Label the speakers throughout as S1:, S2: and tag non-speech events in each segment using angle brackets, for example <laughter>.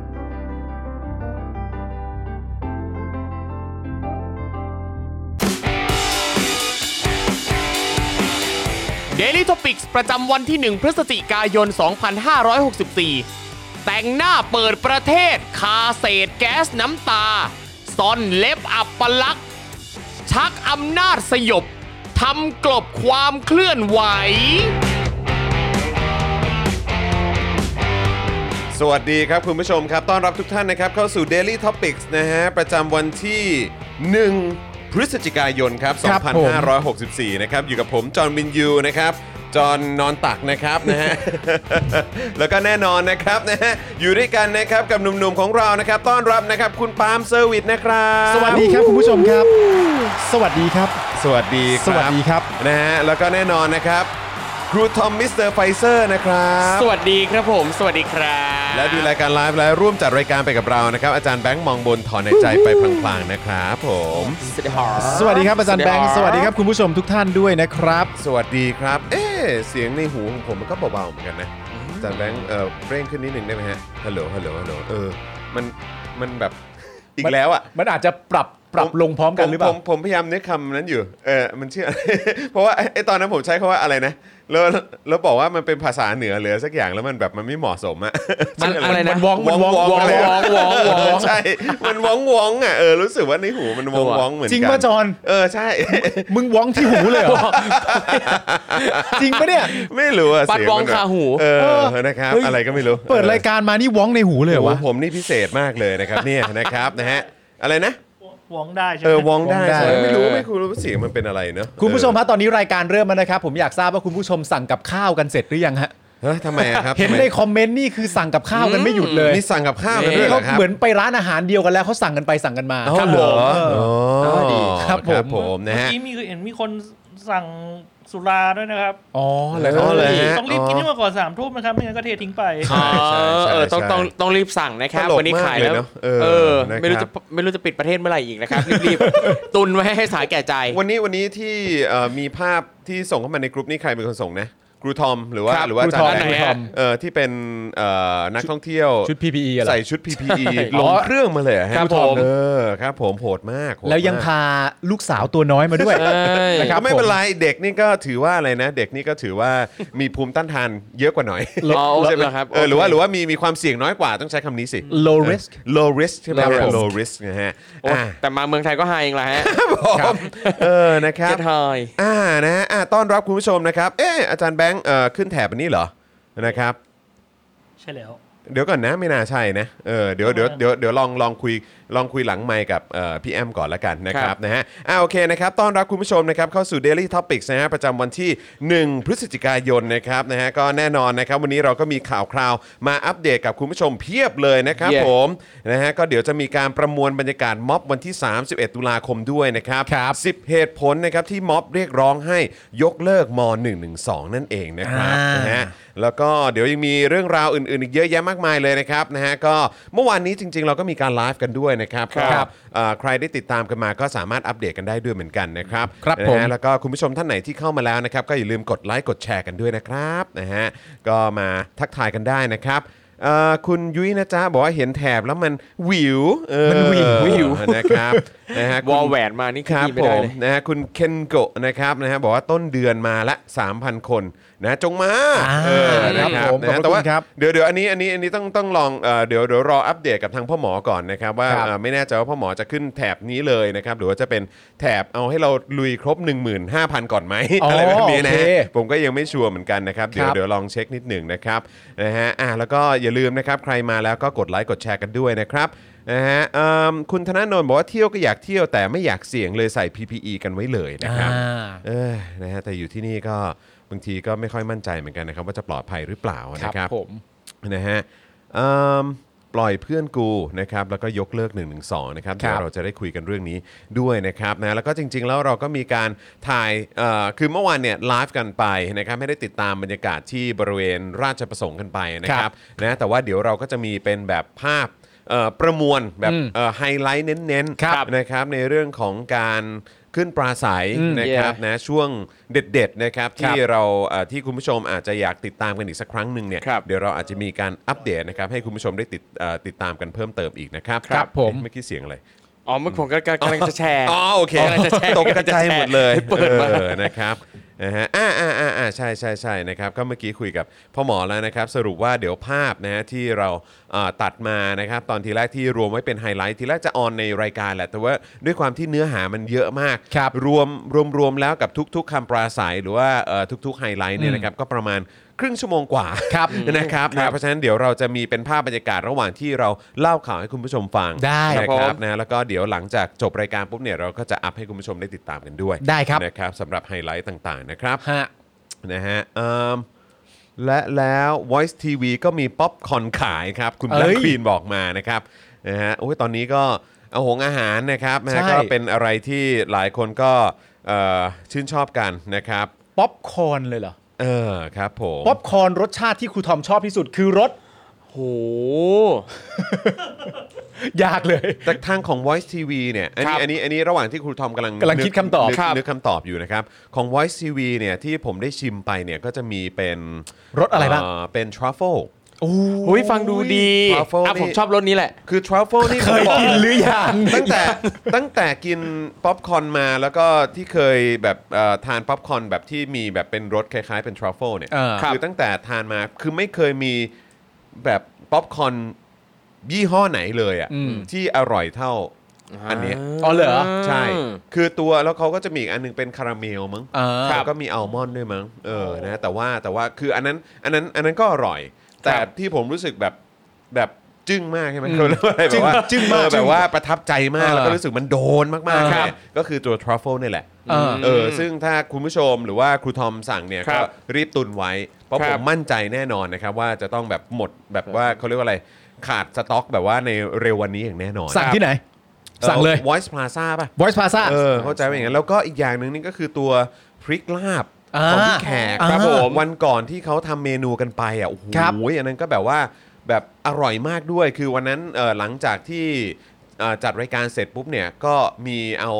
S1: Daily Topics ประจำวันที่ 1 พฤศจิกายน 2564 แต่งหน้าเปิดประเทศ คาเศษแก๊สน้ำตา ซ่อนเล็บอับปลักษณ์ชักอำนาจสยบ ทำกลบความเคลื่อนไหว
S2: สวัสดีครับคุณผู้ชมครับ ต้อนรับทุกท่านนะครับเข้าสู่ Daily Topics นะฮะ ประจำวันที่ 1 พฤศจิกายนครับ
S3: ครับผม
S2: 2564 นะครับ อยู่กับผม จอห์นวินยูนะครับ จอห์นนอนตักนะครับนะฮะ <laughs> แล้วก็แน่นอนนะครับนะฮะ อยู่ด้วยกันนะครับกับหนุ่มๆของเรานะครับ ต้อนรับนะครับคุณปาล์มเซอร์วิสนะครับ
S3: สวัสดีครับคุณผู้ชมครับ สวัสดีครับ
S2: สวัสดีครับ
S3: สวัสดีครับ
S2: นะฮะ แล้วก็แน่นอนนะครับครูทอมมิสเตอร์ไฟเซอร์นะครับ
S1: สวัสดีครับผม สวัสดีครับ
S2: และดูรายการไลฟ์และร่วมจัดรายการไปกับเรานะครับ อาจารย์แบงค์มองบนถอนในใจไปพลางๆนะครับผม
S1: สวัสดีครับ
S3: สวัสดีครับอาจารย์แบงค์สวัสดีครับคุณผู้ชมทุกท่านด้วยนะครับ
S2: สวัสดีครับ เอ๊ะเสียงในหูของผมมันก็เบาๆเหมือนกันนะอาจารย์แบงค์เออเร่งขึ้นนิดหนึ่งได้ไหมฮะฮัลโหลฮัลโหลฮัลโหลเออมันมันแบบ อีกแล้วอ่ะ
S3: มันอาจจะปรับปรับลงพร้อมกันหรือเปล่า
S2: ผผมพยายามนึกคำนั้นอยู่เออมันชื่อ <laughs> เพราะว่าไอ้ไอ้ตอนนั้นผมใช้คาว่าอะไรนะแล้วแล้วบอกว่ามันเป็นภาษาเหนือเหลือสักอย่างแล้วมันแบบมันไม่เหมาะสมอะ <laughs>
S1: มันอะไรนะ
S3: <laughs> มันวองมันวอง
S2: วอง
S3: วอง
S2: อะไรอะ
S3: วองวองวอง
S2: <laughs> ใช่ มันว้องวองๆอ่ะ เออ รู้สึกว่าในหูมันว้องวองๆเหมือนกัน
S3: จริงป่ะจอน
S2: เออ ใช่ <laughs>
S3: มึงว้องที่หูเลยเหรอ จริงปะเนี่ย
S2: ไม่รู้อะ
S1: ปัด
S2: เสีย
S1: ว้อง
S2: มันแบบ
S1: คาหู
S2: เออ นะครับ
S3: เฮ้ย
S2: อะไรก็ไม่รู้
S3: เปิดรายการมานี่ว้องในหูเลยเหรอ
S2: โอ้
S3: วะ
S2: โหผมนี่พิเศษมากเลยนะครับ เนี่ย นะครับ นะฮะ อะไรนะ
S4: หวงได้ใช่
S2: เอ
S4: ไห
S2: อ
S4: ม
S2: วองได้
S3: วองได้
S2: ใช่ไม่รู้ ไม่รู้เสียงมันเป็นอะไรเนอะ
S3: คุณผู้ชมฮะตอนนี้รายการเริ่มแล้วนะครับ ผมอยากทราบว่าคุณผู้ชมสั่งกับข้าวกันเสร็จหรือยังฮะ
S2: เออทำไมอะครับ
S3: เห็น
S2: ทำไม
S3: ในคอมเมนต์นี่คือสั่งกับข้าวกันไม่หยุดเลย
S2: นี่สั่งกับข้าวกันด้วยเหร
S3: เขา
S2: อครับ
S3: เหมือนไปร้านอาหารเดียวกันแล้วเขาสั่งกันไปสั่งกันมา
S2: อ๋อเหรอ
S3: เออ
S2: อ๋อ
S3: ดีครับผม
S2: ผมนะ
S4: เมื่อ
S2: ฮะ
S4: กี้มีเห็นมีคนสั่งสุราด้วยนะครับ
S3: อ๋อเหรอค
S2: อ๋
S3: รับ
S2: อเหรอฮะ
S4: ต้องรีบกินให้มาก่อนสามทุ่มนะครับ ไม่งั้นก็เททิ้งไป
S2: ใช่ใช่ใช่
S1: เออต้อง
S2: ใช่
S1: ต้องต้องรีบสั่งนะครับ
S2: ตลก
S1: วันนี้ขายแล้ว
S2: มากเลยเนอะเออนะครับ
S1: ไม่รู้จะไม่รู้จะปิดประเทศเมื่อไหร่อีกนะครับ รีบๆ ตุนไว้ให้สายแก่ใจ
S2: วันนี้วันนี้ที่เอ่อมีภาพที่ส่งเข้ามาในกลุ่มนี้ใครเป็นคนส่งนะครูทอมหรือว่า
S1: ครับ
S2: หรือว่า
S3: ครู
S2: อาจาร
S3: ทอ
S2: ย์แบง
S1: ค
S3: ม
S1: รูทอม
S2: ค์เอ่อที่เป็นเอ่อนักท่องเที่ยว
S3: ชุด PPE อะไร
S2: ใส่ชุด PPE
S3: ใช่
S2: ล
S3: อ๋
S2: ง
S3: อ
S2: เครื่องมาเลยเหอฮะ
S1: ครับผม
S2: เออครับผมโหดมากโหดมาก
S3: แล้วยังพาลูกสาวตัวน้อยมาด้วย
S1: นะ
S3: นะ
S1: ค
S3: ค
S1: รั
S3: รั
S1: บบ
S2: ก็ไม่เป็นไรเด็กนี่ก็ถือว่าอะไรนะ เด็กนี่ก็ถือว่ามีภูมิต้านทานเยอะกว่าหน่อย
S1: อ๋อ
S2: ใช่ไหม
S1: เหรอครับ
S2: เออหรือว่าหรือว่ามีมีความเสี่ยงน้อยกว่าต้องใช้คำนี้สิ
S3: low risk
S2: low risk ใช่ไหม
S1: Low risk
S2: low risk นะฮะ
S1: โอ้
S2: อ่ะ
S1: แต่มาเมืองไทยก็ไฮเองแหละฮะ
S2: ผมเออนะครับ
S1: เจ็ดไฮ
S2: อ่านะอ่าต้อนรับคุณผู้ชมนะครับ เอออาจารย์แบงค์เอ่อขึ้นแถบอันนี้เหรอนะครับ
S4: ใช่แล้ว
S2: เดี๋ยวก่อนนะไม่น่าใช่นะเออเดี๋ยวเดี๋ยวเดี๋ยวเดี๋ยวลองลองคุยลองคุยหลังไมค์กับเอ่อพี่แอมก่อนละกันนะค
S1: ครั
S2: รับบ นะฮะอ่าโอเคนะครับต้อนรับคุณผู้ชมนะครับเข้าสู่ Daily Topics นะฮะประจำวันที่ 1 พฤศจิกายนนะครับนะฮะก็แน่นอนนะครับ วันนี้เราก็มีข่าวคราวมาอัปเดตกับคุณผู้ชมเพียบเลยนะครับ
S1: Yeah.
S2: ผมนะฮะก็เดี๋ยวจะมีการประมวลบรรยากาศม็อบวันที่ 31 ตุลาคมด้วยนะครับ
S3: ครับ
S2: 10 เหตุผลนะครับที่ม็อบเรียกร้องให้ยกเลิกม .112 นั่นเองนะครับ
S3: อ่าน
S2: นะฮะ แล้วก็เดี๋ยวยังมีเรื่องราวอื่นๆ อีกเยอะแยะมากมายเลยนะครับนะฮะก็เมื่อวานนี้จริง ๆ เราก็มีการไลฟ์กันด้วยนะครับ
S3: ครับ
S2: ก็เอ่อใครได้ติดตามกันมาก็สามารถอัปเดตกันได้ด้วยเหมือนกันนะครับ
S3: ครับ
S2: นะฮะ
S3: ผม
S2: แล้วก็คุณผู้ชมท่านไหนที่เข้ามาแล้วนะครับก็อย่าลืมกดไลค์กดแชร์กันด้วยนะครับนะฮะก็มาทักทายกันได้นะครับเอ่อคุณยุ้ยนะจ๊ะบอกว่าเห็นแถบแล้วมันหวิวเออ
S3: มันหวิวหวิว
S2: นะครับนะฮะ
S1: ว
S2: คุณ
S1: อลแหวนมานี่
S2: ครับ
S1: กินไม่
S2: ผ
S1: ได้
S2: ม
S1: เลย
S2: นะฮะคุณเคนโกะนะครับนะฮะบอกว่าต้นเดือนมาละ 3,000 คนนะจงมา
S3: อ่า
S2: เออนะครับ
S3: ผม
S2: นะฮะ
S3: ขอบพระคุณ
S2: แต่ว่า
S3: ครับ
S2: เดี๋ยวเดี๋ยวอันนี้อันนี้อันนี้ต้องต้องลองเอ่อเดี๋ยวเดี๋ยวรออัปเดตกับทางพ่อหมอก่อนนะครับว่า
S3: ครับ
S2: เอ่อไม่แน่ใจว่าพ่อหมอจะขึ้นแถบนี้เลยนะครับหรือว่าจะเป็นแถบเอาให้เราลุยครบ 15,000 ก่อนไหม
S3: อ๋อ
S2: อะไรแบบนี้นะ
S3: โอเค
S2: ผมก็ยังไม่ชัวร์เหมือนกันนะครับเดี๋ยว
S3: ครับ
S2: เดี๋ยวลองเช็คนิดหนึ่งนะครับนะฮะอ่ะแล้วก็อย่าลืมนะครับใครมาแล้วก็กดไลค์กดแชร์กันด้วยนะครับ นะฮะเอิ่มคุณธนาโนนบอกว่าเที่ยวก็อยากเที่ยวแต่ไม่อยากเสี่ยงเลยใส่ PPE กันไว้เลยนะครับ
S3: อ่า
S2: เออนะฮะแต่อยู่ที่นี่ก็บางทีก็ไม่ค่อยมั่นใจเหมือนกันนะครับ ว่าจะปลอดภัยหรือเปล่านะครับ
S3: ผม
S2: นะฮะเอิ่มปล่อยเพื่อนกูนะครับแล้วก็ยกเลิก1นึนะครับ
S3: ครั
S2: เดี๋ย
S3: บ
S2: วเราจะได้คุยกันเรื่องนี้ด้วยนะครับนะแล้วก็จริง ๆ แล้วเราก็มีการถ่ายเอ่อคือเมื่อวานเนี่ยไลฟ์กันไปนะครับให้ได้ติดตามบรรยากาศที่บริเวณราชประสงค์กันไปนะครับ นะแต่ว่าเดี๋ยวเราก็จะมีเป็นแบบภาพเอ่อประมวลแบบ
S3: อืม
S2: เอ่อไฮไลท์เน้น
S3: ครับ
S2: ๆนะครับในเรื่องของการขึ้นปราศัย
S3: อืม
S2: นะครับนะช่วงเด็ดๆนะครับที่
S3: ครับ
S2: เราเอ่อที่คุณผู้ชมอาจจะอยากติดตามกันอีกสักครั้งหนึ่งเนี่ย
S1: ครับ
S2: เดี๋ยวเราอาจจะมีการอัปเดตนะครับให้คุณผู้ชมได้ติดเอ่อติดตามกันเพิ่มเติมอีกนะครับ
S3: ครับผม
S2: เอ๊ะเมื่อกี้เสียงอะไร
S1: ๋อมันผมก็กำลังจะแชร์
S2: อ๋อโอเค
S1: กำลังจะแชร์
S2: ตกกระจายหมดเลย
S1: เปิดมา
S2: ออนะครับนะฮะอ่าอ่าอ่าอ่าใช่ใช่ใช่นะครับก็เมื่อกี้คุยกับพ่อหมอแล้วนะครับ สรุปว่าเดี๋ยวภาพนะฮะที่เราอ่าตัดมานะครับ ตอนทีแรกที่รวมไว้เป็นไฮไลท์ทีแรกจะออนในรายการแหละ แต่ว่าด้วยความที่เนื้อหามันเยอะมาก
S3: ครับ
S2: รวมรวมรวมแล้วกับทุก ๆคำปราศัยหรือว่าเอ่อทุก ๆ ไฮไลท์เนี่ยนะครับก็ประมาณครึ่งชั่วโมงกว่า
S3: ครับ
S2: นะครับนะเพราะฉะนั้นเดี๋ยวเราจะมีเป็นภาพบรรยากาศระหว่างที่เราเล่าข่าวให้คุณผู้ชมฟัง
S3: ได้
S2: นะครับ
S1: ผม
S2: นะแล้วก็เดี๋ยวหลังจากจบรายการปุ๊บเนี่ยเราก็จะอัพให้คุณผู้ชมได้ติดตามกันด้วย
S3: ได้ครับ
S2: นะครับสำหรับไฮไลท์ต่างๆนะครับ
S3: ฮะ
S2: นะฮะเอิ่มและแล้ว Voice TV ก็มีป๊อปคอร์นขายครับ คุณแบ
S3: เอ้
S2: ล็ค
S3: ย
S2: ควีนบอกมานะครับนะฮะโอ้ยตอนนี้ก็เอาหงอาหารนะครับนะฮะ
S3: ใช่
S2: ก็เป็นอะไรที่หลายคนก็เอ่อชื่นชอบกันนะครับ
S3: ป๊อปคอร์นเลยเหรอ
S2: เออครับผม
S3: ป๊อปคอร์นรสชาติที่ครูทอมชอบที่สุดคือรส
S1: โห
S3: ยากเลย
S2: แต่ทางของ Voice TV เนี่ยอัน
S1: ครั
S2: นี้
S1: บ
S2: อันนี้อันนี้ระหว่างที่ครูทอมกำลัง
S3: กำลัง
S2: นึ
S3: คิดคำตอบ
S2: นึก
S3: ครับ
S2: นึกคำตอบอยู่นะครับ ของ Voice TV เนี่ยที่ผมได้ชิมไปเนี่ยก็จะมีเป็น
S3: รสอะไรบ้าง
S2: เเป็น truffle
S3: โอ้
S1: ้ยฟังดูดี
S2: ทรัฟเฟิล
S1: อ่ะ
S2: นี่
S1: ผมชอบรสนี้แหละ
S2: คือ truffle นี่
S3: เคยกินหรือยัง
S2: ตั้งแต่ตั้งแต่กินป๊อปคอร์นมาแล้วก็ที่เคยแบบเอ่อทานป๊อปคอร์นแบบที่มีแบบเป็นรสคล้ายๆเป็น truffle เนี่ย
S3: เออ
S1: ครับ
S2: คือตั้งแต่ทานมาคือไม่เคยมีแบบป๊อปคอร์นยี่ห้อไหนเลยอะ
S3: อืม
S2: ที่อร่อยเท่าอันเนี้ย
S3: อ๋อเหรอ
S2: ใช่ คือตัวแล้วเขาก็จะมีอีกอันหนึงเป็นคาราเมลมั้ง
S3: อ่า
S2: แล้วก็มีอัลมอนด์ด้วยมั้ง เออ นะ แต่ว่าแต่ว่าคืออันนั้นอันนั้นอันนั้นก็อร่อย แต่
S1: ครับ
S2: ที่ผมรู้สึกแบบแบบจึ้งมากใช่ไหม
S3: อืม
S2: เขาเรียกว่าอะไร <laughs> แบบว่า
S3: จึ้งมาก
S2: เออ
S3: จึ้
S2: แบ
S3: ง
S2: บว่าประทับใจมาก แล้วก็รู้สึกมันโดนมากๆ
S3: ครับ
S2: เนี่ยก็คือตัวทรัฟเฟิลนี่แหละ
S3: เออ
S2: เออ ซึ่งถ้าคุณผู้ชมหรือว่าครูทอมสั่งเนี่ย
S1: ครั
S2: ก็
S1: บ
S2: รีบตุนไว้ เพราะ
S1: ครั
S2: ผ
S1: บ
S2: มมั่นใจแน่นอนนะครับว่าจะต้องแบบหมดแบบว่าเขาเรียกว่าอะไร ขาดสต็อกแบบว่าในเร็ววันนี้อย่างแน่นอน
S3: สั่งที่ไหน สั่งเลย
S2: อ่อ Voice Plaza ป่ะ
S3: Voice Plaza
S2: เออเข้าใจว่าอย่างนั้นแล้วก็อีกอย่างหนึ่งนี่ก็คือตัวพริกลาบ
S3: อ่า
S2: ของพี่แขก
S3: อ่า
S2: ครับผมวันก่อนที่เขาทำเมนูกันไปอ่ะโอ้โห
S3: ครับ
S2: อันนั้นก็แบบว่าแบบอร่อยมากด้วย คือวันนั้นเอ่อหลังจากที่เอ่อจัดรายการเสร็จปุ๊บเนี่ยก็มีเอา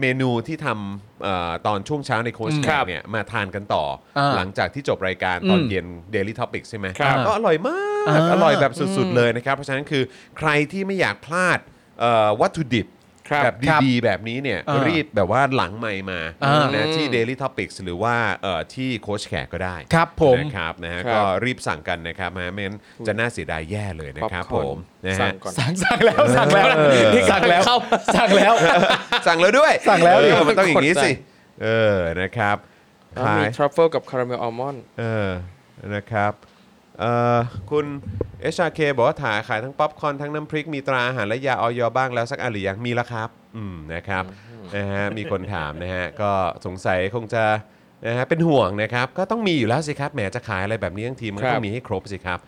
S2: เมนูที่ทำเอ่อตอนช่วงเช้าในโค้ชแข
S1: ครั
S2: ก
S1: บ
S2: เนี่ยมาทานกันต่ออา หลังจากที่จบรายการตอน
S3: อืม
S2: เย็น Daily Topic ใช่ไหม
S1: ครับ
S2: ก็อร่อยมาก
S3: อ่า
S2: อร่อยแบบสุดๆเลยนะครับ เพราะฉะนั้นคือใครที่ไม่อยากพลาดเอ่อวัตถุดิบ
S1: ครับ
S2: แบบดีๆแบบนี้เนี่ย
S3: อ่ารี
S2: รีบแบบว่าหลังใหม่มา
S3: อ่าน
S2: นะที่ Daily Topics หรือว่าเอ่อที่โค้ชแขกก็ได้
S3: ครับผม
S2: นะครับนะฮะ
S1: ครับ
S2: ก็รีบสั่งกันนะครับนะไม่งั้นจะน่าเสียดายแย่เลยนะครับผมนะ
S1: สั่
S2: ฮะ
S1: งก่อน
S3: สั่งสั่งแล้วสั่งแล้ว
S2: เออ
S3: นี่สั่งแล้ว
S1: เข้า
S3: สั่งแล้ว
S2: สั่งแล้วด้วย
S3: สั่งแล้วดิ
S2: เออมันต้องอย่างนี้สิ เออนะครับ
S1: อ่ะมี
S2: ขาย
S1: ทรัฟเฟิลกับคาราเมลอัลมอนด์
S2: เออ นะครับ เอ่อ คุณ HRK บอกว่าถ่ายขายทั้งป๊อปคอร์นทั้งน้ำพริก มีตราอาหารและยาออยอบ้างแล้วสักอันหรือยังมีแล้วครับ อืม นะครับ นะฮะ มีคนถามนะฮะ ก็สงสัยคงจะนะฮะ เป็นห่วงนะครับ ก็ต้องมีอยู่แล้วสิครับ แหม จะขายอะไรแบบนี้ทั้งทีมันก็
S1: ครั
S2: ต้อบ งมีให้ครบสิครับ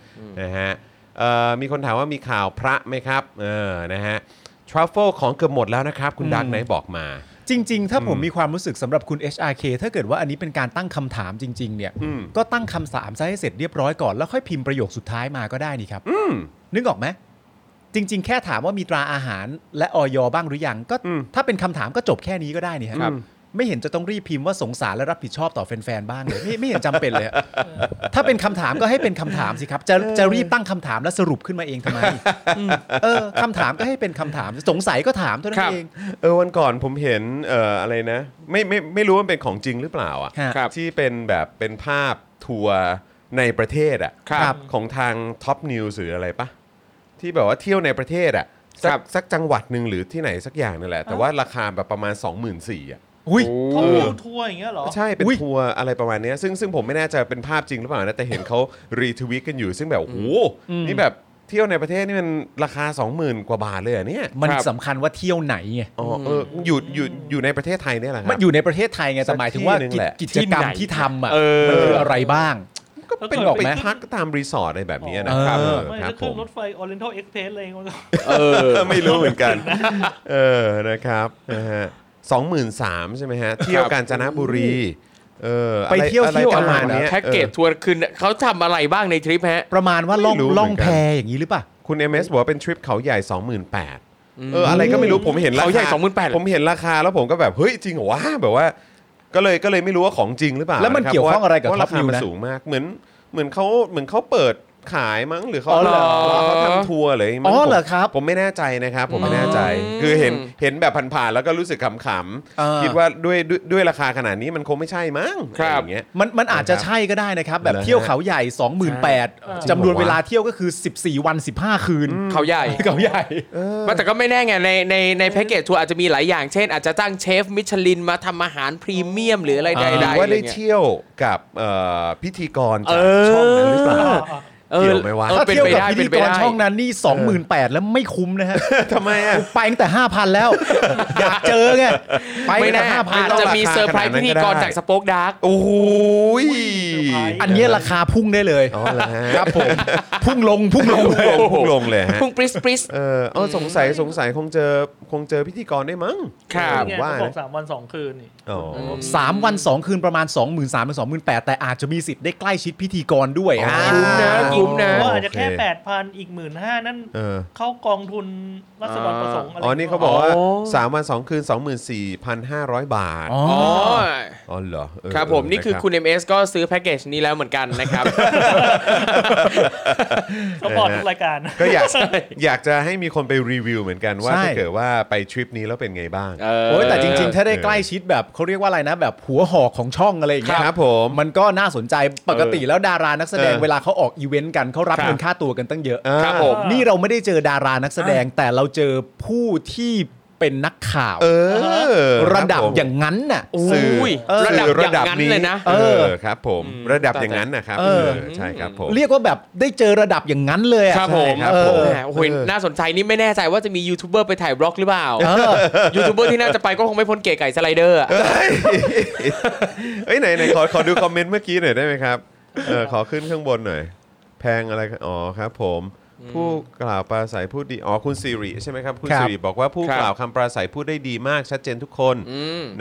S2: นะฮะ เอ่อ มีคนถามว่ามีข่าวพระไหมครับ เออ นะฮะ ทรัฟเฟิลของเกือบหมดแล้วนะครับ คุณดักไนบอกมา
S3: จริง ๆ ถ้าผมมีความรู้สึกสำหรับคุณ HRK ถ้าเกิดว่าอันนี้เป็นการตั้งคำถามจริง ๆ เนี่ย
S2: อืม
S3: ก็ตั้งคำถามซะให้เสร็จเรียบร้อยก่อน แล้วค่อยพิมพ์ประโยคสุดท้ายมาก็ได้นี่ครับ
S2: อืม
S3: นึกออกไหมจริง ๆ แค่ถามว่ามีตราอาหารและออยบ้างหรือยังก็
S2: อืม
S3: ถ้าเป็นคำถามก็จบแค่นี้ก็ได้นี่ฮะ
S2: ครับ
S3: ไม่เห็นจะต้องรีบพิมพ์ว่าสงสารและรับผิดชอบต่อแฟนๆบ้างเลยไม่ไม่เห็นจำเป็นเลยฮะถ้าเป็นคำถามก็ให้เป็นคำถามสิครับจะจะรีบตั้งคำถามและสรุปขึ้นมาเองทำไมอืมเออคำถามก็ให้เป็นคำถามสงสัยก็ถามเท่านั้
S2: คน รับ
S3: เอง
S2: เออวันก่อนผมเห็นเอ่ออะไรนะ ไม่ไม่ไม่รู้ว่ามันเป็นของจริงหรือเปล่าอ่ะ
S3: ครับ
S2: ที่เป็นแบบเป็นภาพทัวร์ในประเทศอ่ะ
S3: ครับ
S2: ของทางท็อปนิวส์หรืออะไรปะที่แบบว่าเที่ยวในประเทศอ่ะสักสักจังหวัดหนึ่งหรือที่ไหนสักอย่างนั่นแหละ แต่ว่าราคาแบบประมาณ 2 4 0 0 0อ่ะ
S3: อุ้ย
S4: ท่องเที่ยวทัวร์อย่างเงี้ยเหรอ
S2: ใช่ เป็น
S3: อุ๊ย
S2: ทัวร์อะไรประมาณเนี้ยซึ่งซึ่งผมไม่แน่ใจเป็นภาพจริงหรือเปล่านะแต่เห็นเขารีทวิตกันอยู่ ซึ่งแบบโอ้โหนี่แบบเที่ยวในประเทศนี่มันราคา 20,000 กว่าบาทเลยเหรอเนี่ย
S3: มัน
S2: ครับ
S3: สำคัญว่าเที่ยวไหนไง
S2: อ๋อเอออยู่อยู่อยู่ในประเทศไทยเนี่ยแหละค
S3: มั
S2: รับ
S3: นอยู่ในประเทศไทยไงแต่หมายถึงว่า
S2: สักที่หนึ่งแหละ
S3: กิจกรรมที่ทำอ่ะ
S2: เออ
S3: มันคืออะไรบ้าง
S2: ก็เป็น
S4: แล้วเกิด
S2: ไป
S4: ไป
S2: พักตามรีสอร์ทอะไรแบบเนี้ยนะครับ
S3: เออ
S2: เอ
S4: ไม่
S2: อครั
S4: จะ
S2: บผ
S4: ขึ้น
S2: ม
S4: รถไฟ Oriental Express อะไรอย่างเงี้ย
S1: เออ
S2: ไม่รู้เหมือนกัน เออนะครับนะฮะสองหมื่นสามใช่ไหมฮะ เที่ยวกาญจนบุรีเอออะร
S3: ไปเที่ยว
S2: อะไร
S3: เที่ยว
S2: ประมาณ
S3: อะไร
S2: เนี้ย
S1: แพ็กเกจ
S2: ออ
S1: ทัวร์คืนเขาทำอะไรบ้างในทริปฮะ
S3: ประมาณว่าล่อง
S2: ไม่รู้เหมือนกัน
S3: ล่องแพอย่างนี้หรือเปล่า
S2: คุณ MS บอกว่าเป็นทริปเขาใหญ่ 28,000เอออะไรก็ไม่รู้ผมเห็นราคา
S1: เขาใหญ่28,000
S2: ผมเห็นราคาแล้วผมก็แบบ เฮ้ย จริงเหรอวะแบบว่า ก็เลยก็เลยไม่รู้ว่าของจริงหรือเปล่า
S3: แล้วมัน
S2: ครับ
S3: เกี่ยวข้องอะไรกับ
S2: เพาว่าราคา
S3: Top View
S2: มัน
S3: นะ
S2: สูงมากเหมือนเหมือนเขาเหมือนเขาเปิดขายมั้งหรือเขา
S3: อ๋อเหรอ
S2: เขาทำทัวร์เลยมั้ง
S3: อ๋อเหรอ
S2: ผม
S3: ครับ
S2: ผมไม่แน่ใจนะครับ ผมไม่แน่ใจ
S1: อืม
S2: คือเห็นเห็นแบบผ่านๆแล้วก็รู้สึกขำ
S3: เออ
S2: ๆคิดว่าด้วยด้วยด้วยราคาขนาดนี้มันคงไม่ใช่มั้งอะไรอย่างเงี้ย
S3: มันมันอาจจะใช่ก็ได้นะครับ แบบ
S2: เหรอฮะ
S3: เที่ยวเขาใหญ่ 28,000จำนวนเวลาเที่ยวก็คือ 14 วัน 15 คืน
S1: เขาใหญ่
S3: เขาใหญ่
S1: ว่าแต่ก็ไม่แน่ไงในในในแพ็กเกจทัวร์อาจจะมีหลายอย่างเช่น อาจจะจ้างเชฟมิชลินมาทำอาหารพรีเมียมหรืออะไรใด
S2: ห
S1: ๆ
S2: รือว่า
S1: อะไร
S2: ได้
S1: เงี้ย
S2: เที่ยวกับเอ่อพิธีกร
S1: เอ
S2: จาก
S1: อ
S2: ช่องนั้นหรือเปล่า
S1: เออ
S2: เกี่ยวไหมวะ
S1: ออ
S3: ถ้า
S1: เป็น
S3: เที่ยว
S1: ไป
S3: กับ
S1: ได้
S3: พิ
S1: เป็น
S3: ธี
S1: ไป
S3: กร
S1: ได้
S3: ช่องนั้นนี่ 28,000 แล้วไม่คุ้มนะฮะ
S2: ทำไมอ่ะ
S3: ไปตั้งแต่ 5,000 แล้ว อยากเจอไงไป
S1: ไม่
S3: ตั้งแต่
S1: แน่อาจ
S3: 5,000
S1: จะ
S3: แล้ว
S1: มีเซอร์ไพรส์พิธีกรจากสป็อคดาร์ก
S2: โอ้โหย
S4: เซอร์ไพรส์
S3: อันเนี้ยราคาพุ่งได้เลย
S2: อ๋อเหรอฮะ
S3: ครับผม พุ่งลงพุ่งลง
S2: พุ่งลงพุ่งลงเลยฮะ
S1: พุ่งปริสปริส
S2: เออเอาสงสัยสงสัยคงเจอคงเจอพิธีกรได้มั้ง
S1: ครับ
S2: ผม
S4: ไง
S2: ว่า
S4: เขาบอ
S2: นะ
S4: กสามวันสองคืนนี่
S2: อ๋อ
S3: สามวันสองคืนประมาณ 2 3 0 0 0 2 8 0 0แต่อาจจะมีสิทธิ์ได้ใกล้ชิดพิธีกรด้วย
S2: อ๋ออ่
S3: า
S1: คุ้มนะคุ้มนะ
S4: ก็อาจจะแค่
S2: โอเค
S4: แปดพันอีกหมื่นห้านั่น
S2: เออ
S4: เข้ากองทุนรัศดรประสงค์อะไร
S2: อ๋อนี่เขาบอกว่า
S1: อ๋อ
S2: 3 วัน 2 คืน 24,500 บาท
S3: อ๋อ
S1: อ๋อ
S2: อ๋อเหรอเออ
S1: ครับผมนี่คือคุณ MS ก็ซื้อแพ็กเกจนี้แล้วเหมือนกันนะครับ
S4: สปอร์ตทุกรายการ
S2: ก็อยากอยากจะให้มีคนไปรีวิวเหมือนกันว่า
S3: ใช่
S2: ถ้าเกิดว่าไปทริปนี้แล้วเป็นไงบ้าง
S1: เออ
S3: โอ้ยแต่จริง ๆ ถ้าได้ใกล้ชิดแบบเขาเรียกว่าอะไรนะ แบบหัวหอกของช่องอะไรอย่างเงี้ย
S2: ครับผม
S3: มันก็น่าสนใจปกติแล้วดารานักแสดง
S2: เออ
S3: เวลาเขาออกอีเวนต์กันเขารับเงินค่าตัวกันตั้งเยอะ
S2: อ่า
S1: ครับผม
S3: นี่เราไม่ได้เจอดารานักแสดงแต่เราเจอผู้ที่เป็นนักข่าว
S2: เออ
S3: ระดับ
S2: คผม
S3: อย่างนั้นน่ะ
S2: สื่อ
S1: โอ้ย
S2: เออ
S1: ระดับ
S2: สื่อ
S1: อย่างนั้นเลยนะ
S2: เออ
S3: เออ
S2: ครับผม
S1: อืม
S2: ระดับอย่างนั้นนะครับ
S3: เออ
S2: เออใช่ครับผม
S3: เรียกว่าแบบได้เจอระดับอย่างนั้นเลยอะ
S1: ครับผม
S3: ใช่เออ
S2: ผม
S1: แหมโอ้โหน่าสนใจนี่ไม่แน่ใจว่าจะมียูทูบเบอร์ไปถ่ายบล็อกหรือเปล่า
S3: เออ
S1: ยูทูบเบอร์ที่น่าจะไปก็คงไม่พ้นเก๋ไก่สไลเดอร์อะ
S2: <laughs> เอ้ยไหนไหนขอขอดูคอมเมนต์เมื่อกี้หน่อยได้ไหมครับเออขอขึ้นข้างบนหน่อย แพงอะไรครับอ๋อครับผม ผู้กล่าวปราศัยพูดดีอ๋อคุณสิริใช่ไหมครับคุณ
S3: ครับ
S2: สิริบอกว่าผู้
S1: ครับ
S2: กล่าวคำปราศัยพูดได้ดีมากชัดเจนทุกคน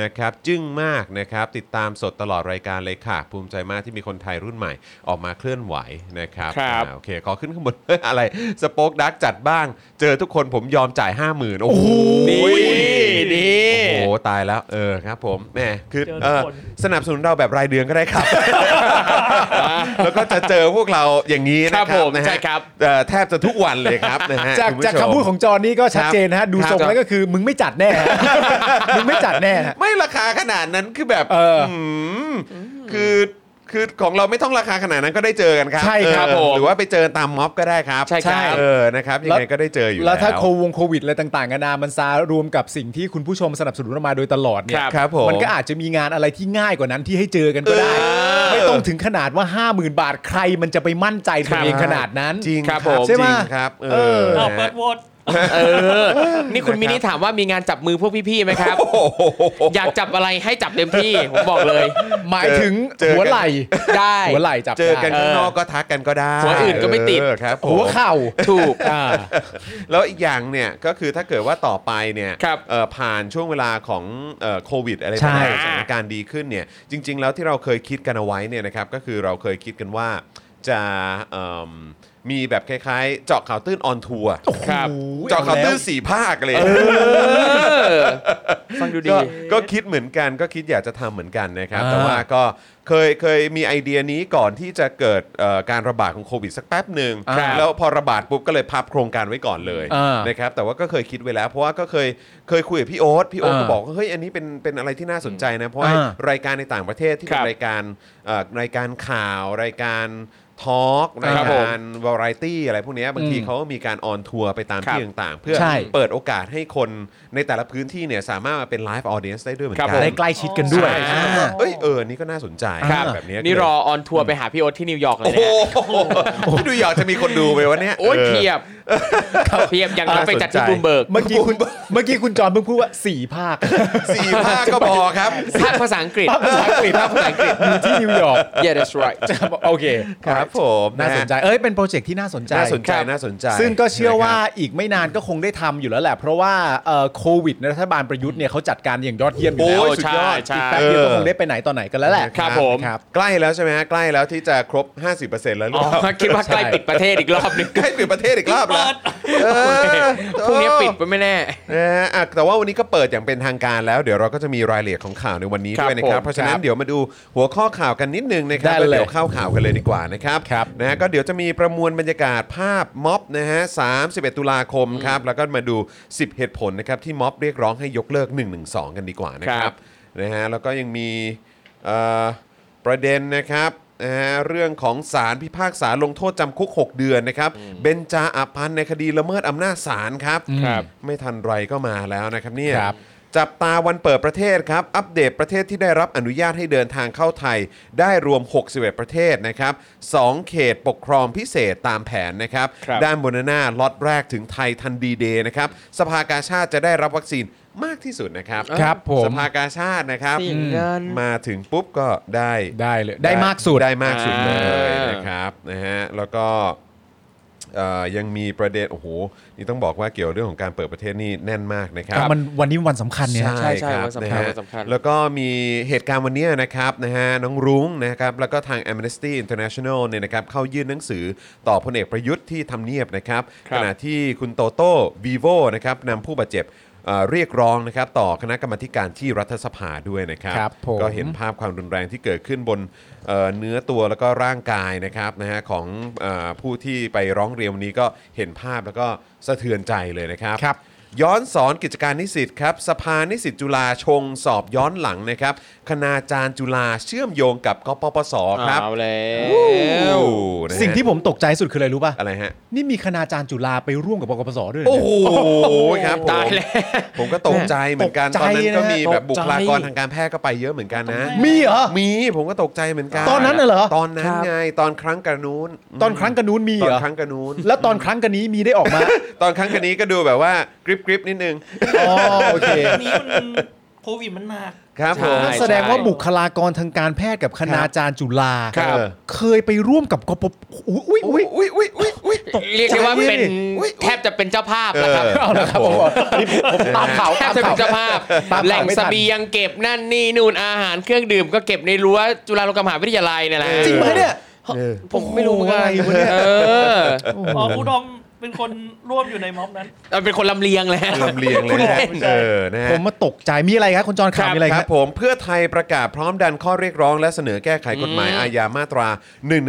S2: นะครับจึ้งมากนะครับติดตามสดตลอดรายการเลยค่ะ ภูมิใจมากที่มีคนไทยรุ่นใหม่ ออกมาเคลื่อนไหวนะครับ
S1: ครับ
S2: อ่าโอเคขอขึ้นข้าง <laughs> บน อะไรสป็อกดักจัดบ้าง เจอทุกคนผมยอมจ่าย 5 0,000 โอ้โห
S1: นี่นี่
S2: โอ้โห ตายแล้วเออครับผมแหมคือ
S4: เจอทุก
S2: เอ่อ
S4: คน
S2: สนับสนุนเราแบบรายเดือนก็ได้ครับ แล้วก็จะเจอพวกเราอย่างนี้นะค
S1: ครั
S2: รับบ
S1: ผม
S2: นะฮะ
S1: ใช่ครับ
S2: เอ่อแทบจะทุกวันเลยครับนะฮะ
S3: จาก
S2: คุณผู้
S3: จาก
S2: ชม
S3: คำพูดของจอนี่ก็ชัดเจนนะ
S2: ครั
S3: ฮะ
S2: บ
S3: ดู
S2: ครับ
S3: ทรง
S2: จอ
S3: แล้วก็คือมึงไม่จัดแน่ฮะ <laughs> มึงไม่จัดแน่ฮะ
S2: ไม่ราคาขนาดนั้นคือแบบ
S3: เออ
S2: หืมคือคือของเราไม่ต้องราคาขนาดนั้นก็ได้เจอกันครับ
S3: ใช่ครับ
S2: เออ
S1: ผม
S2: หรือว่าไปเจอตามม็อบก็ได้ครับ
S1: ใช่ครับ
S2: เออนะครับยังไง
S3: แล้ว
S2: ก็ได้เจออยู่
S3: แล้วถ้า
S2: โ
S3: โควงโควิดอะไรต่างๆกันานามันซารวมกับสิ่งที่คุณผู้ชมสนับสนุนเรามาโดยตลอดเนี่
S1: ค
S3: ย
S1: รับ
S2: ครับผม
S3: นก็อาจจะมีงานอะไรที่ง่ายกว่านั้นที่ให้เจอกันก็ได้ ไม่ต้องถึงขนาดว่า 50,000 บาทใครมันจะไปมั่นใจตัวเองขนาดนั้น
S2: จริง
S1: ครับผม
S2: จ
S3: ใช่
S2: ริ
S3: ไหม
S2: งครับ เอ
S3: เอ
S2: อ
S3: อ
S4: เอา
S2: นะ
S4: เปิ
S2: ฮะ
S4: ดโหวต
S1: เออ นี่คุณมินิถามว่ามีงานจับมือพวกพี่ๆไหมครับ อยากจับอะไรให้จับเต็มที่ ผมบอกเลย
S3: หมายถึง
S2: เจอกัน
S3: หัวไหล่
S1: ได้
S3: หัวไหล่จับ
S2: เจอกัน
S3: ได้
S2: ข้างนอกก็ทักกันก็ได้
S1: หัวอื่นก็ไม่ติด
S2: เออครับผม
S3: หัวเข่า
S1: ถูก
S3: อ่า
S2: แล้วอีกอย่างเนี่ยก็คือถ้าเกิดว่าต่อไปเนี่ย
S1: ครับ
S2: เอ่อผ่านช่วงเวลาของเอ่อโควิดอะไร
S3: ใช่
S2: ต่างๆสถานการณ์ดีขึ้นเนี่ยจริง ๆ แล้วที่เราเคยคิดกันเอาไว้เนี่ยนะครับก็คือเราเคยคิดกันว่าจะเอิ่มมีแบบคล้ายๆ เจาะข่าวตื้นออนทัวร์
S1: ครับ
S3: โอ้โห
S2: เจาะข่าว
S3: แล้
S2: ตื้
S3: วน
S2: สี่ภาคเลย
S1: ฟังดูดี
S2: ก็ก็คิดเหมือนกันก็คิดอยากจะทำเหมือนกันนะครับ
S1: อ่า
S2: แต่ว่าก็เคยเคยมีไอเดียนี้ก่อนที่จะเกิดเอ่อการระบาดของโควิดสักแป๊บหนึ่ง
S1: ครับ
S2: แล้วพอระบาดปุ๊บก็เลยพับโครงการไว้ก่อนเลย
S3: อ่าน
S2: นะครับแต่ว่าก็เคยคิดไว้แล้วเพราะว่าก็เคยเคยคุยกับพี่โอ๊ตพี่โอ๊ตก็
S3: อ่า
S2: บอกว่าเฮ้ยอันนี้เป็นเป็นอะไรที่น่าสนใจนะเพราะว่า
S3: อ่าร
S2: ายการในต่างประเทศที่
S1: ค
S2: เป็
S1: รั
S2: น
S1: บ
S2: รายการเอ่อรายการข่าว รายการทอล์ก
S1: ค
S2: ราย
S1: รับผม
S2: การวาไรตี้อะไรพวกเนี้ยบางที
S3: อืม
S2: เขาก็มีการออนทัวร์ไปตาม
S1: ครับ
S2: ที่ต่างๆ เพื่อ
S3: ใช่
S2: เปิดโอกาสให้คนในแต่ละพื้นที่เนี่ยสามารถมาเป็นไลฟ์ออเดียนส์ได้ด้วยเหมือน
S1: ครับ
S2: กั
S1: ผม
S2: น
S3: ได้ใกล้ชิดกันด้วย
S1: ใช่
S3: อ่า
S2: เอ้ยเออ นี่ก็น่าสนใจ
S1: ครับ
S2: แบบเนี้ย
S1: นี่รอออนทัวร์ไปหาพี่โอ๊ตที่นิวยอร์กเล
S2: โอ้
S1: ย
S2: โห
S1: นะ
S2: พี่ดูอยากจะมีคนดูไปวันเนี้ย
S1: โอ๊ย
S2: เ
S1: เพียบเพียบอย่างนั้นไปจัดที่
S2: น่าสนใจ
S1: บูมเบิร์ก
S3: เมื่อกี้คุณเมื่อกี้คุณจอห์นเพิ่งพูดว่าสี่ภาค
S2: สี่ภาคก็พอครับ
S1: ภาคภาษาอังกฤษ
S3: ภาคภาษาอังกฤษภาคภาษาอังกฤษอยู่ที่นิวยอร์ก <laughs>
S1: Yeah that's right
S3: โอเค
S2: ครับผม
S3: น่าสนใจ เอ้ย เป็นโปรเจกต์ที่น่าสนใจ
S2: น่าสนใจ
S1: ครับ
S2: น่าสนใจ
S3: ซึ่งก็เชื่อว่า
S2: นะครับ
S3: อีกไม่นานก็คงได้ทำอยู่แล้วแหละ เพราะว่าเอ่อโควิดในรัฐบาลประยุทธ์เนี่ยเขาจัดการอย่างยอดเยี่ยมอยู่แล้ว
S1: โอ้ยสุดยอดใช่
S3: อีกแป๊บเดียวก็คงได้ไปไหนต่อไหนกันแล้วแหละ
S1: ครับผม
S3: ครับ
S2: ใกล้แล้วใช่ไหมฮะใกล้แล้วที่จะครบ 50%แล้วหรือ
S1: อ๋อ
S2: เปล่า
S1: คิดว่าใกล้ปิดประเทศอีกรอบหนึง
S2: ใกล้ปิดประเทศอีกรอบแล้วเออ
S1: พรุ่งนี้ปิดไปไม่แน่
S2: นะฮะอ่ะแต่ว่าวันนี้ก็เปิดอย่างเป็นทางการแล้วเดี๋ยวเราก็จะมีรายละเอียดของข่าวในวันนี้
S1: ครับ
S2: ด้วยนะครับ
S1: ผม
S2: เพราะฉะนั้นเดี๋ยวมาดูหัวข้อข่าวกันนิดนึงนะครับ
S3: ได้
S2: แล้ว
S3: เลย
S2: เดี๋ยวเข้าข่าวกันเลยดีกว่านะครับ
S3: ครับ
S2: นะฮะก็เดี๋ยวจะมีประมวลบรรยากาศภาพม็อบนะฮะ 31 ตุลาคมครับ แล้วก็มาดู 10 เหตุผลนะครับ ที่ม็อบเรียกร้องให้ยกเลิก 112 กันดีกว่านะค
S1: ครั
S2: รับบ นะฮะแล้วก็ยังมีเอ่อประเด็นนะครับนะฮะเรื่องของสารพิพากษาลงโทษจำคุก 6 เดือนนะครับเบนจาอับพันธ์ในคดีละเมิดอำนาจศาลครับ
S1: ครับ
S2: ไม่ทันไรก็มาแล้วนะครับเนี่ย
S3: ครับ
S2: จับตาวันเปิดประเทศครับ อัปเดตประเทศที่ได้รับอนุญาตให้เดินทางเข้าไทย ได้รวม 61 ประเทศนะครับ 2 เขตปกครองพิเศษตามแผนนะครับ
S1: ครับ
S2: ด้านบนหน้าล็อตแรกถึงไทยทันดีเดย์นะครับ สภากาชาติจะได้รับวัคซีนมากที่สุดนะครับ
S3: ครับผม
S2: สภากาชาตินะครับ
S1: สิ่งนั้น
S2: มาถึงปุ๊บก็ได้
S3: ได้เลย ได้มากสุด
S2: ได้มากสุดเล
S1: อ่าย
S2: นะครับนะฮะแล้วก็เอ่อยังมีประเด็นโอ้โหนี่ต้องบอกว่าเกี่ยวเรื่องของการเปิดประเทศนี่แน่นมากนะครับ
S3: มันวันนี้วันสำคัญเนี่ย
S1: ใช่ใช่
S2: ครับ
S1: วันสำ
S2: นะ
S1: คัญ
S2: ฮะ
S1: วันสำคัญ
S2: แล้วก็มีเหตุการณ์วันเนี้ยนะครับนะฮะน้องรุ้งนะครับแล้วก็ทาง Amnesty International เนี่ยนะครับเข้ายื่นหนังสือต่อพลเอกประยุทธ์ที่ทำเนียบนะครับ
S1: ครับ
S2: ขณะที่คุณโตโต้วีโวนะครับนำผู้บาดเจ็บเอ่อเรียกร้องนะครับต่อคณะกรรมาธิการที่รัฐสภาด้วยนะครับ
S3: ครับผม
S2: ก็เห็นภาพความรุนแรงที่เกิดขึ้นบนเอ่อเนื้อตัวแล้วก็ร่างกายนะครับนะฮะของเออผู้ที่ไปร้องเรียนวันนี้ก็เห็นภาพแล้วก็สะเทือนใจเลยนะครับ
S3: ครับ
S2: ย้อนสอนกิจการนิสิตครับ สภานิสิตจุฬาชงสอบย้อนหลังนะครับ คณาจารย์จุฬาเชื่อมโยงกับกปปสครับ
S1: เอาแล้
S2: โอ้
S1: ว
S2: โหนะฮะ
S3: สิ่งที่ผมตกใจสุดคืออะไรรู้ป่ะ
S2: อะไรฮะ
S3: นี่มีคณาจารย์จุฬาไปร่วมกับปกปสด้วยเหรอ
S2: โอ้
S3: เนี่ย
S2: โหครับผม
S1: ตายแล้ว
S2: ผมก็ตกใจเหมือนกัน
S3: ตกใจ
S2: ตอนนั้นก็
S3: นะฮะ
S2: มีแบบ
S1: ต
S2: บุ
S1: กใจ
S2: คลากรทางการแพทย์ก็ไปเยอะเหมือนกันนะ
S3: มีเหรอ
S2: มีผมก็ตกใจเหมือนกัน
S3: ตอนนั้นน่ะเหรอ
S2: ตอนนั้นไงตอนครั้งกระนู้น
S3: ตอนครั้งกันนู้นมี
S2: ต
S3: เห
S2: อ
S3: ร
S2: น
S3: อ
S2: ครั้งกระนู้น
S3: แล้วตอนครั้งกันนี้มีได้ออกมา
S2: ตอนครั้งกระนี้ก็ดูแบบว่ากริบกริบนิดนึง
S3: อ๋อโอเค
S4: อันนี้มันโควิดมันหนัก
S2: ครับผม
S1: ใช่
S3: แสดงว่าบุคลากรทางการแพทย์กับคณาจารย์จุฬา
S2: ครับ
S3: เคยไปร่วมกับกปปอุ้ยอุ้ย
S2: อุ้
S3: อุ้
S2: ย
S3: ย
S2: อุ้ยอุ้ยอุ้ยอุ้ย
S1: เรียกได้ว่าเป็น
S2: อุ๊ย
S1: แทบจะเป็นเจ้าภาพแล้วครับ
S2: เออ
S3: เอาละครับผมอันนี้ผมตามข่าว
S1: แท
S3: ตา
S1: บ
S3: ม
S1: จะเป็
S3: ข่าว
S1: นเจ้าภาพ
S3: ตามข่าว
S1: แหล่ง
S3: ไม่ทั
S1: เส
S3: น
S1: บียงเก็บนั่นนี่นู่นอาหารเครื่องดื่มก็เก็บในรั้วจุฬาลงกรณ์มหาวิทยาลัยเนี่ยแหละ
S3: จริงไหมเนี่ย
S1: ผมไม่รู้เหมือนกัน
S3: โอ้โหอะไรวะเนี่ย
S1: เออ
S4: อ๋ออุดมเป็นคนร่วมอยู่ในม็อบนั้น
S1: เอาเป็นคนลำเลียงแหละ
S2: ลำเลียงเลยนะฮะ
S1: คุณเล่น
S2: เออนะฮะ
S3: ผมมาตกใจมีอะไรครับคุณจรข่าวมีอะไร
S2: ค
S3: ค
S2: รับ
S3: รั
S2: บ ผมเพื่อไทยประกาศพร้อมดันข้อเรียกร้องและเสนอแก้ไขกฎหมายอาญามาตรา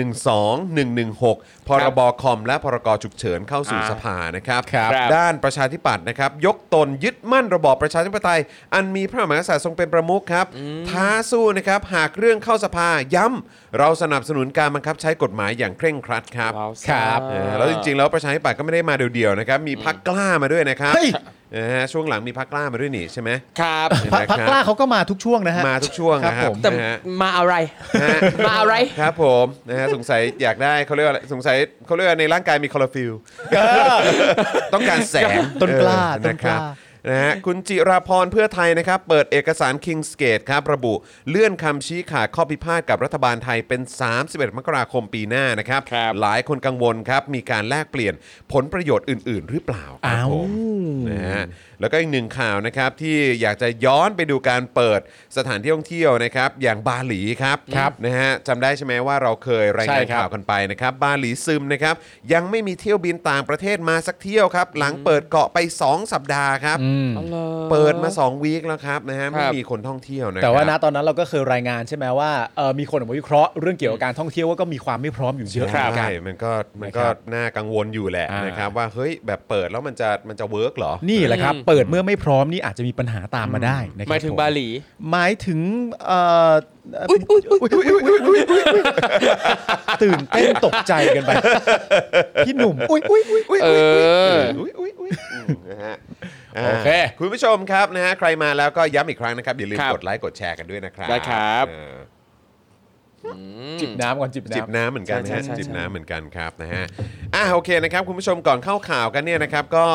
S2: 112 116 พรบคอมและพรกฉุกเฉินเข้าสู่
S1: อ่า
S2: สภานะครับ
S3: ครับ
S2: ด้านประชาธิปัตย์นะครับ ยกตนยึดมั่นระบอบประชาธิปไตย อันมีพระมหากษัตริย์ทรงเป็นประมุขครับ ท้าสู้นะครับ หากเรื่องเข้าสภาย้ำเราสนับสนุนการบังคับใช้กฎหมายอย่างเคร่งครัดครับ
S1: ว้าว
S2: ครับเออแล้วจริงๆ แล้วประชาธิปัตย์ก็ไม่ได้มาเดียวๆนะครับ มีพักกล้ามาด้วยนะครับ
S3: เฮ้ย
S2: นะฮะช่วงหลังมีพักกล้ามาด้วยนี่ใช่ไหม
S1: ครับ
S3: พักพักกล้าเขาก็มาทุกช่วงนะฮะ
S2: มาทุกช่วง
S3: ครับ
S2: นะครับ
S3: ผม
S5: แต่
S2: นะฮะ
S5: มาอะไร
S2: นะฮะ
S5: มาอะไร
S2: ครับผมนะฮะสงสัยอยากได้เขาเรียกว่าอะไรสงสัยเขาเรียกว่าในร่างกายมีคลอโรฟิลล <laughs> ต้องการแสง
S3: ต้นกล้า
S2: เออ
S3: ต้
S2: นะ
S3: น
S2: ค
S3: ก
S2: รั
S3: ล้า
S2: บนะฮะคุณจิราพรเพื่อไทยนะครับ เปิดเอกสาร King's Gate ครับ ระบุเลื่อนคำชี้ขาดข้อพิพาทกับรัฐบาลไทยเป็น 31 มกราคมปีหน้านะครับ
S1: ครับ
S2: หลายคนกังวลครับ มีการแลกเปลี่ยนผลประโยชน์อื่น ๆ หรือเปล่าครับผมนะฮะแล้วก็อีกหนึ่งข่าวนะครับที่อยากจะย้อนไปดูการเปิดสถานที่ท่องเที่ยวนะครับ อย่างบาหลีครับ
S3: ครับ
S2: นะฮะจำได้ใช่ไหมว่าเราเคยรายงาน
S3: ใช่ครับ
S2: ข่าวกันไปนะครับ บาหลีซึมนะครับ ยังไม่มีเที่ยวบินต่างประเทศมาสักเที่ยวครับ หลังเปิดเกาะไป 2 สัปดาห์ครับ เปิดมา 2 วีคแล้วครับนะฮะไม่มีคนท่องเที่ยวนะครับ
S3: แต่ว่าณตอนนั้นเราก็เคยรายงานใช่ไหมว่าเอ่อมีคนออกมาวิเคราะห์เรื่องเกี่ยวกับการท่องเที่ยวว่าก็มีความไม่พร้อมอยู่เยอะเหมือนกั
S2: ใช่
S3: น
S2: มันก็มันก็
S3: นะครับ
S2: น่ากังวลอยู่แหละ
S3: อ่าน
S2: นะครับว่าเฮ้ยแบบเปิดแล้วมันจะมันจะเวิร์กเหรอ
S3: นี่แหละครับ เปิดเมื่อไม่พร้อมนี่อาจจะมีปัญหาตามมาได้นะครั
S5: หมายถึงบาหลี
S3: หมายถึงเอ่ออุ๊ยอุ๊ยอุ๊ยอุ๊ยอุ๊ยอุ๊ยอุ๊ยอุ๊ยตื่นเต้นตกใจกันไปพี่หนุ่มอุ๊ยอุ๊ยอุ๊ยอุ๊ย
S5: เออ
S2: อุ๊ยอุ๊ยอุ๊ยอืมนะฮะ
S1: โอเค
S2: าคุณผู้ชมครับนะฮะใครมาแล้วก็ย้ำอีกครั้งนะครับ อย่าลืม
S1: ครับ
S2: กดไลค์กดแชร์กันด้วยนะครับ
S1: ได้ครับ
S2: เออ
S3: จิบน้ำก่อนจิบ
S2: จิบ
S3: น้ำ
S2: น้ำเหมือนกันนะฮะ
S5: ใช่ใช่ใช่
S2: จิบน้ำเหมือนกันครับนะฮะอ่ะโอเคนะครับคุณผู้ชมก่อนเข้าข่าวกันเนี่ยนะครับ ก็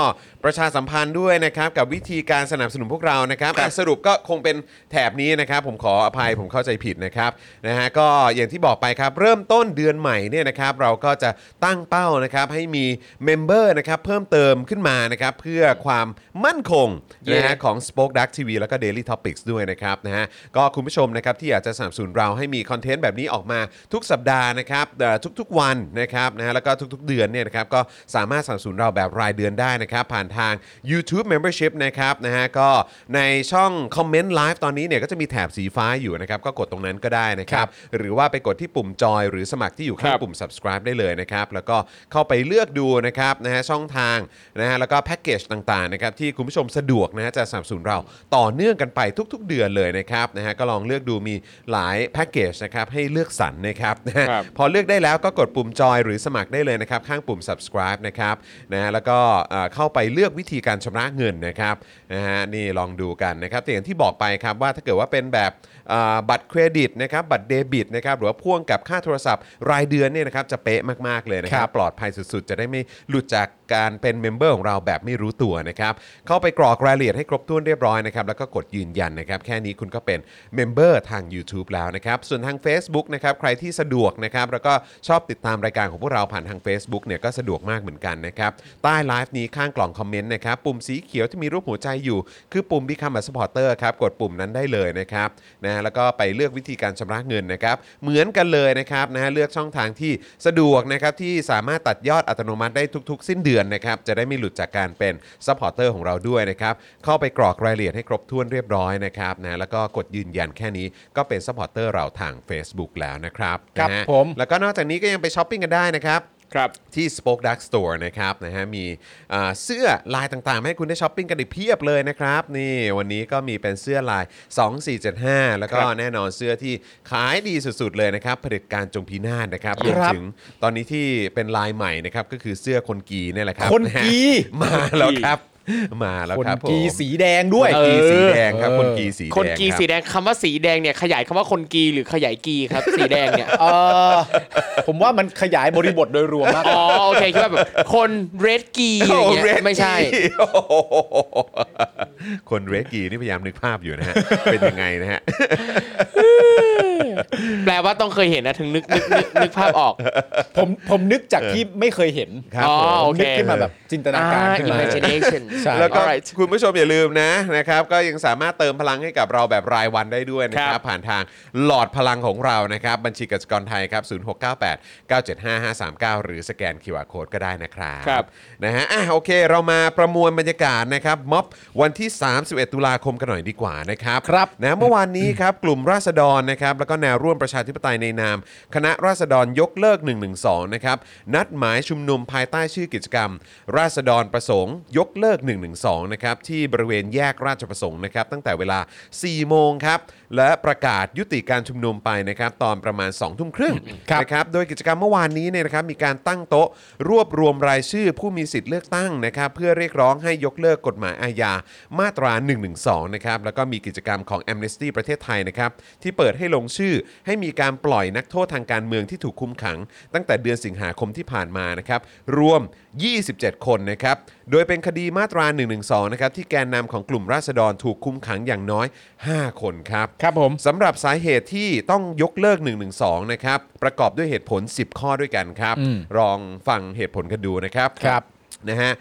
S2: ประชาสัมพันธ์ด้วยนะครับ กับวิธีการสนับสนุนพวกเรานะครับอ่ะสรุปก็คงเป็นแถบนี้นะครับ ผมขออภัยผมเข้าใจผิดนะครับนะฮะก็อย่างที่บอกไปครับ เริ่มต้นเดือนใหม่เนี่ยนะครับ เราก็จะตั้งเป้านะครับให้มีเมมเบอร์นะครับเพิ่มเติมขึ้นมานะครับเพื่อความมั่นคงนะฮะ ของ Spoke Dark TV แล้วก็ Daily Topics ด้วยนะครับนะฮะก็คุณผู้ชมนะครับที่อยากจะสนับสนุนเราให้มีคอนเทนต์แบบนี้ออกมาทุกสัปดาห์นะครับเอ่อทุกๆวันนะครับนะฮะแล้วก็ทุกๆเดือนเนี่ยนะครับก็สามารถสนับสนุนเราแบบรายเดือนได้นะครับ ผ่านทาง YouTube Membership นะครับนะฮะก็ในช่องคอมเมนต์ไลฟ์ตอนนี้เนี่ยก็จะมีแถบสีฟ้าอยู่นะครับ ก็กดตรงนั้นก็ได้นะครับ หรือว่าไปกดที่ปุ่มจอยหรือสมัครที่อยู่ข้าง
S1: ครับ
S2: ปุ่ม subscribe ได้เลยนะครับ แล้วก็เข้าไปเลือกดูนะครับนะฮะช่องทางนะฮะแล้วก็แพ็กเกจต่างๆนะครับที่คุณผู้ชมสะดวกนะฮะจะสนับสนุนเราต่อเนื่องกันไปทุก ๆ เดือนเลยนะครับนะฮะก็ลองเลือกดูมีหลายแพ็กเกจนะครับให้เลือกสรรนะครับนะฮะ
S1: ครับ
S2: พอเลือกได้แล้วก็กดปุ่มจอยหรือสมัครได้เลยนะครับ ข้างปุ่ม subscribe นะครับนะฮะแล้วก็เอ่อเข้าไปเลือกวิธีการชำระเงินนะครับนะฮะนี่ลองดูกันนะครับแต่อย่างที่บอกไปครับว่าถ้าเกิดว่าเป็นแบบ อ่าบัตรเครดิตนะครับบัตรเดบิตนะครับหรือว่าพ่วงกับค่าโทรศัพท์รายเดือนเนี่ยนะครับจะเป๊ะมาก ๆ เลยนะค
S3: ค
S2: รั
S3: รับ บ
S2: ปลอดภัยสุด ๆ จะได้ไม่หลุดจากการเป็นเมมเบอร์ของเราแบบไม่รู้ตัวนะครับ เข้าไปกรอกรายละเอียดให้ครบถ้วนเรียบร้อยนะครับ แล้วก็กดยืนยันนะครับ แค่นี้คุณก็เป็นเมมเบอร์ทาง YouTube แล้วนะครับ ส่วนทาง Facebook นะครับใครที่สะดวกนะครับแล้วก็ชอบติดตามรายการของพวกเราผ่านทาง Facebook เนี่ยก็สะดวกมากเหมือนกันนะครับใต้ไลฟ์นี้ข้างกล่องคอมเมนต์นะครับปุ่มสีเขียวที่มีรูปหัวใจอยู่ คือปุ่ม Become a supporter ครับกดปุ่มนั้นได้เลยนะครับนะแล้วก็ไปเลือกวิธีการชำระเงินนะครับเหมือนกันเลยนะครับนะเลือกช่องทางที่สะดวกนะครับที่สามารถตัดยอดอัตโนมัติได้ทุก ๆ สิ้นเดือนนะครับจะได้ไม่หลุดจากการเป็น s u p p อร์เตอร์ของเราด้วยนะครับเข้าไปกรอกรายละเอียดให้ครบถ้วนเรียบร้อยนะครับนะแล้วก็กดยืนยันแค่นี้ก็เป็น s u p p อร์เตอร์เราทาง Facebook แล้วนะครับ
S3: ครับ
S2: นะฮะ
S3: ผม
S2: แล้วก็นอกจากนี้ก็ยังไปช้อปปิ้งกันได้นะครับ
S1: ครับ
S2: ที่ Spoke Dark Store นะครับนะฮะมีอ่าเสื้อลายต่างๆมาให้คุณได้ช้อปปิ้งกันอีกเพียบเลยนะครับ นี่วันนี้ก็มีเป็นเสื้อลาย 2475 แล้วก็
S1: ครับ
S2: แน่นอนเสื้อที่ขายดีสุดๆเลยนะครับเผด็จการจงพินาศนะครับรวมถึงตอนนี้ที่เป็นลายใหม่นะครับก็คือเสื้อคนกีนี่แหละครับ
S3: คน
S2: นะฮะ
S3: กี
S2: มาแล้วครับ มาแล้ว
S3: คน
S2: ครับผม
S3: กีสีแดงด้วย
S2: คนกีสีแดงครับ
S3: เออ
S2: คนกีสีแดง
S1: คนกีสี
S2: รับ
S1: แดงคำว่าสีแดงเนี่ยขยายคำว่าคนกีหรือขยายกีครับ สีแดงเนี่ย
S3: เอ่อผมว่ามันขยายบริบทโดยรวมมาก
S1: อ๋
S3: กว่า
S1: อโอเคคิดว่าแบบคนเรดกีอะไรเงี้ย
S2: โ Red
S1: ไม่ใช่
S2: Key โอ้โหคนเรดกีนี่พยายามนึกภาพอยู่นะฮะเป็นยังไงนะฮะ
S1: แปลว่าต้องเคยเห็นนะถึงนึกนึกนึกนึกภาพออก
S3: ผมผมนึกจากที่ไม่เคยเห็น
S2: ครับ
S1: อ๋อ
S2: ผม
S1: โอ
S3: นึ
S1: เค
S3: กขึ้นมาแบบจินตนาการขึ้น
S1: อ่
S3: มา
S1: imagination <laughs>
S3: ใช่
S2: แล้วก็
S1: alright
S2: คุณผู้ชมอย่าลืมนะนะครับก็ยังสามารถเติมพลังให้กับเราแบบรายวันได้ด้วยนะครับ ผ่านทางหลอดพลังของเรานะครับ บัญชีกสิกรไทยครับ 0698 975 539 หรือสแกน QR Code ก็ได้นะครับ
S1: ครับ
S2: นะฮะอ่ะโอเค เรามาประมวลบรรยากาศนะครับม็อบวันที่ 31 ตุลาคมกันหน่อยดีกว่านะครับ
S3: ครับ
S2: นะเมื่อวานนี้ครับ กลุ่มราษฎรนะครับแล้วก็แนวร่วมประชาธิปไตยในนาม คณะราษฎรยกเลิก 112นะครับนัดหมายชุมนุมภายใต้ชื่อกิจกรรม ราษฎรประสงค์ ยกเลิก 112 นะครับ ที่บริเวณแยกราชประสงค์นะครับ ตั้งแต่เวลา 4 โมงครับ และประกาศยุติการชุมนุมไปนะครับ ตอนประมาณ 2 ทุ่มครึ่งนะครับ โดยกิจกรรมเมื่อวานนี้เนี่ยนะครับ มีการตั้งโต๊ะ รวบรวมรายชื่อผู้มีสิทธิ์เลือกตั้งนะครับ เพื่อเรียกร้องให้ยกเลิกกฎหมายอาญามาตรา 112 นะครับ แล้วก็มีกิจกรรมของ Amnesty ประเทศไทยนะครับ ที่เปิดให้ลงชื่อให้มีการปล่อยนักโทษทางการเมืองที่ถูกคุมขัง ตั้งแต่เดือนสิงหาคมที่ผ่านมานะครับ รวม 27 คนนะครับ โดยเป็นคดีมาตรา 112 นะครับ ที่แกนนำของกลุ่มราษฎรถูกคุมขังอย่างน้อย 5 คนครับ
S3: ครับผม
S2: สำหรับสาเหตุที่ต้องยกเลิก 112 นะครับ ประกอบด้วยเหตุผล 10 ข้อด้วยกันครับ
S3: อืม
S2: ลองฟังเหตุผลกันดูนะครับ
S3: ครับ
S2: นะฮะ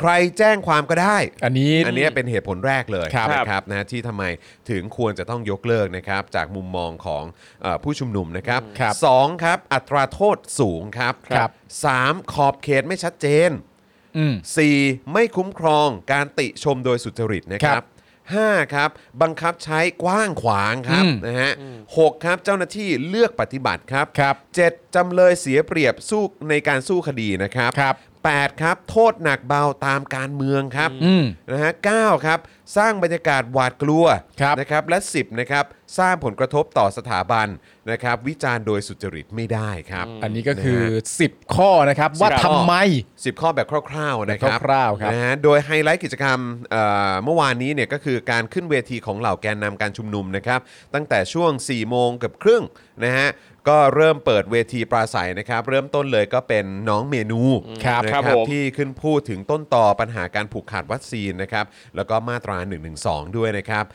S2: ใครแจ้งความก็ได้
S3: อันนี้
S2: อันเนี้ยเป็นเหตุผลแรกเลย
S3: ครับ
S2: นะครับนะฮะที่ทำไมถึงควรจะต้องยกเลิกนะครับ จากมุมมองของเออผู้ชุมนุมนะครับ
S3: ครับ
S2: สองครับ อัตราโทษสูงครับ
S3: ครับ
S2: สามขอบเขตไม่ชัดเจน
S3: อืม
S2: 4. ไม่คุ้มครองการติชมโดยสุจริตนะครั
S3: ครับ บ
S2: 5ครับบังคับใช้กว้างขวางครับ
S3: อืม
S2: นะฮะหกครับเจ้าหน้าที่เลือกปฏิบัติครับ
S3: ครับ
S2: เจ็ดจำเลยเสียเปรียบสู้ในการสู้คดีนะครับ
S3: ครับ
S2: แปดครับโทษหนักเบาตามการเมืองครับ
S3: อืม
S2: นะฮะเก้าครับสร้างบรรยากาศหวาดกลัว
S3: ครับ
S2: นะครับและ 10นะครับสร้างผลกระทบต่อสถาบันนะครับวิจารณ์โดยสุจริตไม่ได้ครับ
S3: อันนี้ก็คือ 10 ข้อนะครับว่า
S2: 10ข้
S3: ทำ
S2: อ
S3: ไม
S2: 10 ข้อแบบคร่าวๆนะครับ
S3: แบบคร่าวๆครับ
S2: นะฮะโดยไฮไลท์กิจกรรมเอ่อเมื่อวานนี้เนี่ยก็คือการขึ้นเวทีของเหล่าแกนนำการชุมนุมนะครับ ตั้งแต่ช่วง 4 โมงเกับครึ่งนะฮะก็เริ่มเปิดเวทีปราศัยนะครับ เริ่มต้นเลยก็เป็นน้องเมนู
S3: ครับ
S2: นะครับ
S1: ผม
S2: ที่ขึ้นพูดถึงต้นต่อปัญหาการผูกขาดวัคซีนนะครับ แล้วก็มาตรา 112 ด้วยนะครับ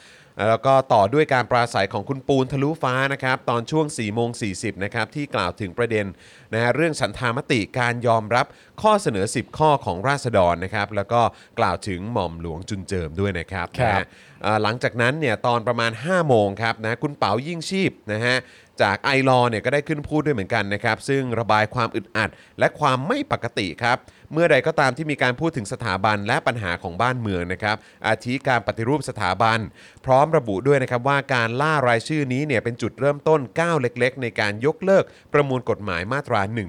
S2: แล้วก็ต่อด้วยการปราศัยของคุณปูนทะลุฟ้านะครับ ตอนช่วง4โมง40นะครับที่กล่าวถึงประเด็นนะฮะเรื่องฉันทามติการยอมรับข้อเสนอ 10 ข้อของราษฎรนะครับ แล้วก็กล่าวถึงหม่อมหลวงจุนเจิมด้วยนะครับ
S3: ครับ
S2: นะฮะ เอ่อหลังจากนั้นเนี่ยตอนประมาณ 5 โมงครับนะคุณเป๋ายิ่งชีพนะฮะจากไอรอเนี่ยก็ได้ขึ้นพูดด้วยเหมือนกันนะครับ ซึ่งระบายความอึดอัด และความไม่ปกติครับ เมื่อใดก็ตามที่มีการพูดถึงสถาบันและปัญหาของบ้านเมืองนะครับ อาทิการปฏิรูปสถาบัน พร้อมระบุด้วยนะครับว่าการล่ารายชื่อนี้เนี่ยเป็นจุดเริ่มต้นก้าวเล็ก ๆ ในการยกเลิกประมวลกฎหมายมาตรา1นึ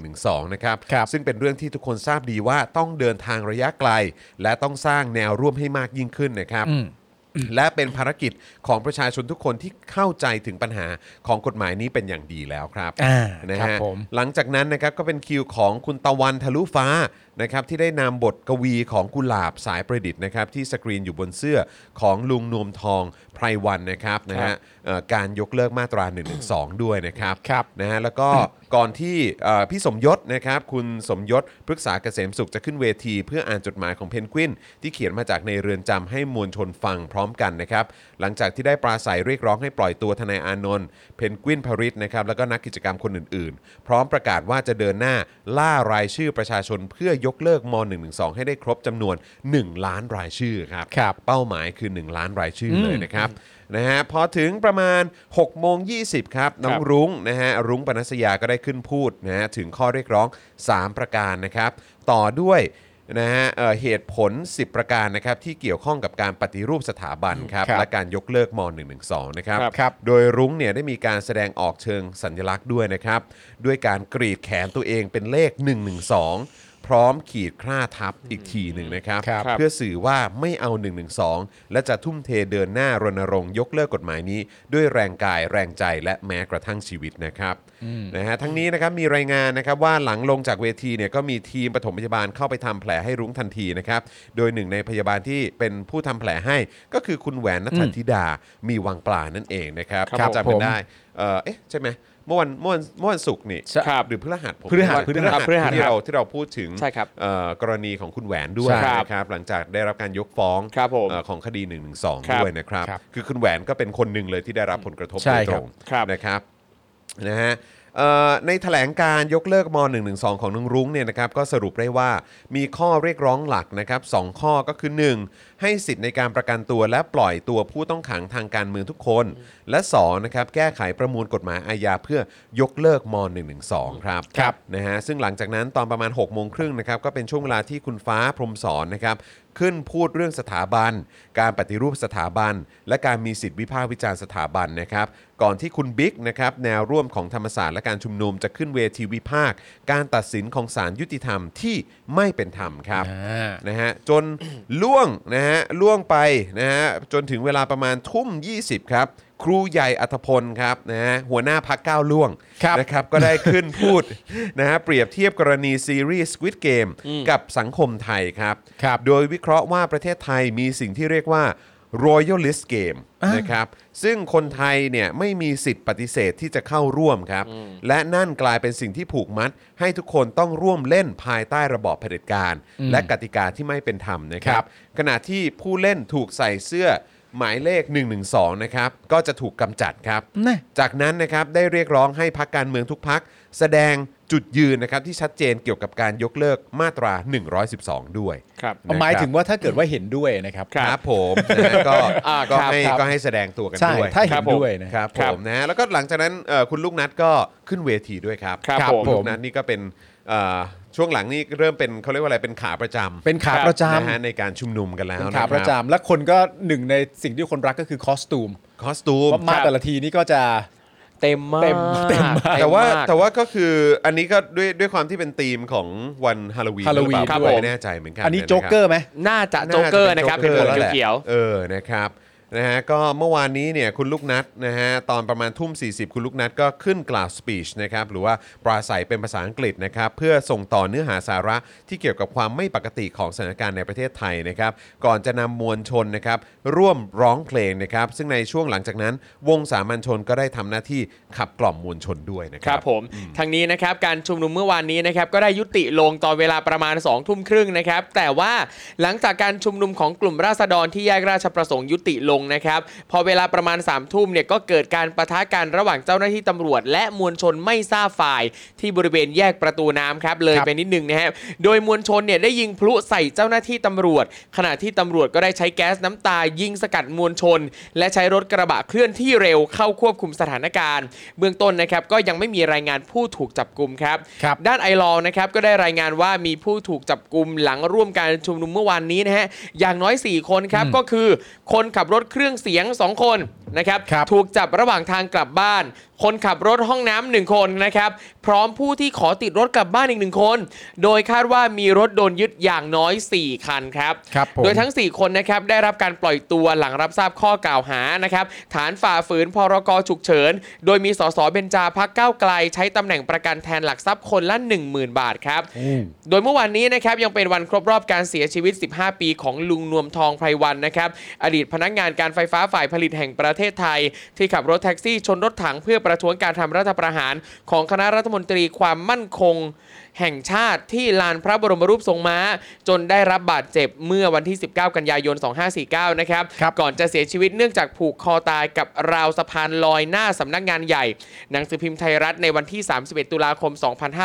S2: นะครับ
S3: ครับ
S2: ซึ่งเป็นเรื่องที่ทุกคนทราบดีว่าต้องเดินทางระยะไกล และต้องสร้างแนวร่วมให้มากยิ่งขึ้นนะครับ และเป็นภารกิจของประชาชนทุกคนที่เข้าใจถึงปัญหาของกฎหมายนี้เป็นอย่างดีแล้วครับ
S3: อ่า
S2: นะ
S3: ครั
S2: ฮะ
S3: ผม
S2: หลังจากนั้นนะครับก็เป็นคิวของคุณตะวันทะลุฟ้านะครับที่ได้นำบทกวีของกุหลาบสายประดิษฐ์นะครับที่สกรีนอยู่บนเสื้อของลุงนวมทองไพรวันนะครับนะฮะเอ่อการยกเลิกมาตรา1นึด้วยนะครับ
S3: ครับ
S2: นะฮะแล้วก็ <coughs> ก่อนที่เอ่อพี่สมยศนะครับคุณสมยศพฤกษาเกษมสุขจะขึ้นเวที เพื่ออ่านจดหมายของเพนกวินที่เขียนมาจากในเรือนจำให้มวลชนฟังพร้อมกันนะครับหลังจากที่ได้ปราศัยเรียกร้องให้ปล่อยตัวทนายอานนท์เพนกวินพริตนะครับแล้วก็นักกิจกรรมคนอื่น ๆ พร้อมประกาศว่าจะเดินหน้าล่ารายชื่อประชาชนเพื่อยกเลิกม .112 ให้ได้ครบจำนวน 1 ล้านรายชื่อครับ
S3: ครับ
S2: เป้าหมายคือ 1 ล้านรายชื่ออเลยนะครับนะฮะพอถึงประมาณ6โมง20 ครับ น้องรุ้งนะฮะรุ้งปนัสยาก็ได้ขึ้นพูดนะฮะถึงข้อเรียกร้อง 3 ประการนะครับ ต่อด้วยนะฮะเอ่อเหตุผล 10 ประการนะครับที่เกี่ยวข้องกับการปฏิรูปสถาบันครับ
S3: ครับ
S2: และการยกเลิกม .112 นะครับ
S3: ครับครับ
S2: โดยรุ้งเนี่ยได้มีการแสดงออกเชิงสัญลักษณ์ด้วยนะครับ ด้วยการกรีดแขนตัวเองเป็นเลข 112 พร้อมขีดคร่าทับอีกทีหนึ่งนะครับ
S3: ครับ
S2: เพื่อสื่อว่าไม่เอา 112 และจะทุ่มเทเดินหน้ารณรงค์ยกเลิกกฎหมายนี้ ด้วยแรงกายแรงใจและแม้กระทั่งชีวิตนะครับนะฮะทั้งนี้นะครับมีรายงานนะครับว่าหลังลงจากเวทีเนี่ยก็มีทีมปฐมพยาบาลเข้าไปทำแผลให้รุ้งทันทีนะครับโดยหนึ่งในพยาบาลที่เป็นผู้ทำแผลให้ก็คือคุณแหวนนัทธิดามีวังปลานั่นเองนะครับ
S1: ครับ
S2: ถ้าจำ
S3: ผ
S2: กัน
S3: ม
S2: ได้เออเอ๊ะใช่ไหมเมื่อวันเมื่อวันเมื่อวันศุกร์นี่
S1: ครับ
S2: หรือพฤหัสผม
S3: พฤหัส
S2: ว่า
S3: พฤหัส
S2: พฤหัส
S1: พฤหัส
S2: ที่เราที่เราพูดถึง
S1: ใช่ครับ
S2: เอ่อกรณีของคุณแหวนด้วย
S1: ใช่ครับ
S2: นะครับ หลังจากได้รับการยกฟ้อง
S1: ครับผม
S2: เออของคดี1นึ
S1: ครับ
S2: ด้วยนะครับ
S3: ครับ
S2: คือคุณแหวนก็เป็นคนหนึ่งเลยที่ได้รับผลกระทบ
S3: ใช่
S2: โดย
S3: ค
S2: ต
S3: รั
S2: ร
S3: บ
S2: ง
S1: ครับ
S2: นะครับนะฮะเอ่อในแถลงการยกเลิกม .112 ของนองรุ้งเนี่ยนะครับก็สรุปได้ว่ามีข้อเรียกร้องหลักนะครับสองข้อก็คือ 1. ให้สิทธิ์ในการประกันตัวและปล่อยตัวผู้ต้องขังทางการเมืองทุกคน และสองนะครับแก้ไขประมวลกฎหมายอาญาเพื่อยกเลิกม .112 ครับ
S3: ครับ
S2: นะฮะซึ่งหลังจากนั้นตอนประมาณ6กโมงครึ่งนะครับก็เป็นช่วงเวลาที่คุณฟ้าพรหมสอนนะครับขึ้นพูดเรื่องสถาบัน การปฏิรูปสถาบัน และการมีสิทธิวิพากษ์วิจารณ์สถาบันนะครับ ก่อนที่คุณบิ๊กนะครับแนวร่วมของธรรมศาสตร์และการชุมนุมจะขึ้นเวทีวิพากษ์การตัดสินของศาลยุติธรรมที่ไม่เป็นธรรมครับ
S3: อ่า
S2: นะฮะจน <coughs> ล่วงนะฮะล่วงไปนะฮะจนถึงเวลาประมาณทุ่ม 20 ครับ ครูใหญ่อัธพลครับนะฮะหัวหน้าพักก้าวล่วง
S3: ครับ
S2: นะครับก็ได้ขึ้นพูด นะฮะเปรียบเทียบกรณีซีรีส์ Squid Game กับสังคมไทยครับ
S3: ครับ
S2: โดยวิเคราะห์ว่าประเทศไทยมีสิ่งที่เรียกว่า Royalist Game นะครับซึ่งคนไทยเนี่ยไม่มีสิทธิ์ปฏิเสธที่จะเข้าร่วมครับ และนั่นกลายเป็นสิ่งที่ผูกมัด ให้ทุกคนต้องร่วมเล่นภายใต้ระบอบเผด็จการ และกติกาที่ไม่เป็นธรรมนะค
S3: ค
S2: รั
S3: รับ บ
S2: ขณะที่ผู้เล่นถูกใส่เสื้อหมายเลข 112 นะครับ ก็จะถูกกำจัดครับ
S3: นะ
S2: จากนั้นนะครับได้เรียกร้องให้พักการเมืองทุกพัก แสดงจุดยืนนะครับที่ชัดเจนเกี่ยวกับการยกเลิกมาตรา 112 ด้วย
S1: ครับ
S2: นะครับ
S3: หมายถึงว่าถ้าเกิดว่าเห็นด้วยนะครับ
S2: ครับผมนะฮะก็
S1: อ่า
S2: ก็
S1: ครับ
S2: ให้
S1: ครับ
S2: ก็ให้แสดงตัวกัน
S3: ใช่
S2: ด้วย
S3: ถ้าเห็น
S2: ครับผม
S3: ด้วยนะครับ
S1: ค
S2: ผ
S1: รับ
S2: มนะฮะแล้วก็หลังจากนั้นเอ่อคุณลูกนัดก็ขึ้นเวทีด้วยครับ
S1: ครับ
S2: ณ
S1: ผม
S2: ลูกนัดนี่ก็เป็นเอ่อช่วงหลังนี่เริ่มเป็นเขาเรียกว่าอะไรเป็นขาประจำ
S3: เป็นขาประจำ
S2: นฮในการชุมนุมกันแล้ว
S3: เป็น
S2: น
S3: ขาประจำและคนก็หนึ่งในสิ่งที่คนรักก็คือคอสตูม
S2: คอสตูม
S3: ว่ามาแต่ละทีนี่ก็จะ
S1: เต็มมาก
S3: เต็มเต็มมาก
S2: แต่ว่า
S1: แต่
S2: แต่ว่าก็คืออันนี้ก็ด้วยด้วยความที่เป็นธีมของวันฮาโลวีน
S3: Halloween
S2: หรือเปล่า
S1: ครับ
S2: ผม
S1: ผม
S2: ไม่แน่ใจเหมือนกั
S3: อันนี้
S2: นะคบ
S3: โจ๊กเกอร์ไหม
S1: น่าจะ
S2: น่าจะ
S1: โจ๊กเกอร์นะครับ เป็นผม
S2: แล้วแหละ
S1: เขียว
S2: เออนะครับนะฮะก็เมื่อวานนี้เนี่ยคุณลูกนัดนะฮะตอนประมาณทุ่ม 40 คุณลูกนัดก็ขึ้นกล่าวสปีชนะครับหรือว่าปราศัยเป็นภาษาอังกฤษนะครับเพื่อส่งต่อเนื้อหาสาระที่เกี่ยวกับความไม่ปกติของสถานการณ์ในประเทศไทยนะครับก่อนจะนำมวลชนนะครับร่วมร้องเพลงนะครับซึ่งในช่วงหลังจากนั้น วงสามัญชนก็ได้ทำหน้าที่ขับกล่อมมวลชนด้วยนะค
S1: ค
S2: รั
S1: รับ บผมทางนี้นะครับการชุมนุมเมื่อวานนี้นะครับก็ได้ยุติลงตอนเวลาประมาณ2องทุ่มครึ่งนะครับแต่ว่าหลังจากการชุมนุมของกลุ่มราษฎรที่แยกราชประสงค์ยุติลงนะครับพอเวลาประมาณ3ามทุ่มเนี่ยก็เกิดการประทะกันระหว่างเจ้าหน้าที่ตำรวจ และมวลชนไม่ทราบฝ่าย ที่บริเวณแยกประตูน้ำครับเลย
S3: ครับ
S1: ไปนิดนึงนะฮะโดยมวลชนเนี่ยได้ยิงพลุใส่เจ้าหน้าที่ตำรวจ ขณะที่ตำรวจก็ได้ใช้แก๊สน้ำตายิงสกัดมวลชน และใช้รถกระบะเคลื่อนที่เร็วเข้าควบคุมสถานการณ์ เบื้องต้นนะครับก็ยังไม่มีรายงานผู้ถูกจับกลุ่มครับ
S3: ครับ
S1: ด้านไอรอนะครับก็ได้รายงานว่ามีผู้ถูกจับกลุ่มหลังร่วมการชุมนุมเมื่อวานนี้นะฮะอย่างน้อย 4 คนครับก็คือ คนขับรถเครื่องเสียง 2 คนนะครับ
S3: ครับ
S1: ถูกจับระหว่างทางกลับบ้าน คนขับรถห้องน้ำหนึ่งคนนะครับ พร้อมผู้ที่ขอติดรถกลับบ้านอีกหนึ่งคน โดยคาดว่ามีรถโดนยึดอย่างน้อย 4 คันครับ
S3: ครับผม
S1: โดยทั้ง 4 คนนะครับได้รับการปล่อยตัวหลังรับทราบข้อกล่าวหานะครับฐานฝ่าฝืนพรกฉุกเฉิน โดยมีสสเบญจาพักก้าวไกล ใช้ตำแหน่งประกันแทนหลักทรัพย์คนละ 10,000 บาทครับ โดยเมื่อวานนี้นะครับยังเป็นวันครบรอบการเสียชีวิต 15 ปีของลุงนวมทองไพรวันนะครับอดีตพนักงานการไฟฟ้าฝ่ายผลิตแห่งประเทศไทย ที่ขับรถแท็กซี่ชนรถถังเพื่อประท้วงการทำรัฐประหาร ของคณะรัฐมนตรีความมั่นคง แห่งชาติที่ลานพระบรมรูปทรงม้า จนได้รับบาดเจ็บเมื่อวันที่ 19 กันยายน 2549 นะครับ
S3: ครับ
S1: ก่อนจะเสียชีวิตเนื่องจากผูกคอตายกับราวสะพานลอยหน้าสำนักงานใหญ่ หนังสือพิมพ์ไทยรัฐในวันที่ 31 ตุลาคม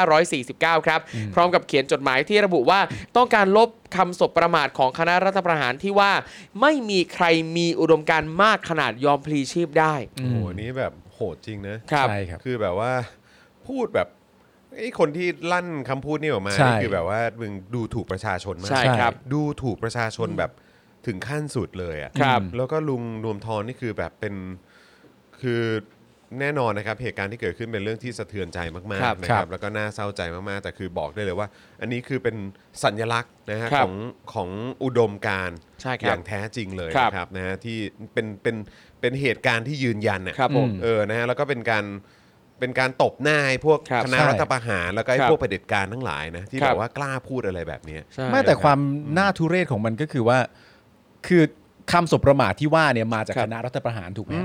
S1: 2549 ครับ พร้อมกับเขียนจดหมายที่ระบุว่าต้องการลบคำสบประมาทของคณะรัฐประหารที่ว่า ไม่มีใครมีอุดมการณ์มากขนาดยอมพลีชีพได้
S2: โอ้โหนี่แบบโหดจริงนะ
S1: ครับ
S3: ใช่ครับ
S2: คือแบบว่าพูดแบบไอ้คนที่ลั่นคำพูดนี่ออกมา
S3: ใช่
S2: นี่คือแบบว่ามึงดูถูกประชาชนมาก
S1: ใช่ครับ
S2: ดูถูกประชาชนแบบถึงขั้นสุดเลยอะ
S1: ครับ
S2: แล้วก็ลุงนวมทองนี่คือแบบเป็นคือแน่นอนนะครับเหตุการณ์ที่เกิดขึ้นเป็นเรื่องที่สะเทือนใจมาก
S1: ครับ
S2: ๆนะค
S3: ครั
S2: รับบ แล้วก็น่าเศร้าใจมากๆแต่คือบอกได้เลยว่า อันนี้คือเป็นสัญลักษณ์นะฮะ
S1: ค
S2: ข
S1: รับ
S2: องของอุดมการณ์
S1: ใช่ครับ
S2: อย่างแท้จริงเลย
S1: ครับ
S2: นะครับนะฮะที่เป็นเป็นเป็นเหตุการณ์ที่ยืนยันน่ะ
S1: ครับผม
S2: เออ นะฮะ แล้วก็เป็นการ เป็นการตบหน้าให้พวก
S1: ครับ
S2: คณะ
S3: ใช่
S2: รัฐประหาร แล้วก็ไอ้
S1: ครับ
S2: พวกเผด็จการทั้งหลายนะ ที่
S1: ค
S2: แบ
S1: รับ
S2: บว่ากล้าพูดอะไรแบบเนี้ย
S1: ใช่
S3: ไม่แต่ความน่าทุเรศของมันก็คือว่า คือคำสบประมาทที่ว่าเนี่ยมาจาก
S1: ครับ
S3: คณะรัฐประหารถูกไหม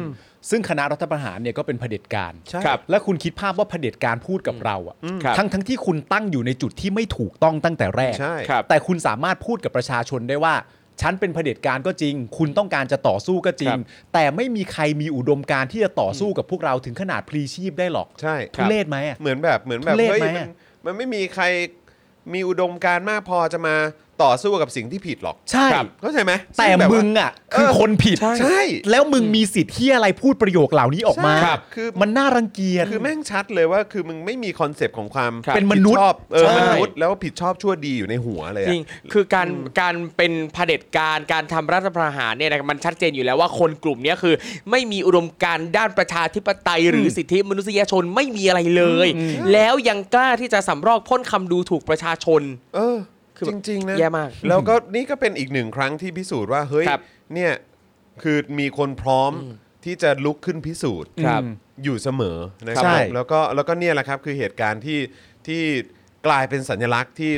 S3: ซึ่งคณะรัฐประหารเนี่ยก็เป็นเผด็จการ
S2: ใช่ครับ
S3: และคุณคิดภาพว่าเผด็จการพูดกับเราอะ
S1: ครับ
S3: ทั้งทั้งที่คุณตั้งอยู่ในจุดที่ไม่ถูกต้องตั้งแต่แรก
S2: ใช่
S1: ครับ
S3: แต่คุณสามารถพูดกับประชาชนได้ว่า ฉันเป็นเผด็จการก็จริง คุณต้องการจะต่อสู้ก็จริ
S1: ค
S3: ง
S1: รับ
S3: แต่ไม่มีใครมีอุดมการณ์ที่จะต่อสู้กับพวกเราถึงขนาดพลีชีพได้หรอก
S2: ใช่
S3: ทุเรศไหมอะ
S2: เหมือนแบบ เหมือนแบบ
S3: ทุเรศ
S2: เฮ้ยมัน
S3: ไหมอะ
S2: มันไม่มีใครมีอุดมการณ์มากพอจะมา ต่อสู้กับสิ่งที่ผิดหรอก
S3: ใช่
S2: ครับเข้าใจไหม
S3: แต่
S2: ซึ่บบ
S3: มึ
S2: ว่า
S3: งอ่ะ คือคนผิด
S2: ใช่ใช่
S3: แล้วมึงมีสิทธิ์ที่อะไรพูดประโยคเหล่านี้ออกมา
S2: ใช่ครับคือ
S3: มันน่ารังเกียจ
S2: คือแม่งชัดเลยว่าคือมึงไม่มีคอนเซปต์ของความ
S3: ครับเป็นมนุษย์
S2: ผิดชอบเออ
S3: ใช่
S2: มนุษย์แล้วผิดชอบชั่วดีอยู่ในหัวเลยอะ
S1: จริง คือการการเป็นเผด็จการการทำรัฐประหารเนี่ยนะมันชัดเจนอยู่แล้วว่าคนกลุ่มเนี้ยคือ ไม่มีอุดมการณ์ด้านประชาธิปไตย หรือสิทธิมนุษยชนไม่มีอะไรเลย แล้วยังกล้าที่จะสำรอกพ่นคำดูถูกประชาชน
S2: เออ
S1: คือ
S2: จ
S1: แบบ
S2: ริง ๆ นะ
S1: แย่มาก
S2: แล้วก็ <laughs> นี่ก็เป็นอีกหนึ่งครั้งที่พิสูจน์ว่า เฮ้ย
S1: ครับ
S2: เนี่ยคือมีคนพร้อมที่จะลุกขึ้นพิสูจน์
S1: ครับ
S2: อยู่เสมอนะค
S3: ใช่
S2: รับ แล้วก็แล้วก็เนี่ยแหละครับ คือเหตุการณ์ที่ที่กลายเป็นสัญลักษณ์ที่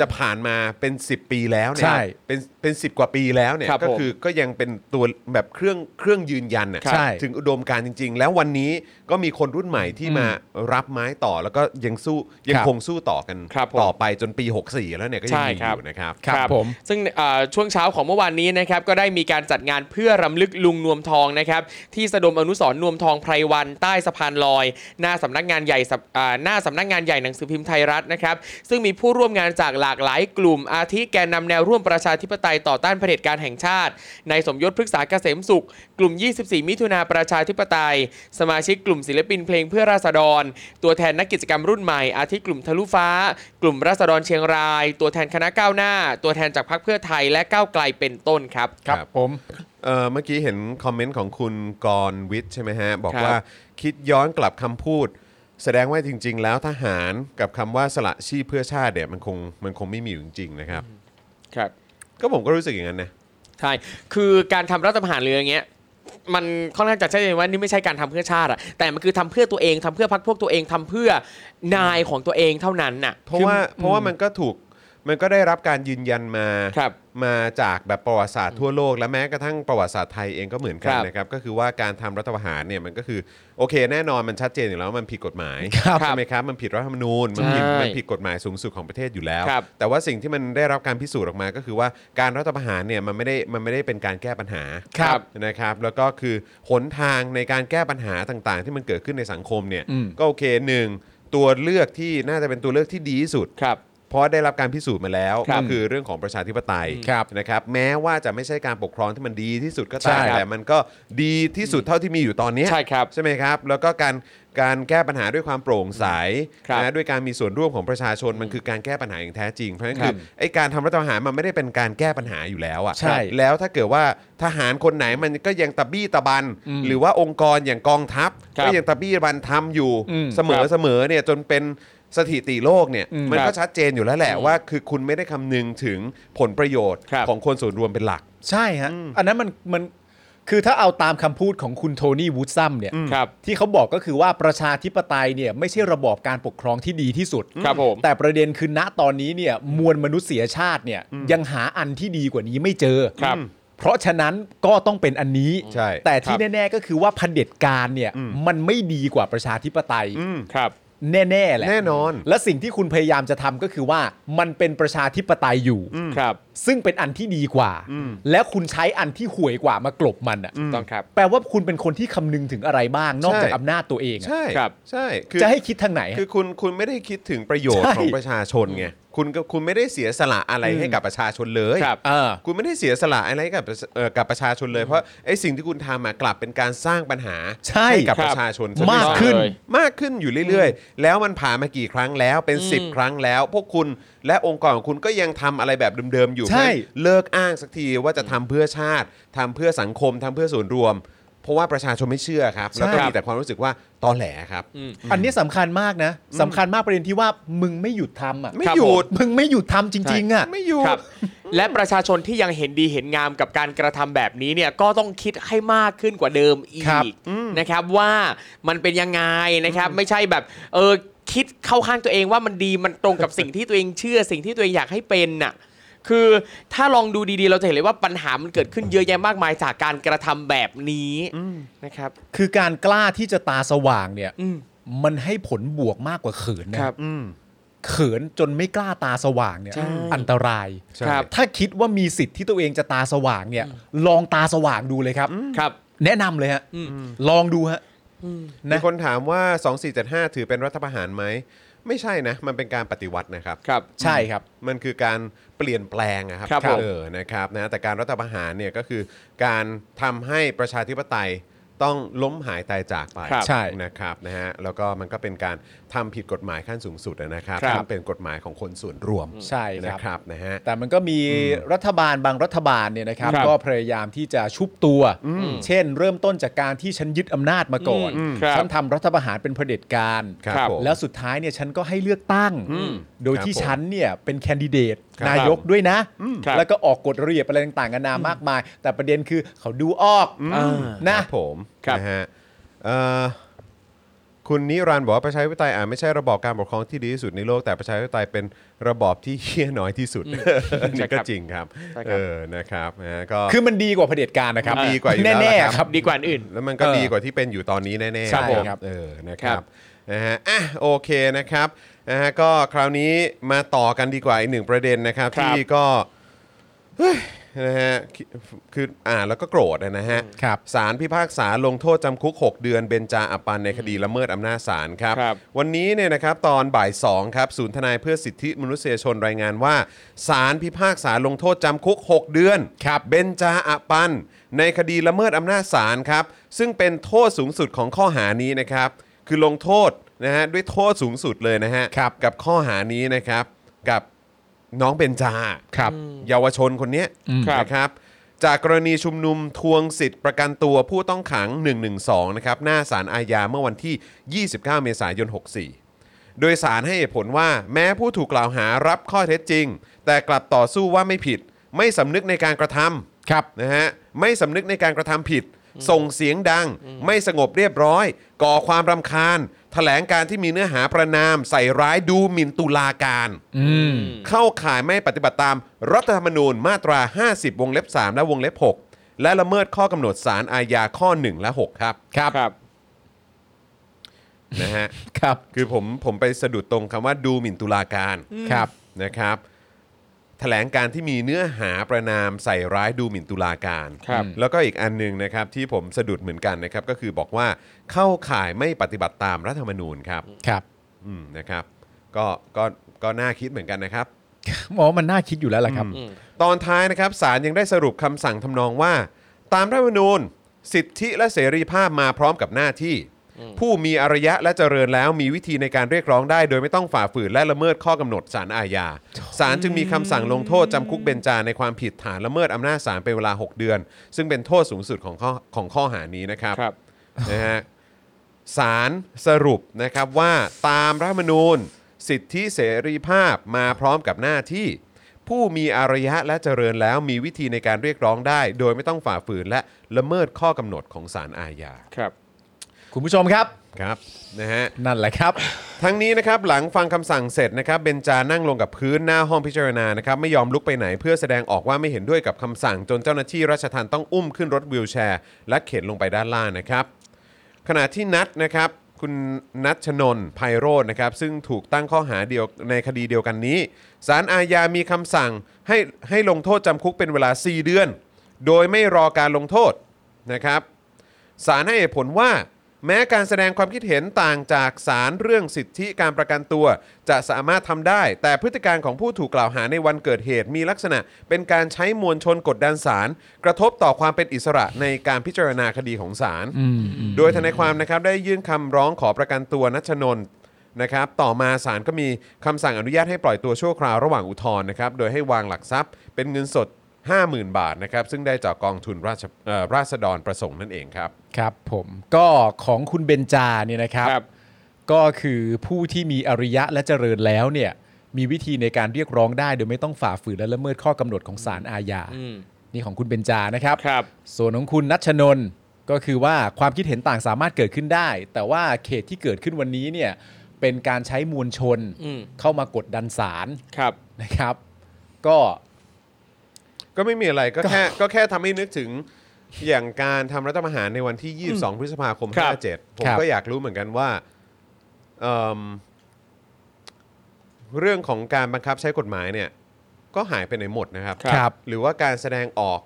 S2: จะผ่านมาเป็น 10 ปีแล้วเนี่ย
S3: ใช่
S2: เป็นเป็นสิกว่าปีแล้วเนี่ย
S1: ครับ
S2: ก็
S1: ผม
S2: คือก็ยังเป็นตัวแบบเครื่องเครื่องยืนยันน่ะ
S1: ครับ
S3: ใช่
S2: ถึงอุดมการณ์จริง ๆ แล้ววันนี้ก็มีคนรุ่นใหม่ที่มารับไม้ต่อแล้วก็ยังสู้ยัง
S3: ครับ
S2: คงสู้ต่อกัน
S1: ครับผม
S2: ต่อไปจนปี 64 แล้วเนี่ยก็ยังมีอ
S1: ใช่ครับ
S2: ยู่นะครับ
S3: ครับผม
S1: ซึ่งเอ่อช่วงเช้าของเมื่อวานนี้นะครับก็ได้มีการจัดงานเพื่อรำลึกลุงนวมทองนะครับที่สะดมอนุสรณ์นวมทองไพรวันใต้สะพานลอย หน้าสำนักงานใหญ่สำอ่าหน้าสำนักงานใหญ่หนังสือพิมพ์ไทยรัฐนะครับซึ่งมีผู้ร่วมงานจากหลากหลายกลุ่ม อาทิแกนนำแนวร่วมประชาธิปไตยต่อต้านเผด็จการแห่งชาตินายสมยศพฤกษาเกษมสุข กลุ่ม 24 มิถุนาประชาธิปไตย สมาชิกกลุ่มศิลปินเพลงเพื่อราษฎร ตัวแทนนักกิจกรรมรุ่นใหม่ อาทิกลุ่มทะลุฟ้า กลุ่มราษฎรเชียงราย ตัวแทนคณะก้าวหน้า ตัวแทนจากพรรคเพื่อไทยและก้าวไกลเป็นต้นครับ
S2: ครับ
S3: ผม
S2: เอ่อเมื่อกี้เห็นคอมเมนต์ของคุณกรณ์วิทย์ใช่ไหมฮะ บอก
S1: ครับ
S2: ว่าคิดย้อนกลับคำพูด แสดงว่าจริง ๆ แล้วทหารกับคำว่าสละชีพเพื่อชาติเนี่ยมันคงมันคงไม่มีอยู่จริง ๆ นะครับ
S1: ครับ
S2: ก็ผมก็รู้สึกอย่างนั้นนะ
S1: ใช่ คือการทำรัฐประหารหรืออย่างเงี้ย มันค่อนข้างจะชัดเจนว่านี่ไม่ใช่การทำเพื่อชาติอะแต่มันคือทำเพื่อตัวเองทำเพื่อพรรคพวกตัวเองทำเพื่อนายของตัวเองเท่านั้นน่ะ
S2: เพราะว่าเพราะว่ามันก็ถูกมันก็ได้รับการยืนยันมา
S1: ครับ
S2: มาจากแบบประวัติศาสตร์ทั่วโลก และแม้กระทั่งประวัติศาสตร์ไทยเองก็เหมือนกัน
S1: ครับ
S2: นะครับก็คือว่าการทำรัฐประหารเนี่ยมันก็คือโอเค แน่นอนมันชัดเจนอยู่แล้วว่ามันผิดกฎหมาย
S3: ครับ
S2: ใช่ไหมครับมันผิดรัฐธรรมนูญมันผิด
S1: ใช่
S2: มันผิดกฎหมายสูงสุดของประเทศอยู่แล้ว
S1: ครับ
S2: แต่ว่าสิ่งที่มันได้รับการพิสูจน์ออกมาก็คือว่าการรัฐประหารเนี่ยมันไม่ได้มันไม่ได้เป็นการแก้ปัญหา
S1: ครับ
S2: นะครับแล้วก็คือหนทางในการแก้ปัญหาต่างๆ ที่มันเกิดขึ้นในสังคมเนี่ย
S3: อืม
S2: ก็โอเคหนึ่งตัวเลือกที่น่าจะเป็นตัวเลือกที่ดีที่สุด
S1: ครับ
S2: เพราะได้รับการพิสูจน์มาแล้ว
S1: ครั
S2: ก็
S1: บ
S2: คือเรื่องของประชาธิปไตย
S3: ครับ
S2: นะครับ แม้ว่าจะไม่ใช่การปกครองที่มันดีที่สุดก็
S3: ใช่
S2: ตาม
S3: ครับ
S2: แต่มันก็ดีที่สุดเท่าที่มีอยู่ตอนเนี้ย
S1: ใช่ครับ
S2: ใช่ไหมครับ แล้วก็การการแก้ปัญหาด้วยความโปร่งใส
S1: ครับ
S2: นะด้วยการมีส่วนร่วมของประชาชนมันคือการแก้ปัญหาอย่างแท้จริงเพราะฉะนั้น
S1: ค
S2: คื
S1: รั
S2: อบ ไอ้การทำรัฐประหารมันไม่ได้เป็นการแก้ปัญหาอยู่แล้วอ่ะ
S3: ใช่
S2: แล้วถ้าเกิดว่าทหารคนไหนมันก็ยังตะบี้ตะบัน
S3: อืม
S2: หรือว่าองค์กรอย่างกองทัพ
S1: ครับ
S2: ก็ยังตะบี้ตะบันทำอยู่
S3: อืม
S2: เสม
S1: ค
S2: อ
S1: รับ
S2: เสมอเนี่ยจนเป็นสถิติโลกเนี่ย
S3: อืม
S2: มัน
S1: ครั
S2: ก็
S1: บ
S2: ชัดเจนอยู่แล้วแหละว่าคือคุณไม่ได้คำนึงถึงผลประโยชน์
S1: ครับ
S2: ของคนส่วนรวมเป็นหลัก
S3: ใช่ฮะ อันนั้นมันมันคือถ้าเอาตามคำพูดของคุณโทนี่วูดซัมเนี่ย
S1: ครับ
S3: ที่เขาบอกก็คือว่าประชาธิปไตยเนี่ยไม่ใช่ระบอบการปกครองที่ดีที่สุด
S1: ครับผม
S3: แต่ประเด็นคือณตอนนี้เนี่ยมวลมนุษยชาติเนี่ยยังหาอันที่ดีกว่านี้ไม่เจอ
S1: ครับ
S3: เพราะฉะนั้นก็ต้องเป็นอันนี้
S2: ใช่
S3: แต่ที่แน่ๆก็คือว่าเผด็จการเนี่ยมันไม่ดีกว่าประชาธิปไตย
S2: อืม
S1: ครับ
S3: แน่ๆแหละ
S2: แน่นอน
S3: และสิ่งที่คุณพยายามจะทำก็คือว่ามันเป็นประชาธิปไตยอยู่
S1: ครับ
S3: ซึ่งเป็นอันที่ดีกว่า และคุณใช้อันที่ห่วยกว่ามากลบมันอ่ะ
S1: ต้องครับ
S3: แปลว่าคุณเป็นคนที่คำนึงถึงอะไรบ้าง นอกจาก
S2: ใช่
S3: อำนาจตัวเองอะ
S2: ใช่
S1: ครับ
S2: ใช่คือ
S3: จะให้คิดทางไหนฮะ
S2: คือคุณคุณไม่ได้คิดถึงประโยชน์
S3: ใช่
S2: ของประชาชนไงคุณก็คุณไม่ได้เสียสละอะไรให้กับประชาชนเลย
S1: ครับ
S3: เออ
S2: คุณไม่ได้เสียสละอะไรให้กับประชาเอ่อกับประชาชนเลยเพราะไอ้สิ่งที่คุณทำอะกลับเป็นการสร้างปัญหา
S3: ใช่
S2: กับ
S1: ครั
S2: ป
S1: บ
S2: ระชาชนซะด้วย
S3: มาก
S2: ซ้ำ
S3: ขึ้น
S1: เลย
S2: มากขึ้นอยู่เรื่อยๆ แล้วมันผ่านมากี่ครั้งแล้วเป็น 10 ครั้งแล้ว พวกคุณและองค์กรของคุณก็ยังทำอะไรแบบเดิมๆอยู่
S3: ใช่
S2: เพราะฉะนั้นเลิกอ้างสักทีว่าจะทำเพื่อชาติทำเพื่อสังคมทำเพื่อส่วนรวม เพราะว่าประชาชนไม่เชื่อครับ แล้วก็
S1: ใช่
S2: มีแต่ความรู้สึกว่าตอแหลครับ
S3: อันนี้สำคัญมากนะสำคัญมากประเด็นที่ว่ามึงไม่หยุดทำอ่ะ
S2: ไม่หยุด
S3: มึงไม่หยุดทำจริง ๆอ่ะ
S2: ไม่อยู่
S1: ครับ และประชาชนที่ยังเห็นดีเห็นงามกับการกระทำแบบนี้เนี่ยก็ต้องคิดให้มากขึ้นกว่าเดิมอี
S3: ครับ
S1: กนะครับว่ามันเป็นยังไงนะครับ ไม่ใช่แบบเออคิดเข้าข้างตัวเองว่ามันดีมันตรงกับ สิ่งที่ตัวเองเชื่อสิ่งที่ตัวเองอยากให้เป็นน่ะคือถ้าลองดูดีๆ เราจะเห็นเลยว่าปัญหามันเกิดขึ้นเยอะแยะมากมายจากการกระทำแบบนี้นะครับ
S3: คือการกล้าที่จะตาสว่างเนี่ย
S1: อืม
S3: มันให้ผลบวกมากกว่าเขินนะเขินจนไม่กล้าตาสว่างเนี่ย
S1: ใช่
S3: อันตราย
S2: ใช่
S1: ครับ
S3: ถ้าคิดว่ามีสิทธิ์ที่ตัวเองจะตาสว่างเนี่ย ลองตาสว่างดูเลยครับ
S1: ครับ
S3: แนะนำเลยฮะ
S1: อืม
S3: ลองดูฮะ
S2: มี
S3: นะ
S2: คนถามว่า 2475 ถือเป็นรัฐประหารไหม ไม่ใช่นะ มันเป็นการปฏิวัตินะครับ
S1: ครับ
S3: ใช่ครับ
S2: มันคือการเปลี่ยนแปลงอะครับ
S1: ครับผม
S2: เออนะครับนะแต่การรัฐประหารเนี่ยก็คือการทำให้ประชาธิปไตยต้องล้มหายตายจากไป
S1: ครับ
S3: ใช่
S2: นะครับนะฮะแล้วก็มันก็เป็นการทำผิดกฎหมายขั้นสูงสุดอะนะครับ
S1: ครับ
S2: ซึ่งเป็นกฎหมายของคนส่วนรวม
S3: ใช่ครับ
S2: นะครับนะฮะ
S3: แต่มันก็มีรัฐบาลบางรัฐบาลเนี่ยนะครับ
S1: ครับ
S3: ก็พยายามที่จะชุบตัว เช่น เริ่มต้นจากการที่ฉันยึดอำนาจมาก่อน
S1: อืมครับ
S3: ฉันทำรัฐประหารเป็นเผด็จการ
S2: ครับผม
S3: แล้วสุดท้ายเนี่ยฉันก็ให้เลือกตั้ง โดย
S2: ครับ
S3: ที่
S2: ผม
S3: ฉันเนี่ยเป็นแคนดิเดต
S2: ครับ
S3: นายกด้วยนะ
S1: ครับ
S3: แล้วก็ออกกฎระเบียบอะไรต่างๆนานามากมาย แต่ประเด็นคือเขาดูออก
S1: อ่า
S3: นะ
S2: ครับผม
S1: ครับ
S2: นะฮะเอ่อคุณนิรันดร์บอกว่าประชาธิปไตยอาจไม่ใช่ระบอบการปกครองที่ดีที่สุดในโลกแต่ประชาธิปไตยเป็นระบอบที่เฮี้ยน้อยที่สุด <laughs> อันนี่ก็จริงครับ
S1: ใช่ครับ
S2: เออนะครับนะฮะก็
S3: คือมันดีกว่าเผด็จการนะครับ
S2: ดีกว่าอยู่แล้ว
S3: แน่
S2: ล่ะ
S3: ๆ
S2: ค
S3: ค
S2: รั
S3: รับ บ
S1: ดีกว่าอันอื่น
S2: แล้วมันก็
S3: เออ
S2: ดีกว่าที่เป็นอยู่ตอนนี้แน่ๆ
S3: ใช่
S2: ผม
S3: ครับ
S2: เออนะค
S1: ครั
S2: รับบ นะฮะอ่ะโอเคนะครับนะฮะก็คราวนี้มาต่อกันดีกว่าอีกหนึ่งประเด็นนะครับ
S1: ครับ
S2: ที่ก็เฮ้ยนะฮะคือคืออ่านแล้วก็โกรธนะฮะ
S3: ครับ
S2: สารพิพากษาลงโทษจำคุก 6 เดือนเบญจาอัปปันในคดีละเมิดอำนาจศาลครับ
S1: ครับ
S2: วันนี้เนี่ยนะครับตอนบ่าย2ครับศูนย์ทนายเพื่อสิทธิมนุษยชนรายงานว่าศาลพิพากษาลงโทษจำคุก 6 เดือนครับเบนจาอปัน ในคดีละเมิดอำนาจศาลครับ ซึ่งเป็นโทษสูงสุดของข้อหานี้นะครับ คือลงโทษนะฮะด้วยโทษสูงสุดเลยนะฮะ
S3: ครับ
S2: กับข้อหานี้นะครับกับน้องเบนจา
S3: ครับ
S2: เยาวชนคนเนี้ย
S1: ครับ
S2: นะครับ จากกรณีชุมนุมทวงสิทธิ์ประกันตัวผู้ต้องขัง 112 นะครับ หน้าศาลอาญาเมื่อวันที่ 29 เมษายน 64 โดยสารให้เหตุผลว่าแม้ผู้ถูกกล่าวหารับข้อเท็จจริง แต่กลับต่อสู้ว่าไม่ผิด ไม่สำนึกในการกระทำ
S3: ครับ
S2: นะฮะไม่สำนึกในการกระทำผิด ส่งเสียงดัง ไม่สงบเรียบร้อย ก่อความรำคาญ แถลงการที่มีเนื้อหาประนาม ใส่ร้ายดูหมิ่นตุลาการ
S3: อืม
S2: เข้าข่ายไม่ปฏิบัติตามรัฐธรรมนูญมาตรา 50 วงเล็บ 3 และวงเล็บ 6 และละเมิดข้อกำหนดสารอาญาข้อ 1 และ 6 ครับ
S3: ครับ
S1: ครับ
S2: นะฮะ
S3: ครับ
S2: คือผมผมไปสะดุดตรงคำว่าดูหมิ่นตุลาการ
S3: ครับ
S2: นะครับแถลงการที่มีเนื้อหาประนามใส่ร้ายดูหมิ่นตุลาการ
S1: ครับ
S2: แล้วก็อีกอันหนึงนะครับที่ผมสะดุดเหมือนกันนะครับ ก็คือบอกว่าเข้าข่ายไม่ปฏิบัติตามรัฐธรรมนูญครับ
S3: ครับ
S2: อืมนะครับก็ก็ก็น่าคิดเหมือนกันนะครับ
S3: หมอมันน่าคิดอยู่แล้วล่ะครับ
S2: ตอนท้ายนะครับศาลยังได้สรุปคำสั่งทำนองว่า ตามรัฐธรรมนูญ สิทธิและเสรีภาพมาพร้อมกับหน้าที่ ผู้มีอารยะและเจริญแล้วมีวิธีในการเรียกร้องได้ โดยไม่ต้องฝ่าฝืนและละเมิดข้อกำหนดศาลอาญาศาลจึงมีคำสั่งลงโทษจำคุกเบญจาในความผิดฐานละเมิดอำนาจศาลเป็นเวลา 6 เดือน ซึ่งเป็นโทษสูงสุดของข้อของข้อหานี้นะครับ
S1: ครับ
S2: นะฮะสารสรุปนะครับว่าตามรัฐธรรมนูญ สิทธิเสรีภาพมาพร้อมกับหน้าที่ ผู้มีอารยะและเจริญแล้วมีวิธีในการเรียกร้องได้ โดยไม่ต้องฝ่าฝืนและละเมิดข้อกำหนดของศาลอาญา
S1: ครับ
S3: คุณผู้ชมครับ
S2: ครับนะฮะ
S3: นั่นแหละครับ
S2: ทั้งนี้นะครับหลังฟังคำสั่งเสร็จนะครับเบนจานั่งลงกับพื้นหน้าห้องพิจารณานะครับไม่ยอมลุกไปไหนเพื่อแสดงออกว่าไม่เห็นด้วยกับคำสั่งจนเจ้าหน้าที่ราชทัณฑ์ต้องอุ้มขึ้นรถวีลแชร์ และเข็นลงไปด้านล่างนะครับ ขณะที่นัดนะครับคุณนัชนนท์ไพโรจน์นะครับซึ่งถูกตั้งข้อหาเดียวในคดีเดียวกันนี้ศาลอาญามีคำสั่งให้ให้ลงโทษจำคุกเป็นเวลา 4 เดือน โดยไม่รอการลงโทษนะครับ ศาลให้เหตุผลว่า แม้การแสดงความคิดเห็นต่างจากศาลเรื่องสิทธิการประกันตัว จะสามารถทำได้ แต่พฤติการของผู้ถูกกล่าวหาในวันเกิดเหตุมีลักษณะ เป็นการใช้มวลชนกดดันศาลกระทบต่อความเป็นอิสระในการพิจารณาคดีของศาลโดยทนายความนะครับได้ยื่นคำร้องขอประกันตัวนัชนนท์นะครับต่อมาศาลก็มีคำสั่งอนุญาตให้ปล่อยตัวชั่วคราวระหว่างอุทธรณ์นะครับโดยให้วางหลักทรัพย์ เป็นเงินสด 50,000 บาทนะครับซึ่งได้จากกองทุนราชเอ่อราษฎรประสงค์นั่นเองครับ
S3: ครับผมก็ของคุณเบนจาเนี่ยนะครับ
S1: ครับ
S3: ก็คือผู้ที่มีอริยะและเจริญแล้วเนี่ยมีวิธีในการเรียกร้องได้ โดยไม่ต้องฝ่าฝืนและละเมิดข้อกำหนดของศาลอาญา
S1: อืม
S3: นี่ของคุณเบนจานะครับ
S1: ครับ
S3: ส่วนของคุณนัชนนท์ก็คือว่าความคิดเห็นต่างสามารถเกิดขึ้นได้ แต่ว่าเขตที่เกิดขึ้นวันนี้เนี่ยเป็นการใช้มวลชน
S1: อืม
S3: เข้ามากดดันศาล
S1: ครับ
S3: นะครับ ก็
S2: ก็ไม่มีอะไรก็แค่ก็แค่ทำให้นึกถึงอย่างการทำรัฐประหารในวันที่ 22 พฤษภาคม
S1: ครับ
S2: 57 ผม
S3: ครับ
S2: ก็อยากรู้เหมือนกันว่าเอิ่มเรื่องของการบังคับใช้กฎหมายเนี่ย ก็หายไปไหนหมดนะครับ
S1: ครับ
S2: หรือว่าการแสดงออก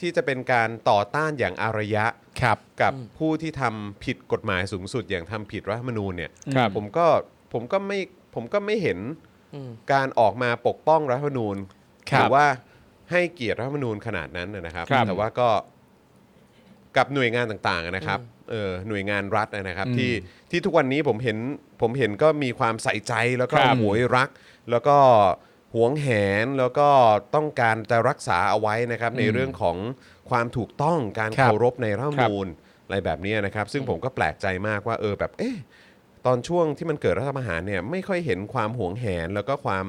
S2: ที่จะเป็นการต่อต้านอย่างอารยะ
S3: ครับ
S2: กับผู้ที่ทำผิดกฎหมายสูงสุดอย่างทำผิดรัฐธรรมนูญเนี่ย
S1: ครับ
S2: ผมก็ผมก็ไม่ ผมก็ไม่เห็น
S1: อืม
S2: การออกมาปกป้องรัฐธรรมนูญ
S1: ครั
S2: ห
S1: บ
S2: รืว่าให้เกียรติรัฐธรรมนูญขนาดนั้นนะนะครับ
S1: ครับ
S2: แต่ว่าก็กับหน่วยงานต่างๆนะครับเออหน่วยงานรัฐนะครับ
S3: อืม
S2: ที่ที่ทุกวันนี้ผมเห็นผมเห็นก็มีความใส่ใจแล้วก็
S1: ครับ
S2: หวยรัก แล้วก็หวงแหนแล้วก็ต้องการจะรักษาเอาไว้นะครับ ในเรื่องของความถูกต้องการ
S3: ครับ
S2: เคารพในรัฐธรรมนูญอะไรแบบนี้นะครับ ซึ่งผมก็แปลกใจมากว่าเออแบบเอ๊ะ ตอนช่วงที่มันเกิดรัฐประหารเนี่ยไม่ค่อยเห็นความหวงแหน แล้วก็ความ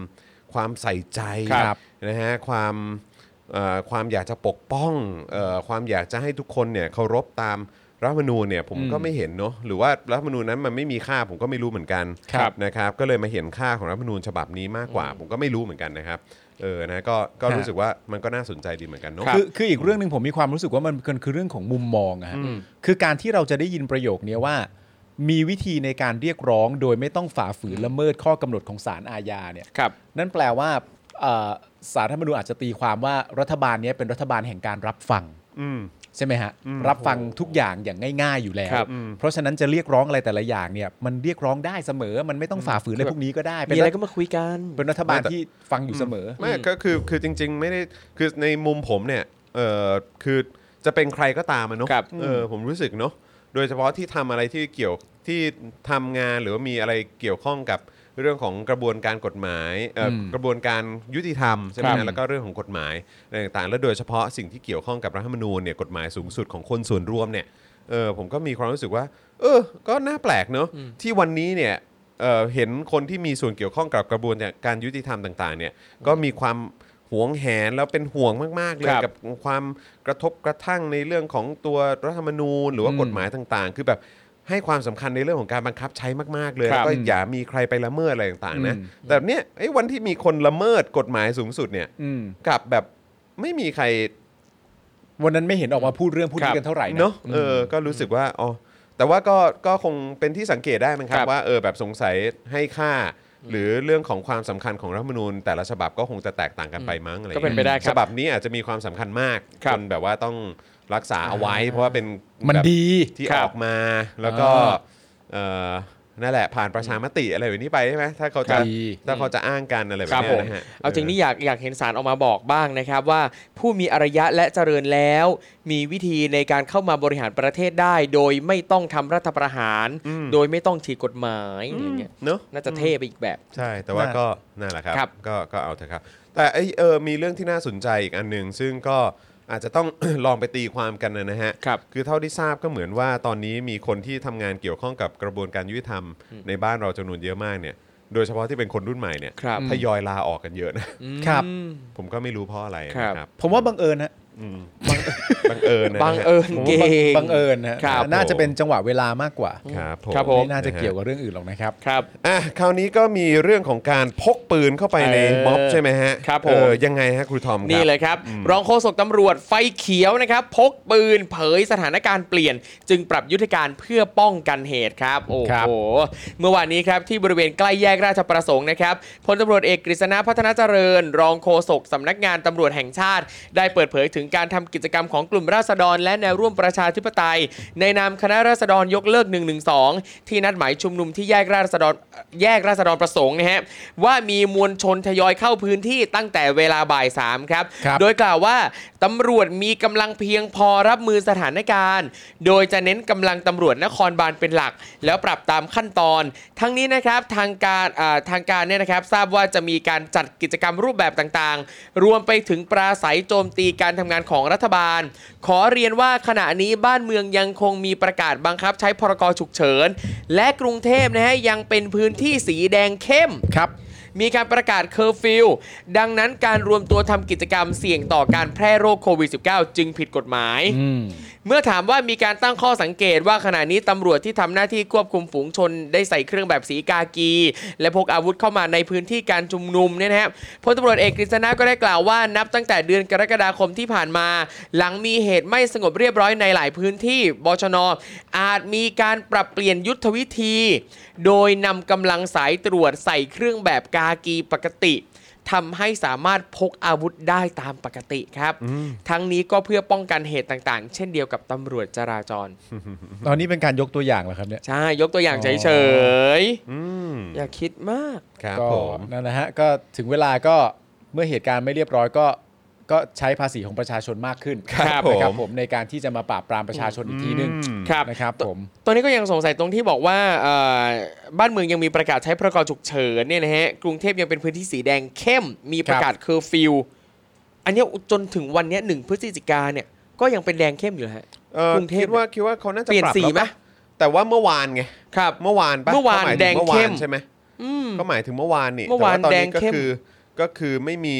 S2: ความใส่ใจ
S1: ครับ
S2: นะฮะความเอ่อความอยากจะปกป้องเออความอยากจะให้ทุกคนเนี่ยเคารพตามรัฐธรรมนูญเนี่ยผม
S3: อืม
S2: ก็ไม่เห็นเนาะหรือว่ารัฐธรรมนูญนั้นมันไม่มีค่าผมก็ไม่รู้เหมือนกัน
S1: ครับ
S2: นะครับ ก็เลยมาเห็นค่าของรัฐธรรมนูญฉบับนี้มากกว่า ผมก็ไม่รู้เหมือนกันนะครับเออนะก็ก็
S3: ฮะ
S2: รู้สึกว่ามันก็น่าสนใจดีเหมือนกันเนาะ
S1: ครับ
S3: คือคืออีกเรื่องหนึ่งผมมีความรู้สึกว่ามันมันคือเรื่องของมุมมองอะฮะ
S1: อืม
S3: คือการที่เราจะได้ยินประโยคเนี้ยว่า มีวิธีในการเรียกร้องโดยไม่ต้องฝ่าฝืนละเมิดข้อกำหนดของศาลอาญาเนี่ย
S1: ครับ
S3: นั่นแปลว่าเอ่อสารรัฐธรรมนูญอาจจะตีความว่ารัฐบาลเนี้ยเป็นรัฐบาลแห่งการรับฟัง
S2: อืม
S3: ใช่ไหมฮะ
S2: อืม
S3: รับฟังทุกอย่างอย่างง่าย ๆ อยู่แล้ว
S1: ครับ
S3: เพราะฉะนั้นจะเรียกร้องอะไรแต่ละอย่างเนี่ยมันเรียกร้องได้เสมอ มันไม่ต้องฝ่าฝืนอะไร
S1: แบบ
S3: พวกนี้ก็ได้ เป็
S1: มี
S3: น
S1: อะไร
S3: รัฐ
S1: ก็มาคุยกัน
S3: เป็นรัฐบาลที่ฟังอยู่เสมอ
S2: ไม่
S1: อืม
S2: ก็คือคือจริง ๆ ไม่ได้คือในมุมผมเนี่ยเออคือจะเป็นใครก็ตามอะเนาะ
S1: ครับ
S2: เออผมรู้สึกเนาะโดยเฉพาะที่ทำอะไรที่เกี่ยวที่ทำงานหรือว่ามีอะไรเกี่ยวข้องกับเรื่องของกระบวนการกฎหมายเอ่ออ
S3: ม
S2: กระบวนการยุติธรรมใช่ไหม
S1: ครับ
S2: ฮะแล้วก็เรื่องของกฎหมายอะไรต่างๆ และโดยเฉพาะสิ่งที่เกี่ยวข้องกับรัฐธรรมนูญเนี่ยกฎหมายสูงสุดของคนส่วนรวมเนี่ยเออผมก็มีความรู้สึกว่า เออ ก็น่าแปลกเนาะที่วันนี้เนี่ย เอ่อเห็นคนที่มีส่วนเกี่ยวข้องกับกระบวนการยุติธรรมต่างๆเนี่ยก็มีความหวงแหนแล้วเป็นห่วงมากๆเลย
S1: ครับ
S2: กับความกระทบกระทั่งในเรื่องของตัวรัฐธรรมนูญ หรือว่า
S3: อืม
S2: กฎหมายต่างๆ คือแบบให้ความสำคัญในเรื่องของการบังคับใช้มากๆเลย
S3: ครั
S2: แล้
S3: บ
S2: วก็อย่ามีใครไปละเมิดอะไรต่างๆนะ
S3: อืม
S2: แต่เนี้ยไอ้วันที่มีคนละเมิดกฎหมายสูงสุดเนี่ย
S3: อืม
S2: กลับแบบไม่มีใคร
S3: วันนั้นไม่เห็นออกมาพูดเรื่องพวก
S1: ครั
S3: นี้
S1: บ
S3: กันเท่าไหร่นะ
S2: เนอะเออก็รู้สึกว่าอ๋อแต่ว่าก็ก็คงเป็นที่สังเกตได้มั้งครั
S1: ครับ บ
S2: ว่าเออแบบสงสัยให้ค่า หรือเรื่องของความสำคัญของรัฐธรรมนูญ แต่ละฉบับก็คงจะแตกต่างกันไปมั้งอะไร
S1: ก็เป็นไปได้ครับ
S2: ฉบับนี้อาจจะมีความสำคัญมาก
S1: ครับ
S2: จนแบบว่าต้องรักษาเอาไว้ เพราะว่าเป็น
S3: มัน
S2: แบบ
S3: ดี
S2: ที่
S1: ครั
S2: อบ อกมาแล้วก็
S3: อ่า
S2: เออนั่นแหละผ่านประชามติอะไรแบบนี้ไปใช่ไหมถ้าเขาจะ
S3: ดี
S2: ถ้าเขาจะอ้างกันอะไรแบบ
S1: ครับ
S2: เนี้
S1: ผ
S2: ย
S1: ม
S2: นะฮะ
S1: เอาจริงนี่อยากอยากเห็นสารออกมาบอกบ้างนะครับว่าผู้มีอารยะและเจริญแล้ว มีวิธีในการเข้ามาบริหารประเทศได้ โดยไม่ต้องทำรัฐประหาร
S2: อืม
S1: โดยไม่ต้องฉีกกฎหมายอะไรเงี้ย
S2: เนอะ
S1: น่าจะเท่ไปอีกแบบ
S2: ใช่ แต่ว่า
S3: น่า
S2: ก็นั่นแหละครับ
S1: ครับ
S2: ก็ก็เอาเถอะครับ แต่ไอเออมีเรื่องที่น่าสนใจอีกอันหนึ่งซึ่งก็อาจจะต้อง <coughs> ลองไปตีความกันนะฮะ
S1: ครับ
S2: คือเท่าที่ทราบก็เหมือนว่าตอนนี้มีคนที่ทำงานเกี่ยวข้องกับกระบวนการยุติธรรมในบ้านเราจำนวนเยอะมากเนี่ย โดยเฉพาะที่เป็นคนรุ่นใหม่เนี่ย
S1: ครับ
S2: ทยอยลาออกกันเยอะนะ
S3: ครับ
S1: อืม
S2: ผมก็ไม่รู้เพราะอะไร
S1: ครับ
S2: นะครับ
S3: ผมว่าบังเอิญฮะ
S2: อืมบังเอิญนะฮะ
S1: บังเอิญ
S2: ผม
S1: เก่
S2: ว่า
S1: ง
S3: บังเอิญฮะ
S1: ครับ
S3: น่าจะเป็นจังหวะเวลามากกว่า
S2: ครับผม
S1: ครับผม
S3: ไม่น่าจะเกี่ยวกับเรื่องอื่นหรอกนะครับ
S1: ครับ
S2: อ่ะคราวนี้ก็มีเรื่องของการพกปืนเข้าไปใน
S1: เออ
S2: ม็อบใช่ไหมฮะ
S1: ครับผม
S2: เออยังไงฮะครูทอมครับ
S1: นี่เลยครับ รองโฆษกตำรวจไฟเขียวนะครับ พกปืนเผยสถานการณ์เปลี่ยน จึงปรับยุทธการเพื่อป้องกันเหตุครับ โอ้
S3: ครั
S1: โห
S3: บ
S1: เมื่อวานนี้ครับ ที่บริเวณใกล้แยกราชประสงค์นะครับพลตำรวจเอกกฤษณะพัฒนาเจริญ รองโฆษกสำนักงานตำรวจแห่งชาติ ได้เปิดเผยถึงการทำกิจกรรมของกลุ่มราษฎร และแนวร่วมประชาธิปไตย ในนามคณะราษฎรยกเลิก 112 ที่นัดหมายชุมนุมที่แยกราษฎรแยกราษฎรประสงค์นะฮะว่ามีมวลชนทยอยเข้าพื้นที่ตั้งแต่เวลาบ่ายสามครับ
S3: ครับ
S1: โดยกล่าวว่าตำรวจมีกำลังเพียงพอรับมือสถานการณ์ โดยจะเน้นกำลังตำรวจนครบาลเป็นหลัก แล้วปรับตามขั้นตอน ทั้งนี้นะครับทางการอ่าทางการเนี่ยนะครับทราบว่าจะมีการจัดกิจกรรมรูปแบบต่างๆ รวมไปถึงปราศัยโจมตีการทำงานของรัฐบาล ขอเรียนว่าขณะนี้บ้านเมืองยังคงมีประกาศบังคับใช้พรกฉุกเฉิน และกรุงเทพนะฮะยังเป็นพื้นที่สีแดงเข้ม
S3: ครับ
S1: มีการประกาศเคอร์ฟิวดังนั้นการรวมตัวทำกิจกรรมเสี่ยงต่อการแพร่โรคโควิด -19 จึงผิดกฎหมาย
S3: อืม
S1: เมื่อถามว่ามีการตั้งข้อสังเกตว่าขณะนี้ตำรวจที่ทำหน้าที่ควบคุมฝูงชนได้ใส่เครื่องแบบสีกากี และพกอาวุธเข้ามาในพื้นที่การชุมนุมเนี่ยนะครับพลตำรวจเอกกฤษณะก็ได้กล่าวว่านับตั้งแต่เดือนกรกฎาคมที่ผ่านมา หลังมีเหตุไม่สงบเรียบร้อยในหลายพื้นที่บชน อาจมีการปรับเปลี่ยนยุทธวิธี โดยนำกำลังสายตรวจใส่เครื่องแบบกากีปกติ ทำให้สามารถพกอาวุธได้ตามปกติครับ ทั้งนี้ก็เพื่อป้องกันเหตุต่างๆ เช่นเดียวกับตำรวจจราจร
S3: ตอนนี้เป็นการยกตัวอย่างเหรอครับเนี่ย
S1: ใช่ ยกตัวอย่าง
S3: อ๋
S1: เฉ
S3: อ
S1: ย
S2: อืม
S1: ๆอย่าคิดมาก
S2: ครับ
S3: ก็
S2: ผม
S3: นั่นนะฮะก็ถึงเวลาก็เมื่อเหตุการณ์ไม่เรียบร้อยก็ก็ใช้ภาษีของประชาชนมากขึ้น
S1: ครับ
S3: นะครั
S1: ผม
S3: ผมในการที่จะมาปราบปรามประชาชนอีกทีนึง
S2: อืม
S1: ครับ
S3: นะครับผม
S1: ตัวนี้ก็ยังสงสัยตรงที่บอกว่าเอ่อบ้านเมืองยังมีประกาศใช้พรกฉุกเฉินเนี่ยนะฮะกรุงเทพยังเป็นพื้นที่สีแดงเข้ม มีประกาศเคอร์ฟิวอันเนี้ยจนถึงวันเนี้ยหนึ่งพฤศจิกาเนี่ยก็ยังเป็นแดงเข้มอยู่นะฮะ
S2: เอ่อก
S1: รุงเทพ
S2: คิดว่าคิดว่าเขาน่าจะ
S1: เปลี่ยน
S2: รับ
S1: สีไหม
S2: แวปะแต่ว่าเมื่อวานไง
S1: ครับ
S2: เมื่อวานปะ
S1: เมื่อวาน
S2: ขหยถึ
S1: แดงเข้
S2: อ
S1: ม
S2: วานใช่ไหม
S1: อืม
S2: ก็หมายถึงเมื่อวานนี่
S1: เมื่อวาน
S2: แต่ตอน
S1: แดง
S2: นี้ก็
S1: เข้ม
S2: คือก็คือไม่มี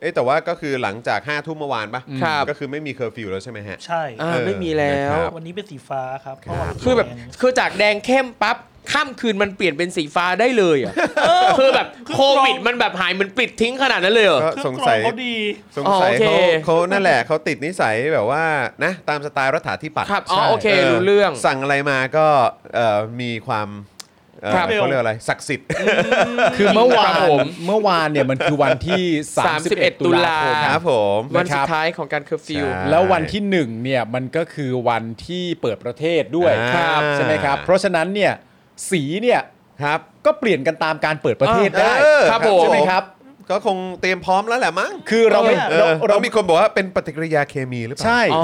S2: เอ้ยแต่ว่าก็คือหลังจาก5้าทุ่มเมื่อวานปะ
S1: ครับ
S2: ก็คือไม่มีเคอร์ฟิวแล้วใช่ไหมฮะ
S4: ใช่
S1: อ่า
S2: เออ
S1: ไม่มีแล้ว
S2: นะครับ
S4: วันนี้เป็นสีฟ้าครับ
S2: ครับ
S4: เมื่วาน
S1: คือแบบคือจากแดงเข้มปั๊บข้ามคืนมันเปลี่ยนเป็นสีฟ้าได้เลยเหรอ่ะคือแบบโควิดมันแบบหายเหมันปลิดทิ้งขนาดนั้นเลยเหรอ
S2: ก็
S4: เครื่
S2: ส
S4: อง
S2: ง
S4: กรอ
S2: สั
S4: ง
S2: ย
S4: เขาดี
S2: สงสัย
S1: อ๋อโอเค
S2: เขาเขานั่นแหละเขาติดนิสัยแบบว่านะตามสไตล์รัฐาธิปัตย์
S1: ครับอ๋อ
S3: ใช่
S1: โอเครู้เรื่อง
S2: สั่งอะไรมาก็เอ่อมีความเอ่อ
S1: ครับ
S2: เขาเรียกอะไรศักดิ์สิทธิ์
S3: คือเมื่อวา
S1: ครั
S3: น
S1: บผม
S3: เมื่อวานเนี่ยมันคือวันที่
S1: 31
S3: 31
S1: ตุ
S3: ตุ
S1: ลา
S3: ลา
S1: คม
S3: คม
S2: ครับผม
S1: วัน
S3: นะครับ
S1: สุดท้ายของการเคอร์ฟิว
S2: ใช่
S3: แล้ววันที่ 1เนี่ยมันก็คือวันที่เปิดประเทศด้วย
S2: อ่า
S1: ครับ
S3: ใช่ไหมครับ เพราะฉะนั้นเนี่ยสีเนี่ย
S2: ครับ
S3: ก็เปลี่ยนกันตามการเปิดประเทศ
S1: ได้
S3: ได้
S2: เออ
S1: ครับผม
S3: ใช่ไหมครับ
S2: ก็คงเตรียมพร้อมแล้วแหละมั้ง
S3: คือเราไม่
S2: เอ
S3: เรา
S2: อ
S3: เรา
S2: เรามีคนบอกว่าเป็นปฏิกิริยาเคมีหรือเปล่า
S3: ใช่
S1: อ๋อ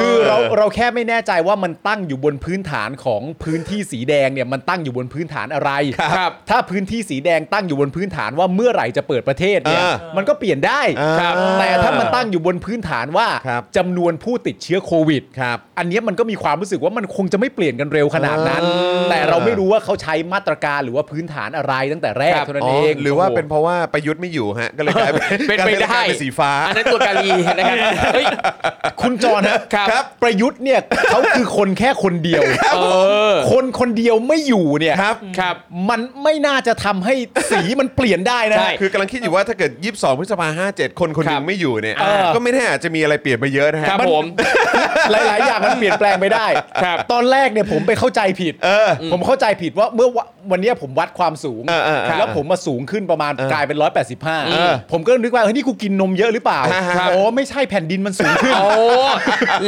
S3: คือเราเราแค่ไม่แน่ใจว่ามันตั้งอยู่บนพื้นฐานของพื้นที่สีแดงเนี่ยมันตั้งอยู่บนพื้นฐานอะไร
S1: ครับ
S3: ถ้าพื้นที่สีแดงตั้งอยู่บนพื้นฐานว่าเมื่อไหร่จะเปิดประเทศเนี่ย
S2: เออ
S3: มันก็เปลี่ยนได้
S2: อ่า
S1: ครับ
S3: แต่ถ้ามันตั้งอยู่บนพื้นฐานว่า
S2: ครับ
S3: จำนวนผู้ติดเชื้อโควิด
S2: ครับ
S3: อันเนี้ยมันก็มีความรู้สึกว่ามันคงจะไม่เปลี่ยนกันเร็วขนาดนั้น
S2: เออ
S3: แต่เราไม่รู้ว่าเขาใช้มาตรการหรือว่าพื้นฐานอะไรตั้งแต่แรก
S1: ครับ
S3: เท่านั้
S2: อ๋อ
S3: นเอง
S2: หรือว่า
S3: โโห
S2: เป็นเพราะว่าประยุทธ์ไม่อยู่ฮะ ก็เลยกลายเป็น
S1: เป็นไปได้
S2: กลายเป็นสีฟ้า
S1: อันนั้นตัวการีนะครับเฮ้ย
S3: คุณจรฮะ
S1: ครับ
S3: ประยุทธ์เนี่ยเขาคือคนแค่คนเดียว
S1: เออ
S3: คนคนเดียวไม่อยู่เนี่ย
S2: ครับ
S1: ครับ
S3: มันไม่น่าจะทำให้สีมันเปลี่ยนได้นะ
S1: ใช่
S2: คือกำลังคิดอยู่ว่าถ้าเกิด 22 พฤษภา57 คนคนหนึ
S1: ครั
S2: ง
S1: บ
S2: ไม่อยู่เนี่ย
S3: เออ
S2: ก็ไม่แน่อาจจะมีอะไรเปลี่ยนไปเยอะนะฮะ
S1: ครับผม
S3: หลาย ๆ อย่างมันเปลี่ยนแปลงไปได้
S1: ครับ
S3: ตอนแรกเนี่ยผมไปเข้าใจผิด
S2: เออ
S3: ผมเข้าใจผิดว่าเมื่อวะวันเนี้ยผมวัดความสูง
S2: เออเออเออ
S3: แล้วผมมาสูงขึ้นประมาณ
S2: เออก
S3: ลายเป็น
S2: เออ
S3: 185 ผมก็นึกว่าเฮ้ยนี่กูกินนมเยอะหรือเปล่า
S2: ครับ
S3: อ๋อไม่ใช่แผ่นดินมันสูงขึ้น
S1: โอ้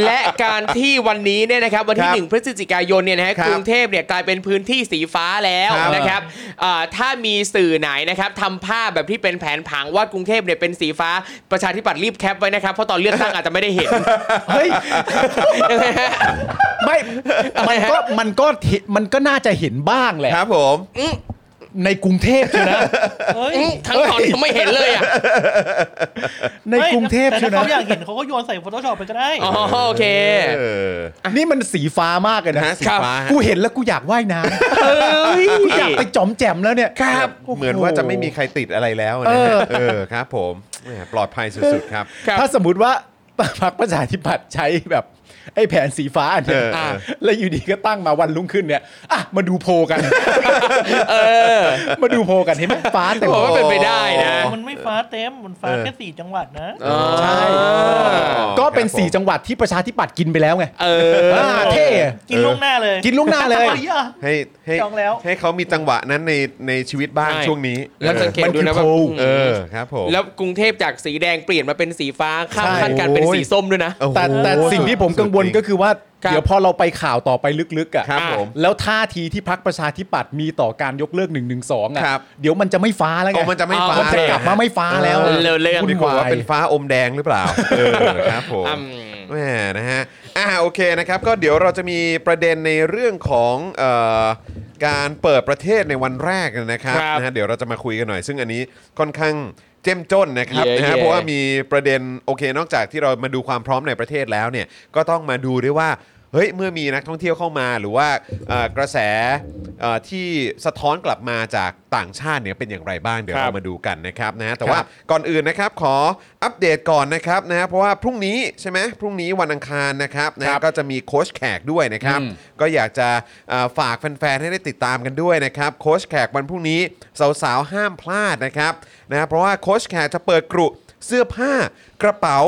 S1: และการที่วันนี้เนี่ยนะครับวัน
S2: ครั
S1: ที่
S2: บ
S1: หนึ่งพฤศจิกายนเนี่ยนะฮะ
S2: ครับ
S1: กรุงเทพเนี่ยกลายเป็นพื้นที่สีฟ้าแล้ว
S2: ครับ
S1: นะครับอ่าถ้ามีสื่อไหนนะครับทำภาพแบบที่เป็นแผนผังว่ากรุงเทพเนี่ยเป็นสีฟ้าประชาธิปัตย์รีบแคปไว้นะครับเพราะตอนเลือกตั้งอาจจะไม่ได้เห็น
S3: เฮ้ย ไม่
S1: อะไร
S3: มัน
S1: ฮะ
S3: ก็มันก็เห็นมันก็น่าจะเห็นบ้างแหละ
S2: ครับผม
S3: ในกรุงเทพใช่นะ
S4: เฮ้ย
S1: ทั้งตอนก็ไม่เห็นเลยอ่ะ
S3: ในกรุงเทพ
S4: แต่
S3: ใช่นะ
S4: ถ้าเขาอยากเห็นเขาก็โยนใส่ Photoshop ไปก็ได้
S1: อ๋อโอเค
S2: เออ
S3: นี่มันสีฟ้ามากเลย
S2: นะ
S3: นะ
S2: ฮะสีฟ้าฮะ
S3: กูเห็นแล้วกูอยากว่ายน้ำกูอยากไปจอมแจมแล้วเนี่ย
S2: ครับ
S3: โโ
S2: เหมือนว่าจะไม่มีใครติดอะไรแล้วนะฮะเออครับผมแหมปลอดภัยสุดๆครับ
S1: ครับ
S3: ถ้าสมมติว่า <laughs> พรรคประชาธิปัตย์ใช้แบบไอ้แผนสีฟ้าอันเนี่ย
S2: เออ
S3: แล้วอยู่ดีก็ตั้งมาวันรุ่งขึ้นเนี่ยอ่ะมาดูโพลกัน
S1: เออ
S3: มาดูโพลกันเห็นไหมฟ้าแต่
S1: ผมว่าเป็นไปได้นะ
S4: มันไม่ฟ้าเต็ม มันฟ้า
S2: เออ
S4: แค่สี่จังหวัดนะ
S3: ใช่
S2: อ๋อ
S3: ก็เป็น
S2: ครับผม
S3: สี่จังหวัดที่ประชาธิปัตย์กินไปแล้วไง
S1: เออ
S3: อ่าเท่
S4: กินล่วงหน้าเลย
S3: กินล่วงหน้าเลย
S4: เฮ้ยอ่ะ
S2: ให้ให้
S4: จองแล้ว
S2: ให้เขามีจังหวะนั้นในในชีวิตบ้าง
S1: ใช่
S2: ช่วงนี้
S1: แล้วสังเกต
S3: มัน
S1: ดู
S3: คือ
S1: นะว่า
S3: โพล
S2: เออครับผม
S1: แล้วกรุงเทพจากสีแดงเปลี่ยนมาเป็นสีฟ้าข้าม
S3: ใช่
S1: ขั้นการเป็นสีส้มด้วยนะ
S2: โอ้โห
S3: แต่แต่สิ่งที่ผมกังวลก็คือว่า
S1: ครับ
S3: เดี๋ยวพอเราไปข่าวต่อไปลึกๆอ่ะ
S2: ครับผม
S3: แล้วท่าทีที่พักประชาธิปัตย์มีต่อการยกเลิก1นึอ่ะ
S2: ครับ
S3: เดี๋ยวมันจะไม่ฟ้าแล้วไง
S2: โอ้มันจะไม่
S1: อ๋อ
S2: ฟ้า
S3: มันจะกลับมาไม่ฟ้าแล้ว
S1: เลิศเลย
S2: มี
S3: วุ่น
S2: คน
S3: วา
S2: ว่าย เป็นฟ้าอมแดงหรือเปล่า เออครับผม
S1: อืม
S2: แหมนะฮะอ่าโอเคนะครับ ก็เดี๋ยวเราจะมีประเด็นในเรื่องของเอ่อการเปิดประเทศในวันแรกนะครับ
S1: ครับ
S2: นะฮะเดี๋ยวเราจะมาคุยกันหน่อย ซึ่งอันนี้ค่อนข้างเจ้มจนนะครับ
S1: เย้
S2: นะฮะ
S1: เย้
S2: เพราะว่ามีประเด็นโอเคนอกจากที่เรามาดูความพร้อมในประเทศแล้วเนี่ยก็ต้องมาดูด้วยว่าเฮ้ยเมื่อมีนักท่องเที่ยวเข้ามาหรือว่าเอ่อกระแสเอ่อที่สะท้อนกลับมาจากต่างชาติเนี่ยเป็นอย่างไรบ้างเดี๋ยวเรามาดูกันนะครับนะฮะแต่ว่า
S3: ครับ
S2: ก่อนอื่นนะครับขออัปเดตก่อนนะครับนะเพราะว่าพรุ่งนี้ใช่ไหมพรุ่งนี้วันอังคารนะครับนะก็จะมีโค้ชแขกด้วยนะครับก็อยากจะเอ่อฝากแฟนๆให้ได้ติดตามกันด้วยนะครับโค้ชแขกวันพรุ่งนี้สาวๆห้ามพลาดนะครับนะเพราะว่าโค้ชแขกจะเปิดกรุ เสื้อผ้ากระเป๋า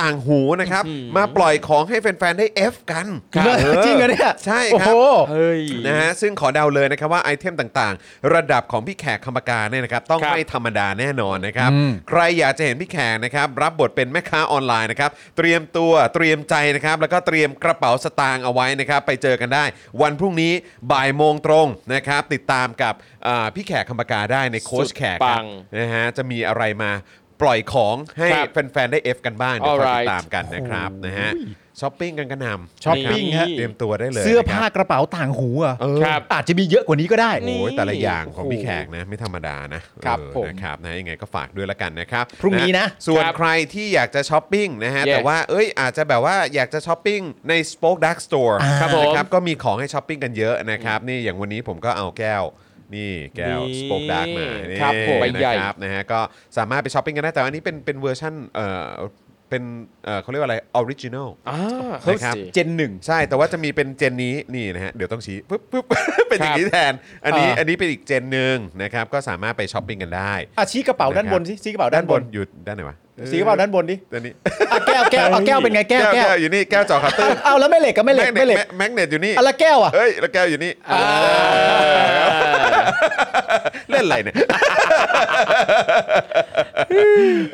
S2: ต่างหูนะครับ มาปล่อยของให้แฟน ๆ ได้เอฟกัน
S3: ครับจริงเหรอเนี่ย
S2: ใช่
S3: โอ้
S2: ค
S3: โห
S2: รับ
S1: เฮ้ย
S2: นะฮะซึ่งขอเดาเลยนะครับว่าไอเทมต่างๆ ระดับของพี่แขกคำปากาเนี่ยนะครับต้อง
S1: ครับ
S2: ไม่ธรรมดาแน่นอนนะครับ
S3: อืม
S2: ใครอยากจะเห็นพี่แขกนะครับรับบทเป็นแม่ค้าออนไลน์นะครับเตรียมตัวเตรียมใจนะครับแล้วก็เตรียมกระเป๋าสตางค์เอาไว้นะครับไปเจอกันได้ วันพรุ่งนี้บ่ายโมงตรงนะครับติดตามกับอ่าพี่แขกคำปากาได้ในโค้ชแขกค
S1: สุดปั
S2: รับ
S1: ง
S2: นะฮะจะมีอะไรมาปล่อยของให้
S1: ครับ
S2: แฟนๆได้เอฟกันบ้างเดี๋ยวคอย
S1: Alright
S2: ติดตามกันนะครับนะฮะช้อปปิ้งกันกระหนำ
S3: ช้อปปิ้งฮะ
S2: เตรียมตัวได้เลย
S3: เสื้อ
S2: นะครับ
S3: ผ้ากระเป๋าต่างหูอ่ะ
S2: เออ
S1: ครับ
S3: อาจจะมีเยอะกว่านี้ก็ได้
S1: นี่
S2: โอ้ยแต่ละอย่างของพี่
S1: โอ้โห
S2: แขกนะไม่ธรรมดานะครับ เออ
S1: ผม
S2: นะครับนะยังไงก็ฝากด้วยละกันนะครับ
S3: พรุ่งนี้นะ
S2: ส่วน
S1: ครับ
S2: ใครที่อยากจะช้อปปิ้งนะฮะ
S1: Yes
S2: แต่ว่าเอ้ยอาจจะแบบว่าอยากจะช้อปปิ้งใน Spoke Dark Store
S1: ครับผม
S2: นะครับก็มีของให้ช้อปปิ้งกันเยอะนะครับ นี่อย่างวันนี้ผมก็เอาแก้ว นี่แก้ว
S1: นี่
S2: Spoke Dark มานี่
S1: ครับผมใบใหญ่
S2: นะครับนะฮะก็สามารถไปช้อปปิ้งกันได้แต่ว่าอันนี้เป็นเป็นเวอร์ชันเอ่อเป็นเอ่อเขาเรียกว่าอะไรออริจินอล
S1: อ่า
S2: เฮ้ย
S1: นะครับ
S3: เจนหนึ่ง
S2: ใช่แต่ว่าจะมีเป็นเจนนี้นี่นะฮะเดี๋ยวต้องชี้ปึ๊บปึ๊บ <laughs> เป็นอย่างนี้แทน อันนี้
S3: อ่า
S2: อันนี้เป็นอีกเจนหนึ่งนะครับก็สามารถไปช้อปปิ้งกันได้
S3: อ่ะชี้กระเป๋าด้านบนสิชี้กระเป๋าด้านบน
S2: อยู่ด้านไหนวะ
S3: ชี้กระเป๋าด้านบนดิ
S2: ด้านนี้
S3: อ่ะแก้วแก้วเอาแก้วเป็นไงแก้วแก้ว
S2: อยู่นี่แก้วจอคัตเตอร์
S3: เอาแล้วไม่เหล็กก็ไม่เหล็กไม่เหล็ก
S2: แมกเนตอยู่นี่
S3: อ่ะแล้วแก้วอ่ะ
S2: เอ้ยแล้วแก้วอยู่นี่เล่นอะไร
S3: <laughs>
S2: เนี่ย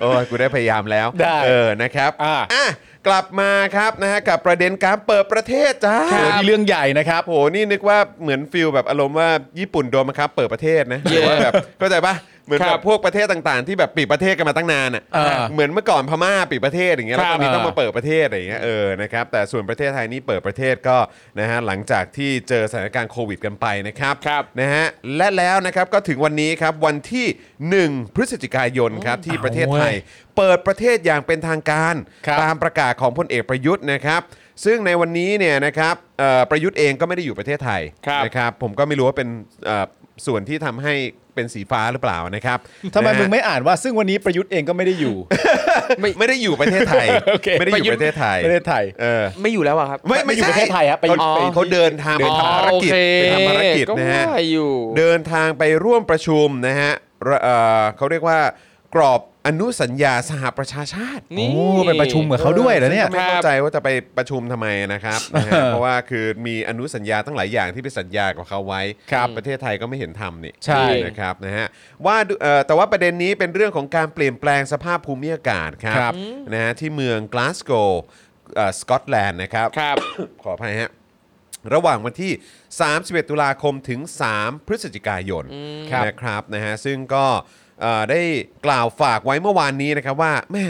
S2: โอ้ยกูได้พยายามแล้ว
S3: ได้
S2: เออนะครับ
S3: อ่า
S2: อ่ะกลับมาครับนะฮะกับประเด็นการเปิดประเทศจ้า
S3: โหนี่เรื่องใหญ่นะครับ
S2: โห นี่นึกว่าเหมือนฟิลแบบอารมณ์ว่าญี่ปุ่นโดนมาครับ เปิดประเทศนะหรือว่าแบบเข้าใจปะเหมือน
S1: ค
S2: แบ
S1: รั
S2: บบ พวกประเทศต่างๆ ที่แบบปิดประเทศกันมาตั้งนานอ่ะ
S3: เออ
S2: เหมือนเมื่อก่อนพม่าปิดประเทศอย่างเงี้ยแล้วต
S1: ครั
S2: อ
S1: บ
S2: นนี้ต้องมาเปิดประเทศอะไรอย่างเงี้ยเออนะครับแต่ส่วนประเทศไทยนี่เปิดประเทศก็นะฮะหลังจากที่เจอสถานการณ์โควิดกันไปนะครับ
S1: ครับ
S2: นะฮะและแล้วนะครับก็ถึงวันนี้ครับวันที่ 1 พฤศจิกายนครับที่ประเทศไทย เปิดประเทศอย่างเป็นทางการ
S3: ครับ
S2: ตามประกาศของพลเอกประยุทธ์นะครับ ซึ่งในวันนี้เนี่ยนะครับเอ่อประยุทธ์เองก็ไม่ได้อยู่ประเทศไทย
S1: ครับ
S2: นะครับ ผมก็ไม่รู้ว่าเป็นเอ่อส่วนที่ทำให้เป็นสีฟ้าหรือเปล่านะครับ
S3: ทำไม
S2: นะฮะ
S3: มึงไม่อ่านว่าซึ่งวันนี้ประยุทธ์เองก็ไม่ได้อยู่
S1: ไม่
S2: ไม่ได้อยู่ประเทศไทย
S3: โอเค
S2: ไม่ได้อยู่ประเทศไทย
S3: ประเทศไทย
S2: เออ
S1: ไม่อยู่แล้วอะครับ
S2: ไม่ไม่
S3: ไม่อยู่
S2: ใช่
S3: ประเทศไทยครับไป
S2: เขา
S1: อ๋อ
S2: เขาเดินทางไปทำภารกิจ
S1: อ๋อ
S2: ไปทำภารกิจ
S1: โอเค
S2: นะฮะ
S1: ว่าอยู่
S2: เดินทางไปร่วมประชุมนะฮะระเอ่อเขาเรียกว่ากรอบอนุสัญญาสหประชาชาติ
S1: นี่
S3: โอ้ไปประชุมกับเขาด้วยเหรอเนี่ย
S2: ซึ่งก็ไม่เข้าใจว่าจะไปประชุมทำไมนะครับนะฮะ เพราะว่าคือมีอนุสัญญาตั้งหลายอย่างที่ไปสัญญากับเขาไว้
S1: ครับ
S2: ประเทศไทยก็ไม่เห็นทำนี่
S3: ใช่
S2: นะครับนะฮะว่าดูเอ่อแต่ว่าประเด็นนี้เป็นเรื่องของการเปลี่ยนแปลงสภาพภูมิอากาศครั
S1: ครับ
S2: นะฮะที่เมืองกลาสโกว์สกอตแลนด์นะครับ
S1: ครับ
S2: ขออภัยฮะ ระหว่างวันที่ 31 ตุลาคมถึง 3 พฤศจิกายน
S3: ครับ
S2: นะครับนะฮะซึ่งก็เอ่อได้กล่าวฝากไว้เมื่อวานนี้นะครับว่าแม่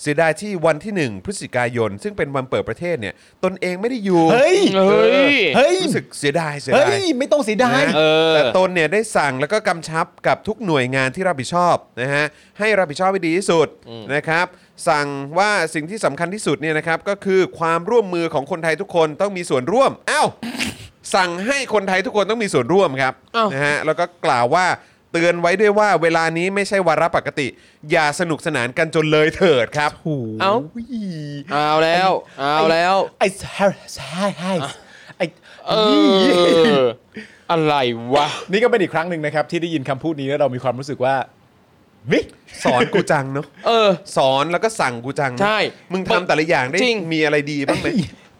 S2: เสียดายที่วันที่ 1 พฤศจิกายน ซึ่งเป็นวันเปิดประเทศเนี่ย ตนเองไม่ได้อยู่
S3: เฮ้ย
S1: เฮ้ย
S2: เอ
S3: เฮ้
S2: อย รู้สึกเสียดายเสีย
S3: เฮ้
S2: ดาย
S3: ย ไม่ต้องเสียดาย
S2: นะฮะ
S1: เออ
S2: แต่ตนเนี่ยได้สั่งแล้วก็กำชับกับทุกหน่วยงานที่รับผิดชอบนะฮะให้รับผิดชอบให้ดีที่สุดนะครับ สั่งว่าสิ่งที่สำคัญที่สุดเนี่ยนะครับก็คือความร่วมมือของคนไทยทุกคนต้องมีส่วนร่วมอ้าว สั่งให้คนไทยทุกคนต้องมีส่วนร่วมครับ
S1: อ้าว
S2: นะฮะแล้วก็กล่าวว่าเตือนไว้ด้วยว่าเวลานี้ไม่ใช่วาระปกติ อย่าสนุกสนานกันจนเลยเถิดครับ
S1: เอ้า เอาแล้ว เอาแล้ว
S3: ไอ้แฮร์ไฮไฮไอ้
S1: เออ อะไรวะ
S3: นี่ก็เป็นอีกครั้งหนึ่งนะครับ ที่ได้ยินคำพูดนี้แล้วเรามีความรู้สึกว่าวิ
S2: สอนกูจังเนาะ
S1: เออ
S2: สอนแล้วก็สั่งกูจังเนอะ
S1: ใช่
S2: มึงทำแต่ละอย่างได้
S1: จริง
S2: มีอะไรดีบ้างไหม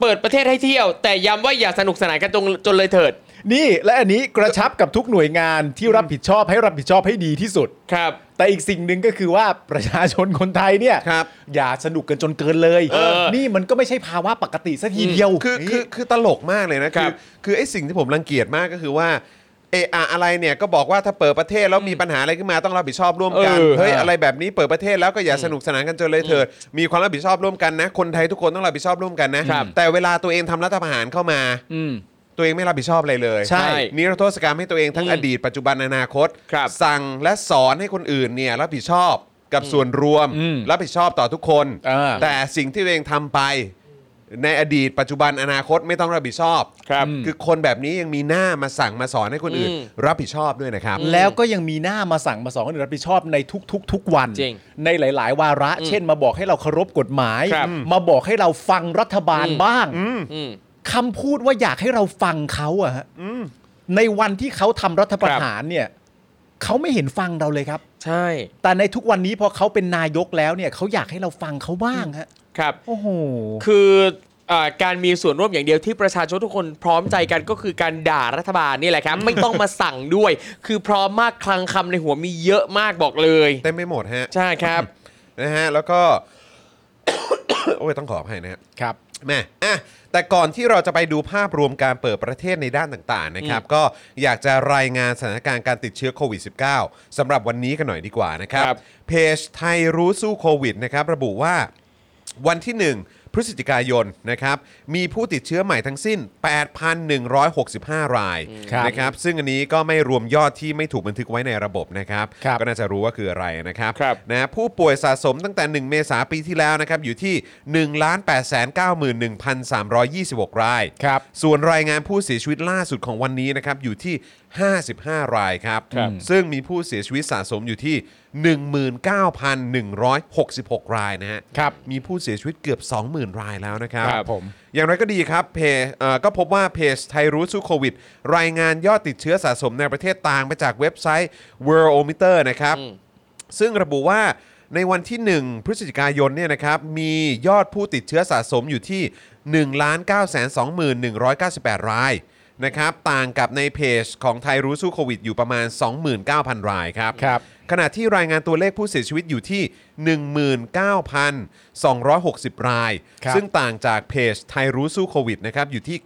S1: เปิดประเทศให้เที่ยว แต่ย้ำว่าอย่าสนุกสนานกันจงจนเลยเถิด
S3: นี่และอันนี้กระชับกับทุกหน่วยงานที่รับผิดชอบให้รับผิดชอบให้ดีที่สุด
S1: ครับ
S3: แต่อีกสิ่งหนึ่งก็คือว่าประชาชนคนไทยเนี่ย
S2: ครับ
S3: อย่าสนุกกันจนเกินเลย
S1: อ
S3: นี่มันก็ไม่ใช่ภาวะปกติซะทีเดียว
S2: คือคือคือตลกมากเลยนะ
S1: ค
S2: คื
S1: รั
S2: อบคือไอ้สิ่งที่ผมรังเกียจมากก็คือว่าเอออะอะไรเนี่ยก็บอกว่าถ้าเปิดประเทศแล้วมีปัญหาอะไรขึ้นมาต้องรับผิดชอบร่วมกัน
S1: เออ
S2: เฮ้ยอะไรแบบนี้เปิดประเทศแล้วก็อย่าสนุกสนานกันจนเลยเถิดมีความรับผิดชอบร่วมกันนะ คนไทยทุกคนต้องรับผิดชอบร่วมกันนะครับ แต่เวลาตัวเองทำรัฐประหารเข้ามา ตัวเองไม่รับผิดชอบอะไรเลย
S3: ใช่
S2: นิรโทษกรรมให้ตัวเองทั้ง
S1: อืม
S2: อดีตปัจจุบันอนาคต
S1: ครับ
S2: สั่งและสอนให้คนอื่นเนี่ยรับผิดชอบกับส่วนรวม
S3: อืม
S2: รับผิดชอบต่อทุกคน
S3: อ่า
S2: แต่สิ่งที่ตัวเองทำไป ในอดีตปัจจุบันอนาคตไม่ต้องรับผิดชอบ
S1: ครับ
S2: คือคนแบบนี้ยังมีหน้ามาสั่งมาสอนให้คนอื่น
S1: อืม
S2: รับผิดชอบด้วยนะครับ
S3: แล้วก็ยังมีหน้ามาสั่งมาสอนคนอื่นรับผิดชอบในทุกๆ ทุกวัน
S1: จริง
S3: ในหลาย ๆ วาระ เช่น มาบอกให้เราเคารพกฎหมาย
S1: ครับ
S3: มาบอกให้เราฟังรัฐบาล
S1: อืม
S3: บ้าง
S1: อืม
S3: คำพูดว่าอยากให้เราฟังเขาอะฮะในวันที่เขาทำรัฐประหารเนี่ย เขาไม่เห็นฟังเราเลยครับ
S1: ใช่
S3: แต่ในทุกวันนี้พอเขาเป็นนายกแล้วเนี่ยเขาอยากให้เราฟังเขาบ้างฮะ
S1: ครับ
S3: โอ้โห
S1: คือเอ่อการมีส่วนร่วมอย่างเดียวที่ประชาชนทุกคนพร้อมใจกันก็คือการด่ารัฐบาลนี่แหละครับ ไม่ต้องมาสั่งด้วย คือพร้อมมากคลังคำในหัวมีเยอะมากบอกเลย
S2: เต็มไม่หมดฮะ
S1: ใช่ครับ
S2: นะฮะแล้วก็ <coughs> โอ้ยต้องขออภัยนะฮะ
S3: ครับ
S2: แม่อ่ะแต่ก่อนที่เราจะไปดูภาพรวมการเปิดประเทศในด้านต่างๆนะครับ ก็อยากจะรายงานสถานการณ์การติดเชื้อโควิด -19 สำหรับวันนี้กันหน่อยดีกว่านะครับ
S1: ครับ
S2: เพจไทยรู้สู้โควิดนะครับ ระบุว่าวันที่ 1 พฤศจิกายนนะครับ มีผู้ติดเชื้อใหม่ทั้งสิ้น 8,165 ราย
S3: ครับ
S2: นะครับ ซึ่งอันนี้ก็ไม่รวมยอดที่ไม่ถูกบันทึกไว้ในระบบนะครับ
S3: ครับ
S2: ก็น่าจะรู้ว่าคืออะไรนะครับ
S1: ครับ
S2: นะผู้ป่วยสะสมตั้งแต่ 1 เมษาปีที่แล้วนะครับ อยู่ที่ 1 8 9 1 3 2 6 ราย
S3: ครับ
S2: ส่วนรายงานผู้เสียชีวิตล่าสุดของวันนี้นะครับ อยู่ที่ 55 รายครับ
S1: ครับ
S2: ซึ่งมีผู้เสียชีวิตสะสมอยู่ที่ 19,166 รายนะฮะ
S3: ครับ
S2: มีผู้เสียชีวิตเกือบ 20,000 รายแล้วนะครับ
S1: ครับผม
S2: อย่างไรก็ดีครับเพจเอ่อก็พบว่าเพจไทยรู้สู้โควิด รายงานยอดติดเชื้อสะสมในประเทศต่างไปจากเว็บไซต์ Worldometer นะครับ ซึ่งระบุว่าในวันที่ 1 พฤศจิกายนเนี่ยนะครับ มียอดผู้ติดเชื้อสะสมอยู่ที่ 1 9 2 1 9 8 รายนะครับ ต่างกับในเพจของไทยรู้สู้โควิดอยู่ประมาณ 29,000 รายครับ
S3: ครับ
S2: ขณะที่รายงานตัวเลขผู้เสียชีวิตอยู่ที่ 19,260 ราย
S3: ครับ
S2: ซึ่งต่างจากเพจไทยรู้สู้โควิดนะครับอยู่ที่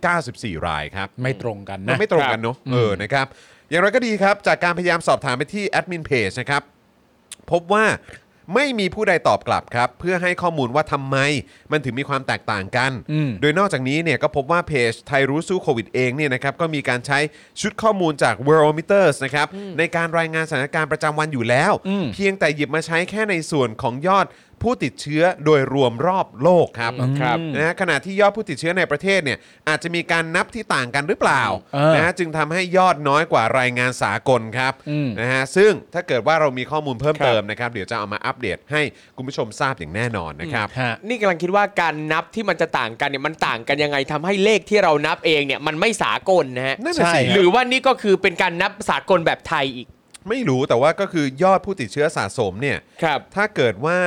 S2: 94 รายครับ
S3: ไม่ตรงกัน
S2: มั
S3: นะ
S2: นไม่ตรงกันเนอะเออนะครับอย่างไรก็ดีครับ จากการพยายามสอบถามไปที่แอดมินเพจนะครับ พบว่าไม่มีผู้ใดตอบกลับครับ เพื่อให้ข้อมูลว่าทำไมมันถึงมีความแตกต่างกัน
S3: อืม
S2: โดยนอกจากนี้เนี่ยก็พบว่าเพจไทยรู้สู้โควิดเองเนี่ยนะครับก็มีการใช้ชุดข้อมูลจาก Worldometers นะครับในการรายงานสถานการณ์ประจำวันอยู่แล้ว เพียงแต่หยิบมาใช้แค่ในส่วนของยอดผู้ติดเชื้อโดยรวมรอบโลกครับ
S1: ครับ
S2: นะฮะขณะที่ยอดผู้ติดเชื้อในประเทศเนี่ยอาจจะมีการนับที่ต่างกันหรือเปล่า
S3: เออ
S2: นะฮะจึงทำให้ยอดน้อยกว่ารายงานสากลครับ
S3: อืม
S2: นะฮะซึ่งถ้าเกิดว่าเรามีข้อมูลเพิ่มเติมนะครับ เดี๋ยวจะเอามาอัปเดตให้คุณผู้ชมทราบอย่างแน่นอนนะครับ
S3: ฮะ
S1: นี่กำลังคิดว่าการนับที่มันจะต่างกันเนี่ยมันต่างกันยังไงทำให้เลขที่เรานับเองเนี่ยมันไม่สากลนะฮะ
S2: นั่นน่ะสิ
S1: หรือว่านี่ก็คือเป็นการนับสากลแบบไทยอีก
S2: ไม่รู้แต่ว่าก็คือยอดผู้ติดเชื้อสะสมเนี่ย
S1: ครับ
S2: ถ้าเกิดว่า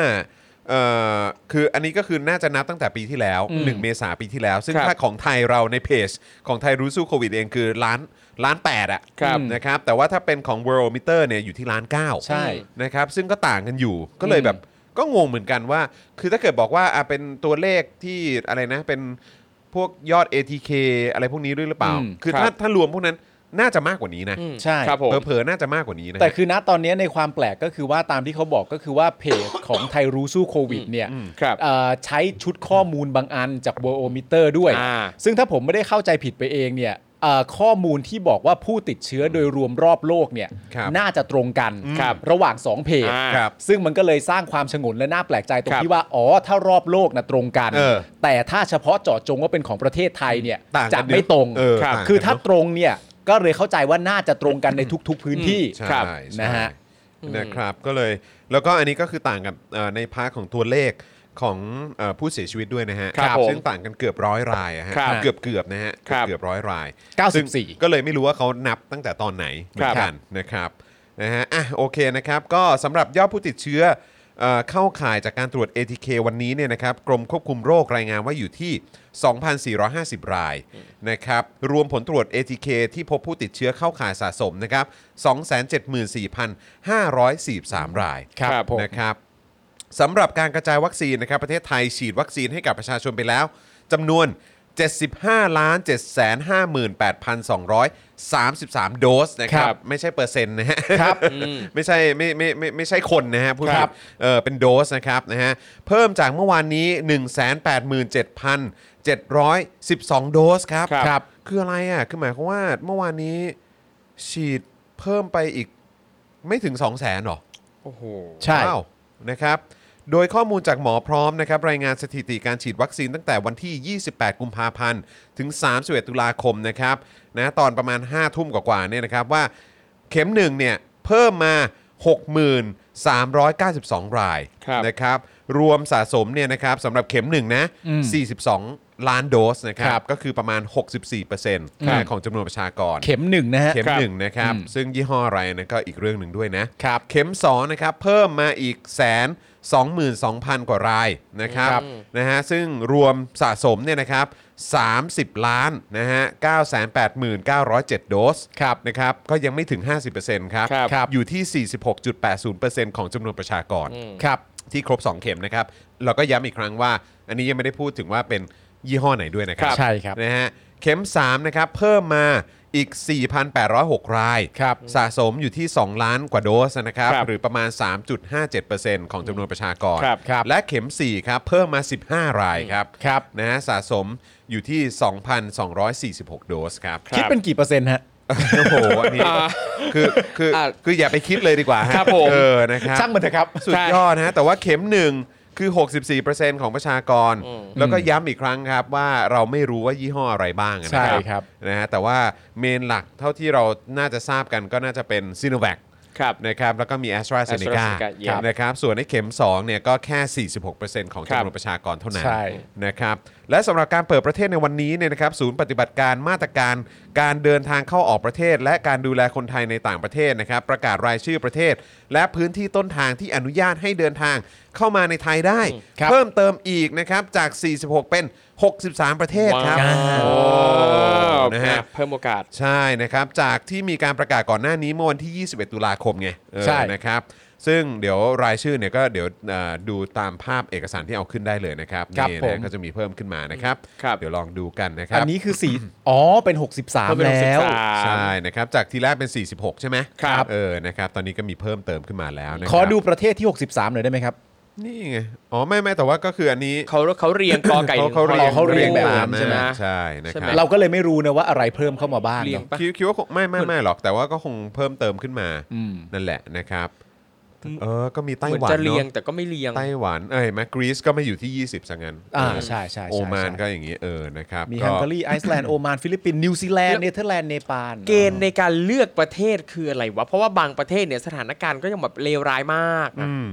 S2: เอ่อคืออันนี้ก็คือน่าจะนับตั้งแต่ปีที่แล้ว
S3: อืม
S2: 1 เมษาปีที่แล้ว ซึ่ง
S1: ครับ
S2: ถ้าของไทยเราในเพจของไทยรู้สู้โควิดเองคือล้านล้านแปดอะ
S1: ครับ
S2: นะครับแต่ว่าถ้าเป็นของ Worldometer เนี่ยอยู่ที่ล้านเก้า
S3: ใช่
S2: นะครับซึ่งก็ต่างกันอยู่ก็เลย
S3: อืม
S2: แบบก็งงเหมือนกันว่า คือถ้าเกิดบอกว่าอ่ะเป็นตัวเลขที่อะไรนะ เป็นพวกยอด ATK อะไรพวกนี้ด้วยหรือเปล่า
S3: อืม
S2: คือ
S1: ครับ
S2: ถ้าถ้ารวมพวกนั้นน่าจะมากกว่านี้นะ
S1: อืม
S3: ใช่
S1: ครับผม
S2: เผลอๆน่าจะมากกว่านี้นะ
S3: แต่คือณตอนนี้ในความแปลกก็คือว่าตามที่เขาบอกก็คือว่าเพจของไทยรู้สู้โควิดเนี่ย
S2: อืม
S1: ครับ
S3: เอ่อใช้ชุดข้อมูลบางอันจาก World o m e t e r ด้วย
S1: อ่า
S3: ซึ่งถ้าผมไม่ได้เข้าใจผิดไปเองเนี่ยเอ่อข้อมูลที่บอกว่าผู้ติดเชื้อโดยรวมรอบโลกเนี่ย
S2: ครับ
S3: น่าจะตรงกัน
S1: ครับ
S3: ระหว่าง 2 เพจ
S1: อ่า
S2: ครับ
S3: ซึ่งมันก็เลยสร้างความชงนและน่าแปลกใจตร
S1: ค
S3: ง
S1: รับ
S3: ที่ว่าอ๋อถ้ารอบโลกนะตรงกัน
S2: เออ
S3: แต่ถ้าเฉพาะเจาะจงว่าเป็นของประเทศไทยเนี่ย
S2: ต่าง
S3: จะ
S2: กันเยอ
S3: ไม่ตรง
S2: เออ
S1: ครับ
S2: ต่งกัน
S3: คือถ้า
S2: เนะ
S3: ตรงเนี่ยก็เลยเข้าใจว่าน่าจะตรงกันในทุก ๆ พื้นที่
S2: ใช่
S1: ครับ
S2: ใช่
S3: นะฮะ
S2: นะครับก็เลยแล้วก็อันนี้ก็คือต่างกับเอ่อในพาร์ทของตัวเลขของเอ่อผู้เสียชีวิตด้วยนะฮะ
S1: ครับผม
S2: ซึ่งต่างกันเกือบร้อยรายอะฮะ
S1: ครับ
S2: เกือบเกือบๆนะฮะ
S1: ครับ
S2: เกือบร้อยราย ซึ่ง
S3: 94
S2: ก็เลยไม่รู้ว่าเขานับตั้งแต่ตอนไหนเหมือนกันนะครับนะฮะอ่ะโอเคนะครับก็สำหรับยอดผู้ติดเชื้อเอ่อเข้าข่ายจากการตรวจ ATK วันนี้เนี่ยนะครับกรมควบคุมโรครายงานว่าอยู่ที่ 2,450 รายนะครับรวมผลตรวจ ATK ที่พบผู้ติดเชื้อเข้าข่ายสะสมนะครับ274,543 ราย
S3: ครับผม
S2: นะครับสำหรับการกระจายวัคซีนนะครับประเทศไทยฉีดวัคซีนให้กับประชาชนไปแล้วจำนวน 75ล้าน7 5 8 2 3 3 โดสนะครั
S1: ครับ บ
S2: ไม่ใช่เปอร์เซ็นต์นะฮะ
S3: ครับ
S2: <laughs> ไม่ใช่ไม่ไม่ไม่ไม่ใช่คนนะฮะผู้
S3: ค
S2: ผิ
S3: รั
S2: ด
S3: บ
S2: เออเป็นโดสนะครับนะฮะเพิ่มจากเมื่อวานนี้ 187,712 โดสครับ
S1: ครับ
S2: คืออะไรอ่ะคือหมายความว่าเมื่อวานนี้ฉีดเพิ่มไปอีกไม่ถึง 2 0 0 0 0 0หรอ
S1: โอ้โห
S3: ใช่
S2: ว้าวนะครับ โดยข้อมูลจากหมอพร้อมนะครับรายงานสถิติการฉีดวัคซีนตั้งแต่วันที่ 28 กุมภาพันธ์ ถึง 31 ตุลาคมนะครับนะตอนประมาณ 5 ทุ่มกว่าๆเนี่ยนะครับว่าเข็มหนึ่งเนี่ยเพิ่มมา 6,392 ราย
S1: ครับ
S2: นะครับรวมสะสมเนี่ยนะครับสำหรับเข็มหนึ่งนะ
S3: อืม
S2: 42 ล้านโดสนะครับ
S3: ครับ
S2: ก็คือประมาณ 64%
S3: ครับ
S2: ของจำนวนประชากร
S3: เข็มหนึ่งนะฮะ
S2: เข็ม
S1: ครับ
S2: หนึ่งนะครับ
S3: อืม
S2: ซึ่งยี่ห้ออะไรนะก็อีกเรื่องหนึ่งด้วยนะครับ เข็มสองนะครับ เพิ่มมาอีกแสนสองหมื่นสองพันกว่ารายนะครับ
S1: ครับ
S2: นะฮะซึ่งรวมสะสมเนี่ยนะครับ 30 ล้านนะฮะ989,907 โดส
S3: ครับ
S2: นะครับ ก็ยังไม่ถึง 50%ครับ
S1: ครับครับ
S2: อยู่ที่ 46.80%ของจำนวนประชากร
S3: ครับ
S2: ที่ครบ 2 เข็มนะครับ เราก็ย้ำอีกครั้งว่า อันนี้ยังไม่ได้พูดถึงว่าเป็นยี่ห้อไหนด้วยนะครั
S3: ครับใช่ครับ
S2: นะฮะเข็ม 3 นะครับ เพิ่มมาอีก 4,806 ราย
S3: ครับ
S2: สะสมอยู่ที่ 2 ล้านกว่าโดสนะครับ
S1: ครับ
S2: หรือประมาณ 3.57%ของจำนวนประชากร
S1: ครับครับ
S2: และเข็ม 4 ครับ เพิ่มมา 15 รายครับ
S3: ครับ
S2: นะฮะสะสมอยู่ที่ 2,246 โดสครับ
S1: ครับ
S3: คิดเป็นกี่เปอร์เซ็นต์ฮะ
S2: โอ้โหอันนี้
S1: อ่า
S2: คือคือ
S1: อ่า
S2: คืออย่าไปคิดเลยดีกว่าฮะ
S1: ครับผม
S2: เออนะครับ
S3: ช่างมันเถอะครับ
S2: สุดยอดนะฮะแต่ว่าเข็มหนึ่งคือ 64%ของประชากร
S1: อืม
S2: แล้วก็ย้ำอีกครั้งครับว่าเราไม่รู้ว่ายี่ห้ออะไรบ้างนะ
S3: ใช่
S2: ครับ
S3: ครับ
S2: นะฮะแต่ว่าเมนหลักเท่าที่เราน่าจะทราบกันก็น่าจะเป็นซีโนแวค
S1: ครับ
S2: นะครับแล้วก็มี a s t r a z e ซ e c a
S1: AstraZeneca ครับ
S2: นะครับส่วนในเข็ม2เนี่ยก็แค่ 46%ของ
S1: ครับ
S2: จำนวนประชากรเท่านั้น
S3: ใช่
S2: นะครับและสำหรับการเปิดประเทศในวันนี้เนี่ยนะครับศูนย์ปฏิบัติการมาตรการการเดินทางเข้าออกประเทศ และการดูแลคนไทยในต่างประเทศนะครับประกาศรายชื่อประเทศ และพื้นที่ต้นทางที่อนุญาตให้เดินทางเข้ามาในไทยได้
S3: ครับ
S2: เพิ่มเติมอีกนะครับจาก 46 เป็น 63 ประเทศครับ
S1: ว้าว โอ้
S2: นะ
S1: นะ
S2: ฮะ
S1: ฮะเพิ่มโอกาส
S2: ใช่นะครับ จากที่มีการประกาศก่อนหน้านี้เมื่อวันที่ 21 ตุลาคมไงเออ
S3: ใช่
S2: นะครับ ซึ่งเดี๋ยวรายชื่อเนี่ยก็เดี๋ยวเอ่อดูตามภาพเอกสารที่เอาขึ้นได้เลยนะครับ
S3: ครับ
S2: นี่
S3: ผ
S2: นะ
S3: ม
S2: ก็จะมีเพิ่มขึ้นมานะครับ
S1: ครับ
S2: เดี๋ยวลองดูกันนะครั
S3: อั
S2: บ
S3: นนี้คือสี่อ๋อเป็น
S1: เพิ่ม
S3: 63
S1: เป็น
S3: แล้ว
S1: 63
S2: ใช่นะครับจากทีแรกเป็น 46 ใช่ไหม
S1: ครับ
S2: เออนะครับตอนนี้ก็มีเพิ่มเติมขึ้นมาแล้วนะค
S3: ข
S2: รับ
S3: อดูประเทศที่ 63หน่อยได้ไหมครับ
S2: นี่ไงอ๋อไม่ไม่แต่ว่าก็คืออันนี้
S1: เขาเขาเรียงกอไก่หนึ่ง
S2: เขา
S1: พ
S2: เรีย
S1: อง
S3: เขาเรียงแบบนั้น
S2: มา
S1: ใช่ไหม
S2: ใช่นะค
S1: ใช่
S2: รับ
S1: ไหม
S3: เราก็เลยไม่รู้นะว่าอะไรเพิ่มเข้ามาบ้าง
S1: เรียง
S3: เนาะ
S1: ปะ
S2: คิดคิดว่าคงไม่ไม่ไม่หรอกแต่ว่าก็คงเพิ่มเติมขึ้นมา
S3: อืม
S2: นั่นแหละนะครับ
S1: อืม
S2: เออก็มีไต้
S1: เห
S2: ห
S1: มือน
S2: วัน
S1: จะเรียง
S2: เนาะ
S1: แต่ก็ไม่เรียง
S2: ไต้หวันเอ้ยแมกรีซก็ไม่อยู่ที่ 20ซะงั้น
S3: อ่า
S2: เออ
S3: ใช่ใช่ใช่
S2: โอมาน
S3: ใช่
S2: ก็อย่างนี้เออนะครับ
S3: มี
S2: ก็
S3: ฮังการีไอซ์แลนด์โอมานฟิลิปปินส์นิวซีแลนด์เนเธอร์แลนด์เนปาล
S1: เกณฑ์ในการเลือกประเทศคืออะไรวะ เพราะว่าบางประเทศเนี่ยสถานการณ์ก็ยังแบบเลวร้ายมากนะ
S2: อืม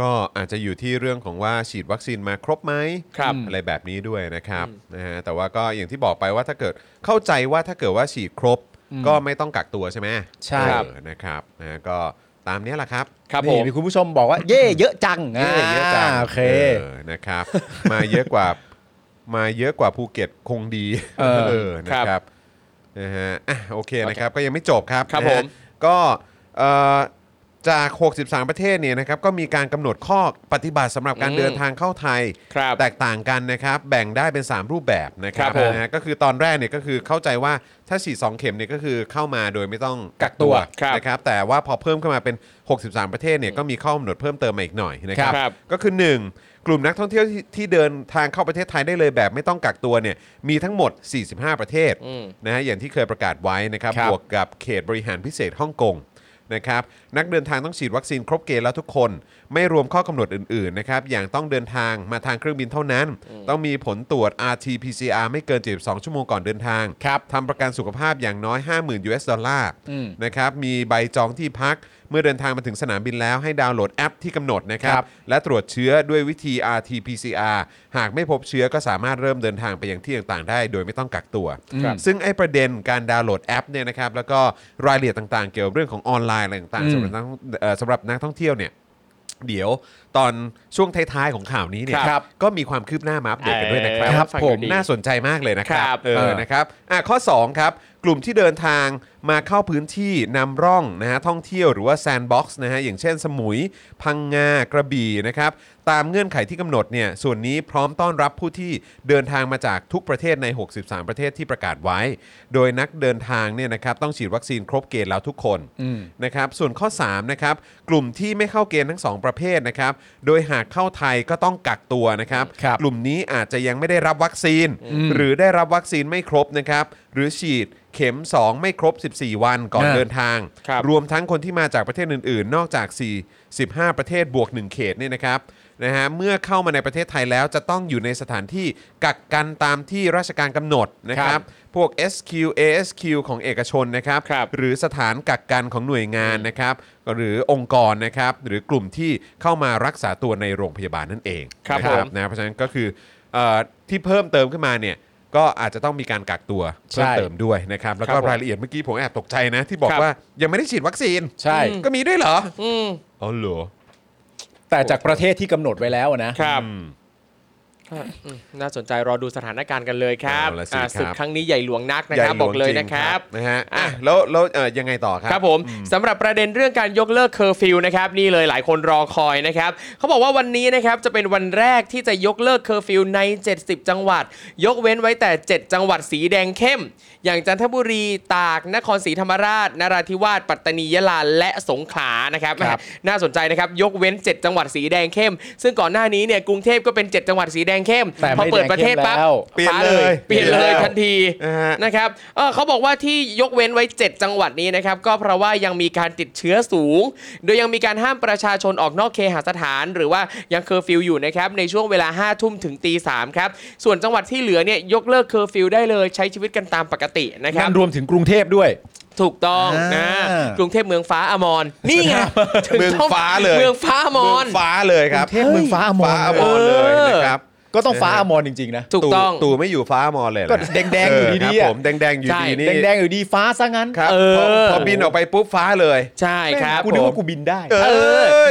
S2: ก็อาจจะอยู่ที่เรื่องของว่าฉีดวัคซีนมาครบไหม
S1: ครับ
S2: อะไรแบบนี้ด้วยนะครับนะฮะแต่ว่าก็อย่างที่บอกไปว่าถ้าเกิดเข้าใจว่าถ้าเกิดว่าฉีดครบ ก็ไม่ต้องกักตัวใช่ไหม
S3: ใช่
S2: เออ
S1: ครับ
S2: นะครับนะฮะก็ตามเนี้ยแหละครับ
S1: ครับผ
S3: นี่
S1: ม
S3: มีคุณผู้ชมบอกว่า เย่เยอะจัง
S2: เยอะเยอะจัง
S3: าโอเค
S2: ออนะครับ มาเยอะกว่ามาเยอะกว่าภูเก็ตคงดี
S3: เออ
S2: นะครับนะฮะอ่ะโอเคนะครับ ก็ยังไม่จบครับ
S1: ครับ
S2: นะฮะ
S1: ผม
S2: ก็เอ่อจาก 63 ประเทศเนี่ยนะครับก็มีการกำหนดข้อปฏิบัติสำหรับการเดินทางเข้าไทย
S1: ครับ
S2: แตกต่างกันนะครับ แบ่งได้เป็น 3 รูปแบบนะครั
S1: ครับ บผม
S2: นะฮะก็คือตอนแรกเนี่ยก็คือเข้าใจว่าถ้าฉีด2เข็มเนี่ยก็คือเข้ามาโดยไม่ต้องกักตัว
S1: ครับ
S2: นะครับ แต่ว่าพอเพิ่มเข้ามาเป็น 63 ประเทศเนี่ยก็มีข้อกำหนดเพิ่มเติมมาอีกหน่อยนะครับ
S1: ครับ
S2: ก็คือ 1 กลุ่มนักท่องเที่ยวที่ที่เดินทางเข้าประเทศไทยได้เลยแบบไม่ต้องกักตัวเนี่ยมีทั้งหมด 45 ประเทศ
S1: อืม
S2: นะฮะอย่างที่เคยประกาศไว้นะครับ
S3: ครับ
S2: บวกกับเขตบริหารพิเศษฮ่องกงนะครับนักเดินทางต้องฉีดวัคซีนครบเกณฑ์แล้วทุกคน ไม่รวมข้อกำหนดอื่นๆนะครับอย่างต้องเดินทางมาทางเครื่องบินเท่านั้น ต้องมีผลตรวจ RT-PCR ไม่เกิน 72 ชั่วโมงก่อนเดินทาง
S3: ครับ
S2: ทำประกันสุขภาพอย่างน้อย 50,000 US ดอลลาร์
S3: อืม
S2: นะครับมีใบจองที่พักเมื่อเดินทางมาถึงสนามบินแล้วให้ดาวน์โหลดแอปที่กำหนดนะครั
S3: ครับ บ
S2: และตรวจเชื้อด้วยวิธี RT-PCR หากไม่พบเชื้อก็สามารถเริ่มเดินทางไปยังที่ต่างๆได้ โดยไม่ต้องกักตัว
S3: ครับ
S2: ซึ่งไอ้ประเด็นการดาวน์โหลดแอปเนี่ยนะครับแล้วก็รายละเอียดต่างๆ เกี่ยวกับเรื่องของออนไลน์อะไรต่าง
S3: อื
S2: ๆ
S3: ม
S2: สำหรับนักท่องเอ่อสำหรับนักท่องเที่ยวเนี่ยเดี๋ยวตอนช่วงท้ายๆของข่าวนี้เนี่ย
S3: ครับ
S2: ก็มีความคืบหน้ามาอัปเดตกันด้วยนะครั
S3: ครับ
S2: ฟัง
S3: ผ
S2: ดู
S3: ม
S2: ดีน่าสนใจมากเลยนะครั
S1: ครับ บ
S2: เอ
S3: เอ
S2: อ
S3: อ
S2: นะครับอ่ะข้อ2ครับกลุ่มที่เดินทางมาเข้าพื้นที่นำร่องนะฮะท่องเที่ยวหรือว่าแซนด์บ็อกซ์นะฮะอย่างเช่นสมุย พังงากระบี่นะครับตามเงื่อนไขที่กำหนดเนี่ยส่วนนี้พร้อมต้อนรับผู้ที่เดินทางมาจากทุกประเทศใน 63 ประเทศที่ประกาศไว้ โดยนักเดินทางเนี่ยนะครับต้องฉีดวัคซีนครบเกณฑ์แล้วทุกคน
S3: อืม
S2: นะครับส่วนข้อ3นะครับกลุ่มที่ไม่เข้าเกณฑ์ทั้ง 2 ประเภทนะครับโดยหากเข้าไทยก็ต้องกักตัวนะครับ
S3: ครับ
S2: กลุ่มนี้อาจจะยังไม่ได้รับวัคซีน หรือได้รับวัคซีนไม่ครบนะครับหรือฉีดเข็ม 2 ไม่ครบ 14 วันก่อน
S3: อ่า
S2: เดินทาง
S1: ครับ
S2: รวมทั้งคนที่มาจากประเทศอื่น ๆ นอกจาก 45 ประเทศบวก 1 เขตเนี่ยนะครับนะฮะเมื่อเข้ามาในประเทศไทยแล้วจะต้องอยู่ในสถานที่กักกันตามที่ราชการกำหนดนะครับ พวก SQ ASQ ของเอกชนนะครับ
S1: ครับ
S2: หรือสถานกักกันของหน่วยงานนะครับ หรือองค์กรนะครับ หรือกลุ่มที่เข้ามารักษาตัวในโรงพยาบาลนั่นเอง
S1: ครับ
S2: นะ
S1: ผม
S2: นะเพราะฉะนั้นก็คือ เอ่อที่เพิ่มเติมขึ้นมาเนี่ยก็อาจจะต้องมีการกักตัวเพิ่ม
S3: ใช่
S2: เติมด้วยนะครับแล้ว
S1: ค
S2: ก็
S1: รับผม
S2: รายละเอียดเมื่อกี้ผมแอบตกใจนะที่บอก
S1: ครับ
S2: ว่ายังไม่ได้ฉีดวัคซีน
S3: ใช่
S2: ก็มีด้วยเหรอ
S1: อืม
S2: อ๋อเหรอ
S3: แต่จากประเทศที่กำหนดไว้แล้วนะ
S1: ครับ
S2: อืม
S1: อืมน่าสนใจรอดูสถานการณ์กันเลยครับ
S2: เอาล่ะสิ
S1: อ่า
S2: ครับ
S1: ศึกครั้งนี้ใหญ่หลวงนักนะครับ
S2: ใหญ่ห
S1: บ
S2: ว
S1: อง กเลย
S2: จง
S1: นะครับ
S2: นะฮะอ่ะ
S1: อ่ะ
S2: แล้วแล้วเอ่อยังไงต่อครับ
S1: ครับผมสำหรับประเด็นเรื่องการยกเลิกเคอร์ฟิวนะครับนี่เลยหลายคนรอคอยนะครับเขาบอกว่าวันนี้นะครับจะเป็นวันแรกที่จะยกเลิกเคอร์ฟิวใน 70 จังหวัด ยกเว้นไว้แต่ 7 จังหวัดสีแดงเข้ม อย่างจันทบุรีตาก นครศรีธรรมราชนราธิวาสปัตตานียะลาและสงขลานะครับ
S3: ครับ
S1: แห <laughs> มน่าสนใจนะครับยกเว้น 7 จังหวัดสีแดงเข้ม ซึ่งก่อนหน้านี้เนี่ยกรุงเทพก็เป็น 7 จังหวัดสีแดงเข้ม
S3: แต่
S1: พอ
S3: ไม่
S1: เปิดประเทศปั๊บ
S3: แล้ว
S2: เปลี่ยนเลย
S1: เปลี่ยนเลยทันที
S2: นะฮะ
S1: นะครับเอ่อเขาบอกว่าที่ยกเว้นไว้ 7 จังหวัดนี้นะครับ ก็เพราะว่ายังมีการติดเชื้อสูง โดยยังมีการห้ามประชาชนออกนอกเคหสถาน หรือว่ายังเคอร์ฟิวอยู่นะครับ ในช่วงเวลา 5 ทุ่มถึงตีสามครับ ส่วนจังหวัดที่เหลือเนี่ยยกเลิกเคอร์ฟิวได้เลยใช้ชีวิตกันตามปกตินะครั
S3: นั่
S1: บ
S3: นรวมถึงกรุงเทพด้วย
S1: ถูกต้อง
S3: อ่า
S1: นะ
S3: น
S1: กรุงเทพเมืองฟ้าอมรนี่ไงถึ
S2: เมืองฟ้าเลย
S1: เมืองฟ้าอม
S2: เมื
S1: ร
S2: องฟ้าเลยครับ
S3: เทพเมืองฟ้าอมร
S2: ฟ้าอมรเลยนะครับ
S3: ก็ต้องฟ้าอมรจริงๆนะ
S1: ถูกต้อง
S2: ตู่ไม่อยู่ฟ้ามอเลยเหร
S3: ก็แดงๆอยู่ดีๆ
S2: เครับ
S3: อะ
S2: ผมแดงๆอยู่
S1: ใช่
S2: ดีนี่
S3: แดงๆอยู่ดีฟ้าซะงั้น
S2: ครับ
S1: เออ
S2: พอพอบินออกไปปุ๊บฟ้าเลย
S1: ใช่ครับ
S3: กูนึกว่ากูบินได้
S1: เอ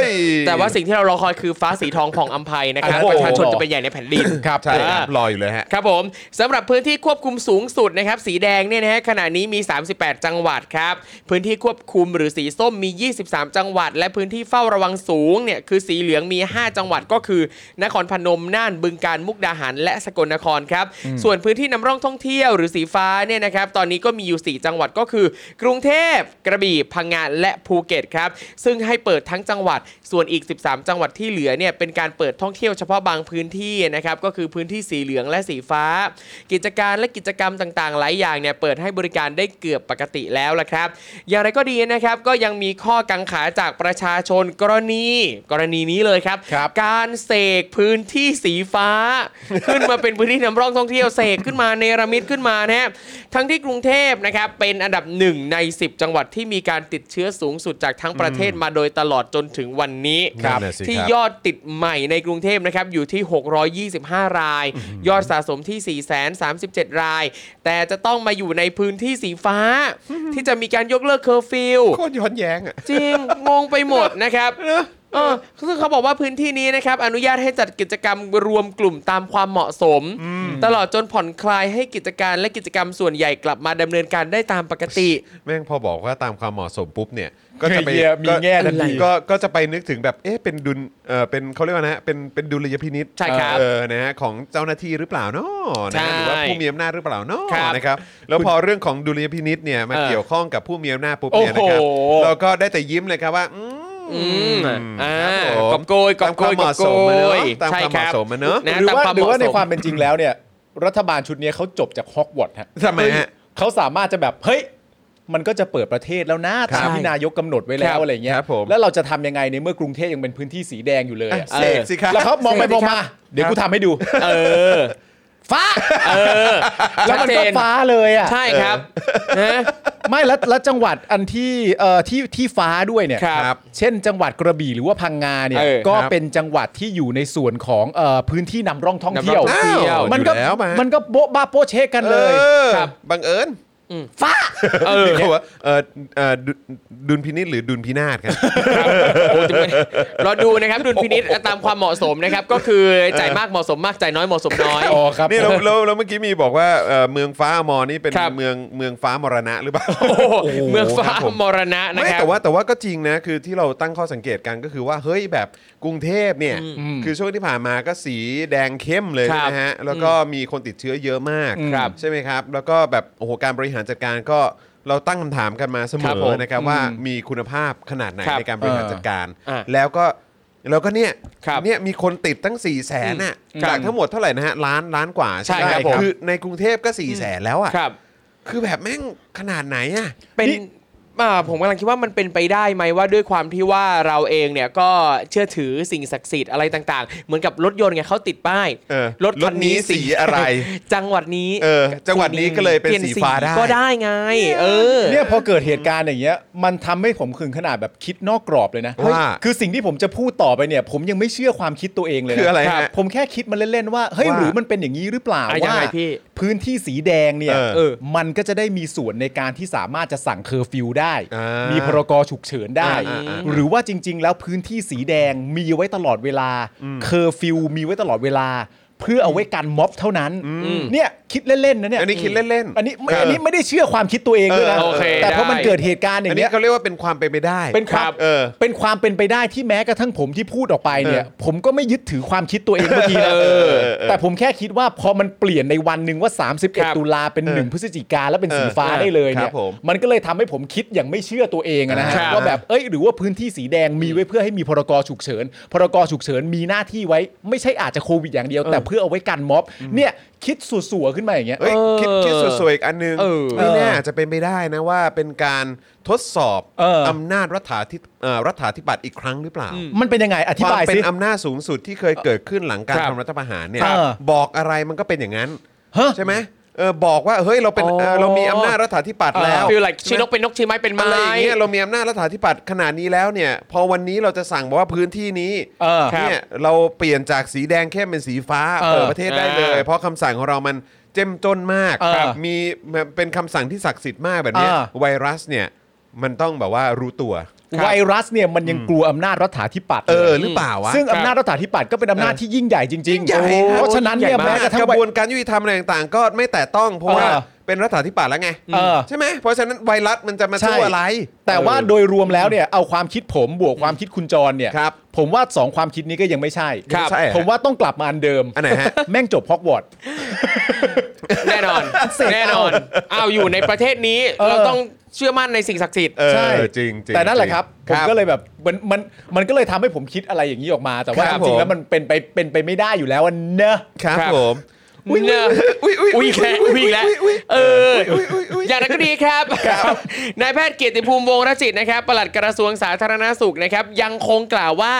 S1: อ
S2: ย
S1: แต่ว่าสิ่งที่เรารอคอยคือฟ้าสีทองผ่องอัมภัยนะครับ
S2: โอ้โห
S1: ประชาชนจะเป็นใหญ่ในแผ่นดิน
S2: ครับใช่ครับ
S1: เออ
S2: รออยู่เลยฮะ
S1: ครับผมสำหรับพื้นที่ควบคุมสูงสุดนะครับสีแดงเนี่ยนะฮะขณะนี้มี 38 จังหวัดครับ พื้นที่ควบคุมหรือสีส้มมี 23 จังหวัด และพื้นที่เฝ้าระวังสูงเนี่ยคือสีเหลืองมี 5 จังหวัดก็คือ นครพนมน่านบึงการมุกดาหารและสกลนครครับส่วนพื้นที่นำร่องท่องเที่ยวหรือสีฟ้าเนี่ยนะครับตอนนี้ก็มีอยู่ 4 จังหวัดก็คือ กรุงเทพกระบี่พังงาและภูเก็ตครับซึ่งให้เปิดทั้งจังหวัด ส่วนอีก 13 จังหวัดที่เหลือเนี่ยเป็นการเปิดท่องเที่ยวเฉพาะบางพื้นที่นะครับก็คือพื้นที่สีเหลืองและสีฟ้า กิจการและกิจกรรมต่างๆ หลายอย่างเนี่ยเปิดให้บริการได้เกือบปกติแล้วละครับ อย่างไรก็ดีนะครับก็ยังมีข้อกังขาจากประชาชนกรณี กรณีนี้เลยครับ
S3: ครับ
S1: การเสกพื้นที่สีฟ้า ขึ้นมาเป็นพื้นที่นำร่องท่องเที่ยวเสกขึ้นมาเนรมิตขึ้นมานะฮะทั้งที่กรุงเทพนะครับเป็นอันดับหนึ่งใน 10 จังหวัดที่มีการติดเชื้อสูงสุดจากทั้งประเทศมาโดยตลอดจนถึงวันนี้
S2: ครับ
S1: ครับ
S2: นั่นน่ะสิ
S1: ที่
S2: ครับ
S1: ยอดติดใหม่ในกรุงเทพนะครับอยู่ที่ 625 ราย ยอดสะสมที่ 437 ราย แต่จะต้องมาอยู่ในพื้นที่สีฟ้า ที่จะมีการยกเลิกเคอร์ฟิว
S2: โคตรย้อนแย้งอ่ะ
S1: จริง งงไปหมดนะครับเออซึ่งเขาบอกว่าพื้นที่นี้นะครับ อนุญาตให้จัดกิจกรรมรวมกลุ่มตามความเหมาะสม ตลอดจนผ่อนคลายให้กิจการและกิจกรรมส่วนใหญ่กลับมาดำเนินการได้ตามปกติ
S2: แม่งพอบอกว่าตามความเหมาะสมปุ๊บเนี่ย ก็จะไป
S3: เฮียมีแง่ทันที
S2: ก็ก็ก็จะไปนึกถึงแบบเอ๊ะเป็นดุลเออเป็นเขาเรียกว่านะฮะเป็นเป็นดุลยพินิษ
S1: ใช่ครับ
S2: เออนะฮะของเจ้าหน้าที่หรือเปล่าเนาะนะฮะหรือว่า
S1: ใช่
S2: ผู้มีอำนาจหรือเปล่าเนาะ
S1: ครับ
S2: นะครับแล้วพอเรื่องของดุลยพินิษเนี่ยมา
S1: เออ
S2: เกี่ยวข้องกับผู้มีอำนาจปุ๊บเนี่ยนะครับ
S3: โอ้โห
S2: เราก็ได้แต่ยิ้มเลยครับว่าอืม
S1: อืมอ่า
S2: ครับผม
S1: กอบโกยกอบโกยกอบโกย
S2: ตามความเหมาะสมอะเนอะ
S1: ใช่
S3: หรือ
S1: คบ
S3: ว่า
S1: ตมคม
S3: หรือว่าในความ
S1: เหมะส
S3: เป็นจริงแล้วเนี่ยรัฐบาลชุดเนี้ยเขาจบจากฮอกวอตส์ฮะ
S2: ทำไมฮะ
S3: เขาสามารถจะแบบเฮ้ยมันก็จะเปิดประเทศแล้วนะตามที่
S1: ใช่
S3: นายกกำหนดไว้
S1: ค
S3: แล้
S1: รั
S3: ว
S1: บ
S3: อะไรเงี้ย
S2: ครับผม
S3: แล้วเราจะทำยังไงในเมื่อกรุงเทพยังเป็นพื้นที่สีแดงอยู่เลยอะ
S2: เสกสิครับ
S3: แล้วเขามองไปมองมา เดี๋ยวกูทำให้ดู
S1: เออ
S3: ฟ้า
S1: เออ
S3: แล้วมันก็
S1: ชัดเจ
S3: ฟ้าเลยอ่ะ
S1: ใช่ครับนะ
S3: ไม่แล้วแล้วจังหวัดอันที่เอ่อที่ที่ฟ้าด้วยเนี่ย
S1: ครับ
S2: ครับ
S3: เช่น จังหวัดกระบี่หรือว่าพังงาเนี่ย
S1: เออ
S3: ก็
S2: ครับ
S3: เป็นจังหวัดที่อยู่ในส่วนของเอ่อพื้นที่นำร่องท่องเที่ยว
S1: นำร่องท่องเที่ยว
S2: อ้าว
S3: มันก็
S2: อยู่แล้วมา
S3: มันก็โบ๊ะบ้าโป๊ะเชะกันเลย
S2: ออ
S1: ครับ
S2: บังเอิญ
S3: ฟ้า
S1: เออ
S2: มีคนบอกว่าเออเอ่อดุดุลพินิษหรือดุลพินาศครับ
S1: ครับโอ้จะไม่เราดูนะครับดุลพินิษตามความเหมาะสมนะครับ ก็คือจ่ายมากเหมาะสมมากจ่ายน้อยเหมาะสมน้อย
S3: อ๋อครับ
S2: นี่เราเราเราเมื่อกี้มีบอกว่าเอ่อเมืองฟ้าอมอนี่เป็น
S1: ครับ
S2: เมืองเมืองฟ้ามรณะหรือเปล่า
S1: โอ้โหเมืองฟ้า
S2: ครับผม
S1: มรณะนะ
S2: ไม่
S1: ครับ
S2: แต่ว่าแต่ว่าก็จริงนะคือที่เราตั้งข้อสังเกตกันก็คือว่าเฮ้ยแบบกรุงเทพเนี่ยคือช่วงที่ผ่านมาก็สีแดงเข้มเลย
S1: ครับ
S2: นะฮะแล้วก็มีคนติดเชื้อเยอะมาก
S1: ครับ
S2: ใช่ไหมครับ แล้วก็แบบโอ้โหการบริหารจัดการก็เราตั้งคำถามกันมาเสม
S1: ครับผ
S2: อ
S1: ม
S2: นะครับว่ามีคุณภาพขนาดไหน
S1: ครับ
S2: ในการบริหารจัดการ
S1: อ่ะ
S2: แล้วก็แล้วก็เนี่ย
S1: ครับ
S2: เนี่ยมีคนติดตั้ง4ี่แสนน่ะ
S1: ครับ
S2: จากทั้งหมดเท่าไหร่นะฮะล้านล้านกว่า
S1: ใช่ครับผม
S2: คือในกรุงเทพก็4ี่แสนแล้วอ่ะ
S1: ครับ
S2: คือแบบแม่งขนาดไหนอ่ะ
S1: เป็น
S3: นี่
S1: อ่าผมกำลังคิดว่ามันเป็นไปได้ไหมว่าด้วยความที่ว่าเราเองเนี่ยก็เชื่อถือสิ่งศักดิ์สิทธิ์อะไรต่าง ๆ เหมือนกับรถยนต์ไงเขาติดป้าย
S2: เออ
S1: รถคันนี้
S2: รถนี้สีอะไร
S1: จังหวัดนี้
S2: เออ จังหวัดนี้ก็เลยเป็น
S1: ปย
S2: สีฟ้าได้
S1: ก็ได้ไง เออ
S3: เนี่ยพอเกิดเหตุการณ์อย่างเงี้ยมันทำให้ผมขึงขนาดแบบคิดนอกกรอบเลยนะ
S2: ว่า
S3: คือสิ่งที่ผมจะพูดต่อไปเนี่ย ผมยังไม่เชื่อความคิดตัวเองเลยน
S2: คืออะไรฮะ
S3: ผมแค่คิดมันเล่นๆว่าเฮ้ย
S2: ว่า
S3: หรือมันเป็นอย่างนี้หรือเปล่า
S1: อ่ะยัง
S3: ว่า
S1: ไงพี่
S3: พื้นที่สีแดงเนี่ย
S2: เออ
S1: เออ
S3: มันก็จะได้มีส่วนในการที่สามารถจะสั่งเคอร์ฟิวได้
S2: อ่ามี
S3: มีพรกฉุกเฉินได้
S2: อ่าอ่าอ่า
S3: หรือว่าจริง ๆ แล้วพื้นที่สีแดงมีไว้ตลอดเวลาเคอร์ฟิวมีไว้ตลอดเวลา เพื่อเอาไว้กันม็อบเท่านั้น
S1: ม
S3: เนี่ยคิดเล่นๆนะเนี่ย
S2: อันนี้คิดเล่นๆ
S3: อันนี้ไม่
S2: เ
S3: อันนี้ไม่ได้เชื่อความคิดตัวเองด้วยนะ
S1: เออโอเค
S3: แต่พอมัน
S1: ได้
S3: เกิดเหตุการณ์อ
S2: อัน
S3: ย่าง
S2: นี้
S3: เนี้ย
S2: เขาเรียกว่าเป็นความเป็นไปได้
S3: เป็นความ
S2: เออ
S3: เป็นความเป็นไปได้ที่แม้กระทั่งผมที่พูดออกไปเนี่ย
S2: เออ
S3: ผมก็ไม่ยึดถือความคิดตัวเองเมื่อกี้นะ
S2: เออเออเออ
S3: แต่ผมแค่คิดว่าพอมันเปลี่ยนในวันหนึ่งว่า
S1: ครับ
S3: 31 ตุลาเป็น
S2: เออ
S3: 1 พฤศจิกาแล้วเป็นสี
S2: เออ
S3: ฟ้าได้เลยเนี่
S2: ครั
S3: ย
S2: บผม
S3: มันก็เลยทำให้ผมคิดอย่างไม่เชื่อตัวเองอะนะฮะ
S1: ครับ
S3: ว่าแบบเอ้ยหรือว่าพื้นที่สีแดงมีไว้เพื่อให้มีพรกฉุกเฉินพรกฉุกเฉินมีหน้าที่ไว้ ไม่ใช่อาจจะโควิดอย่างเดียว แต่เพื่อเอาไว้กันม็อบเนี่ยคิดสัวๆขึ้นมาอย่างเงี้ย
S2: เอ้ย
S1: เออ
S2: คิดคิดสวยๆอีกอันนึง
S1: เออ
S2: ไม่แน่อาจจะเป็นไปได้นะว่าเป็นการทดสอบ
S3: เอออ
S2: นาจรัฐาธิเอ่อรัฐาธิปัตย์อีกครั้งหรือเปล่า
S3: มันเป็นยังไงอธิ
S2: ความ
S3: บาย
S2: เป็
S3: สิ
S2: นอำนาจสูงสุดที่เคยเกิดขึ้นหลังการ
S1: ครับ
S2: ทำรัฐประหารเนี่ย
S3: ครับ
S2: บอกอะไรมันก็เป็นอย่างนั้น
S3: ฮะ
S2: ใช่ไหมเออบอกว่าเฮ้ยเราเป็น
S1: อ๋อ
S2: เอ่อเรามีอำนาจรัฐาธิปัตย์แล้ว
S1: ฟีลไลค์
S2: ใช่
S1: ชี้
S2: ไหม
S1: นกเป็นนกชี้ไม้เป็นไม้
S2: อะไรอย่างเงี้ยเรามีอำนาจรัฐาธิปัตย์ขนาดนี้แล้วเนี่ยพอวันนี้เราจะสั่งบอกว่าพื้นที่นี้
S3: เออ
S2: เนี่ยเราเปลี่ยนจากสีแดงเข้มเป็นสีฟ้า
S3: เออ
S2: เปิดประเทศได้เลย
S1: อ่า
S2: เพราะคำสั่งของเรามันเจ้มจนมาก
S3: เออ
S2: ครับมีเป็นคำสั่งที่ศักดิ์สิทธิ์มากแบบเนี้ย
S3: เออ
S2: ไวรัสเนี่ยมันต้องแบบว่ารู้ตัว
S3: ไวรัสเนี่ยมันยังกลัวอำนาจรัฐาธิปัตย์
S2: เออ
S3: ลย
S2: หรือเปล่าวะ
S3: ซึ่งอำนาจรัฐาธิปัตย์ก็เป็นอำนาจที่ยิ่งใหญ่จริง
S2: ยิ่งใหญ่
S3: โอ้
S2: ครับ
S3: เพราะฉะนั้นเนี่ย
S1: ยิ่งใหญ่มาก
S3: แม้กระ
S2: ก
S3: ทั่ง
S2: ระ
S3: วั
S2: บวน นการยุติธรรมอะไรต่างๆ ก็ไม่แตะต้อง เพราะว่า
S3: เออ
S2: เป็นรัฐาธิปัตย์แล้วไง
S3: เออ
S2: ใช่ไหมเพราะฉะนั้นไวรัสมันจะมา
S3: ใช่
S2: สู้อะไร
S3: แต่ว่าโดยรวมแล้วเนี่ยเอาความคิดผมบวกความคิดคุณจรเนี่ย
S2: ครับ
S3: ผมว่าสองความคิดนี้ก็ยังไม่ใช่
S2: ครับใช่ฮะ
S3: ผมว่าต้องกลับมาอันเดิม
S2: อันไหนฮะ
S3: แม่งจบฮอกวอตส์
S1: แน่นอนแน่นอนเอาอยู่ในประเทศนี้
S3: เออ
S1: เราต้องเชื่อมั่นในสิ่งศักดิ์สิทธิ์
S2: เออ
S3: ใช่
S2: จริงๆ
S3: แต่นั่นแหละครับ
S2: ค
S3: ผ
S2: รั
S3: ม
S2: บ
S3: ก็เลยแบบมันมันมันก็เลยทำให้ผมคิดอะไรอย่างนี้ออกมา แต่ว่า
S2: ครั
S3: จ
S2: บ
S3: ริ
S2: ผ
S3: งๆ
S2: ม
S3: แล้วมันเป็นไปเป็นไปไม่ได้อยู่แล้วอะเนอะ
S2: ครับ
S1: ครับ
S2: ผม
S1: เนอะ
S2: อุ้ยอุ้ย
S1: อุ้ยแค่วิ่งแล้ว
S2: อุ้ย
S1: เอออ
S2: อุ๊ยอุ๊ย
S1: อย่างนั้นก็ดีครับนายแพทย์เกียรติภูมิวงศ์รจิตนะครับปลัดกระทรวงสาธารณสุขนะครับยังคงกล่าวว่า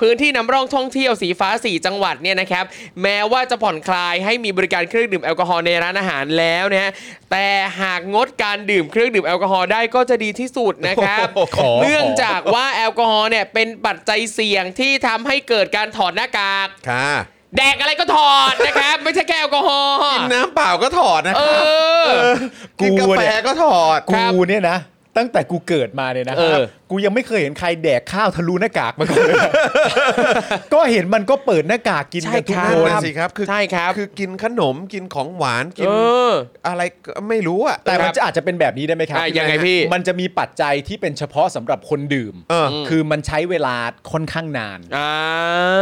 S1: พื้นที่นำร่องท่องเที่ยวสีฟ้า 4 จังหวัดเนี่ยนะครับแม้ว่าจะผ่อนคลายให้มีบริการเครื่องดื่มแอลกอฮอล์ในร้านอาหารแล้วนะฮะแต่หากงดการดื่มเครื่องดื่มแอลกอฮอล์ได้ก็จะดีที่สุดนะครับ
S3: โอ้โหขอ
S1: เนื่องจากว่าแอลกอฮอล์เนี่ยเป็นปัจจัยเสี่ยงที่ทำให้เกิดการถอดหน้ากาก
S2: ค่ะ
S1: แดกอะไรก็ถอด <laughs> นะครับไม่ใช่แค่แอลกอฮอล์
S2: กินน้ำเปล่าก็ถอดนะ
S1: เอ
S2: ครับ
S1: อ
S2: เออกินกาแฟก็ถอด
S1: ครับ
S3: กูเนี่ยนะ ตั้งแต่กูเกิดมาเนี่ยนะ
S1: เออ
S3: กูยังไม่เคยเห็นใครแดกข้าวทะลุหน้ากากมาก่อนเลยนะ ก็เห็นมันก็เปิดหน้ากากกิน
S1: ใช่
S3: กันทุก
S1: ครับ
S3: ค
S2: นั่น
S3: น
S2: นะสิครับคือ
S1: ใช่ครับ
S2: คือกินขนมกินของหวานกิน
S1: เออ
S2: อะไรก็ไม่รู้อะ
S3: แต่
S1: ค
S3: มั
S1: รั
S3: น
S1: บ
S3: จะอาจจะเป็นแบบนี้ได้ไหมครับ
S1: อ่ะยังไงพี่
S3: มันจะมีปัจจัยที่เป็นเฉพาะสำหรับคนดื่ม
S2: เออ
S3: คือมันใช้เวลาค่อนข้างนาน
S1: อ่า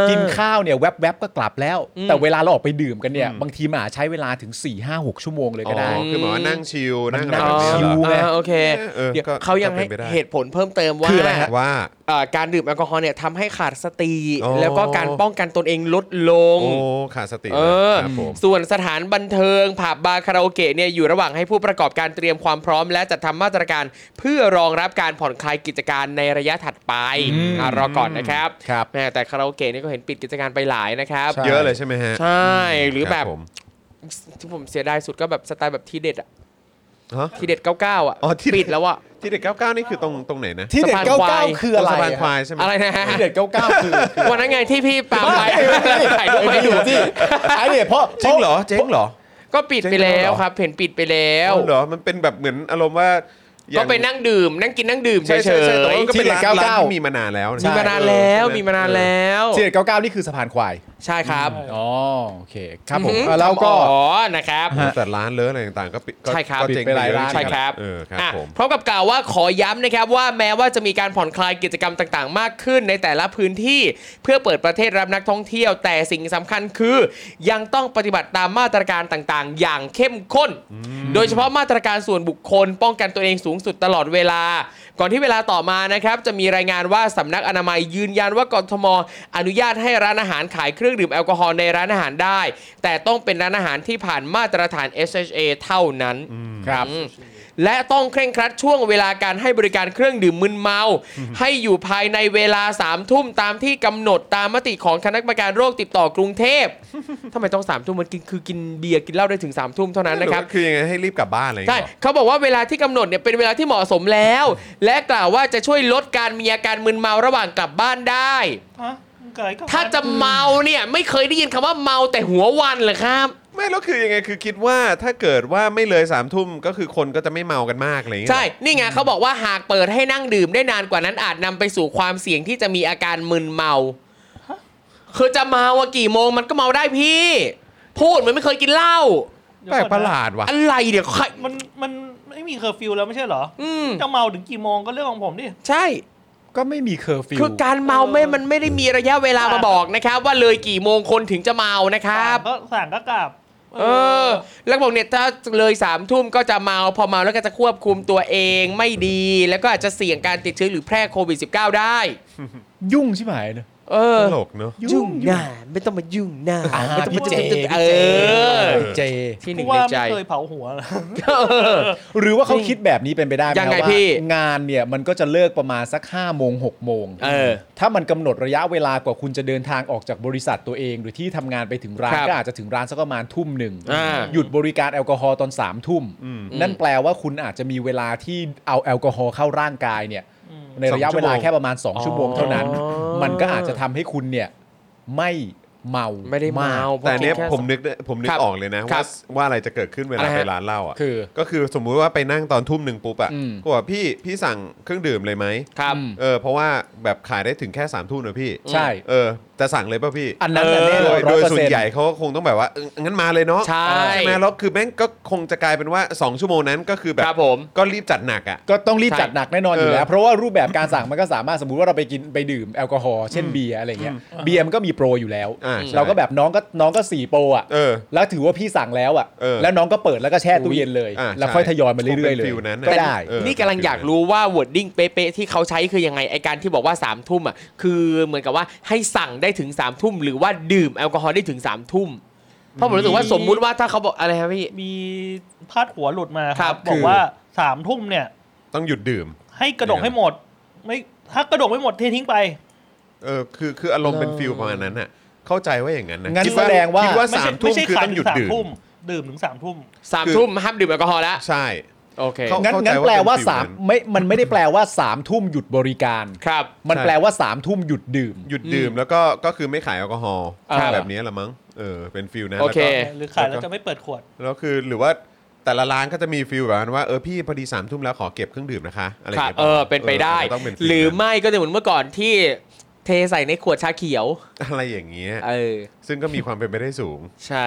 S3: กินข้าวเนี่ยแวบๆก็กลับแล้ว
S1: อืม
S3: แต่เวลาเราออกไปดื่มกันเนี่ย บางทีมันอาจใช้เวลาถึง 4 5 6 ชั่วโมงเลยก็ได้
S2: อ๋อคือหมายว่านั่งชิลนั่งอะไร
S3: มัน
S2: แบบนี้
S3: นั่งชิ
S2: เหรอ
S3: ลไง
S1: าโอเค
S2: เออ
S1: เดี๋ยว
S2: ก็
S1: เขายัง
S2: ก็เป็นไป
S1: ให้
S2: ได้
S1: เหตุผลเพิ่มเติมว่า
S3: คืออะไรฮะ
S2: ว่า
S1: เอ่อการดื่มแอลกอฮอล์เนี่ยทำให้ขาดสติ
S2: อ๋อ
S1: แล้วก็การป้องกันตนเองลดลง
S2: โอ้ขาดสติ
S1: เออ
S2: ครับผม
S1: ส่วนสถานบันเทิงผับบาร์คาราโอเกะเนี่ยอยู่ระหว่างให้ผู้ประกอบการเตรียมความพร้อม และจัดทำมาตรการเพื่อรองรับการผ่อนคลายกิจการในระยะถัดไปอ่ะรอก่อนนะครับ
S3: ครับ
S1: แม่แต่คาราโอเกะเนี่ยก็เห็นปิดกิจการไปหลายนะครับ
S3: ใช่
S2: เยอะเลยใช่ไหมฮะ
S1: ใช่หรือ
S2: ค
S1: แบบ
S2: ผม
S1: ที่ผมเสียดายสุดก็แบบสไตล์แบบทีเด็ดอะ
S2: ฮะ
S1: ทีเด็ด99อะ
S2: อ๋อที่เด็ด
S1: ปิดแล้วอะ
S2: ที่เด็ก99 นี่คือตรงตรงไหนนะ
S3: ที่เด็ด
S1: สะพาน
S3: เก้า
S1: ควา
S3: เก้าย คืออะไร
S2: สะพาน
S3: อะ
S2: ควายใช่ไหม
S1: อะไรนะฮะ
S3: ที่เด็ดเก้าเก้าคือ
S1: วันนั้นไงที่พี่ปาล์มไป
S3: ไม่ไม่ไม่
S1: ถ่ายรูป
S3: ไม่
S1: ไป
S3: อ
S1: อยู่ ยู่
S3: ที่ไอ้เนี่ยเพราะ
S2: จริงเหรอเจ๊งเหรอ
S1: ก็ปิดไปแล้วครับเห็นปิดไปแล้ว
S2: อ๋อเหรอ มันเป็นแบบเหมือนอารมณ์ว่าอย่า
S1: ก็ไปนั่งดื่ม นั่งกินนั่งดื่มเฉ
S2: ใช่
S1: ย
S2: ใช่ใช่แต่ว่ามันก็
S1: ๆ
S2: เป็นร้านร้านที่มีมานานแล้วนะ
S1: มีมานานแล้ว
S2: เออ
S1: มีมานานแล้ว
S3: ที่เด็ดเก้าเก้านี่คือสะพานควาย
S1: ใช่ครับ
S3: อ๋อโอเคครับผม
S1: อืม
S3: เออแล้วก็
S1: อ๋อนะครับ
S2: แต่ร้านเลอะอะไรต่างๆ ก็ปิดก็
S1: ใช่ครับ
S2: ก็เจ๊งไปเยอะ
S3: ปิดไปหลายร้าน
S1: ใช่ครับ
S2: เออครับ
S1: อ่ะ
S2: ผม
S1: พร้อมกับกล่าวว่าขอย้ำนะครับว่าแม้ว่าจะมีการผ่อนคลายกิจกรรมต่างๆ มากขึ้นในแต่ละพื้นที่ เพื่อเปิดประเทศรับนักท่องเที่ยว แต่สิ่งสำคัญคือ ยังต้องปฏิบัติตามมาตรการต่างๆ อย่างเข้มข้น โดยเฉพาะมาตรการส่วนบุคคล ป้องกันตัวเองสูงสุดตลอดเวลา ก่อนที่เวลาต่อมานะครับจะมีรายงานว่าสำนักอนามัยยืนยันว่ากทมอนุญาตให้ร้านอาหารขายเครื่องดื่มแอลกอฮอล์ในร้านอาหารได้ แต่ต้องเป็นร้านอาหารที่ผ่านมาตรฐาน SHA เท่านั้น
S3: ครับ
S1: อืม และต้องเคร่งครัดช่วงเวลาการให้บริการเครื่องดื่มมึนเมา ให้อยู่ภายในเวลา3ามทุ่มตามที่กำหนดตามมติของคณะกรรมการโรคติดต่อกรุงเท
S2: <laughs>
S1: พทำไมต้อง3ามทุ่มมันกินคือกินเบียร์กินเหล้าได้ถึง3ามทุ่มเท่านั้นนะครับ
S2: คือยังไงให้รีบกลับบ้านอะไรอย่าง
S1: ใช่
S2: เงี้ยเหรอ
S1: เขาบอกว่าเวลาที่กำหนดเนี่ยเป็นเวลาที่เหมาะสมแล้ว และกล่าวว่าจะช่วยลดการมีอาการมึนเมาระหว่างกลับบ้านได้
S4: ฮะมึงเกิดก็
S1: ถ้าจะเมาเนี่ยไม่เคยได้ยินคำว่าเมาแต่หัววันเหรอครับ
S2: ไม่แล้วคือยังไงคือคิดว่าถ้าเกิดว่าไม่เลยสามทุ่มก็คือคนก็จะไม่เมากันมากอะไรอย่างเงี้ย
S1: ใช่
S2: เหรอ
S1: นี่ไงเขาบอกว่าหากเปิดให้นั่งดื่มได้นานกว่านั้นอาจนำไปสู่ความเสี่ยงที่จะมีอาการมึนเมา คือจะเมาอะกี่โมงมันก็เมาได้พี่ พูดเหมือนไม่เคยกินเหล้า
S4: เดี๋ยว
S2: แปลก
S4: ก่อนน
S2: ประหลาดว่ะ
S1: อะไรเดี๋ยวใคร
S4: มันมันไม่มีเคอร์ฟิวแล้วไม่ใช่เหรอ
S1: อืม
S4: จะเมาถึงกี่โมงก็เรื่องของผมดิ
S1: ใช่
S3: ก็ไม่มีเคอร์ฟิว
S1: คือการเมาไม่ มันไม่ได้มีระยะเวลามาบอกนะครับ ว่าเลยกี่โมงคนถึงจะเมานะครับ
S4: สั่งก็สั่งก็กลับ
S1: เออ แล้วบอกเนี่ยถ้าเลยสามทุ่มก็จะเมาพอเมาแล้วก็จะควบคุมตัวเองไม่ดี แล้วก็อาจจะเสี่ยงการติดเชื้อหรือแพร่โควิด -19 ได้
S3: ยุ่งใช่ไหมเนอะ
S1: เออ
S2: ตลกเนอะ
S1: ยุ่งหน้าไม่ต้องมายุ่งหน้าไม่ต้องมาเจ็บเออ
S3: พี่เจ
S1: ที่ห
S4: เพ
S1: นึ่ง
S4: ราะว่า
S1: ในใจ
S4: ไม่เคยเผาหัว <laughs> เลย
S3: หรือว่าเขาคิดแบบนี้เป็นไปได้ไหม
S1: ยังไง
S3: ว่า
S1: พี่
S3: งานเนี่ยมันก็จะเลิกประมาณสัก5้าโมงหกโมง
S1: เออ
S3: ถ้ามันกำหนดระยะเวลากว่าคุณจะเดินทางออกจากบริษัทตัวเอง หรือที่ทำงานไปถึงร้าน
S1: ครับ
S3: ก็อาจจะถึงร้านสักประมาณทุ่มหนึ่ง
S1: อ่า
S3: หยุดบริการแอลกอฮอล์ตอน3ามทุ่ม นั่นแปลว่าคุณอาจจะมีเวลาที่เอาแอลกอฮอล์เข้าร่างกายเนี่ยในระยะเวลาแค่ประมาณ 2 ชั่วโมงเท่านั้น
S1: อ๋อ
S3: มันก็อาจจะทำให้คุณเนี่ยไม่เมา
S1: ไม่ได้เมาก พราะ
S2: แต่เนี้ย
S1: กิแค่
S2: ผมนึกได้ผมนึก
S1: ครับ
S2: ออกเลยนะ
S1: ครั
S2: ว่า
S1: บ
S2: ว่าอะไรจะเกิดขึ้นเวลา
S1: อะไรฮะ
S2: ไปร้านเหล้าอ่ะ
S3: คือ
S2: ก็คือสมมุติว่าไปนั่งตอนทุ่มหนึ่งปุ๊บอ่ะ
S3: อืม
S2: ก็บอกว่าพี่พี่สั่งเครื่องดื่มเลยไหม
S1: ครับ
S2: เออเพราะว่าแบบขายได้ถึงแค่สามทุ่มนะพี่
S3: ใช่
S2: เออจะสั่งเลยป่ะพี่
S3: อันนั้นน่ะ
S1: เออ
S3: แน่น
S2: โด
S3: อน
S2: ย
S3: ร้
S2: โด
S3: อย
S2: ย
S3: เปอร์
S2: ส่วน
S3: เซ็นต์
S2: ใหญ่เขาก็คงต้องแบบว่าเอองั้นมาเลยเนาะ
S1: ใช่
S2: ไหมแล้วคือแม่งก็คงจะกลายเป็นว่า 2 ชั่วโมงนั้นก็คือแบ
S1: ครับ บผม
S2: ก็รีบจัดหนักอ่ะ
S3: ก็ต้องรีบจัดหนักแน่นอน
S2: เอออ
S3: อยู่แล้ว เพราะว่ารูปแบบการสั่งมันก็สามารถสมมติว่าเราไปกินไปดื่มแอลกอฮอล์เช่นเบียร์อะไรเงี้ยเบียร์มันก็มีโปรอยู่แล้ว
S2: อ่าใช่
S3: เราก็แบบน้องก็น้องก็สี่โปรอ่ะ
S2: เออ
S3: แล้วถือว่าพี่สั่งแล้วอ่ะ
S2: เออ
S3: แล้วน้องก็เปิดแล้วก็แช่ตู้เย็นเลย
S2: อ่า
S3: แล้วค่อยทยอยมาเรื่อย
S2: ค
S3: ๆ
S2: งเป็
S3: เล
S2: น
S3: ย
S2: ฟิลนั้นน่ะ
S3: ก็ได้
S2: เออ
S1: นี่กำลังอยากรู้ว่าวอร์ดดิ้งเป๊ะๆที่เขาใช้คือยังไงไอการที่บอกว่า3ามทุ่มอ่ะคือเหมือนกับว่าให้สั่งได้ถึง3ามทุ่มหรือว่าดื่มแอลกอฮอล์ได้ถึง3ามทุ่มเพราะผมรู้สึกว่าสมมุติว่าถ้าเขาบอกอะไรครับพี่
S4: มีพาดหัวหลุดมาค
S1: ครั
S4: รับ บ บอกว่าสามทุ่มเนี่ย
S2: ต้องหยุดดื่ม
S4: ให้กระดกให้หมด ไม่ถ้ากระดกไม่หมดเททิ้งไป
S2: เออคือคืออารมณ์เป็นฟิลประมาณนั้นอ่ะเข้าใจว่าอย่างนั้นนะ
S3: งั้น
S2: คิ
S3: แสดงว่า
S2: คิดว่า
S4: ไม่
S2: สา
S4: ใช่
S2: มทุ่
S4: ไม่
S2: ม
S4: ใช่
S2: คือ
S4: ขาย
S2: ต้องห
S4: ถึ
S2: ยุด
S4: งสาม
S2: ดื่ม
S4: ทุ่มดื่มถึงสามทุ่ม
S1: สาม
S2: คือ
S1: ทุ่มห้ามดื่มแอลกอฮอล์แล้ว
S2: ใช่
S1: โอเค
S2: เขา
S3: งั้น
S2: ข้ใจ
S3: งั้นแปลว่า
S2: ว่าเป็นฟิล
S3: สาม
S2: นั้น
S3: ไม่มันไม่ได้แปลว่าสามทุ่มหยุดบริการ
S1: ครับ
S3: มันแปลว่าสามทุ่มหยุดดื่ม
S2: หยุดดื่มแล้วก็ก็คือไม่ขายแอลกอฮอล์
S1: ครับ
S2: แบบนี้ละมั้งเออเป็นฟิลนะ
S1: โอเค
S2: แล้วก็
S4: หรือขายแล้วจะไม่เปิดขวด
S2: แล้วคือหรือว่าแต่ละร้านก็จะมีฟิลแบบนั้นว่าเออพี่พอดีสามทุ่มแล้วขอเก็บเครื่องดื่มนะคะอะไร
S1: ครับ
S2: ย่างงี้ย
S1: เออเป็นไปได้
S2: เออต้องเป็นฟิล
S1: หรือ
S2: นั้น
S1: ไม่ก็จะเหมือนเมื่อก่อนที่เทใส่ในขวดชาเขียว
S2: <laughs> อะไรอย่างเงี้ย
S1: เออ
S2: ซึ่งก็มีความเป็นไปได้สูง
S1: ใช่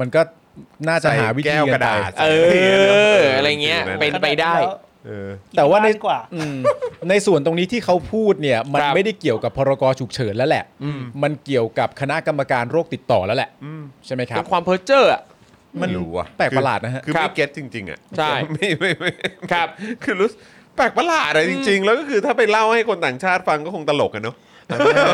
S3: มันก็น่าจะ
S2: ใส่
S3: หาวิ
S2: แก้
S3: ธี
S2: วก
S3: กั
S2: ระ
S3: นไป
S2: ดาษ
S1: เอออะไรเงี้ย
S2: ฟิลนั้น
S1: เป็นไปได้
S2: เออ
S3: แต่ว่าใน
S4: บ้านกว่า
S3: อืมในส่วนตรงนี้ที่เขาพูดเนี่ยมัน
S1: ครับ
S3: ไม่ได้เกี่ยวกับพรกฉุกเฉินแล้วแหละ มันเกี่ยวกับคณะกรรมการโรคติดต่อแล้วแหละ
S2: อืม
S3: ใช่ไหมครั
S1: เป็
S3: บ
S1: นความเพ้อเจ้ออะ
S2: ไม่รู้ว่ะ
S3: แปลกประหลาดนะฮะ
S2: คือ
S1: ครั
S2: ไม่
S1: บ
S2: เก็ตจริง ๆ อ่ะ
S1: ใช่
S2: ไม่ไม่ไม่
S1: ครับ
S2: คือรู้สึกแปลกประหลาดอะไรจริง ๆ แล้วก็คือถ้าไปเล่าให้คนต่างชาติฟังก็คงตลกกันเนาะ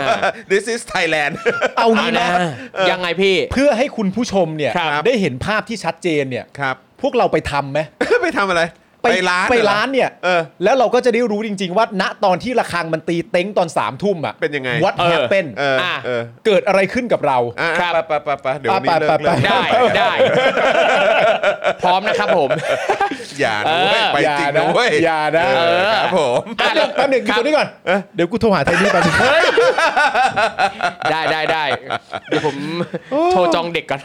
S2: <laughs> This is Thailand
S3: เอา
S1: เอา
S3: งี้
S1: นะ
S3: นะ
S1: ยังไงพี่
S3: เพื่อให้คุณผู้ชมเนี่ย
S1: ครับ
S3: ได้เห็นภาพที่ชัดเจนเนี่ย
S2: ครับ
S3: พวกเราไปทำไหม
S2: ไปทำอะไร ไปร้าน
S3: ไป
S2: เหอ
S3: ร้านเนี่ย
S2: เออ
S3: แล้วเราก็จะได้รู้จริง ๆ ว่าณตอนที่ระฆังมันตีเต็งตอนสามทุ่มอ่ะ
S2: เป็นยังไง
S3: วัด
S1: เออ
S3: แฮปเป็น
S2: เออเออ
S3: เกิดอะไรขึ้นกับเรา
S2: อ่ะ
S1: ครับ
S2: ไปไปไปไปเดี๋ยววันนี้เลิก
S3: ไปไป
S2: เลิก
S3: ป
S2: <laughs>
S1: ได้ได้ พร้อมนะครับผม
S2: อย่านะเว้ย
S1: เออ
S2: ไปจริงนะเว้ย
S3: อย่านะ
S2: เออครับผม
S3: แป๊บหนึงแป๊บหนึงอยู่ตรงนี้ก่อนเดี๋ยวกูโทรหาไทยนี่ไปบหนึ่ง
S1: ได้ได้ได้เดี๋ยวผมโทรจองเด็กก่อน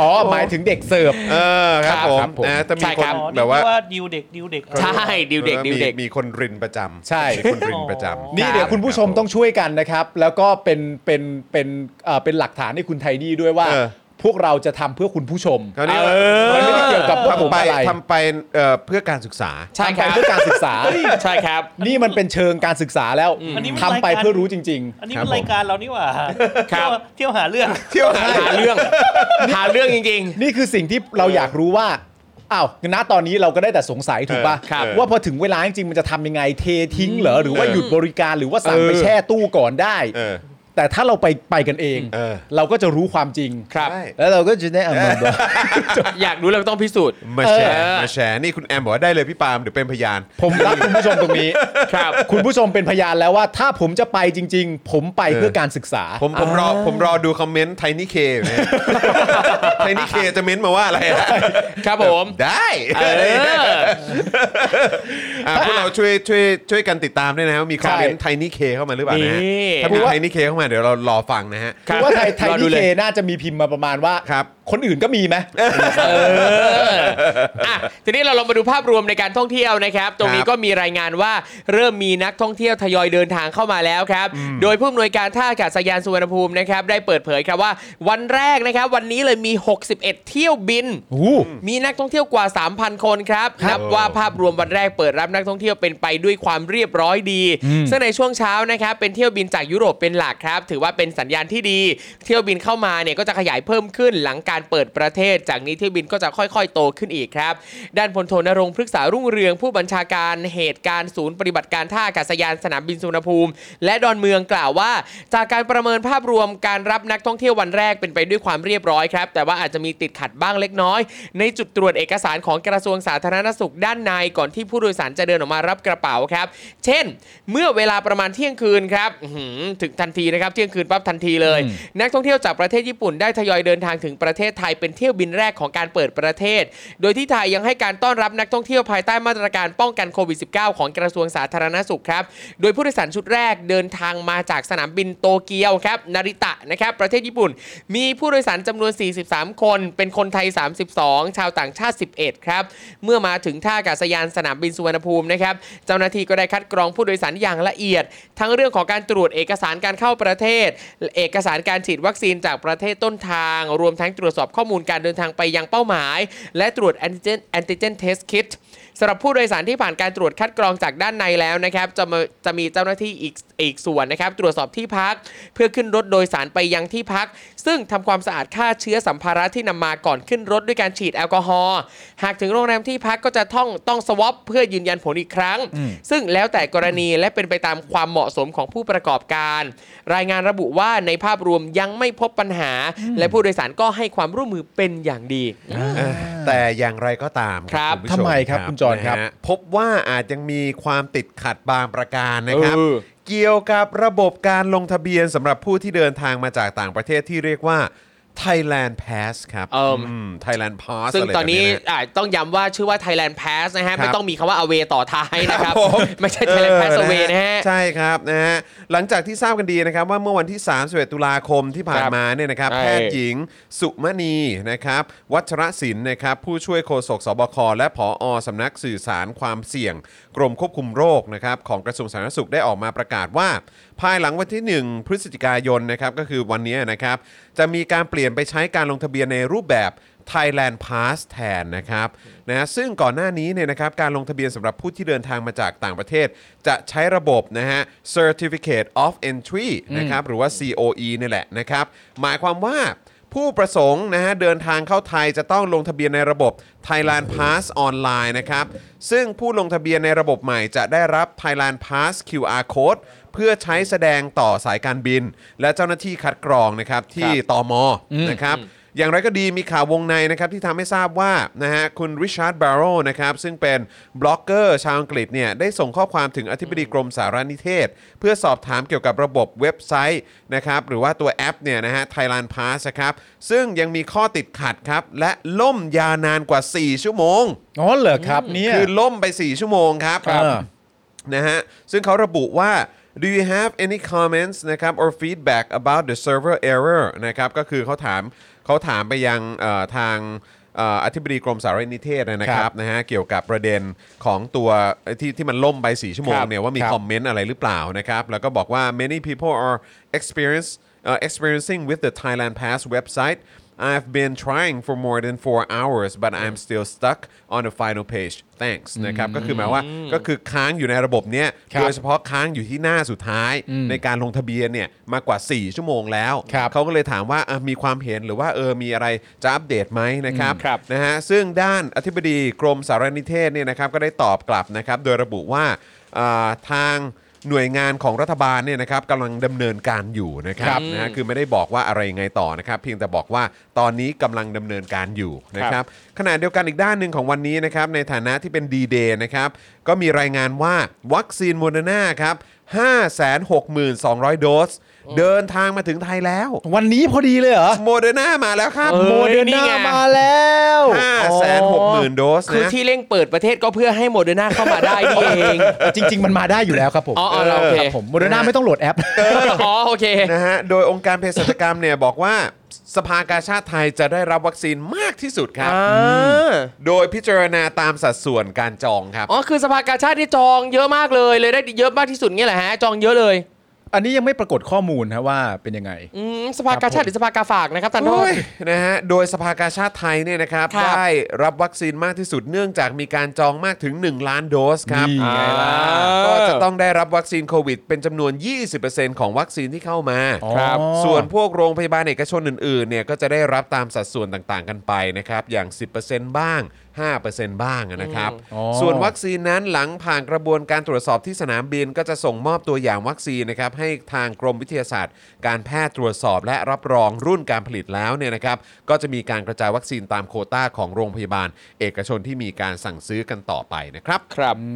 S3: อ๋อหมายถึงเด็กเสิร์ฟ
S2: เออครับ
S1: ครับ
S2: ผม
S3: ครับผม
S2: นะจะมี
S1: ใช่
S2: ค
S1: ครั
S2: น
S1: บ
S4: อ๋อนี่
S2: แบบว่า
S4: ว่าดิวเด็กดิวเด็ก
S1: ใช่ดิวเด็กดิวเด็ก
S2: มีมีคนรินประจำ
S3: ใช่
S2: มีคนรินประจำ
S1: ค
S3: นี่
S1: รับ
S3: เดี๋ยวคุณผู้ชมต้องช่วยกันนะครับ แล้วก็เป็นเป็นเป็นเอ่อเป็นหลักฐานให้คุณไทนี่ด้วยว่า พวกเราจะทำเพื่อคุณผู้ชม
S2: คราวนี้
S3: มันไม่ได้เกี่ยวกับพวกผม
S2: ทำไป
S3: อะไร
S2: ทำไปเอ่อเพื่อการศึกษา
S1: ใช่
S3: ทำ
S1: ค
S3: ไป
S1: รับ
S3: เพื่อการศึกษา
S1: ใช่ครับ
S3: นี่มันเป็นเชิงการศึกษาแล้ว
S4: อันนี้มัน
S3: ทำไป
S4: รายการ
S3: เพื่อรู้จริง
S4: อันนี้
S2: ครับผ
S4: เป็น
S2: ม
S4: รายการเรานี่หว่า
S1: ครับ
S4: เที่ยวเที่ยวหาเรื่อง
S2: เที่ยวหา
S1: หาเรื่องหาเรื่องจริง
S3: ๆ นี่คือสิ่งที่เราอยากรู้ว่าอ้าวณตอนนี้เราก็ได้แต่สงสัยถูกป่ะ
S1: ครับ
S3: ว่าพอถึงเวลาจริงๆมันจะทำยังไงเททิ้งเหรอหรือว่า
S2: เออ
S3: หยุดบริการหรือว่าสั่ง
S2: เออ
S3: ไปแช่ตู้ก่อนได้
S2: เออ
S3: แต่ถ้าเราไปไปกันเอง
S2: เออ
S3: เราก็จะรู้ความจริง
S1: ครับ
S2: ใช่
S3: แล้วเราก็จะได้เอามาบอก
S1: อยากรู้เราต้องพิสูจน์
S2: มาแชร์
S1: เออ
S2: มาแชร์นี่คุณแอมบอกว่าได้เลยพี่ปาล์มเดี๋ยวเป็นพยาน
S3: ผมรับคุณผู้ชมตรงนี้
S1: ครับ
S3: คุณผู้ชมเป็นพยานแล้วว่า ถ้าผมจะไปจริง ๆ ผมไปเพื่อการศึกษา
S2: ผมผมรอผมรอดูคอมเมนต์ไทนี่เคอยู่เนี่ยไทนี่เคจะเม้นมาว่าอะไรอะ
S1: ครับผม
S2: ได้
S1: เออ
S2: อ่ะพวกเราช่วยช่วยช่วยกันติดตามด้วยนะว่ามีคอมเมนต์ไทนี่เคเข้ามาหรือเปล่านะฮะ
S1: นี่
S2: ถ้ามี
S3: ผมว่า
S2: ไทนี่เคเข้ามาเดี๋ยวเรารอฟังนะฮะ
S1: ครับ
S3: ว่าไทยไทย
S1: รอดู
S3: นี่
S1: เล
S3: เค
S1: ย
S3: น่าจะมีพิมพ์มาประมาณว่า
S2: ครับ
S3: คนอื่นก็มีไหม
S1: อ่ะทีนี้เราลองมาดูภาพรวมในการท่องเที่ยวนะครับ ตรง
S2: ค
S1: นี้
S2: รับ
S1: ก็มีรายงานว่าเริ่มมีนักท่องเที่ยวทยอยเดินทางเข้ามาแล้วครับ โดยผู้อำนวยการท่าอากาศยานสุวรรณภูมินะครับได้เปิดเผยครับว่า วันแรกนะครับ วันนี้เลยมี 61 เที่ยวบิน มีนักท่องเที่ยวกว่า 3,000 คนครับนับว่าภาพรวมวันแรกเปิดรับนักท่องเที่ยวเป็นไปด้วยความเรียบร้อยดีซึ่งในช่วงเช้านะครับเป็นเที่ยวบินจากยุโรปเป็นหลักครับ ถือว่าเป็นสัญญาณที่ดี เที่ยวบินเข้ามาเนี่ยก็จะขยายเพิ่มขึ้นหลังการเปิดประเทศ จากนี้เที่ยวบินก็จะค่อยๆ โตขึ้นอีกครับ ด้านพลโทนรงค์พฤกษารุ่งเรืองผู้บัญชาการเหตุการณ์ศูนย์ปฏิบัติการท่าอากาศยานสนามบินสุวรรณภูมิ และดอนเมืองกล่าวว่า จากการประเมินภาพรวมการรับนักท่องเที่ยววันแรกเป็นไปด้วยความเรียบร้อยครับ แต่ว่าอาจจะมีติดขัดบ้างเล็กน้อย ในจุดตรวจเอกสารของกระทรวงสาธารณสุขด้านในก่อนที่ผู้โดยสารจะเดินออกมารับกระเป๋าครับ เช่น เมื่อเวลาประมาณเที่ยงคืนครับอื้อหือถึงทันทีนะครับเที่ยงคืนปั๊บทันทีเลย นักท่องเที่ยวจากประเทศญี่ปุ่นได้ทยอยเดินทางถึงประเทศไทยเป็นเที่ยวบินแรกของการเปิดประเทศ โดยที่ไทยยังให้การต้อนรับนักท่องเที่ยวภายใต้มาตรการป้องกันโควิด -19 ของกระทรวงสาธารณสุขครับ โดยผู้โดยสารชุดแรกเดินทางมาจากสนามบินโตเกียวครับนาริตะนะครับประเทศญี่ปุ่น มีผู้โดยสารจำนวน 43 คน เป็นคนไทย 32 ชาวต่างชาติ 11 ครับ เมื่อมาถึงท่าอากาศยานสนามบินสุวรรณภูมินะครับเจ้าหน้าที่ก็ได้คัดกรองผู้โดยสารอย่างละเอียด ทั้งเรื่องของการตรวจเอกสารการเข้าประเทศ เอกสารการฉีดวัคซีนจากประเทศต้นทาง รวมทั้งตรวจสอบข้อมูลการเดินทางไปยังเป้าหมาย และตรวจแอนติเจนแอนติเจนเทสคิท สำหรับผู้โดยสารที่ผ่านการตรวจคัดกรองจากด้านในแล้วนะครับ จะมาจะมีเจ้าหน้าที่อีกอีกส่วนนะครับ ตรวจสอบที่พัก เพื่อขึ้นรถโดยสารไปยังที่พัก ซึ่งทำความสะอาดฆ่าเชื้อสัมภาระที่นำมาก่อนขึ้นรถด้วยการฉีดแอลกอฮอล์หากถึงโรงแรมที่พักก็จะต้องต้องสวอปเพื่อยืนยันผลอีกครั้ง ซึ่งแล้วแต่กรณีและเป็นไปตามความเหมาะสมของผู้ประกอบการ รายงานระบุว่าในภาพรวมยังไม่พบปัญหา และผู้โดยสารก็ให้ความร่วมมือเป็นอย่างดี
S2: เออแต่อย่างไรก็ตาม
S1: ครับ
S2: ณผู้ช
S3: ทำไมครับคุณจรครับ
S2: นะฮะพบว่าอาจยังมีความติดขัดบางประการนะครับ
S1: เออ
S2: เกี่ยวกับระบบการลงทะเบียนสำหรับผู้ที่เดินทางมาจากต่างประเทศที่เรียกว่า Thailand Pass ครับ
S1: เอิ่ม
S2: ม Thailand
S1: ซึ่ง
S2: Pass ะไร
S1: ตอนนี้
S2: แบบะ
S1: อ่าต้องย้ำว่าชื่อว่า Thailand Pass นะฮะ
S2: ครับ
S1: ไม่ต้องมีคำว่า away ต่อท้ายนะครับ
S2: ครับผม
S1: ไม่ใช่ Thailand Pass
S2: เออ
S1: away นะฮะ
S2: ใช่ครับนะฮะหลังจากที่ทราบกันดีนะครับว่าเมื่อวันที่31ตุลาคมที่ผ่าน
S1: ครับ
S2: มาเนี่ยนะครับ
S1: ใช่
S2: แพทย์หญิงสุมณีนะครับวัชรศิลป์นะครับผู้ช่วยโฆษกสบคและผออสำนักสื่อสารความเสี่ยง กรมควบคุมโรคนะครับของกระทรวงสาธารณสุขได้ออกมาประกาศว่า ภายหลังวันที่ 1 พฤศจิกายนนะครับก็คือวันนี้นะครับจะมีการเปลี่ยนไปใช้การลงทะเบียนในรูปแบบ Thailand Pass แทนนะครับนะซึ่งก่อนหน้านี้เนี่ยนะครับการลงทะเบียนสำหรับผู้ที่เดินทางมาจากต่างประเทศ จะใช้ระบบนะฮะ Certificate of Entry นะครับหรือว่า COE นี่แหละนะครับหมายความว่าผู้ประสงค์นะฮะเดินทางเข้าไทยจะต้องลงทะเบียนในระบบ Thailand Pass ออนไลน์นะครับซึ่งผู้ลงทะเบียนในระบบใหม่จะได้รับ Thailand Pass QR Code เพื่อใช้แสดงต่อสายการบิน และเจ้าหน้าที่คัดกรองนะครับที่ตมนะครับ อย่างไรก็ดีมีข่าววงในนะครับที่ทำให้ทราบว่านะฮะคุณริชาร์ดบาร์โรนะครับซึ่งเป็นบล็อกเกอร์ชาวอังกฤษเนี่ยได้ส่งข้อความถึงอธิบดีกรมสารนิเทศ เพื่อสอบถามเกี่ยวกับระบบเว็บไซต์นะครับหรือว่าตัวแอปเนี่ยนะฮะ Thailand Pass นะครับซึ่งยังมีข้อติดขัดครับและล่มยาวนานกว่า 4 ชั่วโมง
S3: อ๋อเหรอครับเนี่ย
S2: คือล่มไป 4 ชั่วโมงครับ
S3: ครับอ่า
S2: นะฮะ ซึ่งเขาระบุว่า do you have any comments นะครับ or feedback about the server error นะครับ ก็คือเขาถามเขาถามไปยังเอ่อทางเอ่ออธิบดีกรมสารนิเทศนะค
S3: ค
S2: รั
S3: รั
S2: บบ นะฮะ เกี่ยวกับประเด็นของตัวที่ที่มันล่มไป 4 ชั่วโมง
S3: ครับ
S2: เนี่ยว่ามี
S3: ครับ
S2: คอมเมนต์อะไรหรือเปล่านะครับ แล้วก็บอกว่า many people are experience uh, experiencing with the Thailand Pass website I've been trying for more than four hours but I'm still stuck on the final page thanks นะครับก็คือหมายว่าก็คือค้างอยู่ในระบบเนี้ย
S3: ครับ
S2: โดยเฉพาะค้างอยู่ที่หน้าสุดท้ายในการลงทะเบียนเนี่ยมากว่า 4 ชั่วโมงแล้ว
S3: ครับ
S2: เขาก็เลยถามว่าอ่ะมีความเห็นหรือว่าเออมีอะไรจะอัปเดตไหมนะครับ
S1: ครับ
S2: นะฮะซึ่งด้านอธิบดีกรมสารนิเทศเนี่ยนะครับก็ได้ตอบกลับนะครับ โดยระบุว่าอ่าทาง หน่วยงานของรัฐบาลเนี่ยนะครับกำลังดำเนินการอยู่นะครับ
S1: อืม
S2: นะฮะคือไม่ได้บอกว่าอะไรยังไงต่อนะครับ เพียงแต่บอกว่าตอนนี้กำลังดำเนินการอยู่นะครับขณะเดียวกันอีกด้านหนึ่งของวันนี้นะครับในฐานะที่เป็นดีเดย์นะครับก็มีรายงานว่าวัคซีนโมเดอร์นาครับ562,200 โดส เดินทางมาถึงไทยแล้ว
S3: วันนี้พอดีเลยเหรอ
S2: โมเดอร์นามาแล้วครับ
S1: เออ
S3: โมเดอร์
S1: นี่
S3: นา
S1: ไง
S3: มาแล้ว
S2: ห้าแสนหกหมื่นโดส
S1: คือ
S2: นะ
S1: ที่เร่งเปิดประเทศก็เพื่อให้โมเดอร์นาเข้ามาได้นี่เอง
S3: จริง ๆ มันมาได้อยู่แล้วครับผม
S1: อ๋ออ๋อโอเค
S3: รับผมโมเดอร์นาไม่ต้องโหลดแอป
S1: อ๋อโอเค
S2: นะฮะ โดยองค์การเภสัชกรรมเนี่ยบอกว่าสภากาชาติไทยจะได้รับวัคซีนมากที่สุดครับ
S1: อ่า
S2: โดยพิจารณาตามสัดส่วนการจองครับ
S1: อ๋อคือสภากาชาติที่จองเยอะมากเลยเลยได้เยอะมากที่สุดเงี้ยแหละฮะจองเยอะเลย
S3: อันนี้ยังไม่ปรากฏข้อมูลนะว่าเป็นยังไง
S1: อืมสภากาชาติหรือสภากาฝากนะครับท่านโทษ
S2: โอ้ยนะฮะ โดยสภากาชาติไทยเนี่ยนะครับ
S1: ครับ
S2: ได้รับวัคซีนมากที่สุดเนื่องจากมีการจองมากถึง 1 ล้านโดสครับ
S3: นี่
S1: อ่า
S2: ก็จะต้องได้รับวัคซีนโควิด เป็นจำนวน 20%ของวัคซีนที่เข้ามา
S1: ครับ
S3: อ๋อ
S2: ส่วนพวกโรงพยาบาลเอกชนอื่นๆ เนี่ยก็จะได้รับตามสัดส่วนต่างๆ กันไปนะครับ อย่าง 10%บ้าง 5%บ้างนะครับ
S3: อ๋อ
S2: ส่วนวัคซีนนั้นหลังผ่านกระบวนการตรวจสอบที่สนามบิน ก็จะส่งมอบตัวอย่างวัคซีนนะครับ ให้ทางกรมวิทยาศาสตร์ การแพทย์ตรวจสอบและรับรองรุ่นการผลิตแล้วเนี่ยนะครับ ก็จะมีการกระจายวัคซีนตามโควต้าของโรงพยาบาล เอกชนที่มีการสั่งซื้อกันต่อไปนะครับ
S1: ครับ
S3: อื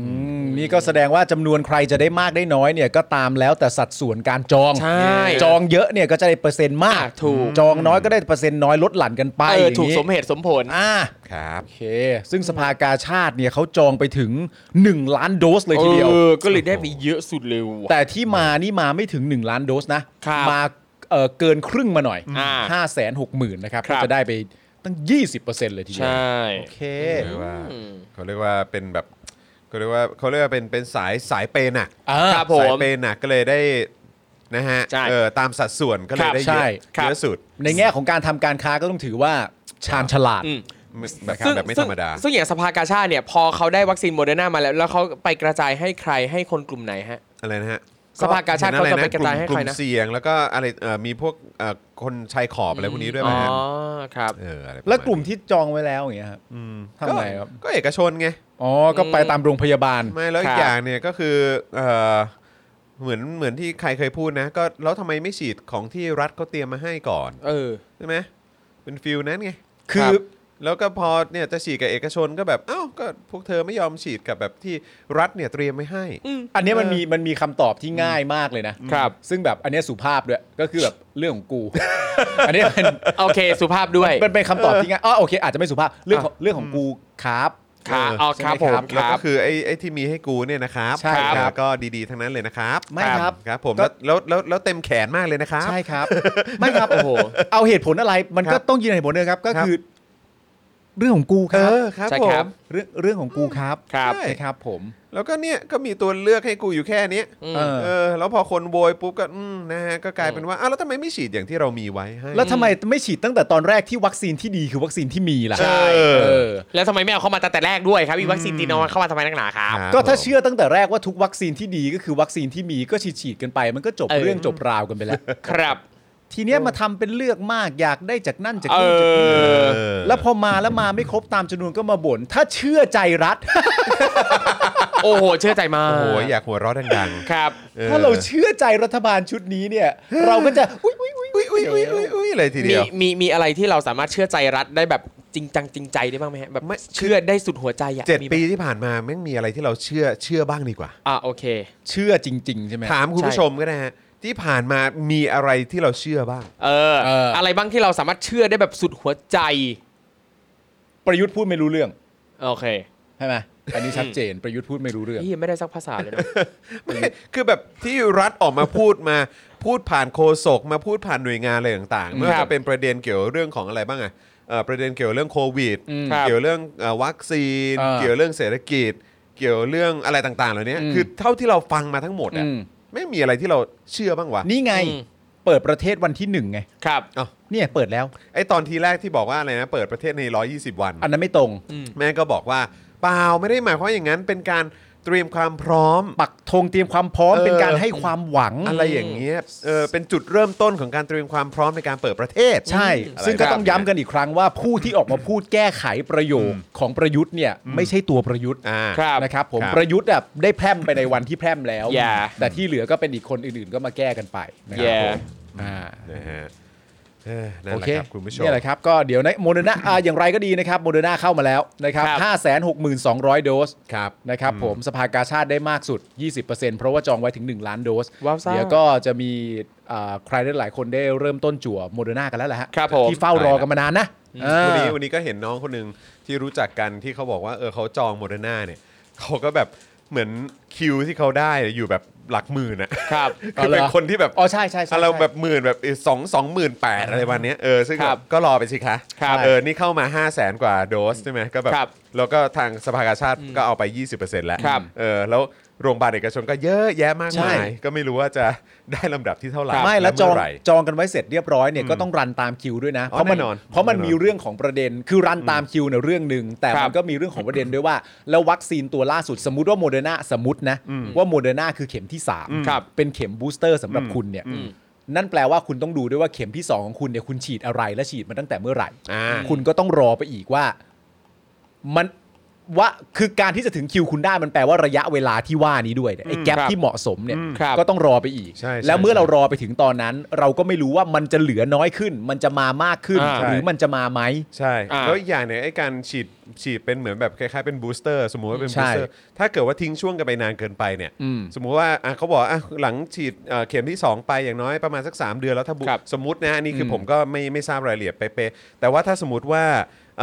S3: มนี่ก็แสดงว่าจำนวนใครจะได้มากได้น้อยเนี่ยก็ตามแล้วแต่สัดส่วนการจอง
S1: ใช่
S3: จองเยอะเนี่ยก็จะได้เปอร์เซ็นต์มาก
S1: อ่ะถูก
S3: จองน้อยก็ได้เปอร์เซ็นต์น้อยลดหลั่นกันไป
S1: เออถูก
S3: ย่างนี้
S1: สมเหตุสมผล
S3: อ่า
S2: ครับ
S3: โอเค ซึ่งสภากาชาติเนี่ยเขาจองไปถึง 1 ล้านโดสเลยทีเดียว
S1: ออก็เลยได้ไปเยอะสุดเลยว่ะ
S3: แต่ที่มานี่มาไม่ถึง 1 ล้านโดสนะครับ มาเอ่อเกินครึ่งมาหน่อย
S1: อ่า
S3: 5้าแสนหกหมื่นนะครับ
S1: ครั
S3: ก็
S1: บ
S3: จะได้ไปตั้ง 20%เลยทีเดี
S1: ใช
S3: ยว่ โอเค
S2: หรือว่าเขาเรียกว่าเป็นแบบเขาเรียกว่าเขาเรียกว่าเป็นเป็นสายสายเปย์หนัก
S3: อ่า
S1: ครับผม
S2: สายเปย์หนักก็เลยได้นะฮะ
S1: ใช่
S2: เออตามสัดส่วนก็เลย
S1: ครับ
S2: ได้
S3: ใช่
S2: เยอะ
S1: ครับ
S2: เยอะสุด
S3: ในแง่ของการทำการค้าก็ต้องถือว่าชาญฉลาด
S1: อืม
S2: แบบ
S1: ซึ่ง
S2: แบบไม่ธรรมดา
S1: ซึ่งซึ่งอย่างสภากาชาติเนี่ย พอเขาได้วัคซีนโมเดอร์นามาแล้ว แล้วเขาไปกระจายให้ใครให้คนกลุ่มไหนฮะ
S2: อะไรนะฮะ
S1: สภากาชาติ
S2: ห็อ
S1: เขาจะไปกระจายให้
S2: กลุ่
S1: ใคร
S2: ม
S1: นะ
S2: เสียงแล้วก็อะไรเอ่อมีพวกเอ่อคนชายขอบอะไรพวกนี้ด้วยไหม
S1: อ๋อ
S2: ฮะ
S1: ครับ
S2: เอออะไรประาณ
S3: แล้วกลุ่มที่จองไว้แล้วอย่างเงี้ยครับทำไงครับ
S2: ก็เอกชนไง
S3: อ๋อ ก็ไปตามโรงพยาบาล
S2: ไม่แล้วอี
S1: ครั
S2: ก
S1: บ
S2: อย่างเนี่ยก็คือเอ่อเหมือนเหมือนที่ใครเคยพูดนะ ก็แล้วทำไมไม่ฉีดของที่รัฐเขาเตรียมมาให้ก่อน
S1: เออ
S2: ใช่ไหมเป็นฟิลนั้นไง
S3: คือ
S2: รับแล้วก็พอเนี่ยจะฉีดกับเอกชนก็แบบเอ้าก็พวกเธอไม่ยอมฉีดกับแบบที่รัฐเนี่ยเตรียมไม่ให้
S3: อันเนี้ยมันมีมันมีคำตอบที่ง่ายมากเลยนะครับ ซึ่งแบบอันเนี้ยสุภาพด้วย ก็คือแบบเรื่องของกู อันเนี้ยมัน <laughs>
S1: โอเค สุภาพด้วย
S3: มันเป็นคำตอบที่ง่ายอ๋อโอเค อาจจะไม่สุภาพ เรื่องของเรื่องของกูครับ
S1: ค่ะอ๋อ
S3: ใช่
S1: ครั
S3: ไหม
S1: บผมค
S3: ครับ
S2: แล้ว
S1: รับ
S2: ก็คือไอ้ไอ้ที่มีให้กูเนี่ยนะครับ
S3: ใช่ครับ
S2: แล้วก็ดีๆทั้งนั้นเลยนะครับ
S3: ไม่ครับ
S2: ครับผม
S3: ก็
S2: แล้วแล้วแล้วแล้วเต็มแขนมากเลยนะครับ
S3: ใช่ครับ ไม่ครับ
S1: โอ้โห
S3: เอาเหตุผลอะไร มัน
S2: ครั
S3: ก็
S2: บ
S3: ต้องยืนเหตุผลเลยครับ ก็
S2: ครับ
S3: คือ เรื่องของกูค
S2: เอ
S3: รับ
S2: อครับ
S1: ใช่
S2: ผ
S1: ครับ
S2: ม
S3: เรื่องเรื่องของกูครับ
S1: ครับ
S2: ใช่
S3: นะครับ ผม
S2: แล้วก็เนี่ยก็มีตัวเลือกให้กูอยู่แค่เนี้ย
S1: อืม
S3: เออ
S2: เออแล้วพอคนโวยปุ๊บก็อืมนะฮะก็กลายเป็นว่าอ้าวแล้วทำไมไม่ฉีดอย่างที่เรามีไว้ให้
S3: แล้วทำไมไม่ฉีดตั้งแต่ตอนแรกที่วัคซีนที่ดีคือวัคซีนที่มีล่ะ
S1: ใช่
S3: เออ
S1: แล้วทำไมไม่เอาเข้ามาตั้งแต่แรกด้วยครับอีวัคซีนตีนอนเข้ามาทำไมนักหนาครับ
S2: ครับ
S3: ก็ถ้าเชื่อตั้งแต่แรกว่าทุกวัคซีนที่ดีก็คือวัคซีนที่มีก็ฉีดฉีดๆกันไป มันก็จบ
S1: เออ
S3: เรื่องจบราวกันไปแล้ว
S1: ครับ
S3: ทีเนี้ยมาทำเป็นเลือกมากอยากได้จากนั่นจาก
S1: เอ
S3: นี่จากนี่
S1: อ
S2: เออ
S3: แล้วพอมาแล้วมาไม่ครบตามจำนวนก็มาบ่นถ้าเชื่อใจรัฐ
S1: โอ้โห เชื่อใจมาก
S2: โอ้โหอยากหัวเราะดัง
S1: ครับ
S2: ๆออ
S3: ถ้าเราเชื่อใจรัฐบาลชุดนี้เนี่ย เราก็จะอุ๊ยอุ๊ยอุ๊ย
S2: อุ้ยอุ้ยอุ้ยอุ้ยอุ้ยเลยที
S1: มี
S2: เดียว
S1: มีมีอะไรที่เราสามารถเชื่อใจรัฐได้แบบจริงจังจริงใจได้บ้างไหมฮะแบบ
S2: ไม่
S1: เชื่อได้สุดหัวใจอะ
S2: เจ็ด
S1: มีไหม
S2: ปีที่ผ่านมาแม่งมีอะไรที่เราเชื่อเชื่อบ้างดีกว่า
S1: อ่ะโอเค
S3: เชื่อจริง ๆ ใช่ไหม
S2: ถามคุณผู้ชมก็ได้ฮะที่ผ่านมามีอะไรที่เราเชื่อบ้าง
S1: เออ
S3: เอออ
S1: อะไรบ้างที่เราสามารถเชื่อได้แบบสุดหัวใจ
S3: ประยุทธ์พูดไม่รู้เรื่อง
S1: โอเค
S3: ใช่ไหมอันนี้ชัดเจนประยุทธ์พูดไม่รู้เรื่อง
S1: พี่ไม่ได้สักภาษาเลยนะ
S2: คือแบบที่รัฐออกมาพูดมาพูดผ่านโคศกมาพูดผ่านหน่วยงานอะไรต่างๆไม่ว่า
S1: ครั
S2: จะ
S1: บ
S2: เป็นประเด็นเกี่ยวเรื่องของอะไรบ้างอะเอ่อประเด็นเกี่ยวเรื่องโควิด
S3: อืม
S1: ครับ
S2: เกี่ยวเรื่องเอ่อวัคซีน
S3: เออ
S2: เกี่ยวเรื่องเศรษฐกิจ เกี่ยวเรื่องอะไรต่างๆเหล่านี้
S3: อืม
S2: คือเท่าที่เราฟังมาทั้งหมดอะ
S3: อืม
S2: ไม่มีอะไรที่เราเชื่อบ้างวะ
S3: นี่ไง
S1: อืม
S3: เปิดประเทศวันที่หนึ่งไง
S1: ครับ
S2: อ้าว
S3: เนี่ยเปิดแล้ว
S2: ไอตอนทีแรกที่บอกว่าอะไรนะเปิดประเทศใน 120 วัน
S3: อันนั้นไม่ตรง
S2: แม่ก็บอกว่าเปล่าไม่ได้หมายความอย่างนั้นเป็นการ เตรียมความพร้อม
S3: ปักธงเตรียมความพร้อม
S2: เออ
S3: เป็นการให้ความหวัง
S2: อะไรอย่างเงี้ยเออเป็นจุดเริ่มต้นของการเตรียมความพร้อมในการเปิดประเทศ
S3: ใช่
S2: อะไร
S3: ซึ่งก็
S2: แบบ
S3: ต้องย้ำกันอีกครั้งว่าผู้ที่ออกมาพูดแก้ไขประโยคของประยุทธ์เนี่ยไม่ใช่ตัวประยุทธ์
S2: อ่า
S1: ครับ
S3: นะครับผม
S2: ครับ
S3: ประยุทธ์อะได้แพร่มไปในวันที่แพร่มแล้ว
S1: อย่า
S3: แต่ที่เหลือก็เป็นอีกคนอื่นๆ ก็มาแก้กันไปนะครั
S1: แย่
S3: ผมอ่า
S2: นะฮะเออนั่น
S3: โอ
S2: แหละ
S3: เค
S2: ครับคุณผู้ชม
S3: นี่แหละครับก็เดี๋ยวนะโมเดอร์นาอย่างไรก็ดีนะครับโมเดอร์นาเข้ามาแล้วนะครับ
S1: ครับ
S3: ห้าแสนหกหมื่นสองร้อยโดส
S2: ครับ
S3: นะครับผมสภากาชาติได้มากสุด 20%เพราะว่าจองไว้ถึง 1 ล้านโดส
S1: ว้าวซ่า
S3: เดี๋ยวก็จะมีเอ่อใครหลายๆคนได้เริ่มต้นจั่วโมเดอร์นากันแล้วแหละฮะ
S1: ครับผม
S3: ที่เฝ้ารอกันมานานนะเออ
S2: วันนี้วันนี้ก็เห็นน้องคนหนึ่งที่รู้จักกันที่เขาบอกว่าเออเขาจองโมเดอร์นาเนี่ยเขาก็แบบเหมือนคิวที่เขาได้อยู่แบบหลักหมื่นอะ
S1: ครับ
S3: อ๋
S2: คือ
S3: อเหรอ
S2: เป็นคนที่แบบ
S3: อ๋อใช่ใช่ใช่
S2: เราแบบหมื่นแบบสองสองหมื่นแปดอะไรวันนี้ยเออซึ่ง
S1: ครับ
S2: ก็รอไปสิคะ
S1: ครับ
S2: เออนี่เข้ามา 5 0 0แสนกว่าโดสใช่ไหมก็แบบ
S1: ครับ
S2: แล้วก็ทางสภากาชาติก็เอาไป 20%แล้ว
S1: ครับ
S2: เออแล้วโรงพยาบาลเอกชนก็เยอะแยะมาก
S3: ใช่
S2: มายก็ไม่รู้ว่าจะได้ลำดับที่เท่าไหร่
S3: ไม่แล้วจ
S2: เมื่
S3: อง
S2: ไหร่
S3: จองกันไว้เสร็จเรียบร้อยเนี่ยก็ต้องรันตามคิวด้วยนะ
S2: อ๋อ
S3: เพราะมัน
S2: แน่นอน
S3: เพราะมัน
S2: แน่นอน
S3: มีเรื่องของประเด็นคือรันตามคิวเนี่ยเรื่องหนึ่งแต่
S1: ครั
S3: มั
S1: บ
S3: นก็มีเรื่องของประเด็นด้วยว่า แล้ววัคซีนตัวล่าสุดสมมติว่าโมเดอร์นาสมมตินะว่าโมเดอร์นาคือเข็มที่ 3
S1: ครับ
S3: เป็นเข็มบูสเตอร์สำหรับคุณเนี่ย
S1: อืม
S3: นั่นแปลว่าคุณต้องดูด้วยว่าเข็มที่ 2 ของคุณเนี่ยคุณฉีดอะไรและฉีดมาตั้งแต่เมื่อไหร่
S2: อ่า
S3: คุณก็ต้องรอไปอีกว่ามันว่าคือการที่จะถึงคิวคุณได้มันแปลว่าระยะเวลาที่ว่านี้ด้วยเนี่ยไอ้แกล
S1: ครับ
S3: ที่เหมาะสมเนี่ย
S1: ครับ
S3: ก็ต้องรอไปอีก
S2: ใช่ใช่
S3: แล้วเมื่อเรารอไปถึงตอนนั้น เราก็ไม่รู้ว่ามันจะเหลือน้อยขึ้น มันจะมามากขึ้น
S1: อ่า
S3: หรือ
S2: ใช่
S3: มันจะมาไหม
S2: ใช่
S1: อ่า
S2: แล้วอีกอย่างเนี่ยไอ้การฉีดฉีดเป็นเหมือนแบบคล้ายๆเป็นบูสเตอร์สมมุติว่าเป็น
S3: ใช่
S2: บูสเตอร์ถ้าเกิดว่าทิ้งช่วงกันไปนานเกินไปเนี่ย
S3: อืม
S2: สมมุติว่าอ่ะเขาบอกว่าอ่ะหลังฉีดเอ่อเข็มที่ 2 ไปอย่างน้อยประมาณสัก 3 เดือนแล้วถ้าบู
S1: ครับ
S2: สมมตินะอันนี้คืออ
S3: ม
S2: ผมก็ไม่ไม่ทราบรายละเอียดเป๊ะๆแต่ว่าถ้าสมมติว่า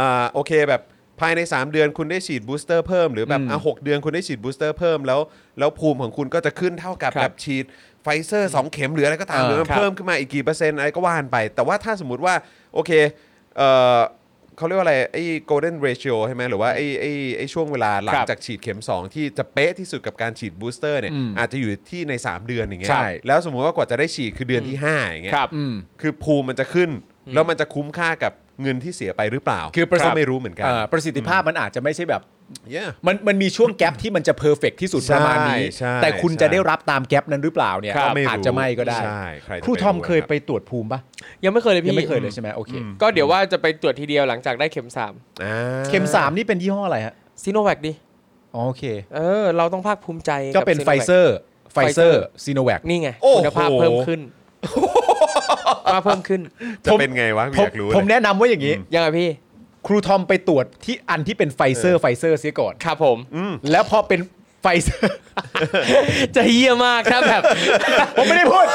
S2: อ่าโอเคแบบภายใน 3 เดือนคุณได้ฉีดบูสเตอร์เพิ่มหรือแบบ
S3: อืม
S2: อ่ะหกเดือนคุณได้ฉีดบูสเตอร์เพิ่มแล้วแล้วภูมิของคุณก็จะขึ้นเท่ากับ
S1: ครับ
S2: แบบฉีดไฟเซอร์สองเข็มหรืออะไรก็ตาม
S3: อ่า
S2: หรือมัน
S1: ครับ
S2: เพิ่มขึ้นมาอีกกี่เปอร์เซ็นต์อะไรก็ว่ากันไป แต่ว่าถ้าสมมติว่าโอเคเอ่อ เขาเรียกว่าอะไร ไอ้ golden ratio ใช่ไหมหรือว่าไอ้ไอ้ไอ้ช่วงเวลาหลั
S1: ค
S2: ง
S1: รับ
S2: จากฉีดเข็ม 2 ที่จะเป๊ะที่สุดกับการฉีดบูสเตอร์เนี่ย
S3: อืม
S2: อาจจะอยู่ที่ใน 3 เดือนอย่างเงี้ย
S3: ใช่
S2: แล้วสมมุติว่ากว่าจะได้ฉีดคือเดือนที่ 5 อย่างเงี้ย
S1: ครับ
S3: อืม
S2: คือภูมิมันจะขึ้น แล้วมันจะคุ้มค่ากับเงินที่เสียไปหรือเปล่า
S3: คือประสิท
S2: ก็
S3: ธิ
S2: ไม่รู้เหมือนกัน
S3: เอ่อประสิทธิภาพมันอาจจะไม่ใช่แบบ
S2: yeah
S3: มันมันมี
S2: <coughs>
S3: ช่วงแกลบที่มันจะเพอร์เฟกที่สุด
S2: ใช่
S3: ประมาณนี้
S2: ใช่
S3: แต่คุณ
S2: ใช่
S3: จะได้รับตามแกลบนั้นหรือเปล่าเนี่ย
S1: ครับ
S2: รู้
S3: อาจจะไม่ก็ได้
S2: ใช่ใ
S3: ครูทอมเคย
S2: ไป
S3: ไปตรวจภูมิปะ
S1: ยังไม่เคยเลยพี่
S3: ยังไม่เคยเลยใช่ไหมโอเค
S2: อืม
S1: ก็เดี๋ยวว่าจะไปตรวจทีเดียวหลังจากได้เข็มสาม
S3: เข็มสามนี่เป็นยี่ห้ออะไรฮะ
S1: ซีโนแวคดิ
S3: อ๋อโอเค
S1: เออ เราต้องภาคภูมิใจบ
S3: ก็เป็น
S1: Sinovac
S3: ไฟเซอร์ไฟเซอร์ซีโนแวค
S1: นี่ไง
S2: โอ้โห
S1: คุณภาพเพิ่ม
S2: <laughs>
S1: ขึ้นมาพเพิ่มขึ้น
S2: จะ
S3: ผม
S2: เป็นไงวะกูอยากรู้
S3: ผม
S2: เลย
S3: แนะนำว่าอย่างนี้
S1: ยังไงพี่
S3: ครูทอมไปตรวจที่อันที่เป็นไฟเซอร์ไฟเซอร์เสียก่อน
S1: ครับผม
S3: แล้วพอเป็นไฟเซอร์
S1: จะเฮี้ยมากถ้าแบบ
S3: <laughs> ผมไม่ได้พูด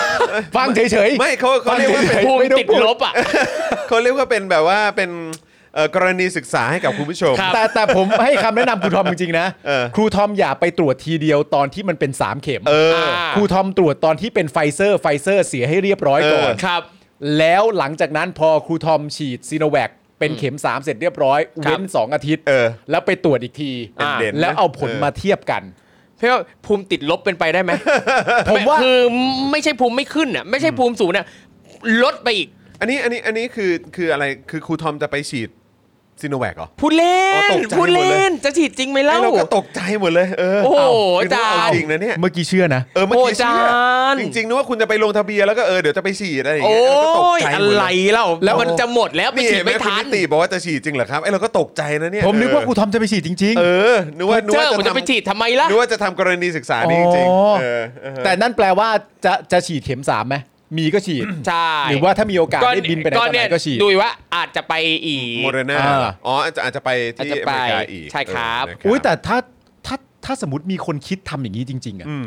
S3: ฟังเฉย
S2: ไม่เขาเขาเรียกว่าเป็น
S1: ภูมิติดลบอ่ะ
S2: <laughs> เขาเรียกว่าเป็นแบบว่าเป็นเอ่อกรณีศึกษาให้กับคุณผู้ชม
S3: ๆ แต่แต่ผมให้คำแนะนำครูทอมจริงๆนะ
S2: เออ
S3: ครูทอมอย่าไปตรวจทีเดียวตอนที่มันเป็น 3 เข็ม
S2: เออ
S3: ครูทอมตรวจตอนที่เป็นไฟเซอร์ไฟเซอร์เสียให้เรียบร้อยก่อน
S2: เออ
S1: ครับ
S3: แล้วหลังจากนั้นพอครูทอมฉีดซีโนแวคเป็นเข็ม 3 เสร็จเรียบร้อย
S1: ครั
S3: เว้
S1: บ
S3: น 2 อาทิตย์
S2: เออ
S3: แล้วไปตรวจอีกที
S1: อ่า
S2: เด่นๆนะ
S3: แล้วเอาผลมาเทียบกัน
S1: พี่ว่าภูมิติดลบเป็นไปได้ไหม
S3: ผมว่า
S1: คือไม่ใช่ภูมิไม่ขึ้นอ่ะ ไม่ใช่ภูมิสูงน่ะลดไปอีก
S2: อันนี้อันนี้อันนี้คือคืออะไรคือครูทอมจะไปฉีดซิโนแวคเหรอ
S1: พูดเล่
S2: อ๋อน ตกใจ
S1: พูด
S2: หมดเลย
S1: เล่น จะฉีดจริงไหม
S2: ไอ้
S1: เล่า
S2: เราก็ตกใจหมดเลย เออ
S1: โอ้โห
S2: ไม่รู้ว่า
S1: อาจารย์
S2: เจริงนะเนี่ย
S3: เมื่อกี้เชื่อนะ
S2: เออเมื่อกี้
S1: โอ้อาจารย์
S2: เชื่อจริงๆนึกว่าคุณจะไปลงทะเบียนแล้วก็เออเดี๋ยวจะไปฉีดอะไรอย่าง
S1: โอ้
S2: เงี้ยเราก็ตก
S1: ย
S2: ใจหม
S1: อะ
S2: ด
S1: ไร
S2: เลย
S1: เล่า
S3: แล้
S1: แล้ว
S3: ว
S1: มันจะหมดแล้วไป
S2: นี่
S1: ฉีด
S2: เห็นไหม
S1: ไม่
S2: คุณ
S1: ทัน
S2: นิติบอกว่าจะฉีดจริงเหรอครับไอ้เราก็ตกใจนะเนี่ย
S3: ผมนึกว่าครูทอมจะไปฉีดจริง
S2: เออนึกว่านึก
S1: เจ้า
S2: ว่า
S1: ผม
S2: จะ
S1: จะไป
S2: ทำ
S1: ฉีดทำไมล่ะ
S2: นึกว่าจะทำกรณีศึกษานี้จริง
S3: อ๋อ
S2: ๆเออเออ
S3: ๆ แต่นั่นแปลว่าจะจะฉีดเข็ม3ไหมมีก็ฉีด
S1: ใช่
S3: หรือว่าถ้ามีโอกาสได้บินไปไหนตอนไหนก็ฉีด
S1: ดูว่าอาจจะไปอีก
S2: โมเดอร์นา
S3: อ่า
S2: อ๋ออาจจะอาจจะไป
S1: อาจ
S2: ที่
S1: จะ
S2: อ
S1: ไป
S2: เมริกาอีก
S1: ใช่ครับ
S2: เนะ
S3: อุ้ยแต่ถ้าถ้าถ้าสมมติมีคนคิดทำอย่างนี้จริง ๆอะ
S2: อืม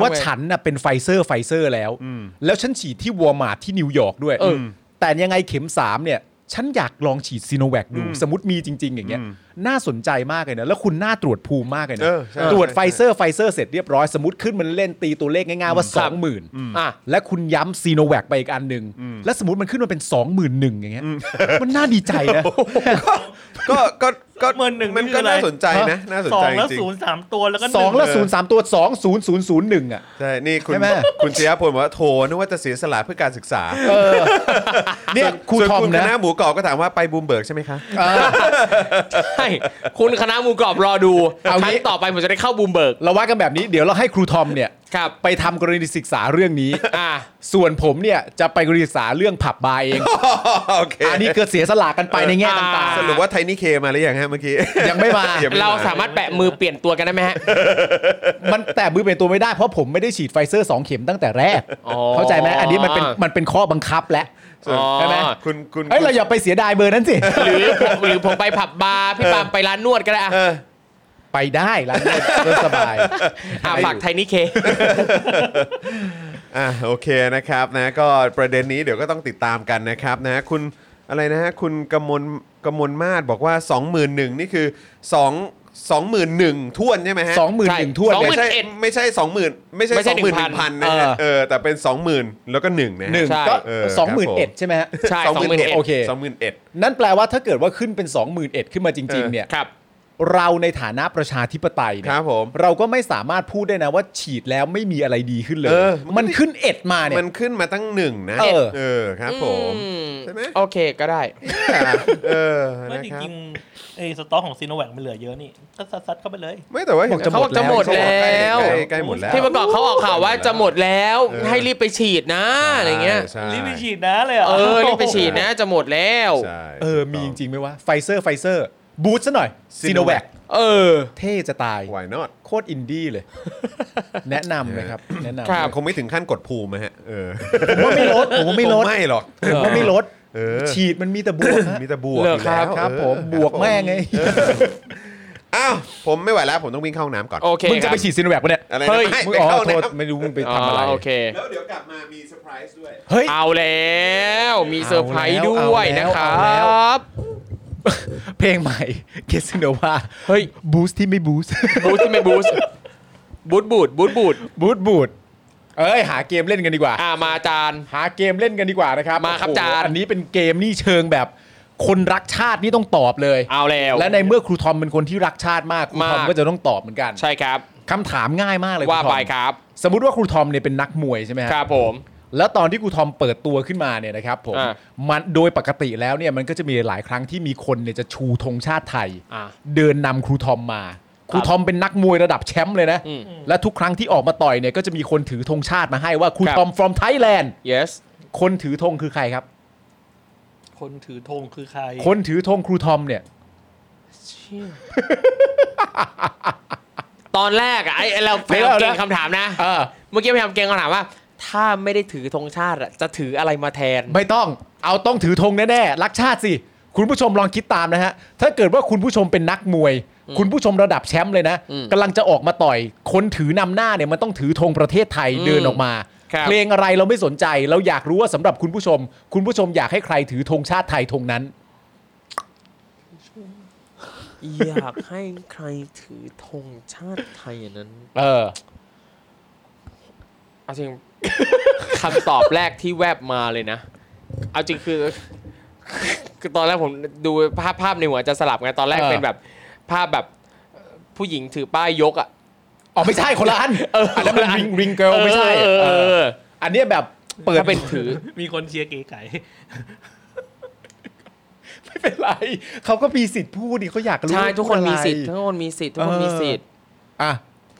S3: ว่า
S1: ทำไง
S3: ฉันน่ะเป็นไฟเซอร์ไฟเซอร์แล้ว
S2: อืม
S3: แล้วฉันฉีดที่วอร์มาที่นิวยอร์กด้วย
S1: เออ
S3: แต่ยังไงเข็ม 3 เนี่ย ฉันอยากลองฉีดซีโนแวคดู สมมติมีจริง ๆ อย่างเงี้ยน่าสนใจมากเลยนะ แล้วคุณน่าตรวจภูมิมากเลย
S2: เอ
S3: นะ
S2: อใช่
S3: ตรวจ
S2: ใช่
S3: ไฟเซอร์ไฟเซอร์เสร็จเรียบร้อยสมมติขึ้นมันเล่นตีตัวเลขง่ายๆว่า 20,000
S1: อ่ะ
S3: และคุณย้ำซีโนแวคไปอีกอันหนึ่งและสมมติมันขึ้นมาเป็น 21,000อย่างเงี้ยมันน่าดีใจนะ
S2: ก็ก็ก็
S4: หมื่นหนึ่ง
S2: มัน
S4: นี่คื
S2: ก็
S4: ออะไร
S2: น่าสนใจนะน่าสน
S4: สอ
S2: ใจ
S4: งแล้ว
S2: จริง
S4: ศูนย์สามตัวแล้วก็ห
S3: ส
S4: นึ่
S3: องและศูนย์สามตัวสองศูนย์ศูนย์ศูนย์หนึ่งอ่ะ
S2: ใช่ นี่คุณ
S3: ใช่ไหม
S2: คุณชยพลบอกว่าโถนึกว่าจะเสียสละเพื่อการศึกษา
S3: เนี่ยครู
S2: ส่วน
S3: ทอม
S2: ณค
S3: นะ
S2: ณะหมูกรอบก็ถามว่าไปบูมเบิร์กใช่ไหมคะ <laughs>
S3: เออ
S1: ใช่คุณคณะหมูกรอบรอดู
S3: เอา
S1: ค
S3: งี้
S1: รั้งต่อไปผมจะได้เข้าบูมเบิร์ก
S3: เราว่ากันแบบนี้เดี๋ยวเราให้ครูทอมเนี่ย
S1: ครับ
S3: ไปทำกรณีศึกษาเรื่องนี้
S1: อ่า
S3: ส่วนผมเนี่ยจะไปกรณีศึกษาเรื่องผับบาร์เอง
S2: โอเค
S3: อันนี้เกิดเสียสละกันไปในแง่ต่าง
S1: อ่
S2: สรุปว่าไทนี่เคมาหรือยังฮะเมื่อกี้
S3: ๆ ยังไม่มา
S2: อย่า ไม ป
S1: เราสามารถแปะมือเปลี่ยนตัวกันได้ไหมฮะ
S3: มันแต่มือเป็นตัวไม่ได้เพราะผมไม่ได้ฉีดไฟเซอร์ 2 เข็มตั้งแต่แรก
S1: อ๋อ
S3: เข้าใจไหมอันนี้มันเป็นมันเป็นข้อบังคับแล้ว
S2: ส่วน
S1: อ๋อ
S3: ใช่ไหม
S2: คุณคุณ
S3: เอ้ยเราอย่าไปเสียดายเบอร์นั้นสิ
S1: หรือผมหรือผมไปผับบา
S3: <laughs>
S1: ร์พี่ปาล์มไปร้านนวดก็ได้อะ
S2: เออ
S3: ไปได้ร้านนวดเริ่มสบาย
S1: อ่ะฝากไทยนี่เค
S2: อ่ะโอเคนะครับนะก็ประเด็นนี้เดี๋ยวก็ต้องติดตามกันนะครับนะคุณอะไรนะฮะคุณกมลกมลมาศบอกว่า 21,000นี่คือ 2 21,000ท้วนใช่ไหมฮะ
S3: สองหมื่น
S1: ใช่
S3: หนึ่งทั่วน
S1: สองหมื่
S2: ไม่
S3: เนี่ย
S1: น
S2: ใช่ไม่ใช่20,000ไม่ใช่
S1: ไม่ใช่
S2: 21,000นะฮะ
S3: เออ
S2: เออแต่เป็น 20,000 แล้วก็1นะฮะ
S3: หนึ่ง
S1: ใช่
S3: ก็
S2: เออ
S3: สองหมื่น
S2: ครับผ
S3: เอ็ด
S2: ม
S3: ใช่ไหมฮะ
S1: ใช่
S2: 21,000
S1: 21,000
S3: โอเค
S2: 21,000
S3: นั่นแปลว่าถ้าเกิดว่าขึ้นเป็น 21,000 ขึ้นมาจริง ๆ เนี่ย
S1: ครับ
S3: เราในฐานะประชาธิปไตย
S2: ค
S3: เนี่
S2: รั
S3: ย
S2: บผม
S3: เราก็ไม่สามารถพูดได้นะว่าฉีดแล้วไม่มีอะไรดีขึ้นเลย
S2: เออ
S3: มันขึ้นเอ็ดมาเนี่ย
S2: มันขึ้นมาตั้งหนึ่งนะ
S3: เออ
S2: เออครับผม
S1: อืม
S2: ใช่ไหม
S1: โอเคก็ได้
S2: เออ
S4: ไม่
S2: นะ
S4: จ
S2: ครับ
S4: ริงๆไอ้สต็อกของซีโนแวคมันเหลือเยอะนี่ก็ซัดๆเข้าไปเลย
S2: ไม่แต่ว่า
S3: บอกจะหมด
S1: เขาบอกจะหมดแล้ว
S2: ใกล้ๆใกล้ๆหมดแล้ว
S1: พี่ประกอบเขาออกข่าวว่าจะหมดแล้ว
S2: เออ
S1: ให้รีบไปฉีดนะอะไรเงี้ย
S2: ใช่
S4: รีบไปฉีดนะเลยหร
S1: เออรีบไปฉีดนะจะหมดแล้ว
S2: ใช่
S3: เออ มีจริงๆไหมวะไฟเซอร์ไฟเซอร์บูทซะหน่อยซีโนแวค
S1: เออ
S3: เท่จะตาย
S2: ๆ why not
S3: โคตรอินดี้เลย แนะนำนะครับ แนะนำ
S1: ครับ
S2: มันคงไม่ถึงขั้นกดภูมินะฮะเออ
S3: ผมว่าไม่ลดผมว่าไม่ลด
S2: คงไม่หรอก
S3: ผมว่าไม่ลด
S2: เออ
S3: ฉีดมันมีแต่บวกฮะ
S2: มีแต่บวก
S1: เหร
S2: อ
S1: อ
S2: ยู่
S3: ค
S2: แล้
S3: รับ
S2: ว
S3: ครับ
S2: เออ
S3: ผมบวกแม่งไง
S2: อ้าวผมไม่ไหวแล้วผมต้องวิ่งเข้าห้องน้ำก่อน
S1: โอเค
S3: มึงจะ
S1: ค
S3: ไป
S1: รับ
S3: ฉีดซีโนแวคปะเนี่ย
S2: อะไรนะ
S1: เฮ้ย
S2: ไม่
S3: มึง
S2: ไป
S3: อ๋อ
S2: เข้าห้อง
S3: โท
S2: น้
S3: ษไม่รู้มึงไป
S1: อ๋อ
S3: ทำอะไร
S1: โอเค
S2: ำแล้วเดี๋ยวกลับมามีเซอร์ไพรส์ด้วย
S3: เฮ้ย
S1: เอาแล้วมีเซอร์ไพรส์
S3: เอาแล้ว
S1: ด้วยนะคร
S3: เอาแล้ว
S1: ับ
S3: เพลงใหม่เกสโนวา
S1: เฮ้ย
S3: บูสที่ไม่บูส
S1: บูสที่ไม่บูสบูสบูดบูสบูด
S3: บูสบูดเอ้ยหาเกมเล่นกันดีกว่า
S1: อ่ามาอาจารย์
S3: หาเกมเล่นกันดีกว่านะครับ
S1: มาครับ
S3: โอ้โห
S1: จาน
S3: อันนี้เป็นเกมนี่เชิงแบบ คนรักชาตินี่ต้องตอบเลย
S1: เอาแล้ว
S3: และในเมื่อครูทอมเป็นคนที่รักชาติมากครูทอม
S1: มาก
S3: ก็จะต้องตอบเหมือนกัน
S1: ใช่ครับ
S3: คำถามง่ายมากเลยครูท
S1: ว่า
S3: อม
S1: ไปครับ
S3: สมมติว่าครูทอมเนี่ยเป็นนักมวยใช่ไหมฮะ
S1: ครับผม
S3: แล้วตอนที่ครูทอมเปิดตัวขึ้นมาเนี่ยนะครับผม
S1: อ่า
S3: มันโดยปกติแล้วเนี่ยมันก็จะมีหลายครั้งที่มีคนเนี่ยจะชูธงชาติไทย
S1: อ่า
S3: เดินนำครูทอมมาครูทอมเป็นนักมวยระดับแชมป์เลยนะ
S1: อืม
S3: และทุกครั้งที่ออกมาต่อยเนี่ยก็จะมีคนถือธงชาติมาให้ว่าครู
S1: ครับ
S3: ทอม from Thailand
S1: yes
S3: คนถือธงคือใครครับ
S4: คนถือธงคือใคร
S3: คนถือธงครูทอมเนี่ย
S1: ตอนแรกอะไอ้ไอ้เราพยายามเก่งคำถามนะ
S3: เออ
S1: เมื่อกี้พยายามเก่งคำถามว่า ถ้าไม่ได้ถือธงชาติอะจะถืออะไรมาแทน
S3: ไม่ต้องเอาต้องถือธงแน่ๆรักชาติสิ คุณผู้ชมลองคิดตามนะฮะ ถ้าเกิดว่าคุณผู้ชมเป็นนักมวย คุณผู้ชมระดับแชมป์เลยนะ
S1: อืม
S3: กำลังจะออกมาต่อย คนถือนำหน้าเนี่ยมันต้องถือธงประเทศไทย
S1: อืม
S3: เดินออกมา
S1: ครับ
S3: เพลงอะไรเราไม่สนใจ เราอยากรู้ว่าสำหรับคุณผู้ชม คุณผู้ชมอยากให้ใครถือธงชาติไทยธงนั้น
S1: อยากให้ใครถือธงชาติไทยอันนั้น
S3: เออ
S1: เอาจริง <laughs> คำตอบแรกที่แวบมาเลยนะ เอาจริงคือ <laughs> คือตอนแรกผมดูภาพภาพในหัวจะสลับไงตอนแรก
S3: เออ
S1: เป็นแบบภาพแบบเอ่อผู้หญิงถือป้ายยกอะ
S3: อ๋อไม่ใช่คนละอัน
S1: เออ
S3: นนั้นมันริงริงเกิลไม่ใช่
S1: เออเออ
S3: เอ
S1: เอ
S3: อ
S1: อ
S3: อันเนี้ยแบบเปิด
S1: ถ้าเป็นถือ
S4: มีคนเชียร์เก๋ไก่
S3: ไม่เป็นไรเขาก็มีสิทธิ์พูดดิเขาอยากรู้
S1: ใช่ทุกคนมีสิทธิ์
S3: อะไร
S1: ทุกคนมีสิทธิ์ทุกคนมีสิทธิ์
S3: อ่ะ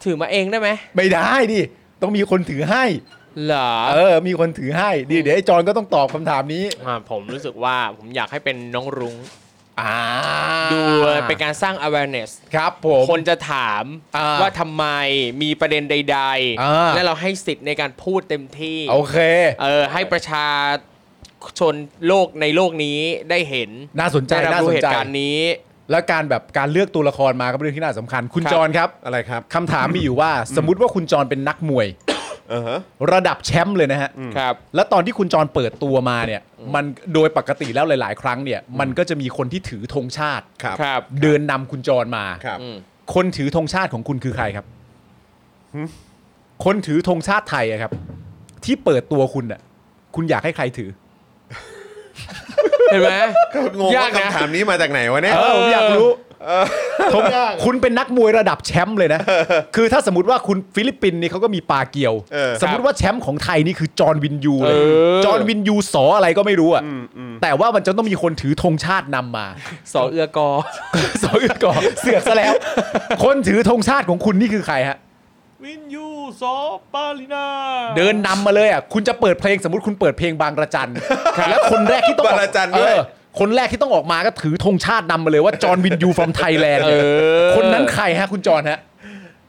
S1: ถือมาเองได้ไหม
S3: ไม่ได้ดิ ต้องมีคนถือให้
S1: เหรอ
S3: เออ มีคนถือให้ดีเดี๋ยวไอ้จอนก็ต้องตอบคำถามนี้
S1: อ่าผมรู้สึกว่าผมอยากให้เป็นน้องรุ้ง
S3: อ่า
S1: ดูเป็นการสร้าง awareness
S3: ครับผม
S1: คนจะถาม
S3: อ่า
S1: ว่าทำไมมีประเด็นใด
S3: อ่า
S1: ๆ และเราให้สิทธิ์ในการพูดเต็มที่
S3: โอเค
S1: เออให้ประชาชนโลกในโลกนี้ได้เห็น
S3: น่าสนใจ
S1: ได้รับ
S3: น่า
S1: รู้
S3: สน
S1: เห
S3: ใจ
S1: ตุการณ์นี้
S3: แล้วการแบบการเลือกตัวละครมาก็เป็นเรื่องที่น่าสำคัญ คุณ
S1: ครับ
S3: จอนครับ
S2: อะไรครับ
S3: คำถามมีอยู่ว่า สมมติว่าคุณจอนเป็นนักมวย
S2: เออฮะ
S3: ระดับแชมป์เลยนะฮะ
S1: ครับ
S3: แล้วตอนที่คุณจรเปิดตัวมาเนี่ย มันโดยปกติแล้วหลาย ๆ ครั้งเนี่ย มันก็จะมีคนที่ถือธงชาติ
S2: ครับ
S1: ครับ
S3: เดินนำคุณจรมา
S2: ครับ
S1: อืม
S3: คนถือธงชาติของคุณคือใครครับ คนถือธงชาติไทยอะครับ ที่เปิดตัวคุณอะคุณอยากให้ใครถือ
S1: เห็นไหม
S2: งง
S1: ยา
S2: ว่าก
S1: นะ
S2: คำถามนี้มาจากไหนวะเนี่ย
S3: เออผมอยากรู้ ผมคุณเป็นนักมวยระดับแชมป์เลยนะ คือถ้าสมมติว่าคุณฟิลิปปินส์นี่เขาก็มีปาเกียว
S2: เออ
S3: สมมติว่าแชมป์ของไทยนี่คือจอห์นวินยูเลย
S1: เออ
S3: จอห์นวินยูสออะไรก็ไม่รู้อ่ะแต่ว่ามันจะต้องมีคนถือธงชาตินำมา <laughs>
S1: สอเอือกอ
S3: สออึกก่อเสือกซะแล้ว คนถือธงชาติของคุณนี่คือใครฮะ
S4: วินยูซอปาลินา
S3: เดินนำมาเลยอ่ะคุณจะเปิดเพลงสมมติคุณเปิดเพลงบางระจันแล้วคนแรกที่ต้องออ
S2: าง
S3: บก
S2: ระจันด้วย
S3: เออคนแรกที่ต้องออกมาก็ถือธงชาตินำมาเลยว่าจอห์นวินยู from ไทยแลนด์
S1: เออ
S3: คนนั้นใครฮะ คุณจอห์นฮะ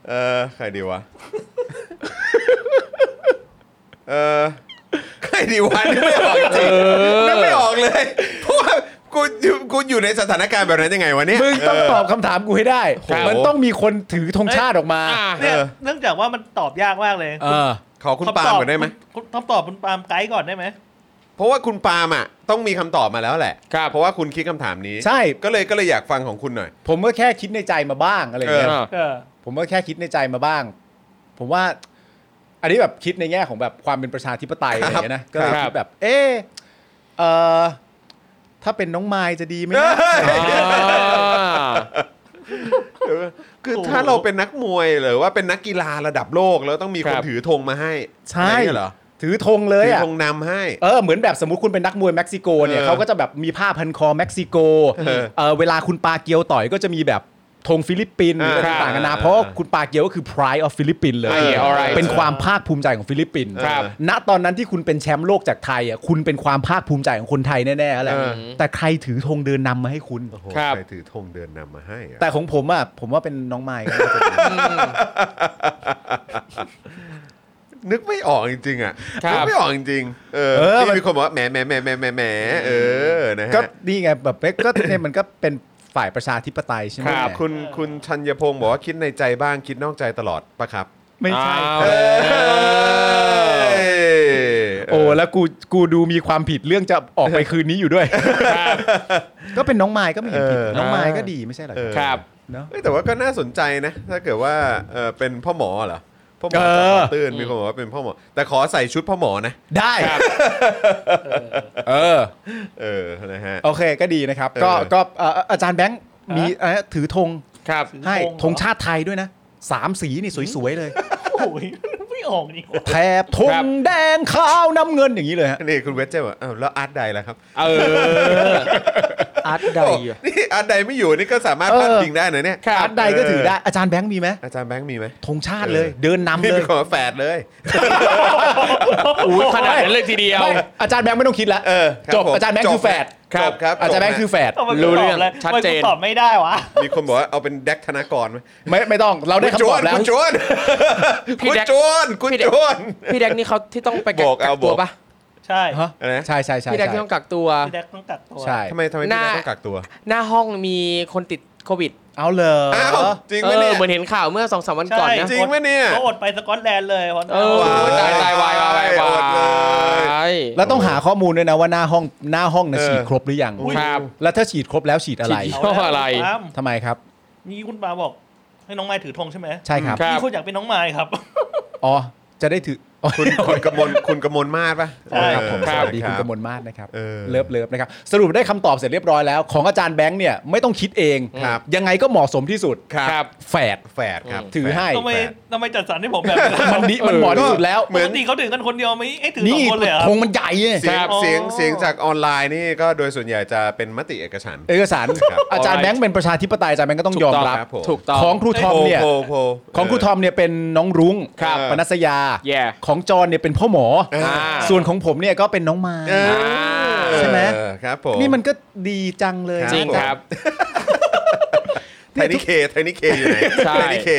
S2: เออใครดีวะ เออใครดีวะนึกไม่ออกจริงนึกไม่ออกเลยเพราะว่ากูอยู่กูอยู่ในสถานการณ์แบบนั้นยังไงวะเนี่ย
S3: มึงต้องตอบคำถามกูให้ได้
S2: ครับ
S3: มันต้องมีคนถือธงชาติออกมา
S1: อ่ะ
S4: เนี่ย
S2: เออ
S4: เนื่องจากว่ามันตอบยากมากเลย
S3: เออ
S2: ขอคุณปาล์มก่อนได้ไหม
S4: คุณคำตอบคุณปาล์มไกด์ก่อนได้ไหม
S2: เพราะว่าคุณปาล์มอ่ะต้องมีคำตอบมาแล้วแหละ
S1: ครับ
S2: เพราะว่าคุณคิดคำถามนี้
S3: ใช่
S2: ก็เลยก็เลยอยากฟังของคุณหน่อย
S3: ผมก็แค่คิดในใจมาบ้างอะไรอย่างเงี้ย
S2: เออ
S4: เออ
S3: ผมก็แค่คิดในใจมาบ้าง ผมว่า อันนี้แบบคิดในแง่ของแบบความเป็นประชาธิปไตยอะไรอย่างเงี้ยนะ ก็เลย
S1: ครับ
S3: คิดแบบ เอะเออถ้าเป็นน้องไมล์จะดีไหมนะ
S1: อ่า
S2: คือถ้าเราเป็นนักมวยหรือว่าเป็นนักกีฬาระดับโลกแล้วต้องมี
S1: ค
S2: ค
S1: รั
S2: น
S1: บ
S2: ถือธงมาให้
S3: ใช่
S2: อย่างเงี้ยเหรอ
S3: ถือธงเลย
S2: ถือ
S3: อ่ะ
S2: ธงนำให้
S3: เออเหมือนแบบสมมติคุณเป็นนักมวยเม็กซิโกเนี่ย
S2: เออ
S3: เขาก็จะแบบมีผ้าพันคอเม็กซิโก
S2: เออ
S3: เออเวลาคุณปาเกียวต่อยก็จะมีแบบธงฟิลิปปินส์หรืออะไร
S2: ครับ
S3: ต่างๆนานาเพราะว่าคุณปาเกียวก็คือ pride of ฟิลิปปินส์เลย
S1: อ่า yeah, alright
S3: เป็นความภาคภูมิใจของฟิลิปปินส์
S2: ครับ
S3: ณตอนนั้นที่คุณเป็นแชมป์โลกจากไทยอ่ะคุณเป็นความภาคภูมิใจของคนไทยแน่ๆแหละ
S2: เออ
S3: แต่ใครถือธงเดินนำมาให้คุณ
S2: โอ้โห
S1: ครับ
S2: ใครถือธงเดินนำมาให้อะ
S3: แต่ของผมอ่ะผมว่าเป็นน้
S2: <laughs>
S3: องไมค์ก็น่าจะดี
S2: นึกไม่ออกจริงๆอ่ะ
S1: ครับ
S2: นึกไม่ออกจริงๆเออนี่มีคนบอกว่าแหมแหมแหมแหมแหมแหมเออนะ
S3: ก็
S2: ฮะ
S3: นี่ไงแบบเป๊กก็เนี่ยมันก็เป็นฝ่ายประชาธิปไตยใช่ไหม
S1: ครับ
S2: คุณคุณชัญพงศ์บอกว่าคิดในใจบ้างคิดนอกใจตลอดปะครับ
S3: ไม่ใช่
S1: เอา
S2: เออ
S1: แล้ว
S3: โอ้แล้วกูกูดูมีความผิดเรื่องจะออกไปคืนนี้อยู่ด้วย ก็เป็นน้องไม้ก็ไม่เห็นผิดน้องไม้ก็ดีไม่ใช่เหรอ
S2: เออ
S1: ครับ
S3: เนาะ
S2: เอ้ยแต่ว่าก็น่าสนใจนะ ถ้าเกิดว่าเออเป็นพ่อหมอเหรอพ่อหมอ
S3: เอ
S2: จะ
S3: อ
S2: ขอตื่นมีคนบอกว่าเป็นพ่อหมอ แต่ขอใส่ชุดพ่อหมอนะ
S3: ได้
S1: ครับ
S3: เออ
S2: เออนะฮะ
S3: โอเคก็ดีนะครับ ก็
S2: เออ
S3: ก็เอ่ออาจารย์แบงค์มีเอ่อถือธง
S1: ครับ
S4: ถือธง
S3: ให้
S4: เหรอ
S3: ธงชาติไทยด้วยนะสามสีนี่สวยๆเลย
S4: โอ้ยไม่ออกนี่หว่า
S3: แถบธง
S1: ครับ
S3: แดงขาวน้ำเงินอย่างนี้เลยฮะ
S2: นี่คุณเวสเจบอกอ้าวแล้วอาร์ตไดล่ะครับ
S1: เออ
S3: อาร์ตใด
S2: โอ้นี่อาร์ตไดไม่อยู่นี่ก็สามารถพาดพิงได้นะเนี่ย
S1: ครับ
S3: อาร์ตใดก็ถือได้อาจารย์แบงค์มีไหม
S2: อาจารย์แบงค์มีไหม
S3: ธงชาติเลยเดินนำ
S2: นี่
S3: เล
S2: เป็
S3: ย
S2: นของแฝดเลย
S1: อุ๊ยขนาดนั้นเลยทีเดียว
S3: ไม่อาจารย์แบงค์ไม่ต้องคิดละ
S2: เออครับ
S3: จบ
S2: ผม
S3: อาจารย์แบง
S2: จ
S3: ค์
S2: บ
S3: คือแฝด
S2: ครับครับ
S3: อาจารย์แบงค์คือแฝด
S4: ทำไมกู
S1: รู้เรื่อง
S4: ตบแล้ว
S1: ชัดเจน
S4: ทำไมกูตอบไม่ได้วะ
S2: มีคนบอกว่าเอาเป็นแดกธนากรไหม
S3: ไม่ไม่ต้องเราได้
S2: คุณ
S3: คำตอบแล้ว
S2: คุณจวน
S1: พี่
S2: คุณ
S1: แดก
S2: จวนคุณจวน
S1: พี่แดกนี่เขาที่ต้องไปกั
S2: บอกเอา
S1: กักตัว
S2: บอก
S1: ปะ
S4: ใช่
S3: ฮะ
S2: อะไรนะ
S3: ใช่ใช่ใช่
S1: พี่แดกที่
S3: ใช่
S1: ต้องกักตัว
S4: พี่แดกต้องกักตัว
S3: ใช่
S2: ทำไมทำไมพี่
S1: ห
S2: แด
S1: น้า
S2: กต้องกักตัว
S1: หน้าห้องมีคนติดโควิด
S3: เอาเลย
S2: อ้าวจริง
S1: เอ
S2: ไหมเนี่
S1: อย เหมือนเห็นข่าวเมื่อสองสามวัน
S4: ใช่
S1: ก่อนนะ
S2: จริงไหมเนี่ย
S4: เขาอดไปสกอตแลนด์เลยเพราะ
S1: เออ
S2: ว้าย
S1: ตายตายวายวายวายวา
S2: อดเลย
S1: ย
S3: แล้วต้องหาข้อมูลด้วยนะว่าหน้าห้องหน้าห้องนะ
S2: เออ
S3: ฉีดครบหรือยัง
S1: อุ๊ยครับ
S3: แล้วถ้าฉีดครบแล้วฉีดอะไร
S1: ฉีด
S4: เาแล้ว
S1: อะไร
S4: คุณปาล์ม
S3: ทำไมครับ
S4: นี่คุณปาล์มบอก ให้น้องไม้ถือธงใช่ไหม
S3: ใช่ครับ
S1: ครับ
S4: นี่คุณอยากเป็นน้องไม้ครับ
S3: อ๋อจะได้ถืออ๋อ
S2: คุณคุณกมลคุณกมลมาศป่ะ
S4: ใช่
S3: ครับผม
S2: เออ
S3: สวัสดีคุณกมลมาศนะครับ
S2: เออ
S3: เลิฟเลิฟนะครับสรุปได้คำตอบเสร็จเรียบร้อยแล้ว ของอาจารย์แบงค์เนี่ยไม่ต้องคิดเอง
S2: ครับ
S3: ยังไงก็เหมาะสมที่สุด
S1: ครับ
S3: แฝด
S2: แฝดครับ
S3: ถือให้
S4: ทำไมทำไมจัดสรรให้ผมแบบนี้ล่ะ
S3: มันดีมันเหมาะที่สุดแล้ว
S4: ปกติเขาถือกันคนเดียวไหมเอ้ถือส
S3: นี่
S4: องคนเลยเหรอค
S3: ธ
S4: รับ
S3: งมันใหญ่ไง
S2: เสียง
S1: ครับ
S2: เสียง
S4: อ๋อ
S2: เสียงจากออนไลน์นี่ก็โดยส่วนใหญ่จะเป็นมติเอกฉันท์
S3: เอกสาร
S2: ครับ
S3: อาจารย์แบงค์เป็นประชาธิปไตยอาจารย์แบงค์ก็ต้องยอมรับ
S2: ครับผม
S1: ถูกต้อง
S3: ของครูทอม
S2: โพล
S3: เนี่ย
S2: โพลโพล
S3: ของครูทอมเนี่ยเป็นน้องรุ้ง
S1: ครับ
S3: ปนัสยา
S1: แย่
S3: ของจอนเนี่ยเป็นพ่อหมอ
S1: อ่า
S3: ส่วนของผมเนี่ยก็เป็นน้องไม้
S2: เออ
S3: ใช่ไหม
S2: เออครับผม
S3: นี่มันก็ดีจังเลย
S2: ครับ
S1: จริง
S2: ผม
S1: ครับ
S2: ไทนี่เคไทนี่เคอยู่ไหน
S1: ใช่
S2: ไทนี่เค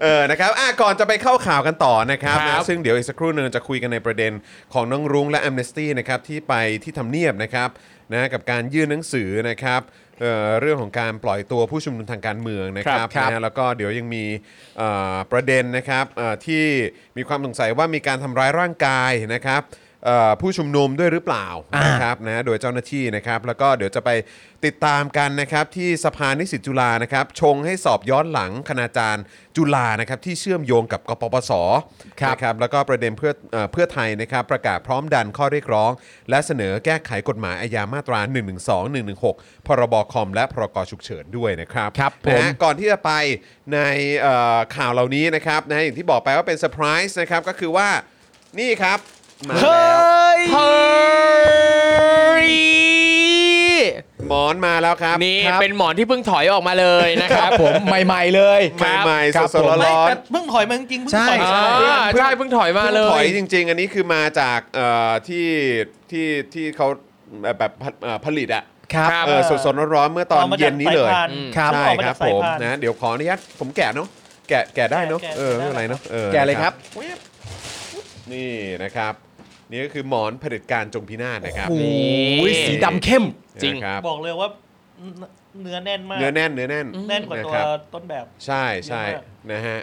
S2: เออนะครับอ่ะก่อนจะไปเข้าข่าวกันต่อนะครับ
S1: ครับ
S2: นะซึ่งเดี๋ยวอีกสักครู่หนึงจะคุยกันในประเด็นของน้องรุ้งและ a อมเนสตี้นะครับที่ไปที่ทำเนียบนะครับนะกับการยื่นหนังสือนะครับเอ่อเรื่องของการปล่อยตัวผู้ชุมนุมทางการเมืองนะครับ
S3: ครับ
S2: นะ แล้วก็เดี๋ยวยังมีเอ่อประเด็นนะครับเอ่อที่มีความสงสัยว่ามีการทำร้ายร่างกายนะครับ เอ่อผู้ชุมนุมด้วยหรือเปล่า
S3: อ่าน
S2: นะครับนะโดยเจ้าหน้าที่นะครับ แล้วก็เดี๋ยวจะไปติดตามกันนะครับที่สภานิสิตจุฬานะครับ ชงให้สอบย้อนหลังคณาจารย์จุฬานะครับที่เชื่อมโยงกับกปปส
S3: ครับ
S2: นะครับแล้วก็ประเด็นเพื่อเอ่อเพื่อไทยนะครับ ประกาศพร้อมดันข้อเรียกร้อง และเสนอแก้ไขกฎหมายอาญามาตรา 1 1 2 1 1 6 พรบคอมและพรกฉุกเฉินด้วยนะครับ
S3: ครับผม
S2: นะฮะก่อนที่จะไปในเอ่อข่าวเหล่านี้นะครับนะฮะอย่างที่บอกไปว่าเป็นเซอร์ไพรส์นะครับ ก็คือว่านี่ครับมาแล้ว
S1: ยเฮ้ย
S2: หมอนมาแล้วครับ
S1: นี่
S2: ครับ
S1: เป็นหมอนที่เพิ่งถอยออกมาเลยนะครับ
S3: ผมใหม่ ๆ เลย
S2: ใหม่ๆ
S3: ค
S2: ส
S3: รับ
S2: ดๆ
S3: ผม
S4: ไม่
S2: ร้อน
S4: แต่เพิ่งถอยมาจริงๆเพิ่ง
S3: ใช่
S4: ถอยมา
S1: อ่าใช่เพิ่งถอย
S2: ๆ
S1: มาเล
S2: พิ่งถอย ยจริง ๆ อันนี้คือมาจากเอ่อที่ที่ที่เขาแบบแบบเอ่อผลิตอะ
S3: ครับ
S1: ครับ
S2: เออสดๆร้อนๆเมื่อตอนเย็นนี้เลย
S3: ครับ
S2: ใช่
S4: ออกมา
S2: ค
S4: จา
S2: รับ
S4: กสาย
S2: ผม
S4: พาน
S2: นะเดี๋ยวขออนุญาตผมแกะเนาะแกะแกะได้เนาะ
S4: แกะ
S2: เออไม่เป็นไร
S4: แกะได้
S2: เนาะออ
S3: แกะเลยครับ
S2: แว๊บนี่นะครับ นี่ก็คือหมอนเผด็จการจงพินาศนะครับ
S3: โอ้โห
S1: นี่
S3: สีดำเข้ม
S1: จริง
S2: นะครับ
S4: บอกเลยว่าเนื้อแน่นมาก
S2: เนื้อแน่นเนื้อแน่น
S4: แน่นกว่าตัว
S2: นะครับ
S4: ต้นแบบ
S2: ใช่ใช่นะฮะ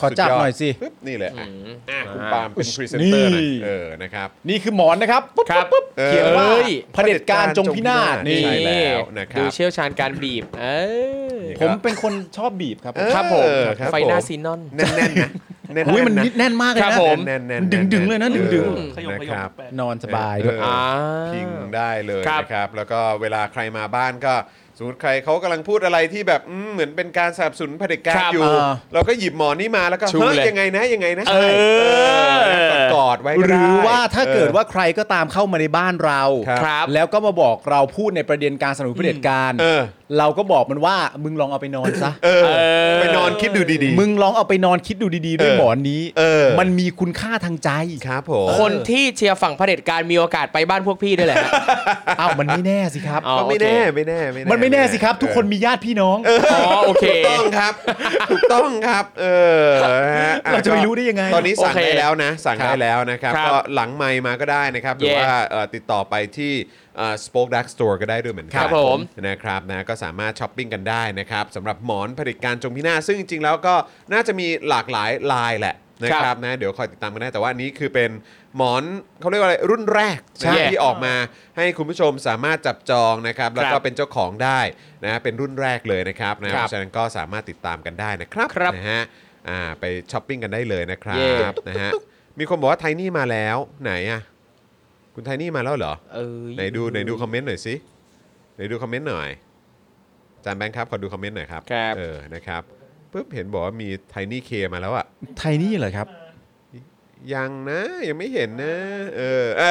S3: ขอจับหน่อยสิ
S2: ดดปึ๊บนี่แหละ
S1: อื
S2: อ่ะ
S1: ม
S2: อ่ะคุณ
S1: อ่า
S2: ปาล์มเป็นพรีเซนเตอร์หน่อย
S3: นี่
S2: เออนะครับ
S3: นี่คือหมอนนะครับปุ๊บ
S1: ครับ
S3: ปุ๊บ
S2: เออ
S3: เขียนว่า
S1: เอ้ย
S3: เผด็จการจงพินาศนี่
S2: ใช่แล้วนะครับ
S1: ดูเชี่ยวชาญการบีบ เออ
S3: ผมเป็นคนชอบบีบครับ
S2: เออ
S1: ครับผม
S2: ครับ
S1: ไฟหน้า
S2: ผม
S1: ซีนอน
S2: แน่นๆนะแน่นๆ
S3: อุ้ยมัน
S2: นะ
S3: นิดแน่นมากเลย
S1: ครับ
S3: นะ
S1: ผม
S2: แน่นๆแน่น
S3: ดึงๆเลยนะ
S2: ออ
S3: ดึง
S4: ขยมขย
S2: นะค
S4: ม
S2: รับ
S4: แปะ
S3: นอนสบายด้วย
S2: เออ
S1: อ่า
S2: พิงได้เลย
S1: ครับ
S2: นะครับ แล้วก็เวลาใครมาบ้านก็ สมมติใครเขากำลังพูดอะไรที่แบบอืมเหมือนเป็นการสนับสนุนเผด็จการ
S1: ครับ
S2: อยู่
S3: อ่า
S2: เราก็หยิบหมอนนี้มาแล้วก็
S1: ชูเลย
S2: เฮ้ยยังไงนะยังไงนะ
S1: เออ
S2: เออกอดไว้ก็
S3: ห
S2: ได้
S3: รือว่าถ้าเกิด
S2: ออ
S3: ว่าใครก็ตามเข้ามาในบ้านเรา
S2: ครับ
S1: ครับ
S3: แล้วก็มาบอกเราพูดในประเด็นการสนับสนุนเผด็จการ
S2: เออ
S3: เราก็บอกมันว่ามึงลองเอาไปนอนซะ
S2: เออ
S1: เออ
S2: ไปนอนคิดดูดี
S3: มึงลองเอาไปนอนคิดดูดีๆ ด้วย
S2: เออ
S3: หมอนนี้
S2: เออ
S3: มันมีคุณค่าทางใจ
S2: ครับผม
S1: คนที่เชียร์ฝั่งเผด็จการมีโอกาสไปบ้านพวกพี่ด้วยแหละ
S3: เอ้ามันไม่แน่สิครับ
S1: อ๋อ
S2: ก็ไม่แน่ไม่แน่แ
S3: มันไม่แน่สิครับ ทุกคนมีญาติพี่น้อง
S1: อ๋อโอเค
S2: ถูกต้องครับ ถูกต้องครับ เออฮะอ่
S3: เราจะไปรู้ได้ยังไง
S2: ตอนนี้สั่ง
S1: โอเค
S2: ได้แล้วนะ สั่ง
S1: ครับ
S2: ได้แล้วนะครับ
S1: ครับ
S2: ก็หลังไมค์มาก็ได้นะครับ หรือ
S1: Yeah
S2: ว่าเอ่อติดต่อไปที่เอ่อ Spoke Dark Store ก็ได้ด้วยเหมือนกั
S1: ครับผม
S2: นะครับนะก็สามารถช้อปปิ้งกันได้นะครับสำหรับหมอนผลิตการจงพินาศซึ่งจริงๆแล้วก็น่าจะมีหลากหลายลายแหละนะค
S1: ครั
S2: รับบ นะเดี๋ยวคอยติดตามกันได้แต่ว่าอันนี้คือเป็นหมอนเขาเรียกว่าอะไรรุ่นแรก
S1: ใช่
S2: นะที่ออกมาให้คุณผู้ชมสามารถจับจองนะครับแล้วก็เป็นเจ้าของได้นะเป็นรุ่นแรกเลยนะครับนะ
S1: ครับ
S2: ฉะนั้นก็สามารถติดตามกันได้นะครับ
S1: ครับ
S2: นะฮะอ่าไปช้อปปิ้งกันได้เลยนะครั
S1: เย่
S2: บนะฮะมีคนบอกว่าไทนี่มาแล้วไหนอ่ะคุณไทนี่มาแล้วเหรอ
S1: เออ
S2: ไหนดูไหนดูคอมเมนต์หน่อยสิไหนดูคอมเมนต์หน่อยอาจานแบงค์ครับขอดูคอมเมนต์หน่อยครับ
S1: ครับ
S2: เออนะครับปุ๊บเห็นบอกว่ามีไทนี่เคมาแล้วอ่ะ
S3: ไทยนี่เหรอครับ
S2: ยังนะยังไม่เห็นนะเออ <laughs> เอ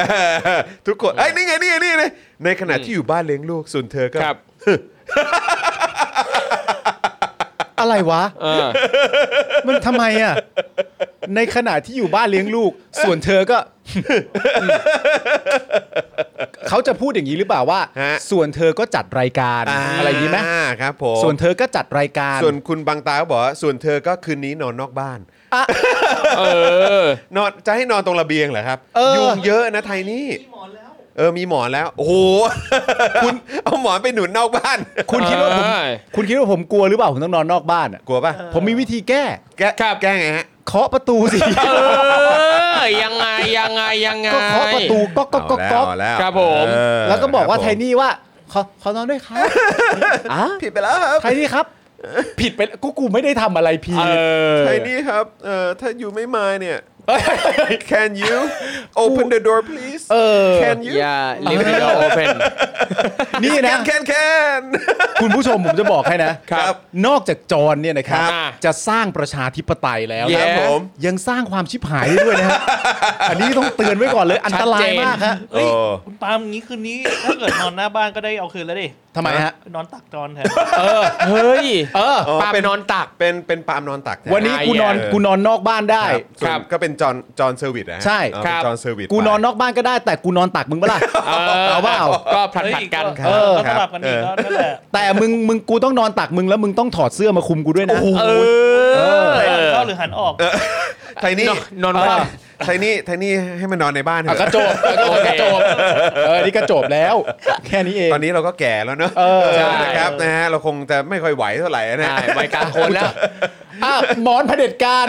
S2: อทุกคนไอ้ยนี่ไงนี่ไงนี่ไงในขณะที่อยู่บ้านเลี้ยงลูกส่วนเธอก็
S1: ครับ
S3: อะไรวะ
S1: เออ
S3: มันทำไมอ่ะ ในขณะที่อยู่บ้านเลี้ยงลูก ส่วนเธอก็ <laughs> เขาจะพูดอย่างนี้หรือเปล่าว่า
S2: ฮะ
S3: ส่วนเธอก็จัดรายการอะไรอย่างนี้ไหม
S2: อ่าครับผม
S3: ส่วนเธอก็จัดรายการ
S2: ส่วนคุณบางตาก็บอกว่าส่วนเธอก็คืนนี้นอนนอกบ้าน
S1: เออ
S2: นอนจะให้นอนตรงระเบียงเหรอครับ
S3: เออ
S2: ยุงเยอะนะไทยนี่เออมีหมอนแล้วโอ้โห
S3: <laughs>
S2: คุณ เอาหมอนไปหนุนนอกบ้าน
S3: คุณคิดว่าผม
S1: เอ้ย
S3: คุณคิดว่าผมกลัวหรือเปล่าผมต้องนอนนอกบ้านอ่ะ
S2: กลัวป่ะ
S3: ผมมีวิธีแก้
S2: แก้แก้ไงฮะ
S3: เคาะประตูสิ
S1: เออ ยังไงยังไงยังไง
S3: ก็เคาะประตูก็ก็ก็ก็
S2: เอาแล้ว
S1: ครับผม
S2: เอ
S3: แล้วก็บอก
S2: ค
S3: ว่า
S2: รั
S3: ไท
S2: ผม
S3: นี่ว่าขอขอนอนด้วยครับ <laughs> อ่ะ
S2: ผิดไปแล้วครับ
S3: ไทนี่ครับ ผิดไปแล้วกูกูไม่ได้ทำอะไรผิด
S1: เออ
S2: ไทยนี่ครับเออถ้าอยู่ไม่มาเนี่ย Can you open the door please
S3: เออ
S2: Can you
S1: อย่า leave the door open
S3: นี่นะ <laughs>
S2: Can can can
S3: คุณผู้ชมผมจะบอกให้นะครับ นอกจากจรเนี่ยนะครับ
S1: ครับ
S3: จะสร้างประชาธิปไตยแล้ว
S2: ค
S3: นะ
S2: รับผม
S3: ยังสร้างความชิบหายได้ด้วยนะฮะอันนี้ต้องเตือนไว้ก่อนเลยอันตรายมากฮะ
S4: เฮ้ย
S2: โอ้
S4: คุณปาล์มงี้คืนนี้ ถ้าเกิดนอนหน้าบ้านก็ได้เอาคืนแล้วดิ
S3: ทำไมฮะ
S4: นอนตักจอนแทน
S1: เออ เฮ้ย
S3: เออ
S2: เออ
S1: ปาล์ม
S2: เป็น
S1: นอนตัก
S2: เป็นเป็นปาล์มนอนตักแท
S3: วันนี้กูนอน
S1: เออ
S3: กูนอนนอกบ้านได้
S2: ส่วน
S1: ครับ
S2: ก็เป็นจอนจอนเซอร์วิสนะฮะ
S3: ใช่
S2: เออ
S1: ค
S2: เป็นจ
S1: รับ
S2: อนเซอร์วิส
S3: กูนอน
S2: ไป
S3: นอกบ้านก็ได้ แต่กูนอนตักมึงเปะล่ะ
S1: เออ
S3: เอาเปล่า
S1: ก็ผลัดผลัดๆกัน
S2: ครับ
S4: เออก็
S2: ค
S4: ส
S2: รับ
S4: ลับกันอีก
S2: เอ
S4: ก็
S2: อ
S4: นั่นแหละ
S3: แต่มึงมึงกูต้องนอนตักมึงแล้วมึงต้องถอดเสื้อมาคุมกูด้วยนะ
S1: เออ
S4: หันเข้าหรือหันออก
S2: ไท
S1: <laughs>
S2: นี่
S1: นอนนอนคว่ำ
S2: ไทนี่ไทนี่ให้มันนอนในบ้านเถ
S3: กระ
S2: อะ
S3: จบกระจบเออ นี่กระจบแล้ว แค่นี้เอง
S2: ตอนนี้เราก็แก่แล้วเนอะ
S3: เออ
S2: เออนะครับนะฮะเราคงจะไม่ค่อยไหวเท่าไหร่นะ
S1: ใช่ใบกลางคนแล้ว
S3: อ่ะหมอนเผด็จการ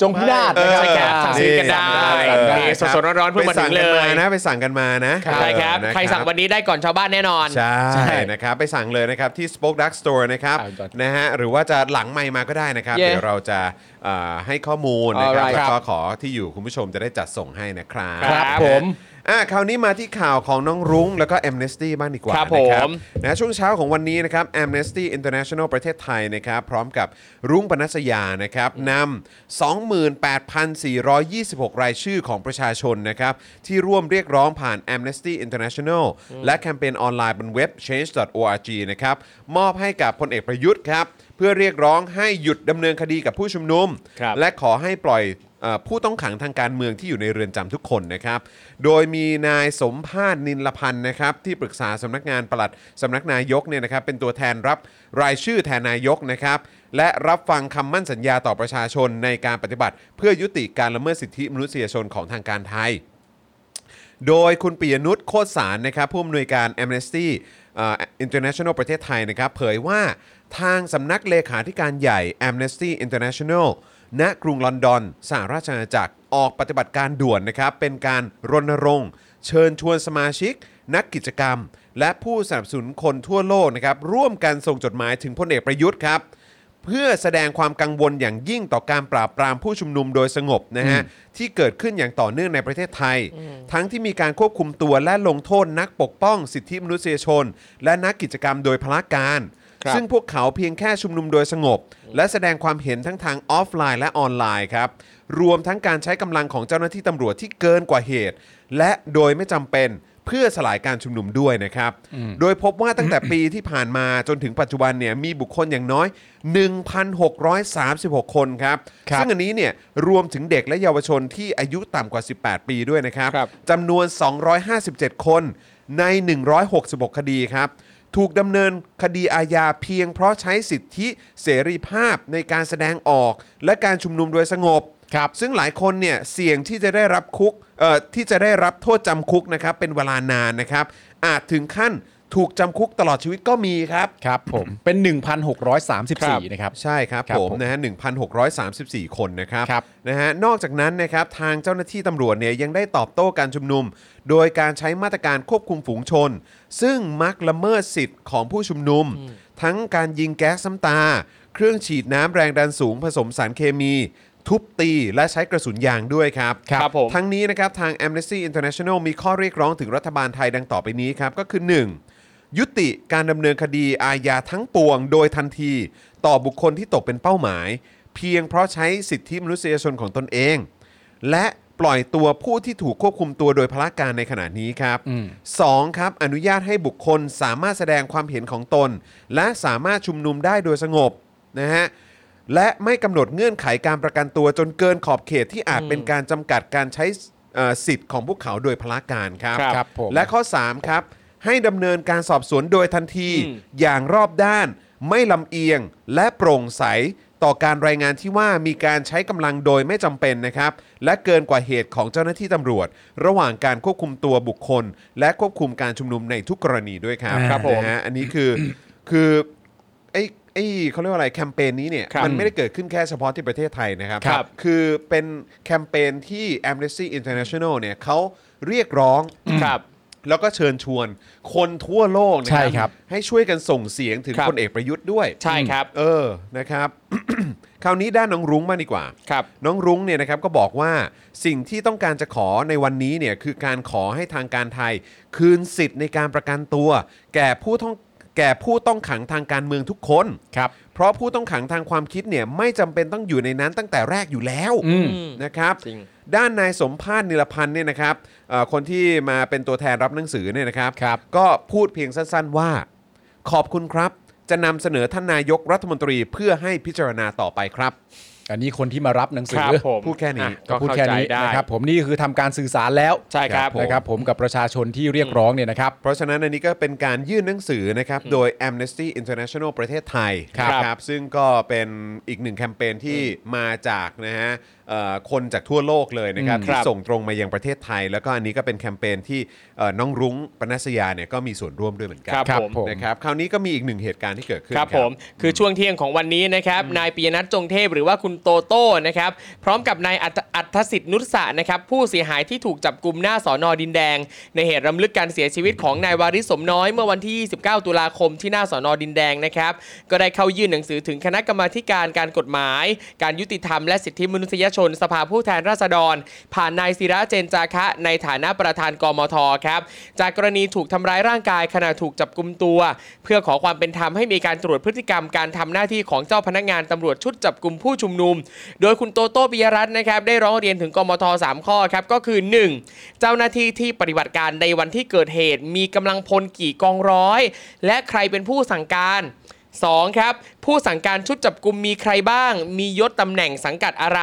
S3: จงพินาศ
S1: เออ
S3: นะครับ
S1: ใช่ครับสั่งซื้อกันได้
S2: สั่งกั
S1: นี่สดๆร้อนๆเพิ่งมาถึงเลย
S2: ไปสั่กันมานะไปสั่งกันมานะ
S1: ใช่ครับ
S2: เออนะ
S1: ใครสั่งวันนี้ได้ก่อนชาวบ้านแน่นอน
S2: ใช่
S3: ใช่
S2: นะครับไปสั่งเลยนะครับที่ Spoke Dark Store นะครับ
S3: เอาก่อน
S2: นะฮะหรือว่าจะหลังไมค์มาก็ได้นะครับ
S1: เย้
S2: เดี๋ยวเราจะเอ่อให้ข้อมูลนะครับ
S1: Alright
S2: แล้วก็ขอที่อยู่คุณผู้ชมจะได้จัดส่งให้นะครับ
S1: ครับผม
S2: อ่ะคราวนี้มาที่ข่าวของน้องรุ้งแล้วก็ Amnesty บ้างดีกว่า
S1: ครับ
S2: นะ
S1: ผม
S2: นะช่วงเช้าของวันนี้นะครับ Amnesty International ประเทศไทยนะครับ พร้อมกับรุ้งปนัสยานะครับนำ28,426 รายชื่อของประชาชนนะครับ ที่ร่วมเรียกร้องผ่าน Amnesty International และแคมเปญออนไลน์บนเว็บ change.org นะครับ มอบให้กับพลเอกประยุทธ์ครับ เพื่อเรียกร้องให้หยุดดำเนินคดีกับผู้ชุมนุม
S1: ครับ
S2: และขอให้ปล่อยเอ่อผู้ต้องขังทางการเมืองที่อยู่ในเรือนจำทุกคนนะครับ โดยมีนายสมภาษณ์นินลพันธ์นะครับที่ปรึกษาสำนักงานปลัดสำนักนายกเนี่ยนะครับเป็นตัวแทนรับรายชื่อแทนนายกนะครับและรับฟังคำมั่นสัญญาต่อประชาชนในการปฏิบัติ เพื่อยุติการละเมิดสิทธิมนุษยชนของทางการไทย โดยคุณปิยนุชโคตรสารนะครับผู้อำนวยการ Amnesty เอ่อ International ประเทศไทยนะครับเผยว่าทางสำนักเลขาธิการใหญ่ Amnesty International ณกรุงลอนดอนสหราชอาณาจักรออกปฏิบัติการด่วนนะครับ เป็นการรณรงค์ เชิญชวนสมาชิก นักกิจกรรม และผู้สนับสนุนคนทั่วโลกนะครับร่วมกันส่งจดหมายถึงพลเอกประยุทธ์ครับ เพื่อแสดงความกังวลอย่างยิ่งต่อการปราบปรามผู้ชุมนุมโดยสงบนะฮะ ที่เกิดขึ้นอย่างต่อเนื่องในประเทศไทย ทั้งที่มีการควบคุมตัวและลงโทษนักปกป้องสิทธิมนุษยชน และนักกิจกรรมโดยพละการ
S1: ครับ
S2: ซึ่งพวกเขาเพียงแค่ชุมนุมโดยสงบ และแสดงความเห็นทั้งทางออฟไลน์และออนไลน์ครับ รวมทั้งการใช้กำลังของเจ้าหน้าที่ตำรวจที่เกินกว่าเหตุ และโดยไม่จำเป็นเพื่อสลายการชุมนุมด้วยนะครับ โดยพบว่าตั้งแต่ ปีที่ผ่านมาจนถึงปัจจุบันเนี่ยมีบุคคลอย่างน้อย 1,636 คนครับ
S3: ครับ
S2: ซึ่งอันนี้เนี่ยรวมถึงเด็กและเยาวชนที่อายุต่ำกว่า 18 ปีด้วยนะครับ
S1: ครับ
S2: จำนวน 257 คนใน 166 คดีครับ ถูกดำเนินคดีอาญาเพียงเพราะใช้สิทธิเสรีภาพในการแสดงออก และการชุมนุมโดยสงบ
S3: ครับ
S2: ซึ่งหลายคนเนี่ยเสี่ยงที่จะได้รับคุกเอ่อที่จะได้รับโทษจำคุกนะครับเป็นเวลานานนะครับ อาจถึงขั้นถูกจำคุกตลอดชีวิตก็มีครับ
S3: ครับผมเป็น 1,634 นะครับ
S2: ใช่ครับ
S3: ครับ
S2: ผ
S3: ผม ม
S2: นะฮะ1,634 คนนะครับ
S3: ครับ
S2: นะฮะนอกจากนั้นนะครับทางเจ้าหน้าที่ตำรวจเนี่ยยังได้ตอบโต้การชุมนุม โดยการใช้มาตรการควบคุมฝูงชน ซึ่งมักละเมิดสิทธิ์ของผู้ชุมนุม ทั้งการยิงแก๊สน้ำตา เครื่องฉีดน้ำแรงดันสูงผสมสารเคมี ทุบตีและใช้กระสุนยางด้วยครับ
S1: ครับผม
S2: ทั้งนี้นะครับทาง Amnesty International มีข้อเรียกร้องถึงรัฐบาลไทยดังต่อไปนี้ครับ ก็คือ 1. ยุติการดำเนินคดีอาญาทั้งปวงโดยทันที ต่อบุคคลที่ตกเป็นเป้าหมาย เพียงเพราะใช้สิทธิมนุษยชนของตนเอง และปล่อยตัวผู้ที่ถูกควบคุมตัวโดยพละการในขณะนี้ครับ
S3: อืม
S2: 2. ครับอนุญาตให้บุคคลสามารถแสดงความเห็นของตน และสามารถชุมนุมได้โดยสงบนะฮะ และไม่กำหนดเงื่อนไขการประกันตัวจนเกินขอบเขตที่อาจเป็นการจำกัดการใช้เอ่อสิทธิ์ของพวกเขาโดยพละการครับ
S1: ครับ
S3: ครับผม
S2: และข้อ 3 ครับ ให้ดำเนินการสอบสวนโดยทันที
S1: อืม
S2: อย่างรอบด้าน ไม่ลำเอียง และโปร่งใส ต่อการรายงานที่ว่ามีการใช้กำลังโดยไม่จำเป็นนะครับ และเกินกว่าเหตุของเจ้าหน้าที่ตำรวจ ระหว่างการควบคุมตัวบุคคล และควบคุมการชุมนุมในทุกกรณีด้วยครับ
S3: ครับผม
S2: นะฮะอันนี้คือ <coughs> คือไอ้ไอ้เขาเรียกว่าอะไรแคมเปญนี้เนี่ย
S1: ครับ
S2: มันไม่ได้เกิดขึ้นแค่เฉพาะที่ประเทศไทยนะครับ
S1: ครับ
S2: คือเป็นแคมเปญที่ Amnesty International เนี่ยเขาเรียกร้อง
S1: ครับ
S2: แล้วก็เชิญชวนคนทั่วโลกนะ
S3: ใช่ครับ
S2: ให้ช่วยกันส่งเสียงถึง
S1: ครับ
S2: พลเอกประยุทธ์ด้วย
S1: ใช่ครับ
S2: เออนะครับ <coughs> คราวนี้ด้านน้องรุ้งมากดีกว่า
S1: ครับ
S2: น้องรุ้งเนี่ยนะครับก็บอกว่าสิ่งที่ต้องการจะขอในวันนี้เนี่ยคือการขอให้ทางการไทย คืนสิทธิ์ในการประกันตัว แก่ผู้ต้องแก่ผู้ต้องขังทางการเมืองทุกคน
S3: ครับ
S2: เพราะผู้ต้องขังทางความคิดเนี่ยไม่จำเป็นต้องอยู่ในนั้นตั้งแต่แรกอยู่แล้ว
S3: อืม
S2: นะครับ
S1: จริง
S2: ด้านนายสมภาษณ์นิรพันธ์เนี่ยนะครับเอ่อคนที่มาเป็นตัวแทนรับหนังสือเนี่ยนะครับ
S3: ครับ
S2: ก็พูดเพียงสั้นๆว่า ขอบคุณครับ จะนำเสนอท่านนายกรัฐมนตรีเพื่อให้พิจารณาต่อไปครับ
S3: อันนี้คนที่มารับหนังสื
S1: ค
S3: อ
S1: รับผม
S2: พูดแค่นี้
S1: อ่ะ
S3: ก็
S1: ก็
S3: พูด
S1: เข้า
S3: แค่
S1: ใจ
S3: นี้
S1: ได้
S3: นะครับผมนี่คือทำการสื่อสารแล้ว
S1: ใช่ครับ
S3: นะครับ ผมกับประชาชนที่เรียกร้องเนี่ยนะครับ
S2: เพราะฉะนั้นอันนี้ก็เป็นการยื่นหนังสือนะครับ โดย Amnesty International ประเทศไทย
S1: ครับ
S2: นะครับซึ่งก็เป็นอีกหนึ่งแคมเปญที่มาจากนะฮะเอ่อคนจากทั่วโลกเลยนะครับ
S1: อืม
S2: ที่
S1: ครับ
S2: ส่งตรงมายังประเทศไทย แล้วก็อันนี้ก็เป็นแคมเปญที่เอ่อน้องรุ้งปนัสยาเนี่ยก็มีส่วนร่วมด้วยเหมือนกั
S1: ครับผม
S2: นะครับคราวนี้ก็มีอีกหนึ่งเหตุการณ์ที่เกิดขึ้น
S1: ครับผมคือช่วงเที่ยงของวันนี้นะครับนายปียนัทจงเทพหรือว่าคุณโตโต้นะครับพร้อมกับนายอัตอัธสิทธิ์นุสะนะครับผู้เสียหายที่ถูกจับกลุ่มหน้าสอนอดินแดง ในเหตุรำลึกการเสียชีวิตของนายวาริสสมน้อยเมื่อวันที่ 29 ตุลาคมที่หน้าสอนอดินแดงนะครับก็ได้เข้ายื่นหนังสือถึงคณะกรรมาธิการการกฎหมาย การยุติธรรมและสิทธิมนุษยชนสภาผู้แทนราษฎร ผ่านนายศิระเจนจาคะ ในฐานะประธานกมทครับจากกรณีถูกทำร้ายร่างกายขณะถูกจับกลุ่มตัว เพื่อขอความเป็นธรรมให้มีการตรวจพฤติกรรมการทำหน้าที่ของเจ้าพนักงานตำรวจชุดจับกลุ่มผู้ชุมนุม โดยคุณโตโต้ปิยรัตน์นะครับได้ร้องเรียนถึงกมท 3 ข้อครับก็คือ 1. เจ้าหน้าที่ที่ปฏิบัติการในวันที่เกิดเหตุ มีกำลังพลกี่กองร้อย และใครเป็นผู้สั่งการ 2. ครับผู้สั่งการชุดจับกลุ่มมีใครบ้าง มียศตำแหน่งสังกัดอะไร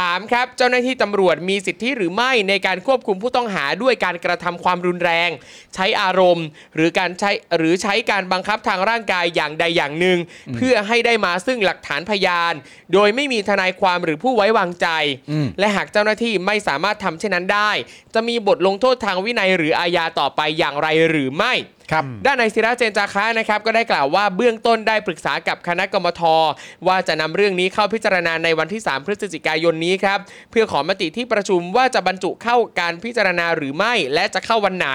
S1: 3. ครับเจ้าหน้าที่ตำรวจมีสิทธิหรือไม่ในการควบคุมผู้ต้องหาด้วยการกระทำความรุนแรง ใช้อารมณ์ หรือการใช้หรือใช้การบังคับทางร่างกายอย่างใดอย่างหนึ่ง เพื่อให้ได้มาซึ่งหลักฐานพยาน โดยไม่มีทนายความหรือผู้ไว้วางใจ
S3: อืม
S1: และหากเจ้าหน้าที่ไม่สามารถทำเช่นนั้นได้ จะมีบทลงโทษทางวินัยหรืออาญาต่อไปอย่างไรหรือไม่
S3: ครับ
S1: ด้านนายศิระเจนจาคะนะครับก็ได้กล่าวว่าเบื้องต้นได้ปรึกษากับคณะกรรมทว่าจะนำเรื่องนี้เข้าพิจารณาในวันที่ 3 พฤศจิกายนนี้ครับเพื่อขอมติที่ประชุมว่าจะบรรจุเข้าการพิจารณาหรือไม่ และจะเข้าวันไหน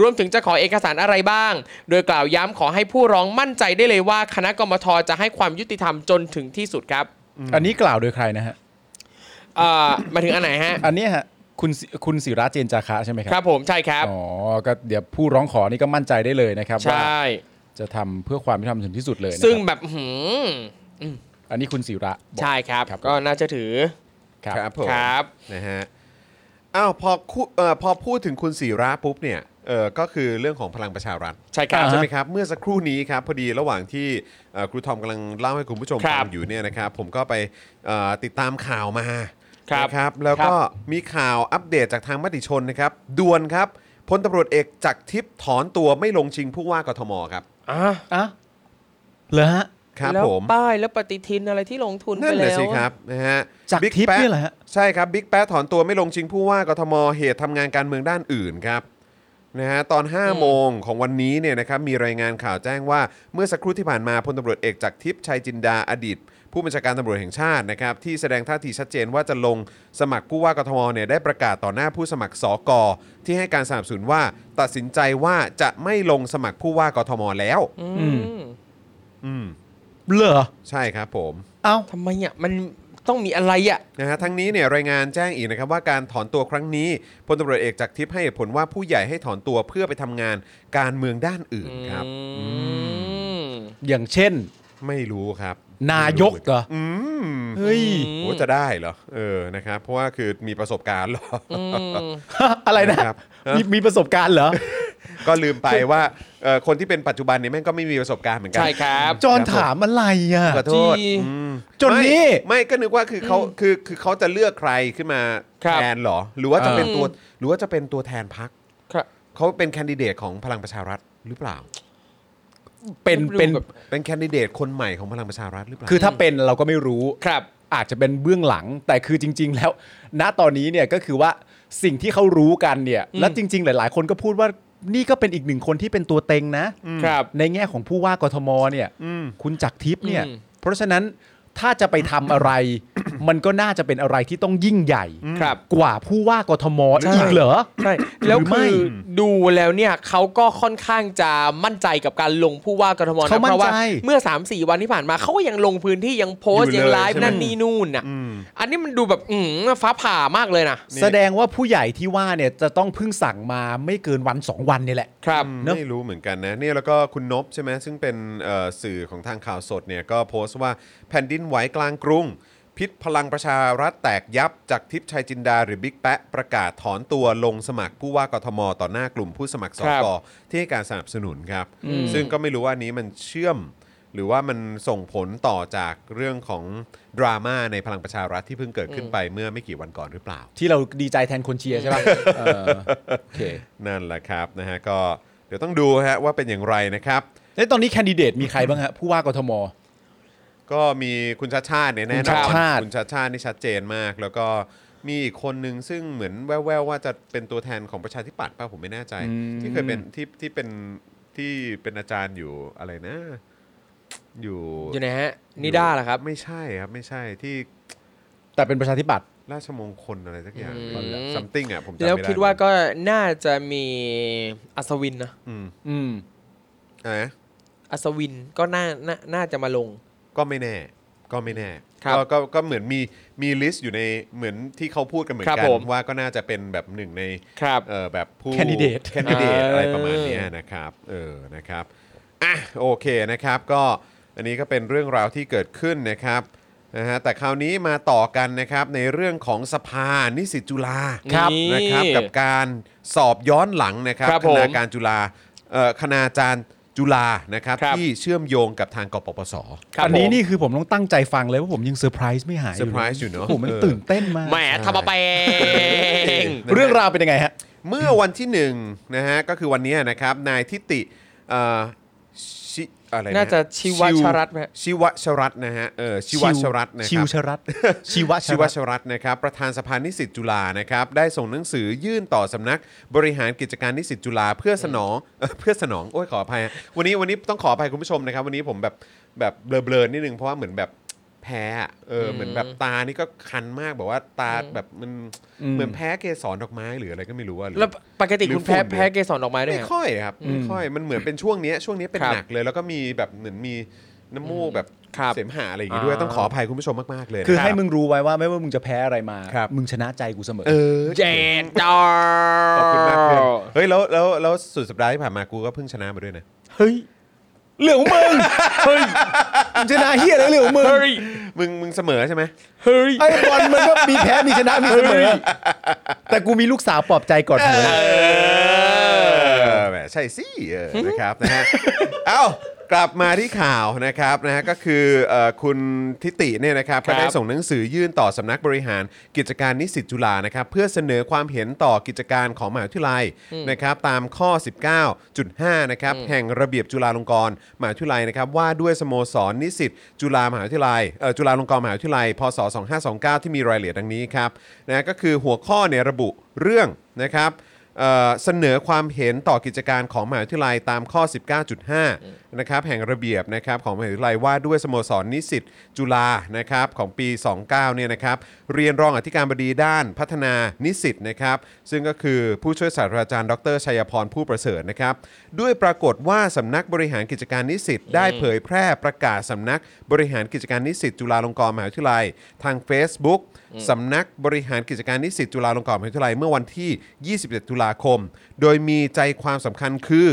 S1: รวมถึงจะขอเอกสารอะไรบ้าง โดยกล่าวย้ำขอให้ผู้ร้องมั่นใจได้เลยว่าคณะกรรมทจะให้ความยุติธรรมจนถึงที่สุดครับ
S3: อันนี้กล่าวโดยใครนะฮะ
S1: เอ่อมาถึงอันไหนฮะ
S3: อันเนี้ยฮะคุณสิคุณศิระเจนจาคะใช่ไหมครั
S1: ครับผมใช่ครับ
S3: อ๋อก็เดี๋ยวผู้ร้องขอนี่ก็มั่นใจได้เลยนะครับ
S1: ใช
S3: ว่า
S1: ่
S3: จะทำเพื่อความยุติธรรมถึงที่สุดเลยนะครับ
S1: ซึ่งแบบหืม
S3: อันนี้คุณศิระบอก
S1: ใช่ครับ
S3: ครับ
S1: ก็น่าจะถือ
S2: ครับผม
S1: ครับ
S2: นะฮะอ้าวพอคุเอ่อพอพูดถึงคุณศิระปุ๊บเนี่ยเออก็คือเรื่องของพลังประชารัฐ
S1: ใช่ครับ
S3: อ่า
S2: ใช่
S3: ฮะ
S2: ไหมครับเมื่อสักครู่นี้ครับพอดีระหว่างที่เอ่อครูทอมกำลังเล่าให้คุณผู้ชม
S1: ครั
S2: ฟั
S1: บ
S2: งอยู่เนี่ยนะครับผมก็ไปเอ่อติดตามข่าวมา
S1: ครับ
S2: นะครับแล้วก็มีข่าวอัปเดตจากทางมติชนนะครับด่วนครับพลตำรวจเอกจักรทิพย์ถอนตัวไม่ลงชิงผู้ว่ากทมครับ
S1: อ่ะ
S3: อ่ะเหรอฮะ
S2: ครับ
S1: แล้ว
S2: ผม
S1: ป้ายแล้วปฏิทินอะไรที่ลงทุน
S2: นั่
S1: ไป
S2: นแหละ
S1: แล้ว
S2: สิครับนะฮะ
S3: จาก
S2: บิ๊
S3: ทิป
S2: แป๊ะ
S3: นี่แหละฮะ
S2: ใช่ครับบิ๊กแป๊ะถอนตัวไม่ลงชิงผู้ว่ากทมเหตุทำงานการเมืองด้านอื่นครับ นะฮะตอน 5 โมงของวันนี้เนี่ยนะครับมีรายงานข่าวแจ้งว่าเมื่อสักครู่ที่ผ่านมาพลตำรวจเอกจากทิพย์ชัยจินดาอดีต ผู้บัญชาการตำรวจแห่งชาตินะครับที่แสดงท่าทีชัดเจนว่าจะลงสมัครผู้ว่ากทมเนี่ยได้ประกาศต่อหน้าผู้สมัครสกที่ให้การสนับสนุนว่าตัดสินใจว่าจะไม่ลงสมัครผู้ว่ากทมแล้ว
S1: อื
S3: อื
S1: ม
S3: ม
S2: อืม
S3: เหรอ
S2: ใช่ครับผม
S3: เอ้า
S1: ทำไมอ่ะมันต้องมีอะไรอ่ะ
S2: นะฮะทั้งนี้เนี่ยรายงานแจ้งอีกนะครับว่าการถอนตัวครั้งนี้พลตำรวจเอกจากทิพย์ให้เหตุผลว่าผู้ใหญ่ให้ถอนตัวเพื่อไปทำงานการเมืองด้านอื่นครับ
S1: อืม
S3: อย่างเช่น
S2: ไม่รู้ครับ
S3: นายกเหรอ
S2: อืม
S3: เฮ้ย
S2: โอ้จะได้เหรอเออนะครับเพราะว่าคือมีประสบการณ์เหรอ
S1: อืม
S3: อะไร <laughs> นะ
S2: ครับ
S3: มีมีประสบการณ์เหรอ
S2: <laughs> ก็ลืมไปว่าเอ่อคนที่เป็นปัจจุบันเนี่ยแม่งก็ไม่มีประสบการณ์เหมือนกั
S1: ใช่ครับ
S3: จอนถามอะไรอ่ะ
S2: ขอโทษ
S1: จี
S2: อืม
S3: จนนี่
S2: ไม่ไม่ก็นึกว่าคือเขาคือคือเขาจะเลือกใครขึ้นมา
S1: ครับ
S2: แทนเหรอ หรือว่าจะเป็น
S1: เออ
S2: ตัวหรือว่าจะเป็นตัวแทนพรรค
S1: ครับ
S2: เขาเป็นแคนดิเดตของพลังประชารัฐหรือเปล่า
S3: เป็น
S1: ไม่รู้
S3: เป็น
S1: แบบ
S2: เป็นแคนดิเดตคนใหม่ของพลังประชารัฐหรือเปล่า
S3: คือถ้าเป็นเราก็ไม่รู้
S1: ครับ
S3: อาจจะเป็นเบื้องหลัง แต่คือจริง ๆ แล้ว ณตอนนี้เนี่ยก็คือว่าสิ่งที่เขารู้กันเนี่ย
S1: อืม
S3: และจริง ๆ หลาย ๆ คนก็พูดว่านี่ก็เป็นอีกหนึ่งคนที่เป็นตัวเต็งนะ
S1: ครับ
S3: ในแง่ของผู้ว่ากทมเนี่ย
S2: อืม
S3: คุณจักรทิพย์เนี่ย
S1: อืม
S3: เพราะฉะนั้นถ้าจะไปทำอะไร <coughs> มันก็น่าจะเป็นอะไรที่ต้องยิ่งใหญ่
S1: ครับ
S3: กว่าผู้ว่ากทมอีกเหรอ
S1: ใช่ <coughs> แล้ว
S3: หรือ
S1: คื
S3: ไม่
S1: อดูแล้วเนี่ยเขาก็ค่อนข้างจะมั่นใจกับการลงผู้ว่ากทมนะ
S3: เขามั่น
S1: เพ
S3: ใจ
S1: ราะว่าเมื่อ 3 4 วันที่ผ่านมาเขาก็ยังลงพื้นที่ยังโพสต์
S2: อยู่
S1: ยั
S2: เลย
S1: งไลฟ์นั่น
S2: ใช่ไหม
S1: นี่นู่นน่ะ
S2: อืม
S1: อันนี้มันดูแบบอืมฟ้าผ่ามากเลยนะ
S2: นี่
S3: แสดงว่าผู้ใหญ่ที่ว่าเนี่ยจะต้องเพิ่งสั่งมาไม่เกินวันสองวันเนี่ยแหละ
S1: ครับ
S3: เนอะ
S2: ไม่รู้เหมือนกันนะเนี่ยแล้วก็คุณนบใช่ไหมซึ่งเป็นเอ่อสื่อของทางข่าวสดเนี่ยก็โพสต์ว่าแผ่นดินไหวกลางกรุง พิษพลังประชารัฐแตกยับจากทิพย์ชัยจินดาหรือบิ๊กแปะประกาศถอนตัวลงสมัครผู้ว่ากทม ต่อหน้ากลุ่มผู้สมัครส
S1: ครั
S2: ก
S1: บ
S2: ที่ให้การสนับสนุนครับ
S1: อืม
S2: ซึ่งก็ไม่รู้ว่าอันนี้มันเชื่อม หรือว่ามันส่งผลต่อจากเรื่องของดราม่าในพลังประชารัฐที่เพิ่งเกิดขึ้นไปเมื่อไม่กี่วันก่อนหรือเปล่า
S3: ที่เราดีใจแทนคนเชียร์ใช่ป่ะเออโอเค
S2: นั่นแหละครับนะฮะก็เดี๋ยวต้องดูฮะว่าเป็นอย่างไรนะครับ
S3: แล้วตอนนี้แคนดิเดตมีใครบ้างฮะผู้ว่ากทม
S2: ก็มีคุณชาติชาติเนี่ยแน่นอ
S3: คุณชา
S2: น
S3: ติชาติ
S2: คุณชาติชาตินี่ชัดเจนมาก แล้วก็มีอีกคนนึงซึ่งเหมือนแว่วๆว่าจะเป็นตัวแทนของประชาธิปัตย์ป่ะผมไม่แน่ใจ ที่เคยเป็นที่ที่เป็นที่เป็นอาจารย์อยู่อะไรนะ อยู่
S1: อยู่ไหนฮะนิด้าเหรอครับ
S2: ไม่ใช่ครับไม่ใช่ที่
S3: แต่เป็นประชาธิปัตย์
S2: ราชมงคลอะไรสักอย่าง
S1: อืม
S2: something อ่ะผมจำไม่ได้
S1: แล้วคิดว่าก็น่าจะมีอัศวินนะ
S2: อืม
S3: อืม
S2: อะไรนะ
S1: อัศวินก็น่าน่าน่าจะมาลง
S2: ก็ไม่แน่ ก็ไม่แน่
S1: ครับ
S2: ก็ก็ก็เหมือนมีมีลิสต์อยู่ในเหมือนที่เขาพูดกันเหมือน
S1: ครับ
S2: กัน
S1: ผม
S2: ว่าก็น่าจะเป็นแบบหนึ่งใน
S1: ครับ
S2: เอ่อแบบผู้
S3: Candidate
S2: แคนดิเดต
S1: เอออ
S2: อะไรประมาณเนี้ยนะครับเออนะครับอ่ะโอเคนะครับก็อันนี้ก็เป็นเรื่องราวที่เกิดขึ้นนะครับนะฮะแต่คราวนี้มาต่อกันนะครับในเรื่องของสภานิสิตจุฬา
S3: ครับ
S1: นี่
S2: นะครับกับการสอบย้อนหลังนะครับ
S1: ครับ
S2: ค
S1: ผม
S2: ณาการจุฬาเอ่อคณาจารย์จุฬานะครับ
S1: ครับ
S2: ที่เชื่อมโยงกับทางกปปส
S1: ครับ
S3: อันนี้
S1: ผม
S3: นี่คือผมต้องตั้งใจฟังเลยว่าผมยังเซอร์ไพรส์ไม่หาย
S2: เซอร์ไพรส์อยู่เนอะ
S3: ผมมัน
S2: เออ
S3: ตื่นเต้นมาก
S1: แหมทำมาไปเอง
S2: นะฮะ
S3: เรื่องราวเป็นยังไงฮะ
S2: เมื่อวันที่1นะฮะก็คือวันนี้นะครับนายทิติเอ่อชิอะไร
S1: น่าจะชิวชรัตน์ไหม
S2: ชิวชรัตน์นะฮะเออชิวชรัตน์นะค
S3: ชิ
S2: รั
S3: ว
S2: บ
S3: ชรัตน์ ชิวช
S2: ชีว
S3: รัตน์
S2: ชรัตน์นะครับประธานสภานิสิตจุฬานะครับได้ส่งหนังสือยื่นต่อสำนักบริหารกิจการนิสิตจุฬาเพื่อสนองเอ่อเพื่อสนองโอ้ยขออภัยฮะวันนี้วันนี้ต้องขออภัยคุณผู้ชมนะครับ วันนี้ผมแบบแบบเบลอๆนิดนึงเพราะว่าเหมือนแบบแพ้อะเอออ
S1: ม
S2: เหมือนแบบตานี่ก็คันมากแบบว่าตาแบบมัน
S3: อืม
S2: เหมือนแพ้เกสรดอกไม้หรืออะไรก็ไม่รู้อะหรือ
S1: แล้วปกติคุณแพ้
S2: หรือฝุ่น
S1: แพ้เกสรดอกไม้ด้วย
S2: ไม่
S1: ฮะ
S2: ค่อยครับไม่ค่อยมันเหมือนเป็นช่วงเนี้ยช่วงนี้เป็น
S1: ครับ
S2: หนักเลย แล้วก็มีแบบเหมือนมีน้ำมูกแบบ
S1: ครับ
S2: เสมหะอะไรอย่างงี้ด้วย
S1: อ่า
S2: ต้องขออภัยคุณผู้ชมมากๆเลยนะ
S3: คือ
S2: รับ
S3: ให้มึงรู้ไว้ว่าไม่ว่ามึงจะแพ้อะไรมา
S2: ครับ
S3: มึงชนะใจกูเสมอ
S2: เออ
S1: เจดดอ
S2: ขอบคุณมากเพื่อน
S1: ร์
S2: เฮ้ยแล้วแล้วแล้วสุดสัปดาห์ที่ผ่านมากูก็เพิ่งชนะมาด้วยนะ
S3: เฮ้ยเหลืองมึง เฮ้ยมึงชนะเฮียอะไรเหลืองมึง
S1: เฮ้ย
S2: มึงมึงเสมอใช่ไหม
S1: เฮ้ย
S3: ไอ้บอลมันก็มีแพ้มีชนะมีเสมอแต่กูมีลูกสาวปลอบใจก่อนเสมอ
S2: เออแหมใช่สิเออนะครับนะฮะ เอ้ากลับมาที่ข่าวนะครับนะฮะก็คือเอ่อคุณทิติเนี่ยนะครับ
S1: ครับ
S2: ก็ได้ส่งหนังสือยื่นต่อสำนักบริหารกิจการนิสิตจุฬานะครับเพื่อเสนอความเห็นต่อกิจการของมหาวิทยาลัยนะครับตามข้อ 19.5นะครับแห่งระเบียบจุฬาลงกรณ์มหาวิทยาลัยนะครับว่าด้วยสโมสรนิสิตจุฬามหาวิทยาลัยเอ่อจุฬาลงกรณ์มหาวิทยาลัยพศ 2529 ที่มีรายละเอียดดังนี้ครับนะก็คือหัวข้อเนี่ยระบุเรื่องนะครับ เอ่อเสนอความเห็นต่อกิจการของมหาวิทยาลัยตามข้อ 19.5 นะครับแห่งระเบียบนะครับของมหาวิทยาลัยว่าด้วยสโมสรนิสิตจุฬานะครับของปี 29 เนี่ยนะครับเรียนรองอธิการบดีด้านพัฒนานิสิตนะครับซึ่งก็คือผู้ช่วยศาสตราจารย์ดรชัยพรผู้ประเสริฐนะครับด้วยปรากฏว่าสำนักบริหารกิจการนิสิตได้เผยแพร่ประกาศสำนักบริหารกิจการนิสิตจุฬาลงกรณ์มหาวิทยาลัย ทาง Facebook สำนักบริหารกิจการนิสิตจุฬาลงกรณ์มหาวิทยาลัยเมื่อวันที่ 27 ตุลาคม โดยมีใจความสำคัญคือ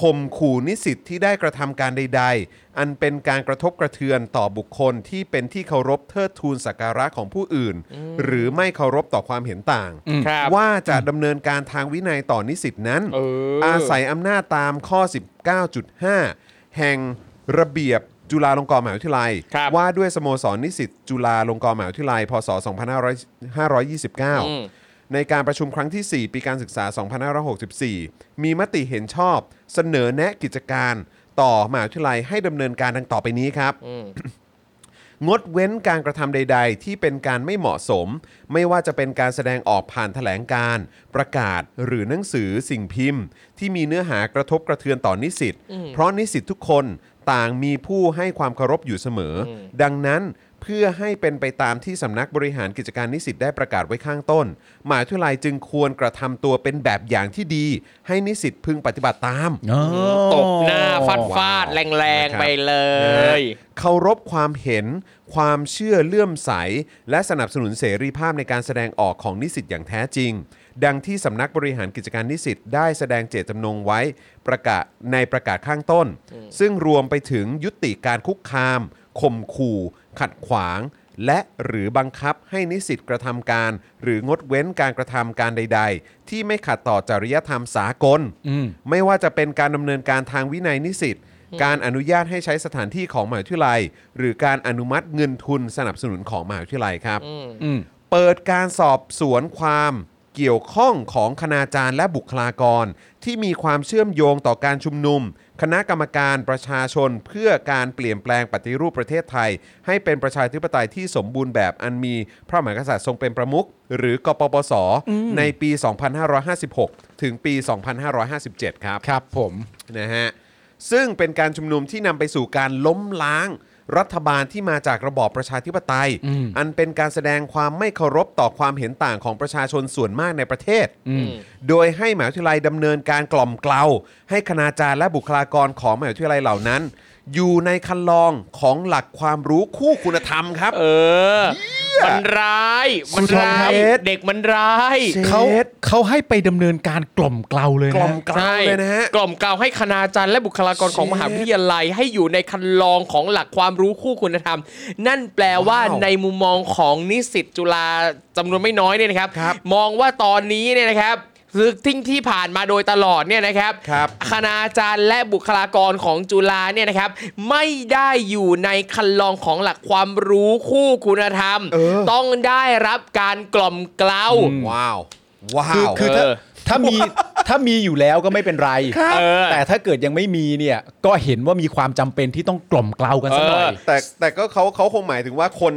S2: ข่มขู่นิสิตที่ได้กระทำการใด ๆ อันเป็นการกระทบกระเทือนต่อบุคคลที่เป็นที่เคารพเทิดทูนสักการะของผู้อื่น หรือไม่เคารพต่อความเห็นต่าง
S1: ครับ
S2: ว่าจะดำเนินการทางวินัยต่อนิสิตนั้น
S1: เอออ
S2: อาศัยอำนาจตามข้อ 19.5 แห่งระเบียบจุฬาลงกรณ์มหาวิทยาลัย
S1: ครับ
S2: ว่าด้วยสโมสรนิสิตจุฬาลงกรณ์มหาวิทยาลัย พศ
S1: อืม
S2: 2529 ในการประชุมครั้งที่ 4 ปีการศึกษา 2564 มีมติเห็นชอบ เสนอแนะกิจการต่อมหาวิทยาลัยให้ดำเนินการดังต่อไปนี้ครับ งดเว้นการกระทำใด ๆ ที่เป็นการไม่เหมาะสม ไม่ว่าจะเป็นการแสดงออกผ่านแถลงการณ์ประกาศหรือหนังสือสิ่งพิมพ์ ที่มีเนื้อหากระทบกระเทือนต่อนนิสิตเพราะนิสิตทุกคนต่างมีผู้ให้ความเคารพอยู่เสมออดังนั้นเพื่อให้เป็นไปตามที่สำนักบริหารกิจการนิสิตได้ประกาศไว้ข้างต้นมหาวิทยาลัยจึงควรกระทำตัวเป็นแบบอย่างที่ดี ให้นิสิตพึงปฏิบัติตาม
S1: ตบหน้าฟาดฟาด
S2: ว้าว
S1: แรงแรง
S2: นะครับ
S1: ๆ ไปเลย
S2: เคารพความเห็น ความเชื่อเลื่อมใส และสนับสนุนเสรีภาพในการแสดงออกของนิสิตอย่างแท้จริง ดังที่สำนักบริหารกิจการนิสิตได้แสดงเจตจำนงไว้ประกาศในประกาศข้างต้น ซึ่งรวมไปถึงยุติการคุกคามข่มขู่ ขัดขวาง และหรือบังคับให้นิสิตกระทำการ หรืองดเว้นการกระทำการใด ๆ ที่ไม่ขัดต่อจริยธรรมสากล ไม่ว่าจะเป็นการดำเนินการทางวินัยนิสิต การอนุญาตให้ใช้สถานที่ของมหาวิทยาลัย หรือการอนุมัติเงินทุนสนับสนุนของมหาวิทยาลัยครับ
S1: อืม
S3: อืม
S2: เปิดการสอบสวนความเกี่ยวข้องของคณาจารย์และบุคลากร ที่มีความเชื่อมโยงต่อการชุมนุม คณะกรรมการประชาชนเพื่อการเปลี่ยนแปลงปฏิรูปประเทศไทย ให้เป็นประชาธิปไตยที่สมบูรณ์แบบอันมีพระมหากษัตริย์ทรงเป็นประมุขหรือกปปส ในปี 2556 ถึงปี 2557 ครับ
S5: ครับผม
S2: นะฮะซึ่งเป็นการชุมนุมที่นำไปสู่การล้มล้าง รัฐบาลที่มาจากระบอบประชาธิปไตย อันเป็นการแสดงความไม่เคารพต่อความเห็นต่างของประชาชนส่วนมากในประเทศ โดยให้หมหาวิทยาลัยดำเนินการกล่อมเกลาให้คณาจารย์และบุคลากรของมหาวิทยาลัยเหล่านั้น อยู่ในคันลองของหลักความรู้คู่คุณธรรมครับ
S1: เออ มันร้าย มัน
S2: สุดยอด
S1: ร้า
S2: ครั
S1: ย
S2: บ
S1: เด็กมันร้าย
S5: เขาเขาให้ไปดำเนินการกล่อมเกลาเลย
S2: กล่อม
S5: นะ
S2: เกลา
S1: ใช่
S2: เลยนะฮะ
S1: กล่อมเกลาวให้คณาจารย์และบุคลากรของ
S2: เชฟ
S1: มหาวิทยาลัย ให้อยู่ในคันลองของหลักความรู้คู่คุณธรรม นั่นแปลว่า
S2: ว้าว
S1: ในมุมมองของนิสิตจุฬาจำนวนไม่น้อยเนี่ยนะครับ
S2: ครับ
S1: มองว่าตอนนี้เนี่ยนะครับคือทิ้งที่ผ่านมาโดยตลอดเนี่ยนะครับ
S2: ครับ
S1: คณาจารย์และบุคลากรของจุฬาเนี่ยนะครับ ไม่ได้อยู่ในคันลองของหลักความรู้คู่คุณธรรม ต้องได้รับการกล่อมเกลา
S3: อืม
S2: ว้าว ว้า
S3: คือ
S2: ว
S3: คือ
S1: เอ
S3: ถ้า
S1: อ
S3: ถ้ามีถ้ามีอยู่แล้วก็ไม่เป็นไร
S1: เออ
S3: แต่ถ้าเกิดยังไม่มีเนี่ยก็เห็นว่ามีความจำเป็นที่ต้องกล่อมเกลากันสักหน่อ
S1: เอ
S3: ย
S1: อ
S2: แต่แต่ก็เขาเขาคงหมายถึงว่าคน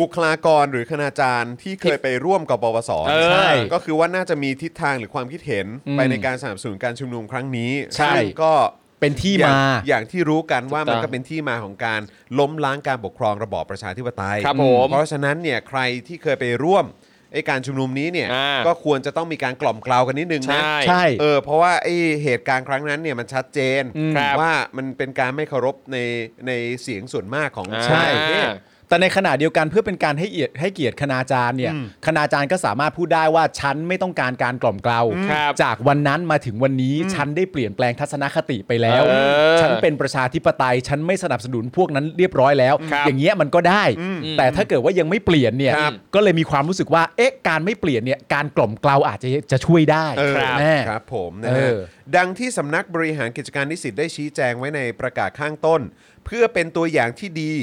S2: บุคลากรหรือคณาจารย์ที่เคยไปร่วมกับปปส
S1: เออ
S2: ใช่ก็คือว่าน่าจะมีทิศทางหรือความคิดเห็น
S3: อืม
S2: ไปในการสนับสนุนการชุมนุมครั้งนี้
S3: ใช่
S2: ซึ่งก็
S3: เป็นที่
S2: อย่ง
S3: มา
S2: อย่างที่รู้กันว่า
S1: ถูกต้
S2: มั
S1: อน ง
S2: ก็เป็นที่มาของการล้มล้างการปกครองระบอบประชาธิปไตย
S1: ครับผม
S2: เพราะฉะนั้นเนี่ยใครที่เคยไปร่วมไอ้การชุมนุมนี้เนี่ย
S1: อ่า
S2: ก็ควรจะต้องมีการกล่อมเกลากันนิดนึงนะ
S1: ใช่
S3: ใช่
S2: เออเพราะว่าไอเหตุการณ์ครั้งนั้นเนี่ยมันชัดเจน
S3: อืม
S1: ครับ
S2: ว่ามันเป็นการไม่เคารพในในเสียงส่วนมากของ
S1: อ่า
S2: ชาวป
S1: ใช่
S2: ระเทศ
S3: แต่ในขณะเดียวกันเพื่อเป็นการให้เกียรติให้เกียรติคณาจารย์เนี่ย
S2: อืม
S3: คณาจารย์ก็สามารถพูดได้ว่าฉันไม่ต้องการการกล่อมเกลา
S1: ครับ
S3: จากวันนั้นมาถึงวันนี้ฉันได้เปลี่ยนแปลงทัศนคติไปแล้ว
S1: เออ
S3: ฉันเป็นประชาธิปไตย ฉันไม่สนับสนุนพวกนั้นเรียบร้อยแล้ว
S1: ครับ
S3: อย่างเงี้ยมันก็ได้
S2: อืม
S3: แต่ถ้าเกิดว่ายังไม่เปลี่ยนเนี่ย
S2: ครับ
S3: ก็เลยมีความรู้สึกว่าเอ๊ะการไม่เปลี่ยนเนี่ยการกล่อมเกลาอาจจะจะช่วยได้
S2: เออ
S3: แน่
S2: ครับผมนะฮะ
S3: เออ
S2: ดังที่สำนักบริหารกิจการนิสิตได้ชี้แจงไว้ในประกาศข้างต้น เพื่อเป็นตัวอย่างที่ดี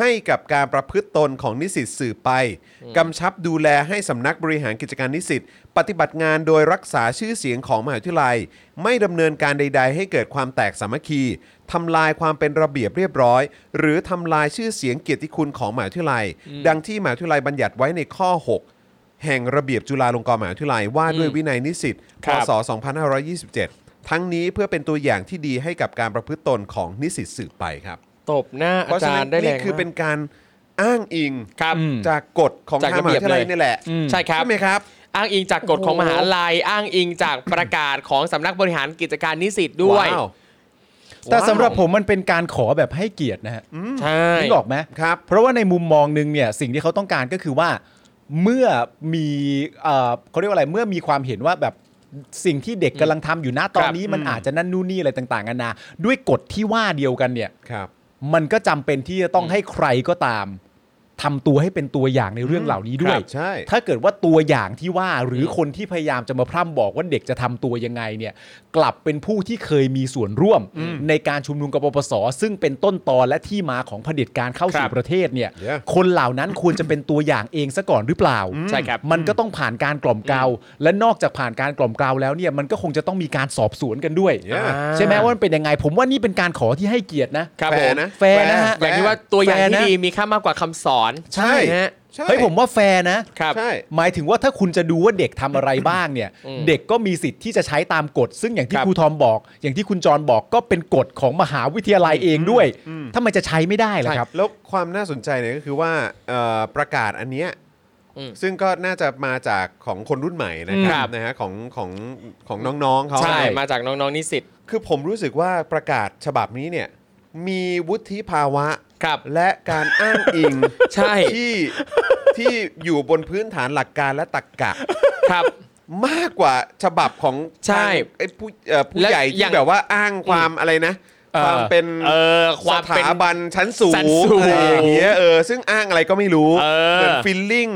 S2: ให้กับการประพฤติตนของนิสิตสืบไปกำชับดูแลให้สำนักบริหารกิจการนิสิตปฏิบัติงานโดยรักษาชื่อเสียงของมหาวิทยาลัย ไม่ดำเนินการใด ๆ ให้เกิดความแตกสามัคคีทำลายความเป็นระเบียบเรียบร้อย หรือทำลายชื่อเสียงเกียรติคุณของมหาวิทยาลัย ดังที่มหาวิทยาลัยบัญญัติไว้ในข้อ 6 แห่งระเบียบจุฬาลงกรณ์มหาวิทยาลัยว่าด้วยวินัยนิสิต
S1: ค
S2: พ
S1: รับ
S2: ศ 2527 ทั้งนี้เพื่อเป็นตัวอย่างที่ดีให้กับการประพฤติตนของนิสิตสืบไปครับ
S1: ตบหน้า
S2: เพ
S1: อา
S2: ราะฉะ
S1: จาร
S2: นั้น
S1: ย์ได้แร
S2: นี่
S1: ง
S2: คือ
S1: มาก
S2: เป็นการอ้างอิง
S1: ครับ
S2: จากกฎของ
S1: จาก
S2: ทาง
S1: ระ
S2: ม
S1: เบี
S2: หาย
S1: บ
S2: วิทยาลัย
S1: เลย
S2: นี่แหละ
S1: ใช่ครับ
S2: ไหมครับ
S1: อ้างอิงจากกฎของมหาลัย อ้างอิงจากประกาศของสำนักบริหารกิจการนิสิตด้วย
S2: ว้าว
S3: แต่สำหรับผมมันเป็นการขอแบบให้เกียรตินะฮะ
S1: ใช่
S3: นึกออกไหม
S2: ครับ
S3: เพราะว่าในมุมมองหนึ่งเนี่ยสิ่งที่เขาต้องการก็คือว่า เมื่อมีเอ่อเขาเรียกว่าอะไรเมื่อมีความเห็นว่าแบบสิ่งที่เด็กกำลังทำอยู่หน้าตอนนี้มันอาจจะนั่นนู่นนี่อะไรต่างๆกันานาด้วยกฎที่ว่าเดียวกันเนี่ย
S2: ครับ
S3: มันก็จำเป็นที่จะต้องให้ใครก็ตามทำตัวให้เป็นตัวอย่างในเรื่องเหล่านี้ด้ว
S2: ค
S3: ย
S2: รับใช่
S3: ถ้าเกิดว่าตัวอย่างที่ว่าหรือคนที่พยายามจะมาพร่ำบอกว่าเด็กจะทำตัวยังไงเนี่ย กลับเป็นผู้ที่เคยมีส่วนร่วมในการชุมนุมกับปปส ซึ่งเป็นต้นตอนและที่มาของเผด็จการเข้าสู่
S1: ครับ
S3: ประเทศเนี่ย
S2: Yeah
S3: คนเหล่านั้นควรจะเป็นตัวอย่างเองซะก่อนหรือเปล่า
S1: ใช่ครับ
S3: มันก็ต้องผ่านการกล่อมเกลาและนอกจากผ่านการกล่อมเกลาแล้วเนี่ยมันก็คงจะต้องมีการสอบสวนกันด้วย
S2: Yeah
S3: ใช่ไหมว่ามันเป็นยังไง ผมว่านี่เป็นการขอที่ให้เกียรตินะ
S1: ครับ
S2: แฟ
S1: ผม
S2: ร์นะ
S3: แฟร์นะฮะ
S1: อย่างที่ว่าตัวอย่างที่ดีมีค่ามากกว่าคำสอน
S2: ใช่
S1: ฮะ
S2: ใช่
S3: เฮ้ยผมว่าแฟร์นะ
S1: ครับ
S2: ใช่
S3: หมายถึงว่าถ้าคุณจะดูว่าเด็กทำอะไรบ้างเนี่ย
S1: อืม
S3: เด็กก็มีสิทธิ์ที่จะใช้ตามกฎ ซึ่งอย่าง
S1: ค
S3: ที่
S1: รับ
S3: ครูทอมบอก อย่างที่คุณจรบอกก็เป็นกฎของมหาวิทยาลัยเองด้วยทำไมจะใช้ไม่ได้ล่ะครับ
S2: แล้วความน่าสนใจเนี่ยก็คือว่าเอ่อประกาศอันเนี้ย
S1: อืม
S2: ซึ่งก็น่าจะมาจากของคนรุ่นใหม่นะค
S1: ครั
S2: รับบ นะฮะของของของน้องๆเขา
S1: ใช่ มาจากน้องๆนิสิต
S2: คือผมรู้สึกว่าประกาศฉบับนี้เนี่ยมีวุฒิภาวะ
S1: ครับ
S2: และการอ้างอิง
S1: ใช่
S2: ที่ที่อยู่บนพื้นฐานหลักการและตรรกกะ
S1: ครับ
S2: มากกว่าฉบับของ
S1: ใช่
S2: ทางไอ้ผู้เอ่อผู้
S1: และ
S2: ใหญ่
S1: อ
S2: ที่
S1: ย่าง
S2: แบบว่าอ้างความอะไรนะ
S1: เอ่
S2: ค
S1: อ
S2: วามเป็น
S1: เออความเป็น
S2: สถาบันชั้นสูง
S1: ชั้นสูง
S2: อะไรอย่างเงี้ยเออซึ่งอ้างอะไรก็ไม่รู้
S1: เออ
S2: มือนฟิลลิ่ง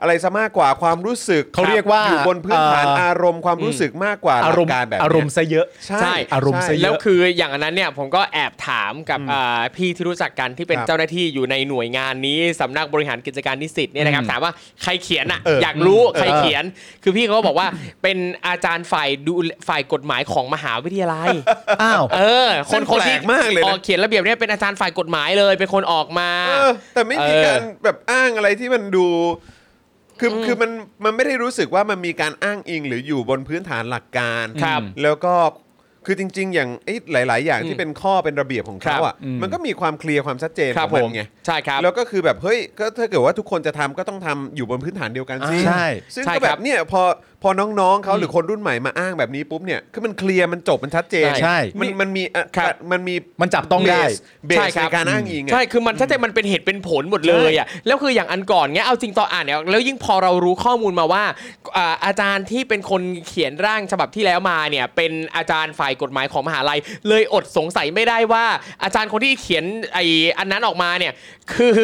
S2: อะไรซะมากกว่าความรู้สึก
S3: เขาเรียกว่า
S2: อยู่บนพื้นฐาน
S3: เอ่ออ
S2: อารมณ์ความรู้สึกมากกว่า
S3: อารมณ์
S2: หลักการแบบ
S3: อารมณ์
S2: เนี้ย
S3: ซะเยอะ
S2: ใช่
S1: ใช่
S3: อารมณ์ซะ
S2: ใช่
S3: เยอะ
S1: แล้วคืออย่างอันนั้นเนี่ยผมก็แอบถามกับอ่าพี่ที่รู้จักกันที่เป็น
S2: ครับ
S1: เจ้าหน้าที่อยู่ในหน่วยงานนี้สำนักบริหารกิจการนิสิตเนี่ยนะครับถามว่าใครเขียนอ่ะ
S2: เอออ
S1: อยากรู้
S2: เออ
S1: ใครเขียน คือพี่เขาก็บอกว่า <laughs> เป็นอาจารย์ฝ่ายดูฝ่ายกฎหมายของมหาวิทยาลัย
S3: อ้าว
S1: เออ คนคนที่
S2: แปลกมากเลยนะ
S1: ออกเขียนระเบียบเนี่ยเป็นอาจารย์ฝ่ายกฎหมายเลยเป็นคนออกมา
S2: เออแต่ไม่มี
S1: เออ
S2: การแบบอ้างอะไรที่มันดู คืออคือมันมันไม่ได้รู้สึกว่ามันมีการอ้างอิงหรืออยู่บนพื้นฐานหลักการ
S1: ครับ
S2: แล้วก็คือจริง ๆ อย่างไอ้หลาย ๆ อย่างที่
S1: อืม
S2: เป็นข้อเป็นระเบียบของเขาอ่ะ
S3: ครับ
S2: มันก็มีความเคลียร์ความชัดเจน
S1: ค
S2: ข
S1: รั
S2: อบ งมั
S1: ผม
S2: นไง
S1: ใช่ครับ
S2: แล้วก็คือแบบเฮ้ยก็ถ้าเกิดว่าทุกคนจะทำก็ต้องทำอยู่บนพื้นฐานเดียวกันสิ
S3: ใช่
S2: ซึ่ง
S1: ใช่
S2: ก็
S1: ค
S2: แบ
S1: รับบ
S2: เนี่ยพอพอน้องๆเขาหรือคนรุ่นใหม่มาอ้างแบบนี้ปุ๊บเนี่ยคือมันเคลียร์มันจบมันชัดเจน
S3: ใช่
S2: มันมันมีอ่ะ
S1: ครับ
S2: มันมี
S3: มันจับต้องได้
S2: เบส
S1: ใช่ครั
S2: ใน
S1: บ
S2: การอ้างอิงอะ
S1: ใช่ คือมันชัดเจนมันเป็นเหตุเป็นผลหมดเลยอ่ะ แล้วคืออย่างอันก่อนเงี้ย เอาจริงต่ออ่านเนี่ย แล้วยิ่งพอเรารู้ข้อมูลมาว่าอ่า อาจารย์ที่เป็นคนเขียนร่างฉบับที่แล้วมาเนี่ย เป็นอาจารย์ฝ่ายกฎหมายของมหาลัย เลยอดสงสัยไม่ได้ว่า อาจารย์คนที่เขียนไออันนั้นออกมาเนี่ย <laughs> คือ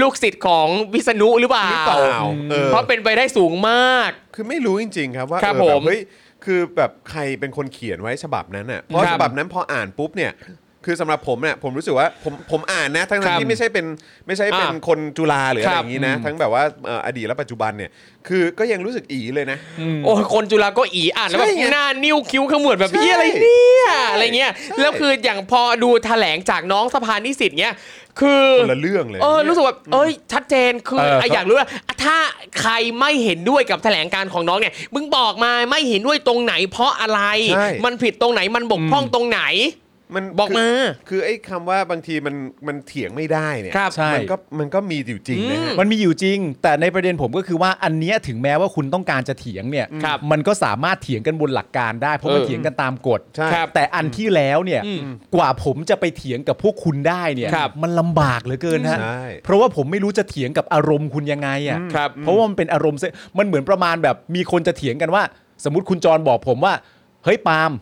S1: ลูกศิษย์ของวิษณุหรือเปล่า
S2: หรือเปล่าเออ
S1: เพราะเป็นไปได้สูงมาก
S2: คือไม่รู้จริง ๆ ครับว่า
S1: ครับ
S2: เออ
S1: ผ
S2: แบ
S1: ม
S2: บเฮ้ยคือแบบใครเป็นคนเขียนไว้ฉบับนั้นอ่ะเพราะ
S1: ครับ
S2: ฉบับนั้นพออ่านปุ๊บเนี่ยคือสำหรับผมเนี่ยผมรู้สึกว่าผมผมอ่านนะทั้ง
S1: ครับ
S2: ที่ไม่ใช่เป็นไม่ใช่เป็น
S1: อ่ะ
S2: คนจุฬาหรืออะไร
S1: ครั
S2: อบ ย่างนี้นะทั้งแบบว่าเอ่ออดีตและปัจจุบันเนี่ยคือก็ยังรู้สึกอีเลยนะ
S1: โอ้ยคนจุฬาก็อีอ่านแล้วแบ
S2: ใช่
S1: บ
S2: ไง
S1: หน้านิ้วคิ้วขมวดแบบ
S2: ใช่
S1: พี่อะไรเนี่ยอะไรเงี้ย
S2: ใช่
S1: แล้วคืออย่างพอดูแถลงจากน้องสภานิสิตเงี้ยคือ
S2: คนละเรื่องเลย
S1: เออรู้สึกแบบเอ้ยชัดเจนคือ
S3: เออ
S1: ไอ้อยากรู้ว่าถ้าใครไม่เห็นด้วยกับแถลงการณ์ของน้องเนี่ยมึงบอกมาไม่เห็นด้วยตรงไหนเพราะอะไร
S2: ใช่
S1: มันผิดตรงไหนมันบกพร่องตรงไหน
S2: มัน
S1: บอกมา
S2: คืคือไอ้คำว่าบางทีมันมันเถียงไม่ได้เนี่ย
S1: ครับ
S3: ใช่
S2: มันก็มันก็มีอยู่จริงนะฮะ
S3: มันมีอยู่จริง แต่ในประเด็นผมก็คือว่าอันเนี้ยถึงแม้ว่าคุณต้องการจะเถียงเนี่ย
S1: ครับ
S3: มันก็สามารถเถียงกันบนหลักการได้เพราะมัน
S1: เออ
S3: เถียงกันตามกฎ
S2: ใช่
S1: ครับ
S3: แต่อันที่แล้วเนี่ย
S1: อืม
S3: กว่าผมจะไปเถียงกับพวกคุณได้เนี่ย
S1: ครับ
S3: มันลำบากเหลือเกินฮะ
S2: ใช่
S3: เพราะว่าผมไม่รู้จะเถียงกับอารมณ์คุณยังไงอ่ะ
S1: ครับ
S3: เพราะว่ามันเป็นอารมณ์เสมันเหมือนประมาณแบบมีคนจะเถียงกันว่า สมมติคุณจรบอกผมว่าเฮ้ยปาล์ม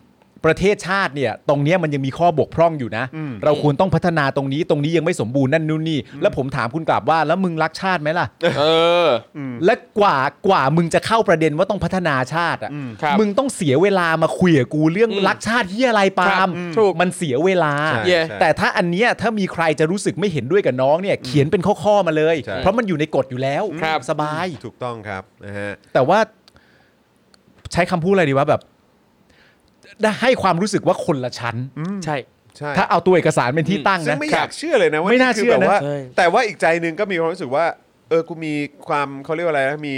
S3: ประเทศชาติเนี่ยตรงเนี้ยมันยังมีข้อบกพร่องอยู่นะ เราควรต้องพัฒนาตรงนี้ตรงนี้ยังไม่สมบูรณ์นั่นนู่นนี่แล้วผมถามคุณกลับว่าแล้วมึงรักชาติไหมล่ะ
S1: เออ
S3: และกว่ากว่ามึงจะเข้าประเด็นว่าต้องพัฒนาชาติอ่ะ
S1: ครับ
S3: มึงต้องเสียเวลามาคุยกับกูเรื่อง
S1: อืม
S3: รักชาติที่อะไรปาล์ม
S1: ครับอืมถูก
S3: มันเสียเวลา
S2: ใช่
S1: เย่
S2: ใช่
S3: แต่ถ้าอันเนี้ยถ้ามีใครจะรู้สึกไม่เห็นด้วยกับน้องเนี่ยเขียนเป็นข้อๆมาเลย
S2: ใช่
S3: เพราะมันอยู่ในกฎอยู่แล้ว
S1: ครับ
S3: สบาย
S2: ถูกต้องครับนะฮะ
S3: แต่ว่าใช้คำพูดอะไรดีว่าแบบ ได้ให้ความรู้สึกว่าคนละชั้น
S1: ใช่
S2: ใช่
S3: ถ้าเอาตัวเอกสารเป็นที่ตั้ง
S2: ซึ่
S3: นะ
S2: งไม่อยากเชื่อเลยนะว่า
S3: ไม่น่า
S2: คื
S3: เชื่อนะ
S2: แบบว่า
S1: ใช่
S2: แต่ว่าอีกใจหนึ่งก็มีความรู้สึกว่า เออกูมีความเขาเรียกว่าอะไรนะมี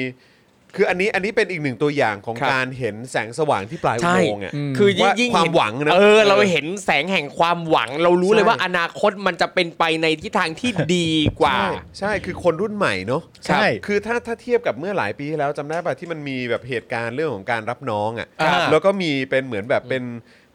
S2: คืออันนี้อันนี้เป็นอีกหนึ่งตัวอย่างของ
S1: ครับ
S2: การเห็นแสงสว่างที่ปลายอุ
S1: ใช่
S2: โมงค์อ่ะ
S1: คือยิ่ง
S2: ว่า
S1: ยิ่ง
S2: ความ
S1: เน
S2: หวังนะ
S1: เออ เรา
S2: เออ
S1: เห็นแสงแห่งความหวัง เรารู้เลย
S2: ใช่
S1: ว่าอนาคตมันจะเป็นไปในทิศทางที่ดีกว่า
S2: ใช่ใช่คือคนรุ่นใหม่เนอะ
S3: ใช่
S2: คือถ้าถ้าเทียบกับเมื่อหลายปีที่แล้วจำได้ป่ะที่มันมีแบบเหตุการณ์เรื่องของการรับน้องอ่ะ
S3: ครับ
S2: แล้วก็มีเป็นเหมือนแบบเป็น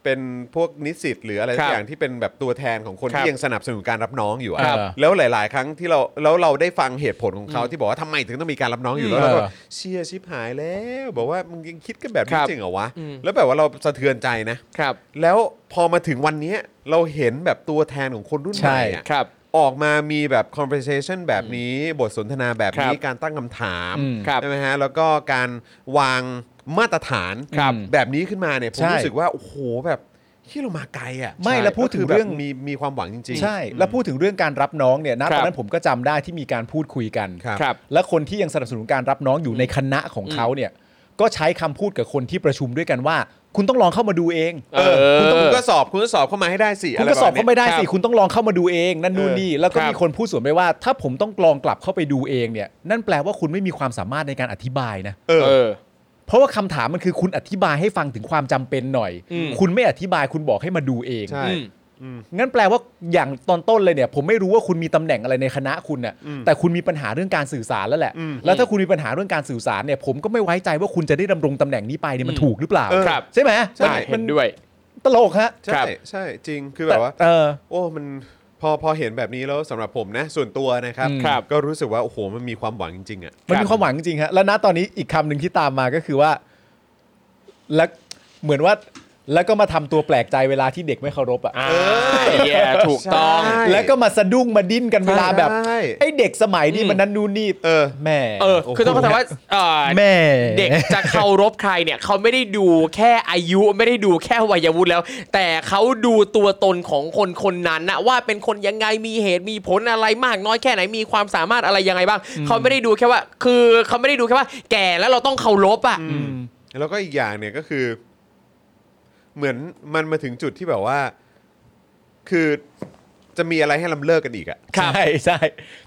S2: เป็นพวกนิสิตหรืออะไร
S1: ครั
S2: สัก
S1: บ
S2: อย่างที่เป็นแบบตัวแทนของคน
S1: ครับ
S2: ที่ยังสนับสนุนการรับน้องอยู่อะ
S1: ครับ
S2: แล้วหลาย ๆ ครั้งที่เราแล้วเราได้ฟังเหตุผลของเขาที่บอกว่าทำไมถึงต้องมีการรับน้องอยู่แล้วเราก็
S3: เออ
S2: เชียชิบหายแล้ว บอกว่ามึงยังคิดกันแบบ
S1: ค
S2: นี้
S1: รับ
S2: จริงเหรอวะ
S1: อืม
S2: แล้วแบบว่าเราสะเทือนใจนะครับ แล้วพอมาถึงวันเนี้ยเราเห็นแบบตัวแทนของคนรุ่นใหม่อะ
S1: ครับ
S2: ออกมามีแบบ conversation แบบนี้ บทสนทนาแบบนี้
S1: ครับ
S2: การตั้งคำถาม
S3: อืม
S1: ครับ
S2: ใช่ไหมฮะ แล้วก็การวางมาตรฐาน
S3: ครับ
S2: แบบนี้ขึ้นมาเนี่ย ผม
S3: ใช่
S2: รู้สึกว่า โอ้โห แบบที่เรามาไกลอ่ะ
S3: ไม่แล้วพูดถึง
S2: ก็คื
S3: เรื่อง
S2: แบบมีมีความหวังจริง
S3: ใช่ แล้วพูดถึงเรื่องการรับน้องเนี่ยนะครับ ตอนนั้นผมก็จำได้ที่มีการพูดคุยกัน
S2: ครับ
S1: ครับ
S3: และคนที่ยังสนับสนุนการรับน้องอยู่ในคณะของเขาเนี่ยก็ใช้คำพูดกับคนที่ประชุมด้วยกันว่า คุณต้องลองเข้ามาดูเอง
S1: เออ
S2: คุณต้องคุณก็สอบคุณก็สอบเข้ามาให้ได้สิ
S3: คุณก็สอบ
S2: ป
S3: เขา
S2: ร
S3: ไม่ได้สิ
S1: ครับ
S3: คุณต้องลองเข้ามาดูเองนั่นนู่น
S2: เออ
S3: นี่แล้วก็
S1: ครับ
S3: มีคนพูดสวนไปว่า ถ้าผมต้องลองกลับเข้าไปดูเองเนี่ยนั่นแปลว่าคุณไม่มีความสามารถในการอธิบายนะ
S2: มาณนี้เออ
S3: เพราะว่าคำถามมันคือคุณอธิบายให้ฟังถึงความจำเป็นหน่อย
S1: อืม
S3: คุณไม่อธิบายคุณบอกให้มาดูเอง
S2: ใช่
S1: อืม
S3: งั้นแปลว่าอย่างตอนต้นเลยเนี่ย ผมไม่รู้ว่าคุณมีตำแหน่งอะไรในคณะคุณน่ะ
S2: อืม
S3: แต่คุณมีปัญหาเรื่องการสื่อสารแล้วแหละ
S2: อืม
S3: แล้วถ้าคุณมีปัญหาเรื่องการสื่อสารเนี่ย ผมก็ไม่ไว้ใจว่าคุณจะได้ดำรงตำแหน่งนี้ไปเนี่ยมัน
S1: อืม
S3: ถูกหรือเปล่า
S2: เออ
S1: ครับ
S3: ใช่ไหม
S1: ใช่
S3: มัน
S1: เห็นด้วย
S3: ตลกฮะ
S2: ใช่
S1: ครับ
S2: ใช่จริงคือแบบว่า
S3: เออ
S2: โอ้มันพอพอเห็นแบบนี้แล้วสำหรับผมนะ ส่วนตัวนะครับ
S3: อืม
S1: ครับ
S2: ก็รู้สึกว่าโอ้โหมันมีความหวังจริงๆอ่ะ
S3: มันมีความหวังจริงๆฮะแล้วณตอนนี้อีกคำหนึ่งที่ตามมาก็คือว่า และเหมือนว่า แล้วก็มาทำตัวแปลกใจเวลาที่เด็กไม่เคารพอ่ะ
S1: อ่าเหี้ยถูกต้อง
S2: ใช่
S3: แล้วก็มาสะดุ้งมาดิ้นกันเวลาแบบ
S2: ใช่
S3: ไอ้เด็กสมัยนี้
S1: อืม
S3: มันนั้นนู่นนี่
S2: เออ
S3: แม่
S1: เออ คือต้องเข้าใจว่าเอ่อ
S3: แม่
S1: เด็กจะเคารพใครเนี่ยเขาไม่ได้ดูแค่อายุไม่ได้ดูแค่วัยวุฒิแล้ว แต่เขาดูตัวตนของคนคนนั้นนะว่าเป็นคนยังไงมีเหตุมีผลอะไรมากน้อยแค่ไหนมีความสามารถอะไรยังไงบ้างเขาไม่ได้ดูแค่ว่า คือเขาไม่ได้ดูแค่ว่า แก่แล้วเราต้องเคารพอ่ะ
S2: แล้วก็อีกอย่างเนี่ยก็คือ เหมือนมันมาถึงจุดที่แบบว่า คือจะมีอะไรให้ลำเลิกกันอีกอะ
S1: ครับ
S3: ใช่ใช่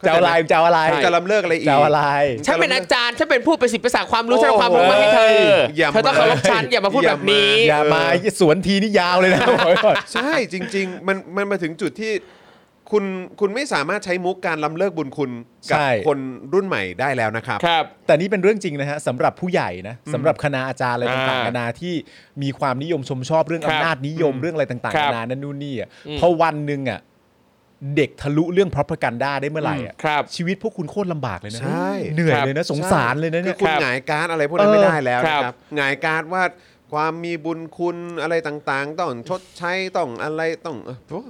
S3: จะเอาอะไรจะเอาอะไร
S2: จะลำเลิกอะไรอีก
S3: จะเอาอะไร
S1: ฉันเป็นอาจารย์ฉันเป็นผู้ประสิทธิ์ประสาทความรู้ฉันเอาความรู้มาให้เธอ
S2: อย่ามา
S1: เธอต้องเคารพฉันอย่ามาพูด
S2: อ
S1: แบ
S2: ย่ามา
S1: บนี้
S3: อย่ามาสวนทีนี่ยาวเลยนะบอกไว้ก่อน
S2: ใช่จริง ๆ มันมันมาถึงจุดที่คุณคุณไม่สามารถใช้มุกการล้ำเลิกบุญคุณกั
S3: ใช่
S2: คนรุ่นใหม่ได้แล้วนะครับ
S1: ครับ
S3: แต่นี่เป็นเรื่องจริงนะฮะสำหรับผู้ใหญ่นะสำหรับคณะอาจารย์อะไรต่างๆ
S1: อ่า
S3: นานาที่มีความนิยมชมชอบเรื่อง
S1: ครับ
S3: อำนาจนิยมเรื่องอะไรต่าง
S1: ค
S3: ๆ
S1: รับ
S3: นานานั่นนู่นนี่อ่ะ
S1: อืม
S3: พอวันหนึ่งอ่ะเด็กทะลุเรื่อง propaganda ได้เมื่อไหร่อ่ะ
S1: อืมครับ
S3: ชีวิตพวกคุณโคตรลำบากเลยนะ
S2: ใช่
S3: เหนื่อย
S1: ครับ
S3: เลยนะสงสารเลยนะ
S2: คื
S3: เนี่
S2: อย คุณ
S1: ครับ
S2: หงายการ์ดอะไรพวกนั้นไม่
S3: เออ
S2: ได้แล้วนะค
S1: ครั
S2: รับบ หงายการ์ดว่าความมีบุญคุณอะไรต่างๆ ต้องชดใช้ต้องอะไรต้องเออโอ้แป๊บ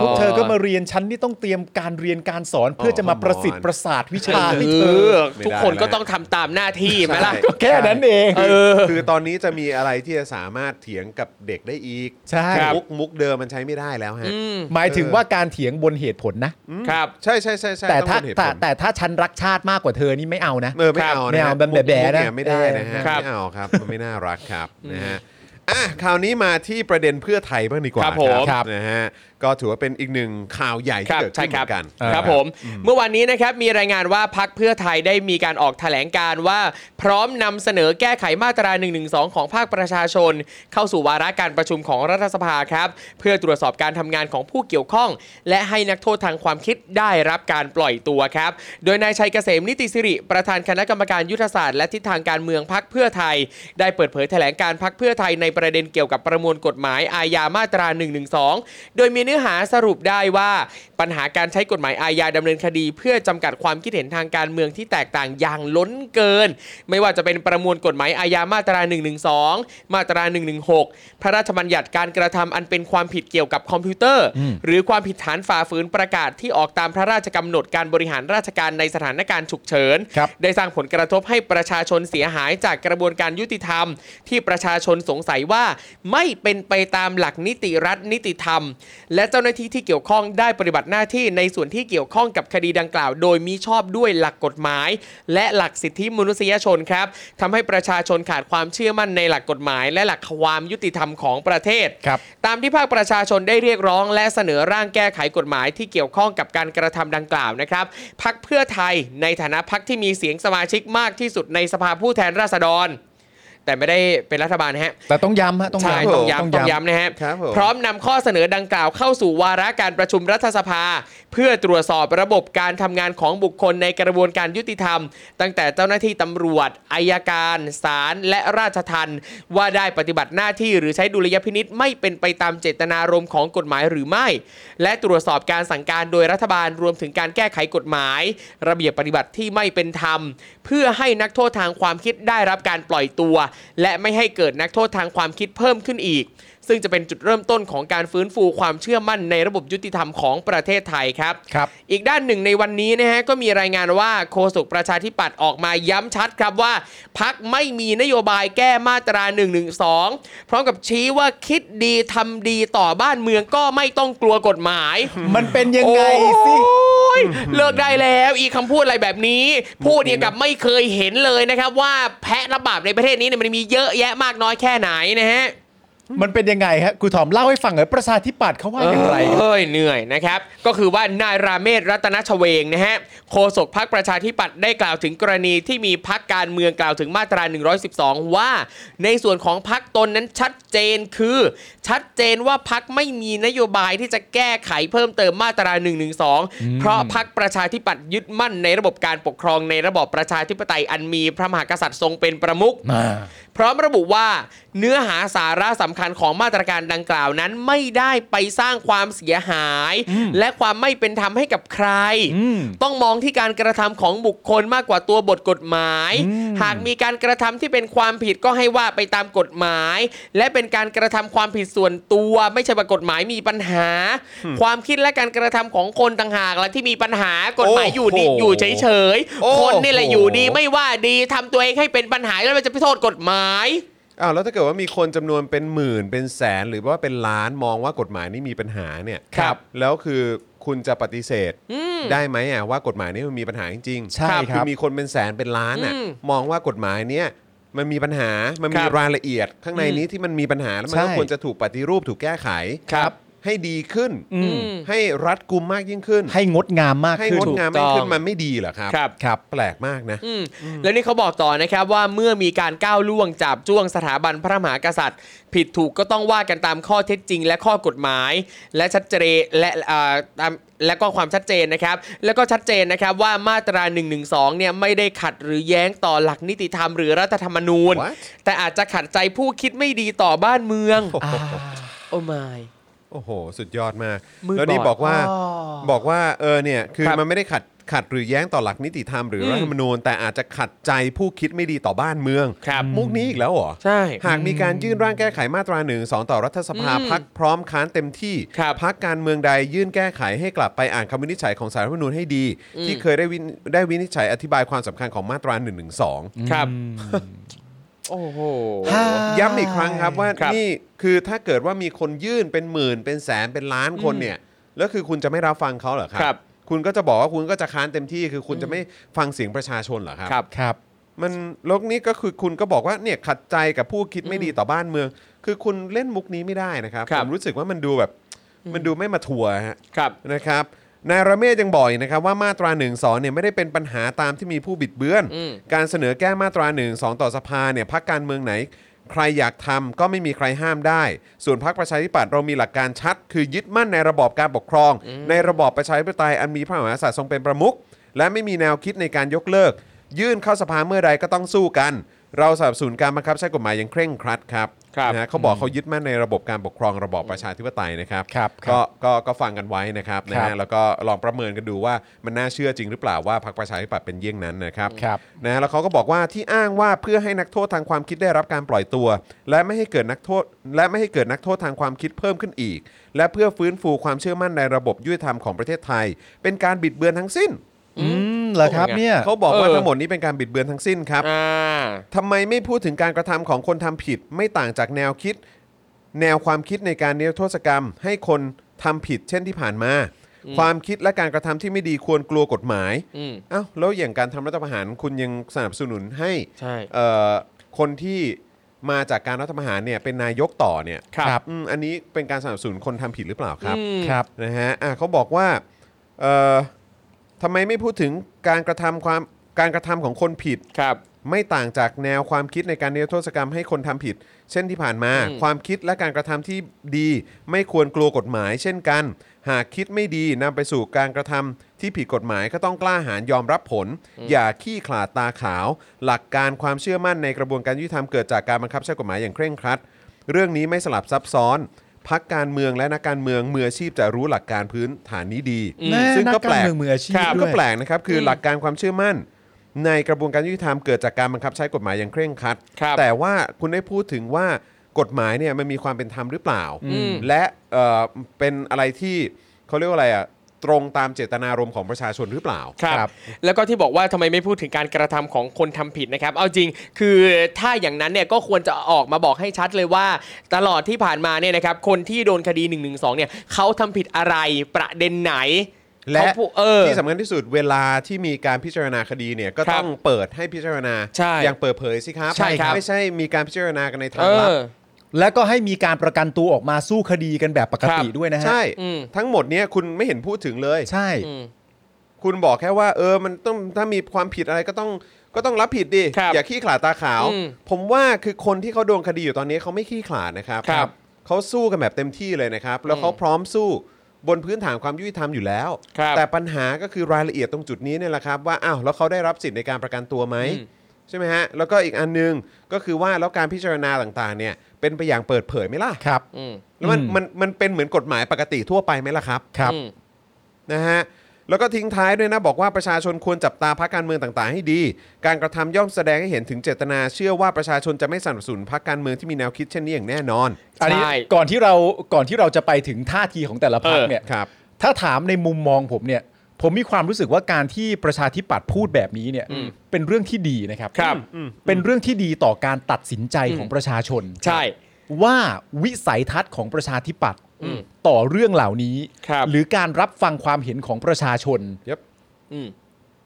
S1: อ๋
S3: พวกเธอก็มาเรียนชั้นที่ต้องเตรียมการเรียนการสอนเพื่อจะมาประสิทธิ์ประสาทวิชาให้เธ
S1: เอ
S3: อ
S1: อ
S2: ไม่ได้
S1: ทุกคนก็
S2: แล้ว
S1: ต้องทำตามหน้าที่ไหมล่ะ
S3: ก็แค่นั้นเอง
S2: คือคือตอนนี้จะมีอะไรที่จะสามารถเถียงกับเด็กได้อีก
S3: ใช่
S1: ครับ
S2: มุกมุกเดิมมันใช้ไม่ได้แล้วฮะ
S1: อืม
S3: หมายถึงว่าการเถียงบนเหตุผลนะ
S1: ครับ
S2: ใช่ใช่ใช่ใช่
S3: แต่ถ้า
S2: องเป็นเหตุ
S3: แต่
S2: ผล
S3: แต่ถ้าฉันรักชาติมากกว่าเธอนี่ไม่เอานะ
S2: เออไม่เอา
S3: ครับ
S2: นะฮะ
S3: ไม่เอาแบบ
S2: มุก
S3: แบะๆนะ
S2: มุกเยไม่ได้นะฮะ
S1: ครับ
S2: ไม่เอาครับมันไม่น่ารักครับนะฮะอ่ะคราวนี้มาที่ประเด็นเพื่อไทยบ้างดีกว่า
S1: ครับผม
S2: ค
S3: ครั
S2: รับบ นะฮะก็ถือว่าเป็นอีกหนึ่งข่าวใหญ่
S1: ค
S2: ที่
S1: รับ
S2: เกิด
S1: ใช่
S2: ขึ้น
S1: ค
S2: เหมือนกัน
S1: รับครับผมเมื่อวานนี้นะครับมีรายงานว่าพักเพื่อไทยได้มีการออกแถลงการว่า พร้อมนำเสนอแก้ไขมาตรา1นึของภาคประชาชน เข้าสู่วาระการประชุมของรัฐสภาครับ เพื่อตรวจสอบการทำงานของผู้เกี่ยวข้อง และให้นักโทษทางความคิดได้รับการปล่อยตัวครับ โดยนายชัยเกษมนิติสิริประธานคณะกรรมการยุทธศาสตร์และทิศทางการเมืองพักเพื่อไทย ได้เปิดเผยแถลงการพักเพื่อไทยในประเด็นเกี่ยวกับประมวลกฎหมายอาญามาตรา 112 โดยมีเนื้อหาสรุปได้ว่า ปัญหาการใช้กฎหมายอาญาดำเนินคดี เพื่อจำกัดความคิดเห็นทางการเมืองที่แตกต่างอย่างล้นเกิน ไม่ว่าจะเป็นประมวลกฎหมายอาญามาตรา 112 มาตรา 116 พระราชบัญญัติการกระทำอันเป็นความผิดเกี่ยวกับคอมพิวเตอร์ หรือความผิดฐานฝ่าฝืนประกาศที่ออกตามพระราชกำหนดการบริหารราชการในสถานการณ์ฉุกเฉิน
S3: ครับ
S1: ได้สร้างผลกระทบให้ประชาชนเสียหายจากกระบวนการยุติธรรม ที่ประชาชนสงสัยว่าไม่เป็นไปตามหลักนิติรัฐนิติธรรม และเจ้าหน้าที่ที่เกี่ยวข้องได้ปฏิบัติหน้าที่ในส่วนที่เกี่ยวข้องกับคดีดังกล่าว โดยมิชอบด้วยหลักกฎหมาย และหลักสิทธิมนุษยชนครับทำให้ประชาชนขาดความเชื่อมั่นในหลักกฎหมาย และหลักความยุติธรรมของประเทศ
S3: ครับ
S1: ตามที่ภาคประชาชนได้เรียกร้อง และเสนอร่างแก้ไขกฎหมายที่เกี่ยวข้องกับการกระทำดังกล่าวนะครับพักเพื่อไทยในฐานะพักที่มีเสียงสมาชิกมากที่สุดในสภาผู้แทนราษฎร แต่ไม่ได้เป็นรัฐบาลนะฮะ
S3: แต่ต้องย้ำฮะต้อง
S1: ใช่
S3: ย้ำ
S1: ต้องย้ำต้องย้ำนะฮะ
S2: ครับผม
S1: พร้อมนำข้อเสนอดังกล่าวเข้าสู่วาระการประชุมรัฐสภา เพื่อตรวจสอบระบบการทำงานของบุคคลในกระบวนการยุติธรรม ตั้งแต่เจ้าหน้าที่ตำรวจอายการศาลและราชทัณฑ์ว่าได้ปฏิบัติหน้าที่หรือใช้ดุลยพินิษไม่เป็นไปตามเจตนารมณ์ของกฎหมายหรือไม่ และตรวจสอบการสั่งการโดยรัฐบาลรวมถึงการแก้ไขกฎหมาย ระเบียบปฏิบัติที่ไม่เป็นธรรม เพื่อให้นักโทษทางความคิดได้รับการปล่อยตัว และไม่ให้เกิดนักโทษทางความคิดเพิ่มขึ้นอีก ซึ่งจะเป็นจุดเริ่มต้นของการฟื้นฟูความเชื่อมั่นในระบบยุติธรรมของประเทศไทยครับ
S3: ครับ
S1: อีกด้านหนึ่งในวันนี้นะฮะก็มีรายงานว่าโฆษกประชาธิปัตย์ออกมาย้ำชัดครับว่า พักไม่มีนโยบายแก้มาตรา 1 1 2 พร้อมกับชี้ว่าคิดดีทำดีต่อบ้านเมืองก็ไม่ต้องกลัวกฎหมาย
S3: มันเป็นยังไงสิ
S1: โอ้ยเลิกได้แล้ว อีคำพูดอะไรแบบนี้ พูดเนี่ยกับไม่เคยเห็นเลยนะครับ ว่าแพะระบาดในประเทศนี้เนี่ยมันมีเยอะแยะมากน้อยแค่ไหนนะฮะ
S3: มันเป็นยังไงฮะครูถอมเล่าให้ฟังหน่อยประชาธิปัตย์เขาว่าอย่างไร
S1: เอ้ยเหนื่อยนะครับ ก็คือว่านายราเมศรัตนชเวงนะฮะโฆษกพักประชาธิปัตย์ได้กล่าวถึงกรณีที่มีพักการเมืองกล่าวถึงมาตรา 112 ว่า ในส่วนของพักตนนั้นชัดเจนคือ ชัดเจนว่าพักไม่มีนโยบายที่จะแก้ไขเพิ่มเติมมาตรา 112 เพราะพักประชาธิปัตย์ยึดมั่นในระบบการปกครองในระบอบประชาธิปไตยอันมีพระมหากษัตริย์ทรงเป็นประมุข พร้อมระบุว่าเนื้อหาสาระสำคัญของมาตรการดังกล่าวนั้นไม่ได้ไปสร้างความเสียหาย และความไม่เป็นธรรมให้กับใคร
S5: อืม
S1: ต้องมองที่การกระทำของบุคคลมากกว่าตัวบทกฎหมาย
S5: อืม
S1: หากมีการกระทำที่เป็นความผิดก็ให้ว่าไปตามกฎหมาย และเป็นการกระทำความผิดส่วนตัว ไม่ใช่ว่ากฎหมายมีปัญหา ความคิดและการกระทำของคนต่างหากละที่มีปัญหากฎหมายอยู่ดี
S2: โอ้โห
S1: อยู่เฉย
S2: โอ้
S1: ๆ
S2: โห
S1: คนนี่แหละอยู่ดีไม่ว่าดีทำตัวเองให้เป็นปัญหาแล้วมันจะไปโทษกฎหมาย
S2: อ้าวแล้วถ้าเกิดว่ามีคนจำนวนเป็นหมื่นเป็นแสน หรือว่าเป็นล้านมองว่ากฎหมายนี่มีปัญหาเนี่ย
S1: ครับ
S2: แล้วคือคุณจะปฏิเสธ
S1: อืม
S2: ได้ไหมอ่ะว่ากฎหมายนี่มันมีปัญหาจริงๆ
S3: ใช่
S2: คื
S3: ค
S2: อ
S3: รับ
S2: มีคนเป็นแสนเป็นล้านอ่ะ
S1: อืม
S2: มองว่ากฎหมายเนี้ยมันมีปัญหามันมี
S1: ครับ
S2: รายละเอียด ข้างใน
S1: อืม
S2: นี้ที่มันมีปัญหาแล้วมันก็
S3: ใช่
S2: ควรจะถูกปฏิรูปถูกแก้ไข
S1: ครับ
S2: ให้ดีขึ้น
S3: อืม
S1: อืม
S2: ให้รัดกุมมากยิ่งขึ้น
S3: ให้งดงามมาก
S2: ให้
S3: ขึ้
S2: ง
S3: น
S2: ดงาม
S1: ถู
S2: มาก
S1: กต้อง
S2: ขึ้นมันไม่ดีเหรอครับ
S1: ครับ
S3: ครับ
S2: แปลกมากนะ
S1: อืมแล้วนี่เขาบอกต่อนะครับว่าเมื่อมีการก้าวล่วงจับจ้วงสถาบันพระมหากษัตริย์ ผิดถูกก็ต้องว่ากันตามข้อเท็จจริง และข้อกฎหมาย และชัดเจนและอ่าตามและก็ความชัดเจนนะครับ แล้วก็ชัดเจนนะครับว่ามาตรา1นึเนี่ยไม่ได้ขัดหรือแย้งต่อหลักนิติธรรมหรือรัฐธรรมนูญ
S2: What?
S1: แต่อาจจะขัดใจผู้คิดไม่ดีต่อบ้านเมือง
S2: โอ้โห
S1: โอ้ไม่
S2: โอ้โห สุดยอดมาก
S1: มือบอด
S2: แล้วนี่บอกว่าบอกว่าเออเนี่ยคือ
S1: ครับ
S2: มันไม่ได้ขัดขัดหรือแย้งต่อหลักนิติธรรมหรืออ
S1: ม
S2: รัฐธรรมนูญ แต่อาจจะขัดใจผู้คิดไม่ดีต่อบ้านเมือง
S1: ครับ
S2: มุกนี้อีกแล้วเหรอ
S1: ใช่
S2: หากมีการยื่นร่างแก้ไขมาตรา1นึต่อรัฐสภา
S1: อืม
S2: พักพร้อมค้านเต็มที่
S1: ครับ
S2: พักการเมืองใดยื่นแก้ไขให้กลับไปอ่านคำวินิจฉัยของสารรัฐธรรมนูญให้ดี
S1: อืม
S2: ที่เคยได้วินได้วินิจฉัยอธิบายความสำคัญของมาตรา1นึ
S1: ครับ
S5: อืม
S1: โอ้โห
S3: ฮ่า
S2: ย้ำอีกครั้งครับว่า
S1: ครับ
S2: นี่คือถ้าเกิดว่ามีคนยื่นเป็นหมื่นเป็นแสนเป็นล้านคนเนี่ยแล้วคือคุณจะไม่รับฟังเขาเหรอครั
S1: ครับ
S2: คุณก็จะบอกว่าคุณก็จะค้านเต็มที่คือคุณจะไม่ฟังเสียงประชาชนเหรอครับ
S1: ครับ
S5: ครับ
S2: มันโลกนี้ก็คือคุณก็บอกว่าเนี่ยขัดใจกับผู้คิดไม่ดีต่อบ้านเมือง คือคุณเล่นมุกนี้ไม่ได้นะครับ
S1: ครั
S2: ผ
S1: บ
S2: มรู้สึกว่ามันดูแบบมันดูไม่มาทัวร์ฮะ
S1: ครับ
S2: นะครับนายระเมศยังบอกอีกนะครับว่ามาตรา1นึเนี่ยไม่ได้เป็นปัญหาตามที่มีผู้บิดเบือน
S1: อืม
S2: การเสนอแก้มาตรา1นึต่อสภาเนี่ยพักการเมืองไหน ใครอยากทำก็ไม่มีใครห้ามได้ ส่วนพรรคประชาธิปัตย์เรามีหลักการชัด คือยึดมั่นในระบอบการปกครอง ในระบอบประชาธิปไตยอันมีพระมหากษัตริย์ทรงเป็นประมุขและไม่มีแนวคิดในการยกเลิก ยื่นเข้าสภาเมื่อใดก็ต้องสู้กัน เราสนับสนุนการบังคับใช้กฎหมายอย่างเคร่งครัดครับ
S1: ครับ
S2: นะฮะเขาบอกเขายึดมั่นในระบบการปกครองระบอบประชาธิปไตยนะครับ
S3: ครับครับ
S2: ก็ก็ก็ฟังกันไว้นะครับนะ
S3: ครั
S2: ฮะ
S3: บ
S2: แล้วก็ลองประเมินกันดูว่ามันน่าเชื่อจริงหรือเปล่าว่าพรรคประชาธิปัตย์เป็นเยี่ยงนั้นนะครับ
S3: ครับ
S2: นะฮะแล้วเขาก็บอกว่าที่อ้างว่าเพื่อให้นักโทษทางความคิดได้รับการปล่อยตัว และไม่ให้เกิดนักโทษ และไม่ให้เกิดนักโทษทางความคิดเพิ่มขึ้นอีก และเพื่อฟื้นฟูความเชื่อมั่นในระบบยุติธรรมของประเทศไทย เป็นการบิดเบือนทั้งสิ้น
S3: อืมเหรอครับเนี่ย
S2: เขาบอกว่า
S1: เออ
S2: ทั้งหมดนี้เป็นการบิดเบือนทั้งสิ้นครับ
S1: อ่า
S2: ทำไมไม่พูดถึงการกระทำของคนทำผิด ไม่ต่างจากแนวคิด แนวความคิดในการนิรโทษกรรม ให้คนทำผิดเช่นที่ผ่านมา ความคิดและการกระทำที่ไม่ดีควรกลัวกฎหมาย
S1: อืม
S2: เอ้าแล้วอย่างการทำรัฐประหารคุณยังสนับสนุนให้
S1: ใช่
S2: เอ่อคนที่มาจากการรัฐประหารเนี่ยเป็นนายกต่อเนี่ย
S1: ครับ
S2: อืมอันนี้เป็นการสนับสนุนคนทำผิดหรือเปล่าครับ
S1: อืม
S5: ครับ
S2: นะฮะอ่ะเขาบอกว่าเอ่อทำไมไม่พูดถึงการกระทำความการกระทำของคนผิด
S1: ครับ
S2: ไม่ต่างจากแนวความคิดในการนิรโทษกรรมให้คนทำผิด เช่นที่ผ่านมา
S1: อืม
S2: ความคิดและการกระทำที่ดี ไม่ควรกลัวกฎหมาย เช่นกัน หากคิดไม่ดีนำไปสู่การกระทำที่ผิดกฎหมายก็ต้องกล้าหาญยอมรับผล อย่าขี้ขลาดตาขาว หลักการความเชื่อมั่นในกระบวนการยุติธรรมเกิดจากการบังคับใช้กฎหมายอย่างเคร่งครัด เรื่องนี้ไม่สลับซับซ้อน พักการเมืองและนักการเมืองมืออาชีพจะรู้หลักการพื้นฐานนี้ดี
S1: อืม
S3: แน่
S2: ซึ่งก็แปล
S3: นั
S2: ก
S3: เมืองมืออาชีพ
S1: ครับ
S2: ซึ่ง
S3: ด้
S2: ก็
S3: วย
S2: แปลกนะครับ คืออ
S1: ม
S2: หลักการความเชื่อมั่น ในกระบวนการยุติธรรมเกิดจากการบังคับใช้กฎหมายอย่างเคร่งครัด
S1: ครับ
S2: แต่ว่าคุณได้พูดถึงว่ากฎหมายเนี่ยมันมีความเป็นธรรมหรือเปล่า
S1: อืม
S2: และเอ่อเป็นอะไรที่เขาเรียกว่าอะไรอ่ะตรงตามเจตนารมณ์ของประชาชนหรือเปล่า
S1: ครับแล้วก็ที่บอกว่าทำไมไม่พูดถึงการกระทำของคนทำผิดนะครับ เอาจริงคือถ้าอย่างนั้นเนี่ยก็ควรจะออกมาบอกให้ชัดเลยว่า ตลอดที่ผ่านมาเนี่ยนะครับคนที่โดนคดี1นึเนี่ยเขาทำผิดอะไรประเด็นไหน
S2: และ
S1: เขาพูดเออ
S2: ที่สำคัญที่สุดเวลาที่มีการพิจารณาคดีเนี่ยก็
S1: ครับ
S2: ต้องเปิดให้พิจารณา
S1: ใช่
S2: อย่างเปิดเผยสิครับ
S1: ใช่ครับ
S2: ไม่ใช่มีการพิจารณากันในทา
S1: เอง
S2: ลับ
S1: อ
S3: แล้วก็ให้มีการประกันตัวออกมาสู้คดีกันแบบปกติ
S1: ครับ
S3: ด้วยนะฮะ
S2: ใช่
S1: อืม
S2: ทั้งหมดเนี่ยคุณไม่เห็นพูดถึงเลย
S3: ใช่
S1: อืม
S2: คุณบอกแค่ว่าเออมันต้องถ้ามีความผิดอะไรก็ต้องก็ต้องรับผิดดิ
S1: ครับ
S2: อย่าขี้ขลาดตาขาว
S1: อืม
S2: ผมว่าคือคนที่เขาโดนคดีอยู่ตอนนี้เขาไม่ขี้ขลาดนะครับ
S1: ครับ
S2: เขาสู้กันแบบเต็มที่เลยนะครับ แล้วเขาพร้อมสู้บนพื้นฐานความยุติธรรมอยู่แล้ว
S1: ครับ
S2: แต่ปัญหาก็คือรายละเอียดตรงจุดนี้เนี่ยแหละครับว่าอ้าวแล้วเขาได้รับสิทธิ์ในการประกันตัวไหม
S1: อืม
S2: ใช่ไหมฮะ แล้วก็อีกอันนึงก็คือว่าแล้วการพิจารณาต่างๆ เนี่ยเป็นไปอย่างเปิดเผยไหมล่ะ
S3: ครับ
S1: อืม
S2: แล้วมัน
S3: อืม
S2: มันมันเป็นเหมือนกฎหมายปกติทั่วไปไหมล่ะครับ
S3: ครับ
S1: อืม
S2: นะฮะแล้วก็ทิ้งท้ายด้วยนะ บอกว่าประชาชนควรจับตาพรรคการเมืองต่างๆ ให้ดี การกระทำย่อมแสดงให้เห็นถึงเจตนา เชื่อว่าประชาชนจะไม่สนับสนุนพรรคการเมืองที่มีแนวคิดเช่นนี้อย่างแน่นอน
S3: อันนี้
S1: ใช่
S3: ก่อนที่เราก่อนที่เราจะไปถึงท่าทีของแต่ละพรรคเนี่ย
S2: ครับ
S3: ถ้าถามในมุมมองผมเนี่ย ผมมีความรู้สึกว่าการที่ประชาธิปัตย์พูดแบบนี้เนี่ย
S1: อืม
S3: เป็นเรื่องที่ดีนะครับ
S1: ครับ
S2: อืม
S3: เป็นเรื่องที่ดีต่อการตัดสินใจ
S1: อืม
S3: ของประชาชน
S1: ใช่
S3: ว่าวิสัยทัศน์ของประชาธิปัตย์
S1: อืม
S3: ต่อเรื่องเหล่านี้
S1: ครับ
S3: หรือการรับฟังความเห็นของประชาชน
S2: ยับ
S1: อืม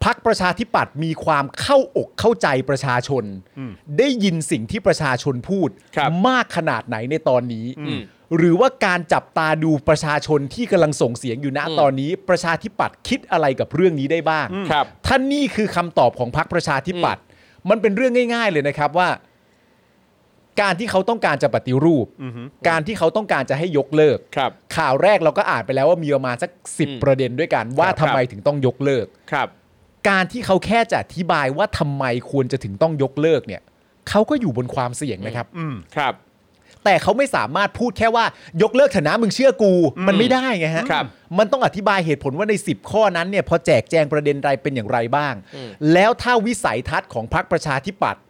S3: พักประชาธิปัตย์มีความเข้าอกเข้าใจประชาชน ได้ยินสิ่งที่ประชาชนพูด
S1: ครับ
S3: มากขนาดไหนในตอนนี้
S1: อืม
S3: หรือว่าการจับตาดูประชาชนที่กำลังส่งเสียงอยู่ณ
S1: อืม
S3: ตอนนี้ประชาธิปัตย์คิดอะไรกับเรื่องนี้ได้บ้าง
S1: ครับ
S3: ถ้านี่คือคำตอบของพรรคประชาธิปัตย์มันเป็นเรื่องง่าย ๆ เลยนะครับว่า การที่เขาต้องการจะปฏิรูป
S2: อือฮึ
S3: การที่เขาต้องการจะให้ยกเลิก
S1: ครับ
S3: ข่าวแรกเราก็อ่านไปแล้วว่ามีประมาณสักสิบ
S1: อืม
S3: ประเด็นด้วยกัน ว่า
S1: ครับ
S3: ทำไมถึงต้องยกเลิก
S1: ครับ
S3: การที่เขาแค่จะอธิบายว่าทำไมควรจะถึงต้องยกเลิกเนี่ยเขาก็อยู่บนความเสี่ยงนะครับ
S2: อืม
S1: ครับ
S3: แต่เขาไม่สามารถพูดแค่ว่ายกเลิกเถอะนะมึงเชื่อกู มันไม่ได้ไงฮะ
S1: ครับ
S3: มันต้องอธิบายเหตุผลว่าใน 10 ข้อนั้นเนี่ยพอแจกแจงประเด็นใดเป็นอย่างไรบ้าง
S1: อืม
S3: แล้วถ้าวิสัยทัศน์ของพรรคประชาธิปัตย์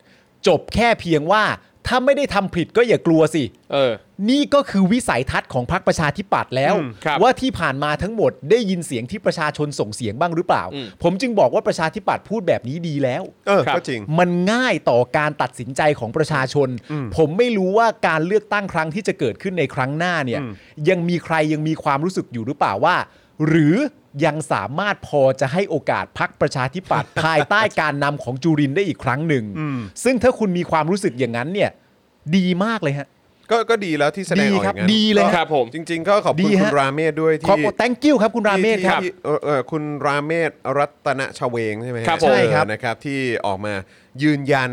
S3: จบแค่เพียงว่าถ้าไม่ได้ทำผิดก็อย่ากลัวสิ
S1: เออ
S3: นี่ก็คือวิสัยทัศน์ของพรรคประชาธิปัตย์แล้ว
S2: อืม
S1: ครับ
S3: ว่าที่ผ่านมาทั้งหมดได้ยินเสียงที่ประชาชนส่งเสียงบ้างหรือเปล่า
S1: อืม
S3: ผมจึงบอกว่าประชาธิปัตย์พูดแบบนี้ดีแล้ว
S2: เออ
S1: ครับ
S2: ก็จริง
S3: มันง่ายต่อการตัดสินใจของประชาชน
S2: อืม
S3: ผมไม่รู้ว่าการเลือกตั้งครั้งที่จะเกิดขึ้นในครั้งหน้าเนี่ย
S2: อืม
S3: ยังมีใครยังมีความรู้สึกอยู่หรือเปล่าว่า หรือยังสามารถพอจะให้โอกาสพักประชาธิปัตย์
S2: <laughs>
S3: ภายใต้การนำของจุรินทร์ได้อีกครั้งหนึ่ง ซึ่งถ้าคุณมีความรู้สึกอย่างนั้นเนี่ย ดีมากเลยฮะ
S2: ก็ก็ดีแล้วที่แสดงออก
S3: ดี
S2: อ
S3: ครับ
S2: ย่างนั้น
S3: ดีเลย
S2: ก็
S1: ครับผม
S2: จริง ๆ ก็ขอบ
S3: ดี
S2: คุณ
S3: ฮะ
S2: คุณราเมศด้วย
S3: ขอบ
S2: ที่
S3: คุณ thank you ครับคุณราเมศครับ
S2: ที่ที่เอ่อเอ่อคุณราเมศรัตนชเวงใช่ไหมฮะ
S1: ครับผม
S2: เออ
S3: ใช่ครับ
S2: นะครับที่ออกมายืนยัน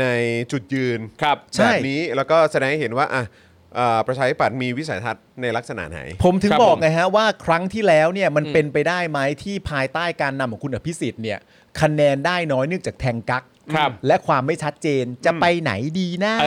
S2: ในจุดยืน
S1: ครับ
S3: ใช่
S2: แบบนี้แล้วก็แสดงให้เห็นว่าอ่ะเอ่อประชาธิปัตย์มีวิสัยทัศน์ในลักษณะไหน
S3: ผมถึง
S1: ครับ
S3: บอ
S1: ผ
S3: ก
S1: ม
S3: ไงฮะว่าครั้งที่แล้วเนี่ยมัน
S1: อืม
S3: เป็นไปได้ไหมที่ภายใต้การนำของคุณอภิสิทธิ์เนี่ยคะแนนได้น้อยเนื่องจากแทงกัก
S1: ครับ
S3: และความไม่ชัดเจนจะไปไหนดีนะ
S1: เอ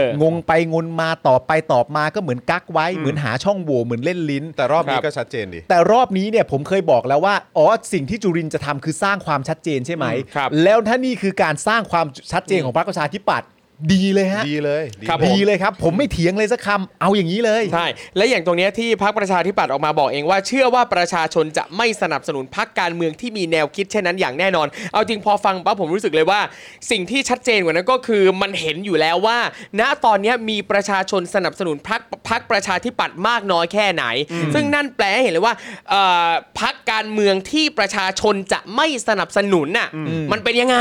S1: อง
S3: งไปงนมาตอบไปตอบมาก็เหมือนกักไว้ เหมือนหาช่องโหว่เหมือนเล่นลิ้น
S2: แต่รอบนี้
S1: ครับ
S2: ก็ชัดเจนดี
S3: แต่รอบนี้เนี่ยผมเคยบอกแล้วว่าอ๋อสิ่งที่จุรินทร์จะทำคือสร้างความชัดเจนใช่ไหม
S1: อืมครับ
S3: แล้วถ้านี่คือการสร้างความชัดเจนของพรรคประชาธิปัตย์ดีเลยฮะ
S2: ดีเลย
S1: ครับ
S2: เลย
S3: ดีเลยครับ ผมไม่เถียงเลยสักคำเอาอย่างนี้เลย
S1: ใช่ และอย่างตรงเนี้ยที่พรรคประชาธิปัตย์ออกมาบอกเองว่า เชื่อว่าประชาชนจะไม่สนับสนุนพรรคการเมืองที่มีแนวคิดเช่นนั้นอย่างแน่นอน เอาจริงพอฟังปั๊บผมรู้สึกเลยว่า สิ่งที่ชัดเจนกว่านั้นก็คือมันเห็นอยู่แล้วว่า ณตอนเนี้ยมีประชาชนสนับสนุนพรรคพรรคประชาธิปัตย์มากน้อยแค่ไหน ซึ่งนั่นแปลให้เห็นเลยว่าเอ่อพรรคการเมืองที่ประชาชนจะไม่สนับสนุนน่ะมันเป็นยังไง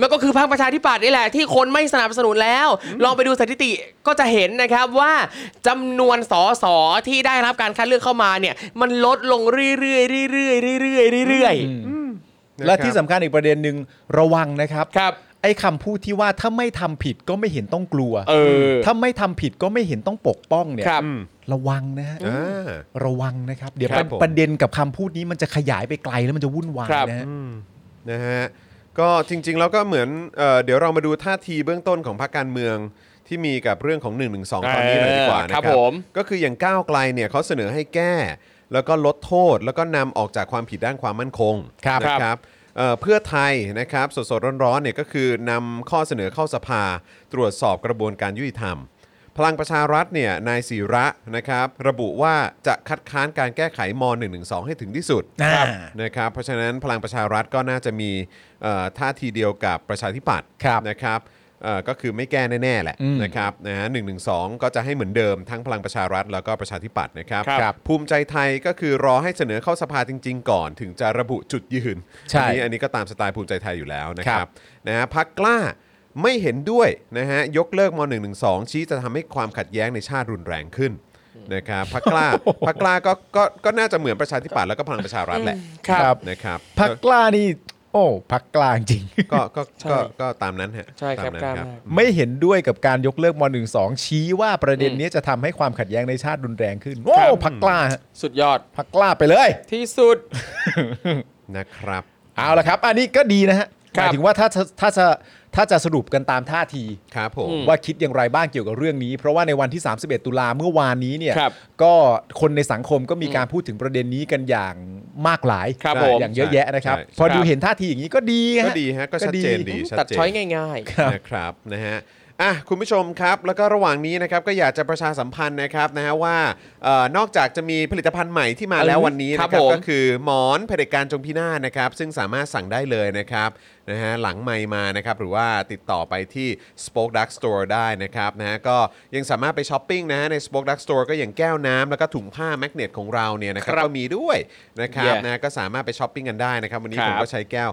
S1: มันก็คือพรรคประชาธิปัตย์นี่แหละที่คนไม่สนับสนุนแล้ว ลองไปดูสถิติก็จะเห็นนะครับว่าจำนวนสสที่ได้รับการคัดเลือกเข้ามาเนี่ย มันลดลงเรื่อยๆเรื่อยๆเรื่อยๆเรื่อยๆเรื่อย
S2: นะครับ
S3: และที่สำคัญอีกประเด็นหนึ่งระวังนะครับ
S1: ๆครับ
S3: ไอ้คำพูดที่ว่าถ้าไม่ทำผิดก็ไม่เห็นต้องกลัว
S1: เออ
S3: ถ้าไม่ทำผิดก็ไม่เห็นต้องปกป้องเนี่ย
S1: ครับ
S3: ระวังนะฮะ
S2: อ่า
S3: ระวังนะครับ เดี๋ยว
S2: ครับผม
S3: ประเด็นกับคำพูดนี้มันจะขยายไปไกลแล้วมันจะวุ่นวาย
S1: ครับ
S3: นะฮะ
S2: นะฮะก็จริงๆแล้วก็เหมือนเอ่อเดี๋ยวเรามาดูท่าทีเบื้องต้นของพรรคการเมืองที่มีกับเรื่องของ1นึตอนนี้หน่อยดีกว่านะค
S1: ค
S2: รั
S1: รั
S2: บบ
S1: ผม
S2: ก็คืออย่างก้าวไกลเนี่ยเขาเสนอให้แก้ แล้วก็ลดโทษ แล้วก็นำออกจากความผิดด้านความมั่นคง
S1: ครับ
S2: นะครับ ครับเอ่อเพื่อไทยนะครับสดๆร้อนๆเนี่ยก็คือนำข้อเสนอเข้าสภา ตรวจสอบกระบวนการยุติธรรม พลังประชารัฐเนี่ยนายศิระนะครับระบุว่าจะคัดค้านการแก้ไขม .112 ให้ถึงที่สุด
S3: อ่า
S2: นะครับเพราะฉะนั้นพลังประชารัฐก็น่าจะมีเอ่อท่าทีเดียวกับประชาธิปัตย์
S3: ครับ
S2: นะครับเอ่อก็คือไม่แก้แน่ๆแหละ
S3: อืม
S2: นะครับนะฮะหนึ่งหนึ่งสองก็จะให้เหมือนเดิมทั้งพลังประชารัฐแล้วก็ประชาธิปัตย์นะครับ
S1: ครับ
S2: ครับภูมิใจไทยก็คือรอให้เสนอเข้าสภาจริง ๆ ก่อนถึงจะระบุจุดยืน
S3: ใช่
S2: อันนี้อันนี้ก็ตามสไตล์ภูมิใจไทยอยู่แล้วนะค
S3: ค
S2: รั
S3: รั
S2: บบ นะฮะพักกล้าไม่เห็นด้วยนะฮะยกเลิกม .112 ชี้จะทำให้ความขัดแย้งในชาติรุนแรงขึ้นนะครับพักกล้าพักกล้าก็ก็ก็น่าจะเหมือนประชาธิปัตย์แล้วก็พลังประชารัฐแหละ
S1: ครับ
S2: นะครับ
S3: พักกล้านี่ โอ้พักกลางจริง
S2: ก็ก็
S1: ใช่
S2: ก็ก็ตามนั้นฮะ
S1: ใช่ครับ
S2: ตามนั้น
S1: ครับ
S3: ไม่เห็นด้วยกับการยกเลิกม .12 ชี้ว่าประเด็นนี้จะทำให้ความขัดแย้งในชาติรุนแรงขึ้นโอ้พักกล้าฮะ
S1: สุดยอด
S3: พักกล้าไปเลย
S1: ที่สุด
S2: นะครับ
S3: เอาละครับ อันนี้ก็ดีนะฮะห
S1: ครับ
S3: มายถึงว่าถ้าถ้าจะ ถ้าจะสรุปกันตามท่าที
S2: ครับผม
S1: อืม
S3: ว่าคิดอย่างไรบ้างเกี่ยวกับเรื่องนี้ เพราะว่าในวันที่ 31 ตุลาเมื่อวานนี้เนี่ย
S1: ครับ
S3: ก็คนในสังคมก็มีการพูดถึงประเด็นนี้กันอย่างมากหลาย
S1: ครับ
S3: ใช่
S1: ผม
S3: อย่างเยอะแยะนะครับ
S2: ใช่ใช่
S3: พอ
S1: ค
S3: ดู
S1: รับ
S3: เห็นท่าทีอย่างนี้ก็ดี
S2: ก็
S3: ฮะ
S2: ดีฮะก็
S3: ก็
S2: ชัด
S3: ดี
S2: เจนดีชัด
S1: ตัด
S2: เจน
S1: ช้อยง่ายๆ
S2: นะครับนะฮะอ่ะคุณผู้ชมครับ แล้วก็ระหว่างนี้นะครับก็อยากจะประชาสัมพันธ์นะครับนะฮะว่าเออนอกจากจะมีผลิตภัณฑ์ใหม่ที่มาแล้ววันนี้
S1: ครั
S2: นะ
S1: บ
S2: ครับ
S1: ผม
S2: ก็คือหมอนเผด็จการจงพินาศนะครับ ซึ่งสามารถสั่งได้เลยนะครับนะฮะหลังไมค์มานะครับหรือว่าติดต่อไปที่ Spoke Dark Store ได้นะครับนะฮะก็ยังสามารถไปช้อปปิ้งนะฮะใน Spoke Dark Store ก็อย่างแก้วน้ำแล้วก็ถุงผ้าแมกเนตของเราเนี่ยนะครับ
S1: ครับ
S2: ก็มีด้วยนะครับ
S1: แย่
S2: นะฮะก็สามารถไปช้อปปิ้งกันได้นะครับวันนี้
S1: ครับ
S2: ผมก็ใช้แก้ว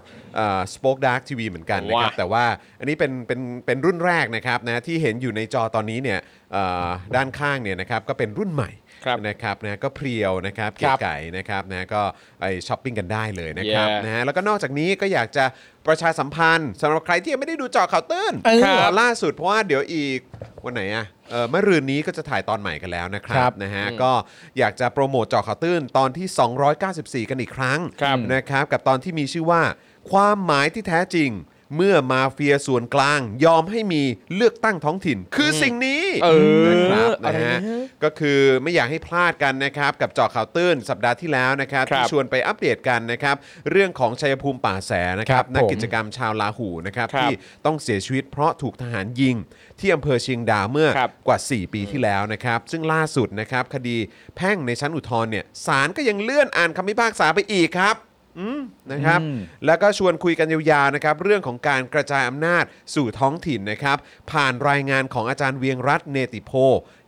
S2: สป็อกดาร์กทีวีเหมือนกันนะครับ
S1: ว้า
S2: แต่ว่าอันนี้เป็นเป็นเป็นรุ่นแรกนะครับนะที่เห็นอยู่ในจอตอนนี้เนี่ยเอ่อด้านข้างเนี่ยนะครับก็เป็นรุ่นใหม่
S1: ครับ
S2: นะครับนะก็เพรียวนะครับเก๋ไก่นะครับนะก็ไปช้อปปิ้งกันได้เลยนะครับ
S1: Yeah
S2: นะฮะแล้วก็นอกจากนี้ก็อยากจะประชาสัมพันธ์สำหรับใครที่ยังไม่ได้ดูเจอข่าวตื้น
S1: เออครับ
S2: ล่าสุดเพราะว่าเดี๋ยวอีกวันไหนอ่ะเออเมื่อรืนนี้ก็จะถ่ายตอนใหม่กันแล้วนะค
S3: ค
S2: รั
S3: รั
S2: บบ นะฮะก็อยากจะโปรโมทเจอข่าวตื้นตอนที่ 294 กันอีกครั้ง
S1: ครับ
S2: นะครับกับตอนที่มีชื่อว่า ความหมายที่แท้จริง เมื่อมาเฟียส่วนกลาง ยอมให้มีเลือกตั้งท้องถิ่น คืออสิ่งนี้
S1: เออ
S2: นะครับ
S1: อะ
S2: นะ
S1: ไร
S2: ฮะ
S1: นะ
S2: ก็คือไม่อยากให้พลาดกันนะครับกับเจาะข่าวตื้นสัปดาห์ที่แล้วนะครับ
S1: ครับ
S2: ที่ชวนไปอัปเดตกันนะครับเรื่องของชัยภูมิป่าแสนะครับ
S3: ครับ
S2: นัก
S3: ผม
S2: กิจกรรมชาวลาหูนะครับ
S1: ครับ
S2: ที่ต้องเสียชีวิตเพราะถูกทหารยิง ที่อำเภอเชียงดาวเมื่อ
S1: ครับ
S2: กว่า 4 ปีที่แล้วนะครับซึ่งล่าสุดนะครับคดีแพ่งในชั้นอุทธรณ์เนี่ยศาลก็ยังเลื่อนอ่านคำพิพากษาไปอีกครับ อืมนะครับแล้วก็ชวนคุยกันยาวๆนะครับเรื่องของการกระจายอำนาจสู่ท้องถิ่นนะครับ ผ่านรายงานของอาจารย์เวียงรัตน์เนติโพ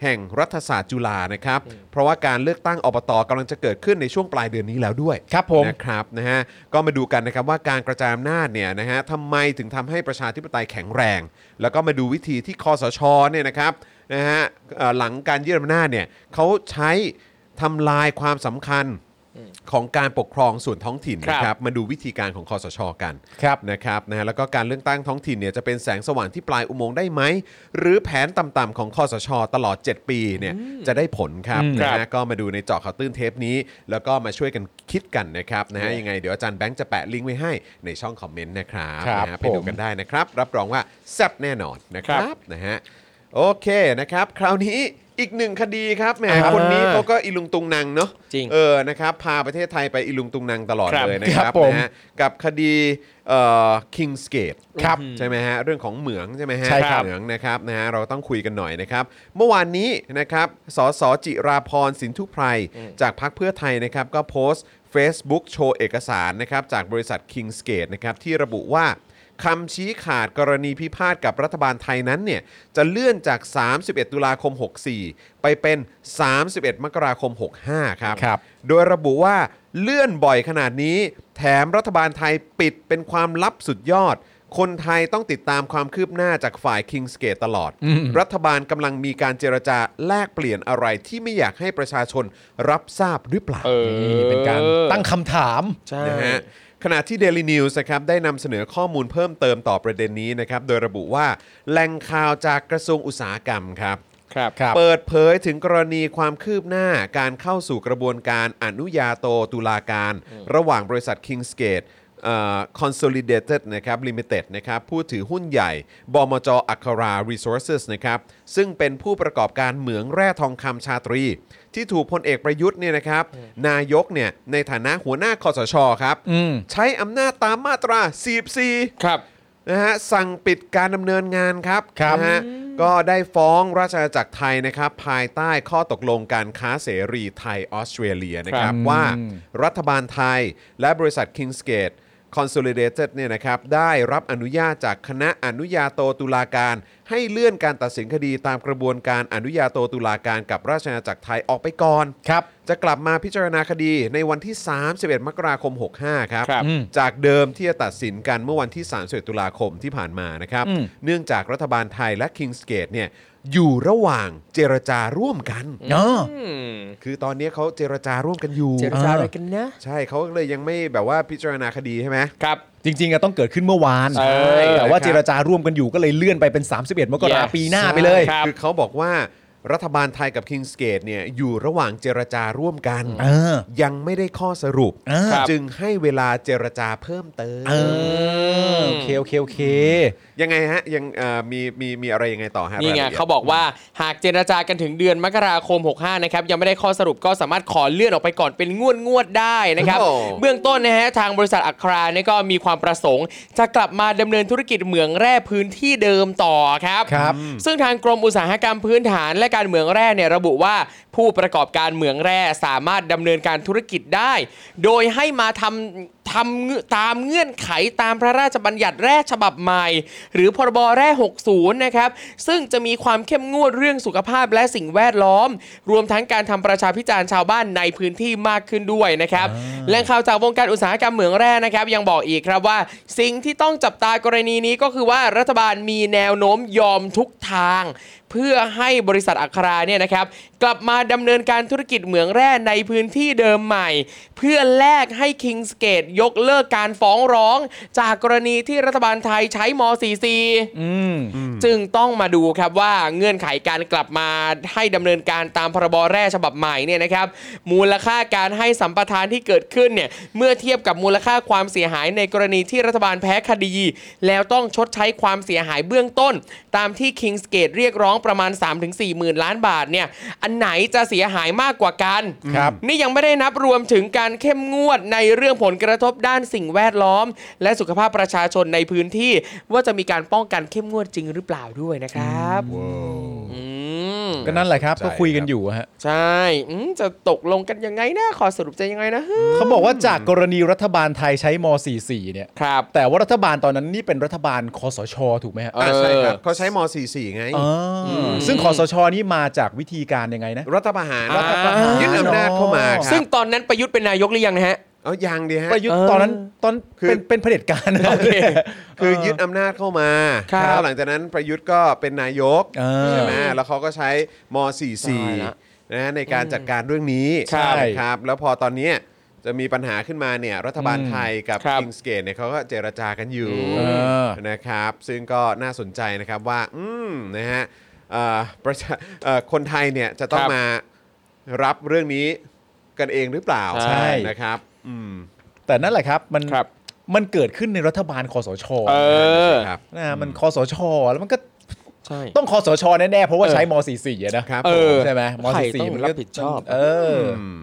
S2: แห่งรัฐศาสตร์จุฬานะครับ เพราะว่าการเลือกตั้งอบตกำลังจะเกิดขึ้นในช่วงปลายเดือนนี้แล้วด้วย
S3: ครับผม
S2: นะครับนะฮะก็มาดูกันนะครับว่าการกระจายอำนาจเนี่ยนะฮะทำไมถึงทำให้ประชาธิปไตยแข็งแรง แล้วก็มาดูวิธีที่คอสชเนี่ยนะครับนะฮะเอ่อหลังการยึดอำนาจเนี่ยเขาใช้ทำลายความสำคัญของการปกครองส่วนท้องถิ่นนะค
S1: ครั
S2: รับ
S1: บ
S2: มาดูวิธีการของคอสชกัน
S3: ครับ
S2: นะครับนะฮะแล้วก็การเลือกตั้งท้องถิ่นเนี่ยจะเป็นแสงสว่างที่ปลายอุโมงค์ได้ไหม หรือแผนต่ำๆของคอสช ตลอด 7 ปีเนี่ยจะได้ผลครับนะฮะ ก็มาดูในเจาะข่าวตื้นเทปนี้ แล้วก็มาช่วยกันคิดกันนะครับนะฮะยังไงเดี๋ยวอาจารย์แบงค์จะแปะลิงก์ไว้ให้ในช่องคอมเมนต์นะครับ
S3: ครับ
S2: นะฮะ
S3: ผม
S2: ไปดูกันได้นะครับ รับรองว่าแซ่บแน่นอนนะครับ
S1: ครับ
S2: นะฮะโอเคนะครับ คราวนี้อีกหนึ่งคดีครับแหม
S1: ครับ
S2: คนนี้เขาก็อิลุงตุงนังเนาะ
S1: จริง
S2: เออนะครับพาประเทศไทยไปอิลุงตุงนังตลอด
S1: ครับ
S2: เลยนะครับ
S3: ครับผม
S2: นะฮะกับคดีเอ่อ Kings Gate
S1: ครับ
S2: ใช่ไหมฮะเรื่องของเหมืองใช่ไหมฮะ
S1: ใช่ครับ
S2: เหมืองนะครับนะฮะเราต้องคุยกันหน่อยนะครับ เมื่อวานนี้นะครับสสจิราพรสินทุไพรจากพักเพื่อไทยนะครับก็โพสต์ Facebook โชว์เอกสารนะครับจากบริษัท Kingsgate นะครับที่ระบุว่าคำชี้ขาดกรณีพิพาทกับรัฐบาลไทยนั้นเนี่ยจะเลื่อนจาก 31 ตุลาคม 64 ไปเป็น 31 มกราคม 65 ครับ
S3: ครับ
S2: โดยระบุว่าเลื่อนบ่อยขนาดนี้ แถมรัฐบาลไทยปิดเป็นความลับสุดยอด คนไทยต้องติดตามความคืบหน้าจากฝ่าย Kings Gate ตลอด รัฐบาลกำลังมีการเจรจาแลกเปลี่ยนอะไรที่ไม่อยากให้ประชาชนรับทราบหรือเปล่า
S1: เออ
S3: นี่เป็นการตั้งคำถาม
S1: ใช่
S2: นะฮะขณะที่ Daily News นะครับได้นำเสนอข้อมูลเพิ่มเติมต่อประเด็นนี้นะครับโดยระบุว่าแหล่งข่าวจากกระทรวงอุตสาหกรรมครับ
S1: ครับ
S3: ครับ
S2: เปิดเผยถึงกรณีความคืบหน้าการเข้าสู่กระบวนการอนุญาโตตุลาการ ระหว่างบริษัท Kingsgate เอ่อ Consolidated นะครับ Limited นะครับผู้ถือหุ้นใหญ่ บมจอัครา Resources นะครับซึ่งเป็นผู้ประกอบการเหมืองแร่ทองคำชาตรี ที่ถูกพลเอกประยุทธ์เนี่ยนะครับนายกเนี่ยในฐานะหัวหน้าคอสชครับใช้อำนาจตามมาตรา 44
S1: ครับ
S2: นะฮะสั่งปิดการดำเนินงานครับ
S3: ครับ
S2: นะฮะก็ได้ฟ้องราชอาณาจักรไทยนะครับ ภายใต้ข้อตกลงการค้าเสรีไทยออสเตรเลียนะครับ
S3: ครับ
S2: ว่า
S3: อืม
S2: รัฐบาลไทยและบริษัท Kingsgate Consolidated เนี่ยนะครับได้รับอนุญาตจากคณะอนุญาโตตุลาการ ให้เลื่อนการตัดสินคดีตามกระบวนการอนุญาโตตุลาการกับราชอาณาจักรไทยออกไปก่อน
S3: ครับ
S2: จะกลับมาพิจารณาคดีในวันที่ 31 มกราคม 65 ครับ
S1: ครับ
S2: จากเดิมที่จะตัดสินกันเมื่อวันที่ 31 ตุลาคมที่ผ่านมานะครับ
S3: อืม
S2: เนื่องจากรัฐบาลไทยและ Kingsgate เนี่ยอยู่ระหว่างเจรจาร่วมกัน
S3: เนอะ
S1: อืม
S2: คือตอนนี้เขาเจรจาร่วมกันอยู่
S1: เจรจาอะไรกันนะ
S2: ใช่เขาเลยยังไม่แบบว่าพิจารณาคดีใช่ไหม
S1: ครับ
S3: จริงๆอะต้องเกิดขึ้นเมื่อวาน
S1: ใช่
S3: แต่ว่า
S2: นะครับ
S3: เจรจาร่วมกันอยู่ก็เลยเลื่อนไปเป็น 31 มกรา
S1: Yes
S3: ปีหน้าไปเลย
S1: ครับ
S2: คือเขาบอกว่า รัฐบาลไทยกับคิงสเกตเนี่ยอยู่ระหว่างเจรจาร่วมกัน
S3: เออ
S2: ยังไม่ได้ข้อสรุป
S3: เออ
S1: ครับ
S2: จึงให้เวลาเจรจาเพิ่มเติม
S3: เออโอเคโอเคโอเค
S2: ยังไงฮะยังเอ่อมีมีมีอะไรยังไงต่อฮะ
S1: นี่ไง
S2: รยละอียด
S1: เขาบอกว่าหากเจรจากันถึงเดือนมกราคม 65 นะครับ ยังไม่ได้ข้อสรุปก็สามารถขอเลื่อนออกไปก่อนเป็นงวดงวดๆได้นะครับ
S2: โอ้
S1: เบื้องต้นนะฮะทางบริษัทอัคราเนี่ยก็มีความประสงค์ จะกลับมาดำเนินธุรกิจเหมืองแร่พื้นที่เดิมต่อครับ
S3: ครับ
S1: ซึ่งทางกรมอุตสาหกรรมพื้นฐานและการเหมืองแร่เนี่ยระบุว่าผู้ประกอบการเหมืองแร่สามารถดำเนินการธุรกิจได้ โดยให้มาทำทำเงื่อนตามเงื่อนไขตามพระราชบัญญัติแร่ฉบับใหม่ หรือพรบแร่ 60 นะครับ ซึ่งจะมีความเข้มงวดเรื่องสุขภาพและสิ่งแวดล้อม รวมทั้งการทำประชาพิจารณ์ชาวบ้านในพื้นที่มากขึ้นด้วยนะครับ แหล่งข่าวจากวงการอุตสาหกรรมเหมืองแร่นะครับ ยังบอกอีกครับว่า สิ่งที่ต้องจับตากรณีนี้ก็คือว่ารัฐบาลมีแนวโน้มยอมทุกทาง เพื่อให้บริษัทอัคราเนี่ยนะครับ กลับมาดำเนินการธุรกิจเหมืองแร่ในพื้นที่เดิมใหม่ เพื่อแลกให้คิงสเกตยกเลิกการฟ้องร้อง จากกรณีที่รัฐบาลไทยใช้ม .44
S3: อืม
S1: จึงต้องมาดูครับว่าเงื่อนไขการกลับมาให้ดำเนินการตามพรบแร่ฉบับใหม่เนี่ยนะครับ มูลค่าการให้สัมปทานที่เกิดขึ้นเนี่ยเมื่อเทียบกับมูลค่าความเสียหายในกรณีที่รัฐบาลแพ้คดี แล้วต้องชดใช้ความเสียหายเบื้องต้น ตามที่ Kings Gate เรียกร้องประมาณ 3-4หมื่นล้านบาทเนี่ยอันไหนจะเสียหายมากกว่ากัน
S3: ครับ
S1: นี่ยังไม่ได้นับรวมถึงการเข้มงวดในเรื่องผลกระทบด้านสิ่งแวดล้อม และสุขภาพประชาชนในพื้นที่ ว่าจะมีการป้องกันเข้มงวดจริงหรือเปล่าด้วยนะครับอืม
S3: ก็นั่นแหละครับ ก็คุยกันอยู่ฮะ
S1: ใช่อืมจะตกลงกันยังไงนะขอสรุปจะยังไงนะฮึ
S3: เขาบอกว่าจากกรณีรัฐบาลไทยใช้ม .44 เนี่ย
S1: ครับ
S3: แต่ว่ารัฐบาลตอนนั้นนี่เป็นรัฐบาลคอสช ถูกไหมฮะ
S1: เอ
S2: อ่าใช่ครับเขาใช้ม .44 ไง
S3: มซึ่งคอสช นี่มาจากวิธีการยังไงนะ
S2: รัฐประหาร
S1: รัฐประหาร
S2: ยึดอำนาจเข้ามาครับ
S1: ซึ่งตอนนั้นประยุทธ์เป็นนายกหรือยังนะฮะ
S2: เอายังดีฮะ
S3: ประยุทธ์
S1: เออ
S3: ตอนนั้นตอน
S2: คือ
S3: เป็นเป็นเผด็จการนะ
S1: โอเค
S2: คือยึดอำนาจเข้ามา
S1: ครับ
S2: แล้วหลังจากนั้นประยุทธ์ก็เป็นนายก
S3: เออ
S2: ใช่ไหมแล้วเขาก็ใช้ม .44 นะในการจัดการเรื่องนี้
S3: ใช่
S2: ครับแล้วพอตอนเนี้ยจะมีปัญหาขึ้นมาเนี่ยรัฐบาลไทยกับ
S1: ครับ
S2: คิงสเกตเนี่ยเขาก็เจรจากันอยู่
S3: อืม
S2: นะครับ ซึ่งก็น่าสนใจนะครับว่า อืมนะฮะเอ่อประชาเอ่อคนไทยเนี่ยจะต้อง
S1: ครับ
S2: มารับเรื่องนี้กันเองหรือเปล่า
S1: ใช่
S2: นะครับ อืม
S3: แต่นั่นแหละครับมัน
S1: ครับ
S3: มันเกิดขึ้นในรัฐบาลคอสช
S1: เออ
S2: ครับ
S3: นะฮะมันคอสช แล้วมันก็
S1: ใช่
S3: ต้องคอสชแน่ๆเพราะว่าใช้ม .44 อะนะครับ
S1: เอ
S2: ผม
S1: อ
S3: ใช่ไหมม
S1: ใครต้อง
S3: .44 มันก็
S1: รับผิดชอบ
S3: เอออ
S2: อืม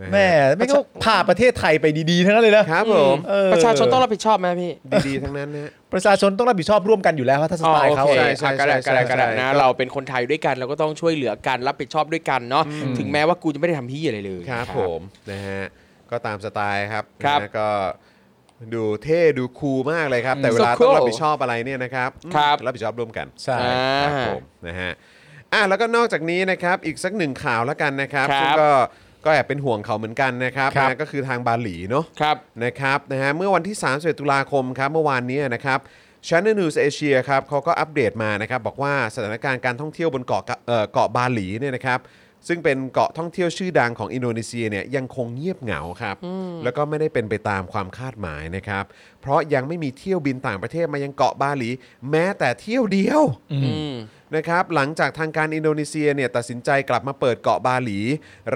S2: นะฮะ
S3: แม่ไม่ก็พาประเทศไทยไปดีๆทั้งนั้นเลยนะ
S2: ครับผม
S3: เออ
S1: ประชาชนต้องรับผิดชอบไหมพี่
S2: ดี ๆ ทั้งนั้นนะฮะ
S3: ประชาชนต้องรับผิดชอบร่วมกันอยู่แล้วถ้าสไตล์เขา
S1: โอค
S2: ใช่
S3: อะ
S2: ใช่
S1: อ่ะกระดาษกระดาษกระดาษ
S2: ใช่ใช่
S1: นะเราเป็นคนไทยด้วยกันเราก็ต้องช่วยเหลือกันรับผิดชอบด้วยกันเนาะถึงแม้ว่ากูจะไม่ได้ทำที่อะไรเลย
S2: ครับผมนะฮะก็ตามสไตล์ครับ
S1: ครับ
S2: นะก็ดูเท่ดูคูลมากเลยครับ แต่เวลาต้อ
S1: So
S2: ง
S1: cool
S2: รับผิดชอบอะไรเนี่ยนะครับอืม
S1: ครับ
S2: รับผิดชอบร่วมกัน
S3: ใช่
S1: อ่า
S2: ครับผมนะฮะอ่ะแล้วก็นอกจากนี้นะครับอีกสักหนึ่งข่าวแล้วกันนะครับ
S1: ครับ
S2: ซึ่งก็ก็แอบเป็นห่วงเขาเหมือนกันนะครับ
S3: ครับ
S2: นะก็คือทางบาหลีเนาะ
S1: ครับ
S2: นะครับนะฮะเมื่อวันที่ 31 ตุลาคมครับเมื่อวานนี้นะครับ Channel News Asia ครับเขาก็อัปเดตมานะครับ บอกว่าสถานการณ์การท่องเที่ยวบนเกาะกะเอ่อเกาะบาหลีเนี่ยนะครับ ซึ่งเป็นเกาะท่องเที่ยวชื่อดังของอินโดนีเซียเนี่ยยังคงเงียบเหงาครับ แล้วก็ไม่ได้เป็นไปตามความคาดหมายนะครับ เพราะยังไม่มีเที่ยวบินต่างประเทศมายังเกาะบาหลี แม้แต่เที่ยวเดียว
S1: อืม
S2: นะครับหลังจากทางการอินโดนีเซียเนี่ยตัดสินใจกลับมาเปิดเกาะบาหลี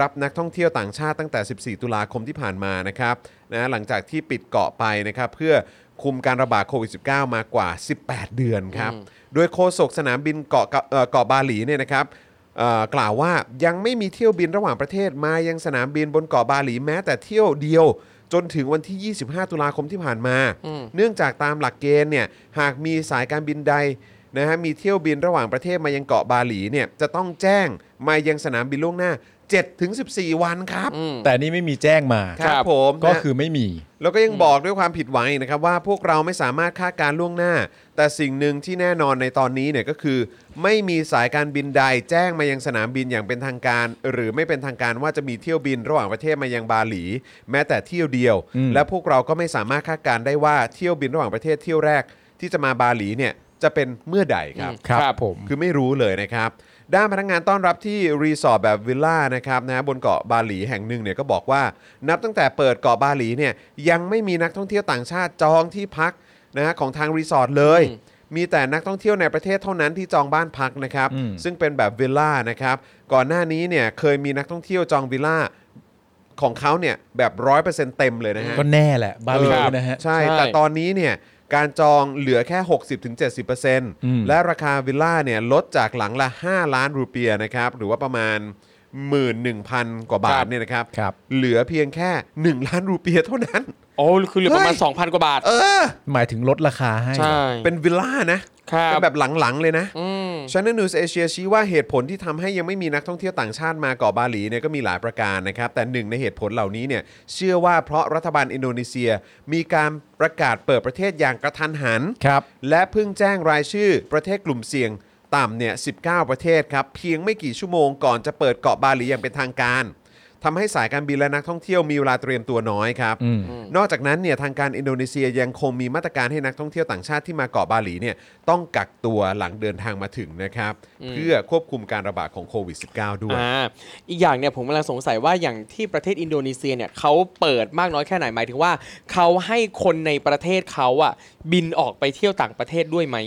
S2: รับนักท่องเที่ยวต่างชาติตั้งแต่ 14 ตุลาคมที่ผ่านมานะครับนะหลังจากที่ปิดเกาะไปนะครับเพื่อคุมการระบาดโควิด -19 มากว่า 18 เดือนครับโดยโฆษกสนามบินเกาะกะเอ่อเกาะบาหลีเนี่ยนะครับเอ่อกล่าวว่ายังไม่มีเที่ยวบินระหว่างประเทศมายังสนามบินบนเกาะบาหลีแม้แต่เที่ยวเดียว จนถึงวันที่ 25 ตุลาคมที่ผ่านมา เนื่องจากตามหลักเกณฑ์เนี่ยหากมีสายการบินใด นะฮะมีเที่ยวบินระหว่างประเทศมายังเกาะบาหลีเนี่ยจะต้องแจ้งมายังสนามบินล่วงหน้า 7-14 วันครับ
S3: แต่นี่ไม่มีแจ้งมา
S1: ครับ
S2: ผม
S3: ก็
S2: นะ
S3: คือไม่มี
S2: แล้วก็ยังบอกด้วยความผิดหวังอีกนะครับว่าพวกเราไม่สามารถคาดการณ์ล่วงหน้า แต่สิ่งหนึ่งที่แน่นอนในตอนนี้เนี่ยก็คือ ไม่มีสายการบินใดแจ้งมายังสนามบินอย่างเป็นทางการ หรือไม่เป็นทางการว่าจะมีเที่ยวบินระหว่างประเทศมายังบาหลี แม้แต่เที่ยวเดียว
S3: อืม
S2: และพวกเราก็ไม่สามารถคาดการณ์ได้ว่าเที่ยวบินระหว่างประเทศเที่ยวแรก ที่จะมาบาหลีเนี่ยจะเป็นเมื่อใดครับ
S1: ครับ
S3: ผม
S2: คือไม่รู้เลยนะครับ ด้านพนักงานต้อนรับที่รีสอร์ทแบบวิลล่านะครับนะบนเกาะบาหลีแห่งหนึ่งเนี่ยก็บอกว่า นับตั้งแต่เปิดเกาะบาหลีเนี่ยยังไม่มีนักท่องเที่ยวต่างชาติจองที่พักนะฮะของทางรีสอร์ทเลย มีแต่นักท่องเที่ยวในประเทศเท่านั้นที่จองบ้านพักนะครับ
S3: อืม
S2: ซึ่งเป็นแบบวิลล่านะครับ ก่อนหน้านี้เนี่ยเคยมีนักท่องเที่ยวจองวิลล่าของเขาเนี่ยแบบร้อยเปอร์เซ็นต์เต็มเลยนะฮะ
S5: ก็แน่แหละ บาร์บีคิวนะฮะ
S2: ใช่
S1: ใช่
S2: แต่ตอนนี้เนี่ยการจองเหลือแค่
S3: ม
S2: 60-70%และราคาวิลล่าเนี่ยลดจากหลังละ 5 ล้านรูเปียนะครับ หรือว่าประมาณ 11,000 กว่าบาทเนี่ยนะครับ
S3: ครับ
S2: เหลือเพียงแค่ 1 ล้านรูเปียเท่านั้น
S1: โอ้คือเหลือประมาณ
S2: เฮ้ย
S1: 2,000 กว่าบาท
S2: เออ
S3: หมายถึงลดราคาให้
S1: ใช่
S2: เป็นวิลล่านะครับ เป็นแบบหลัง ๆ เลยนะ
S1: อืม
S2: Channel News Asia ชี้ว่าเหตุผลที่ทำให้ยังไม่มีนักท่องเที่ยวต่างชาติมาเกาะบาหลีเนี่ยก็มีหลายประการนะครับ แต่หนึ่งในเหตุผลเหล่านี้เนี่ยเชื่อว่าเพราะรัฐบาลอินโดนีเซีย มีการประกาศเปิดประเทศอย่างกระทันหัน
S3: ครับ
S2: และเพิ่งแจ้งรายชื่อประเทศกลุ่มเสี่ยงต่ำเนี่ย 19 ประเทศครับ เพียงไม่กี่ชั่วโมงก่อนจะเปิดเกาะบาหลีอย่างเป็นทางการทำให้สายการบินและนักท่องเที่ยวมีเวลาเตรียมตัวน้อยครับ นอกจากนั้นเนี่ยทางการอินโดนีเซียยังคงมีมาตรการให้นักท่องเที่ยวต่างชาติที่มาเกาะบาหลีเนี่ยต้องกักตัวหลังเดินทางมาถึงนะครับ เพื่อควบคุมการระบาดของโควิด -19 ด้วย
S1: อ่าอีกอย่างเนี่ยผมกำลังสงสัยว่าอย่างที่ประเทศอินโดนีเซียเนี่ยเขาเปิดมากน้อยแค่ไหนหมายถึงว่าเขาให้คนในประเทศเขาอะบินออกไปเที่ยวต่างประเทศด้วยไหม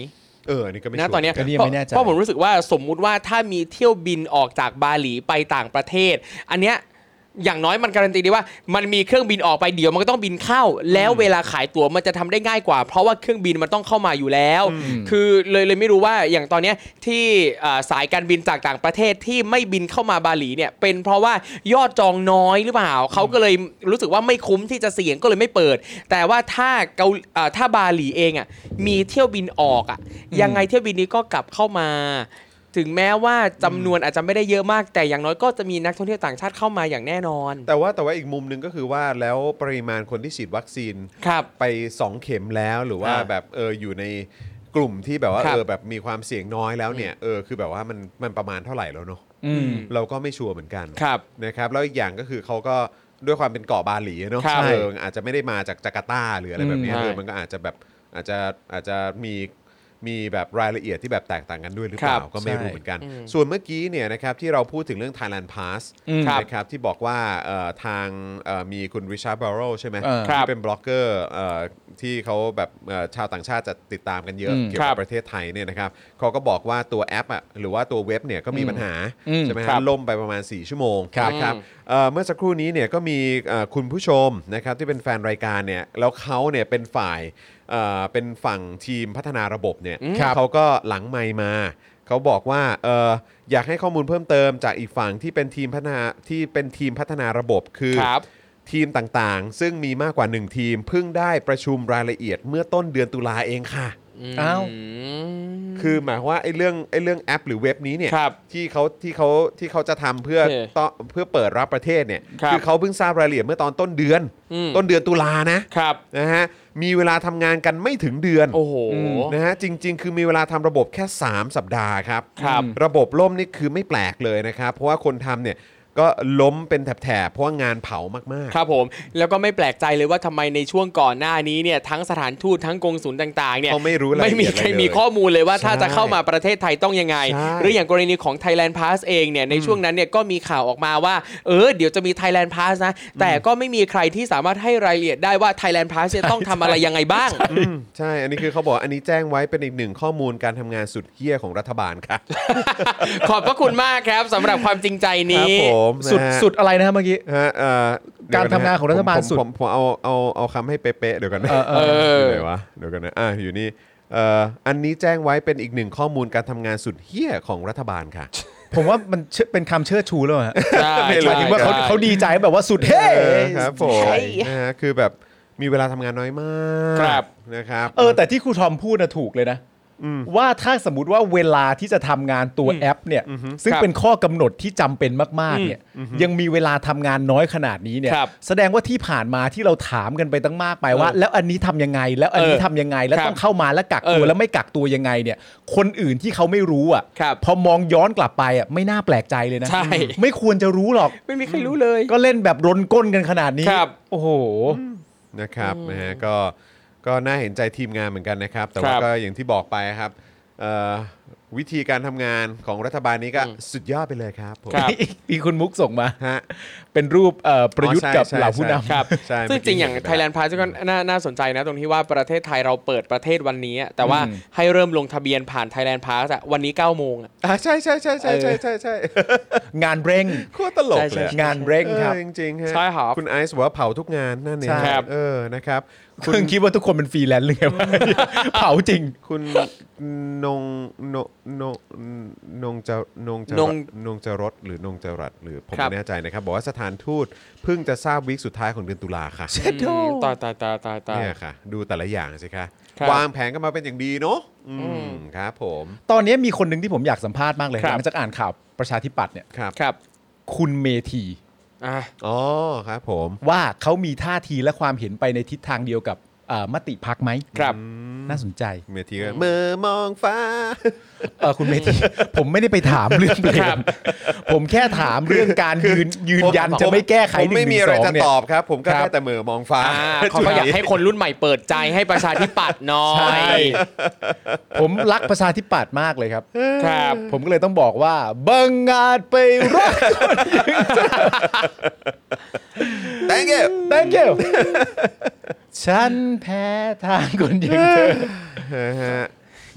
S2: เอออันนี่ก็ไม่ชั
S1: นะ
S2: วร์
S1: ตอนเนี้ย
S3: ก็นี่ยัง
S1: เพราะ
S3: ไม่แน่ใจ
S1: เพราะผมรู้สึกว่าสมมุติว่าถ้ามีเที่ยวบินออกจากบาหลีไปต่างประเทศ อันเนี้ยอย่างน้อยมันการันตีได้ว่ามันมีเครื่องบินออกไปเดี๋ยวมันก็ต้องบินเข้า แล้วเวลาขายตั๋วมันจะทำได้ง่ายกว่า เพราะว่าเครื่องบินมันต้องเข้ามาอยู่แล้ว คือเลยเลยไม่รู้ว่าอย่างตอนเนี้ยที่อ่าสายการบินจากต่างประเทศที่ไม่บินเข้ามาบาหลีเนี่ยเป็นเพราะว่ายอดจองน้อยหรือเปล่าเขาก็เลยรู้สึกว่าไม่คุ้มที่จะเสี่ยงก็เลยไม่เปิด แต่ว่าถ้าเกาอ่าถ้าบาหลีเองอ่ะมีเที่ยวบินออกอ่ะยังไงเที่ยวบินนี้ก็กลับเข้ามา ถึงแม้ว่าจำนวนอาจจะไม่ได้เยอะมาก แต่อย่างน้อยก็จะมีนักท่องเที่ยวต่างชาติเข้ามาอย่างแน่นอน
S2: แต่ว่าแต่ว่าอีกมุมหนึ่งก็คือว่าแล้วปริมาณคนที่ฉีดวัคซีน
S1: ครับ
S2: ไป 2 เข็มแล้วหรือว่า
S1: อ่า
S2: แบบเอออยู่ในกลุ่มที่แบบว่า
S1: ครั
S2: เอบ อแบบมีความเสี่ยงน้อยแล้วเนี่ยเออคือแบบว่ามันมันประมาณเท่าไหร่แล้วเนาะ
S1: อืม
S2: เราก็ไม่ชัวร์เหมือนกัน
S1: ครับ
S2: นะครับแล้วอีกอย่างก็คือเขาก็ด้วยความเป็นเกาะบาหลีเนาะ
S1: ครับ
S2: เอออาจจะไม่ได้มาจากจาการ์ตาหรืออะไรแบบเนี้ย
S1: อืม
S2: เออ
S1: ใช่
S2: มันก็อาจจะแบบอาจจะอาจจะมีมีแบบรายละเอียดที่แบบแตกต่างกันด้วยหรือเปล่า
S1: ครับ
S2: ก็ไม่รู้
S3: ใช่
S2: เหมือนกัน
S1: อืม
S2: ส่วนเมื่อกี้เนี่ยนะครับที่เราพูดถึงเรื่อง Thailand Pass
S1: ครับ
S2: นะครับที่บอกว่าเอ่อทางเอ่อมีคุณริชาร์ดบารโรใช่ไหม
S3: เออ
S1: ครับ
S2: ที่เป็นบล็อกเกอร์เอ่อที่เขาแบบเอ่อชาวต่างชาติจะติดตามกันเยอะ
S3: อืม
S2: เกี่ยว
S1: ครั
S2: กับบ ประเทศไทยเนี่ยนะครับเขาก็บอกว่าตัวแอปอ่ะหรือว่าตัวเว็บเนี่ยก็มีปัญหา
S3: อืม
S2: ใช่ไหมฮะ
S1: ครับ
S2: ล่มไปประมาณ 4 ชั่วโมง
S3: ครับ
S2: นะครับ
S1: อืม
S2: เอ่อเมื่อสักครู่นี้เนี่ยก็มีเอ่อคุณผู้ชมนะครับที่เป็นแฟนรายการเนี่ยแล้วเขาเนี่ยเป็นฝ่ายเอ่อเป็นฝั่งทีมพัฒนาระบบเนี่ย
S3: ครับ
S2: เขาก็หลังไมค์มา เขาบอกว่าเอออยากให้ข้อมูลเพิ่มเติมจากอีกฝั่งที่เป็นทีมพัฒนาที่เป็นทีมพัฒนาระบบคือ
S1: ครับ
S2: ทีมต่างๆ ซึ่งมีมากกว่า 1 ทีมเพิ่งได้ประชุมรายละเอียดเมื่อต้นเดือนตุลาเองค่ะ
S3: อ้าว
S1: ม
S2: คือหมายความว่าไอ้เรื่องไอ้เรื่องแอปหรือเว็บนี้เนี่ย
S1: ครับ
S2: ที่เขาที่เขาที่เขาจะทำเพื่อ
S1: โอเค
S2: ต้อเพื่อเปิดรับประเทศเนี่ย
S1: ครับ
S2: อเขาเพิ่งทราบรายละเอียดเมื่อตอนต้นเดือน
S1: อืม
S2: ต้นเดือนตุลานะครับ นะฮะมีเวลาทำงานกันไม่ถึงเดือน
S1: โอ้โห
S2: นะฮะจริง ๆ คือมีเวลาทำระบบแค่ 3 สัปดาห์ครับ
S1: ครับ
S2: ระบบล่มนี่คือไม่แปลกเลยนะครับ เพราะว่าคนทำเนี่ยก็ล้มเป็นแถบๆเพราะว่างานเผามาก
S1: ครับผมแล้วก็ไม่แปลกใจเลยว่าทำไมในช่วงก่อนหน้านี้เนี่ยทั้งสถานทูตทั้งกงศูนย์ต่างๆเนี่ย
S2: เขาไม่รู้รายละเอียด
S1: ไม่มีใคร
S2: เลย
S1: มีข้อมูลเลยว่า
S2: ใช่
S1: ถ้าจะเข้ามาประเทศไทยต้องยังไง
S2: ใช่
S1: หรืออย่างกรณีของ Thailand Pass เองเนี่ยในช่วงนั้นเนี่ยก็มีข่าวออกมาว่า เออเดี๋ยวจะมี Thailand Pass นะ แต่ก็ไม่มีใครที่สามารถให้รายละเอียดได้ว่า Thailand Pass จะต้องทำอะไรยังไงบ้าง
S2: ๆอืมใช่ อันนี้คือเขาบอกอันนี้แจ้งไว้เป็นอีกหนึ่งข้อมูลการทำงานสุดเหี้ยของรัฐบาลครับ
S1: ขอบพระคุณมากครับสำหรับความจริงใจ
S2: ครั
S1: นี้
S2: ผม
S3: สุด
S2: นะฮะ
S3: สุดอะไรนะฮะเมื่อกี้
S2: ฮะเอ่อเดี๋ยว
S3: การทำงานของรัฐบาล
S2: ผมผม
S3: สุด
S2: ผมผมเอาเอาเอาคำให้เป๊ะๆเดี๋ยวกันนะ
S3: เออเอ
S1: เอ
S3: อ
S1: อ
S2: อยู่ไหนวะเดี๋ยวกันนะอ่ะอยู่นี่เอ่ออันนี้แจ้งไว้เป็นอีกหนึ่งข้อมูลการทำงานสุดเหี้ยของรัฐบาลค่ะ
S3: ผมว่ามันเชิเป็นคำเชิดชูแล้วฮะ
S1: ใช่
S2: ไม่รู้
S3: หมายถึงว่าเขา
S1: ใช่
S3: เขาดีใจแบบว่าสุดเฮ้
S2: เออครับผม
S1: ใช่
S2: นะฮะคือแบบมีเวลาทำงานน้อยมาก
S1: ครับ
S2: นะครับ
S3: เออแต่ที่ครูทอมพูดนะถูกเลยนะ
S2: ม
S3: ว่าถ้าสมมติว่าเวลาที่จะทำงานตัวแอปเนี่ยซึ่ง
S1: ครับ
S3: เป็นข้อกำหนดที่จำเป็นมากๆเนี่ยยังมีเวลาทำงานน้อยขนาดนี้เนี่ย
S1: ครับ
S3: แสดงว่าที่ผ่านมาที่เราถามกันไปตั้งมากไปว่า แล้วอันนี้ทำยังไง แล้วอันนี้
S1: เออ
S3: ทำยังไงแล้ว
S1: ครับ
S3: ต้องเข้ามาแล้วกักตัว
S1: เออ
S3: แล้วไม่กักตัวยังไงเนี่ยคนอื่นที่เขาไม่รู้อ่ะ
S1: ครับ
S3: พอมองย้อนกลับไปอ่ะไม่น่าแปลกใจเลยนะ
S1: ใช่
S3: ไม่ควรจะรู้หรอก
S1: ไม่มีใครรู้เลย
S3: ก็เล่นแบบรนก้นกันขนาดนี้
S1: ครับ
S3: โอ้โห
S2: นะครับนะฮะก็ก็น่าเห็นใจทีมงานเหมือนกันนะครับ แต่ว่า
S1: ครับ
S2: ก็อย่างที่บอกไปครับเอ่อ วิธีการทำงานของรัฐบาลนี้ก็
S5: อืม
S2: สุดยอดไปเลยครับผม
S5: ครับ
S3: <laughs> มีคุณมุกส่งมา
S2: ฮะ
S3: เป็นรูปเอ่อประยุทธ์กับ
S2: อ๋อใช่ใช่
S3: เหล่าผู้
S2: ใช่
S3: นำ
S5: ครับ
S2: ใช่
S5: ซึ่งจริงอย่าง
S2: เมื่อกี้
S5: Thailand Pass ก็น่าน่าสนใจนะตรงที่ว่าประเทศไทยเราเปิดประเทศวันนี้อะแต่ว่า
S3: อืม
S5: ให้เริ่มลงทะเบียนผ่าน Thailand Pass อะวันนี้ 9 โมงอะ
S2: อ่าใช่ใช่ใช่ใช่ใช่ใช่ใช่
S3: งานเร่ง
S2: โคตรตลก
S5: ใช่
S2: เล
S5: ใช่
S2: ย
S5: ใช่
S3: งานเร่ง
S2: เอ
S3: ค
S2: อ
S3: รับ
S2: จริงๆฮะ
S5: ใช่ครับ
S2: คุณไอซ์บอกว่าเผาทุกงานนั่นเอง
S3: ใช่
S5: ครับ
S2: เออนะครับ <laughs>
S3: เพิ่งคิดว่าทุกคนเป็นฟรีแลนซ์หรือไงวะเผาจริง
S2: คุณนงนงนงนงจะนงจะ
S5: นง
S2: นงจะรถหรือนงจะรัดหรือผม
S5: ครับ
S2: ไม่แน่ใจนะครับ บอกว่าสถานทูตเพิ่งจะทราบวีคสุดท้ายของเดือนตุลาค่ะ
S5: อืมตายตายตายตายตาย
S2: เนี่ยค่ะ ดูแต่ละอย่างสิคะ
S5: ครับ
S2: วางแผนกันมาเป็นอย่างดีเนาะอืม
S5: อืม
S2: ครับผม
S3: ตอนนี้มีคนหนึ่งที่ผมอยากสัมภาษณ์มากเลย
S5: ครับ
S3: หลังจากอ่านข่าวประชาธิปัตย์เนี่ย
S2: ครับ
S5: ครับ
S3: คุณเมธี
S5: อ่ะ
S2: อ๋อครับผม
S3: ว่าเขามีท่าทีและความเห็นไปในทิศทางเดียวกับเอ่อมติพักไหม
S5: ครับ
S2: อืม
S3: น่าสนใจ
S2: เมทีก็เมื่อมองฟ้า
S3: เอ่อคุณเมธี <laughs> ผมไม่ได้ไปถามเรื่องเพลง
S5: ครับ
S3: <laughs> ผมแค่ถามเรื่องการยืนยืนยัน
S2: ผม
S3: จะไม่แก้ไข
S2: ผม
S3: หนึ่ง
S2: ไม่มีอะไรจะ
S3: เนี่ย
S2: ตอบครับ ผมก็
S3: ครับ
S2: แค่แต่เหมือมองฟ้า
S5: อ่าเขาก็อยากให้คนรุ่นใหม่เปิดใจให้ประชาธิปัตย์หน้อ
S3: ใช่
S5: ย
S3: ผมรักประชาธิปัตย์มากเลยครับ
S5: ครับ
S3: ผมก็เลยต้องบอกว่าบังอาจไปรัก
S2: แต่งเก
S3: แตงเกล <laughs> ฉันแพ้ทางคนอยังเธอ
S2: ฮะ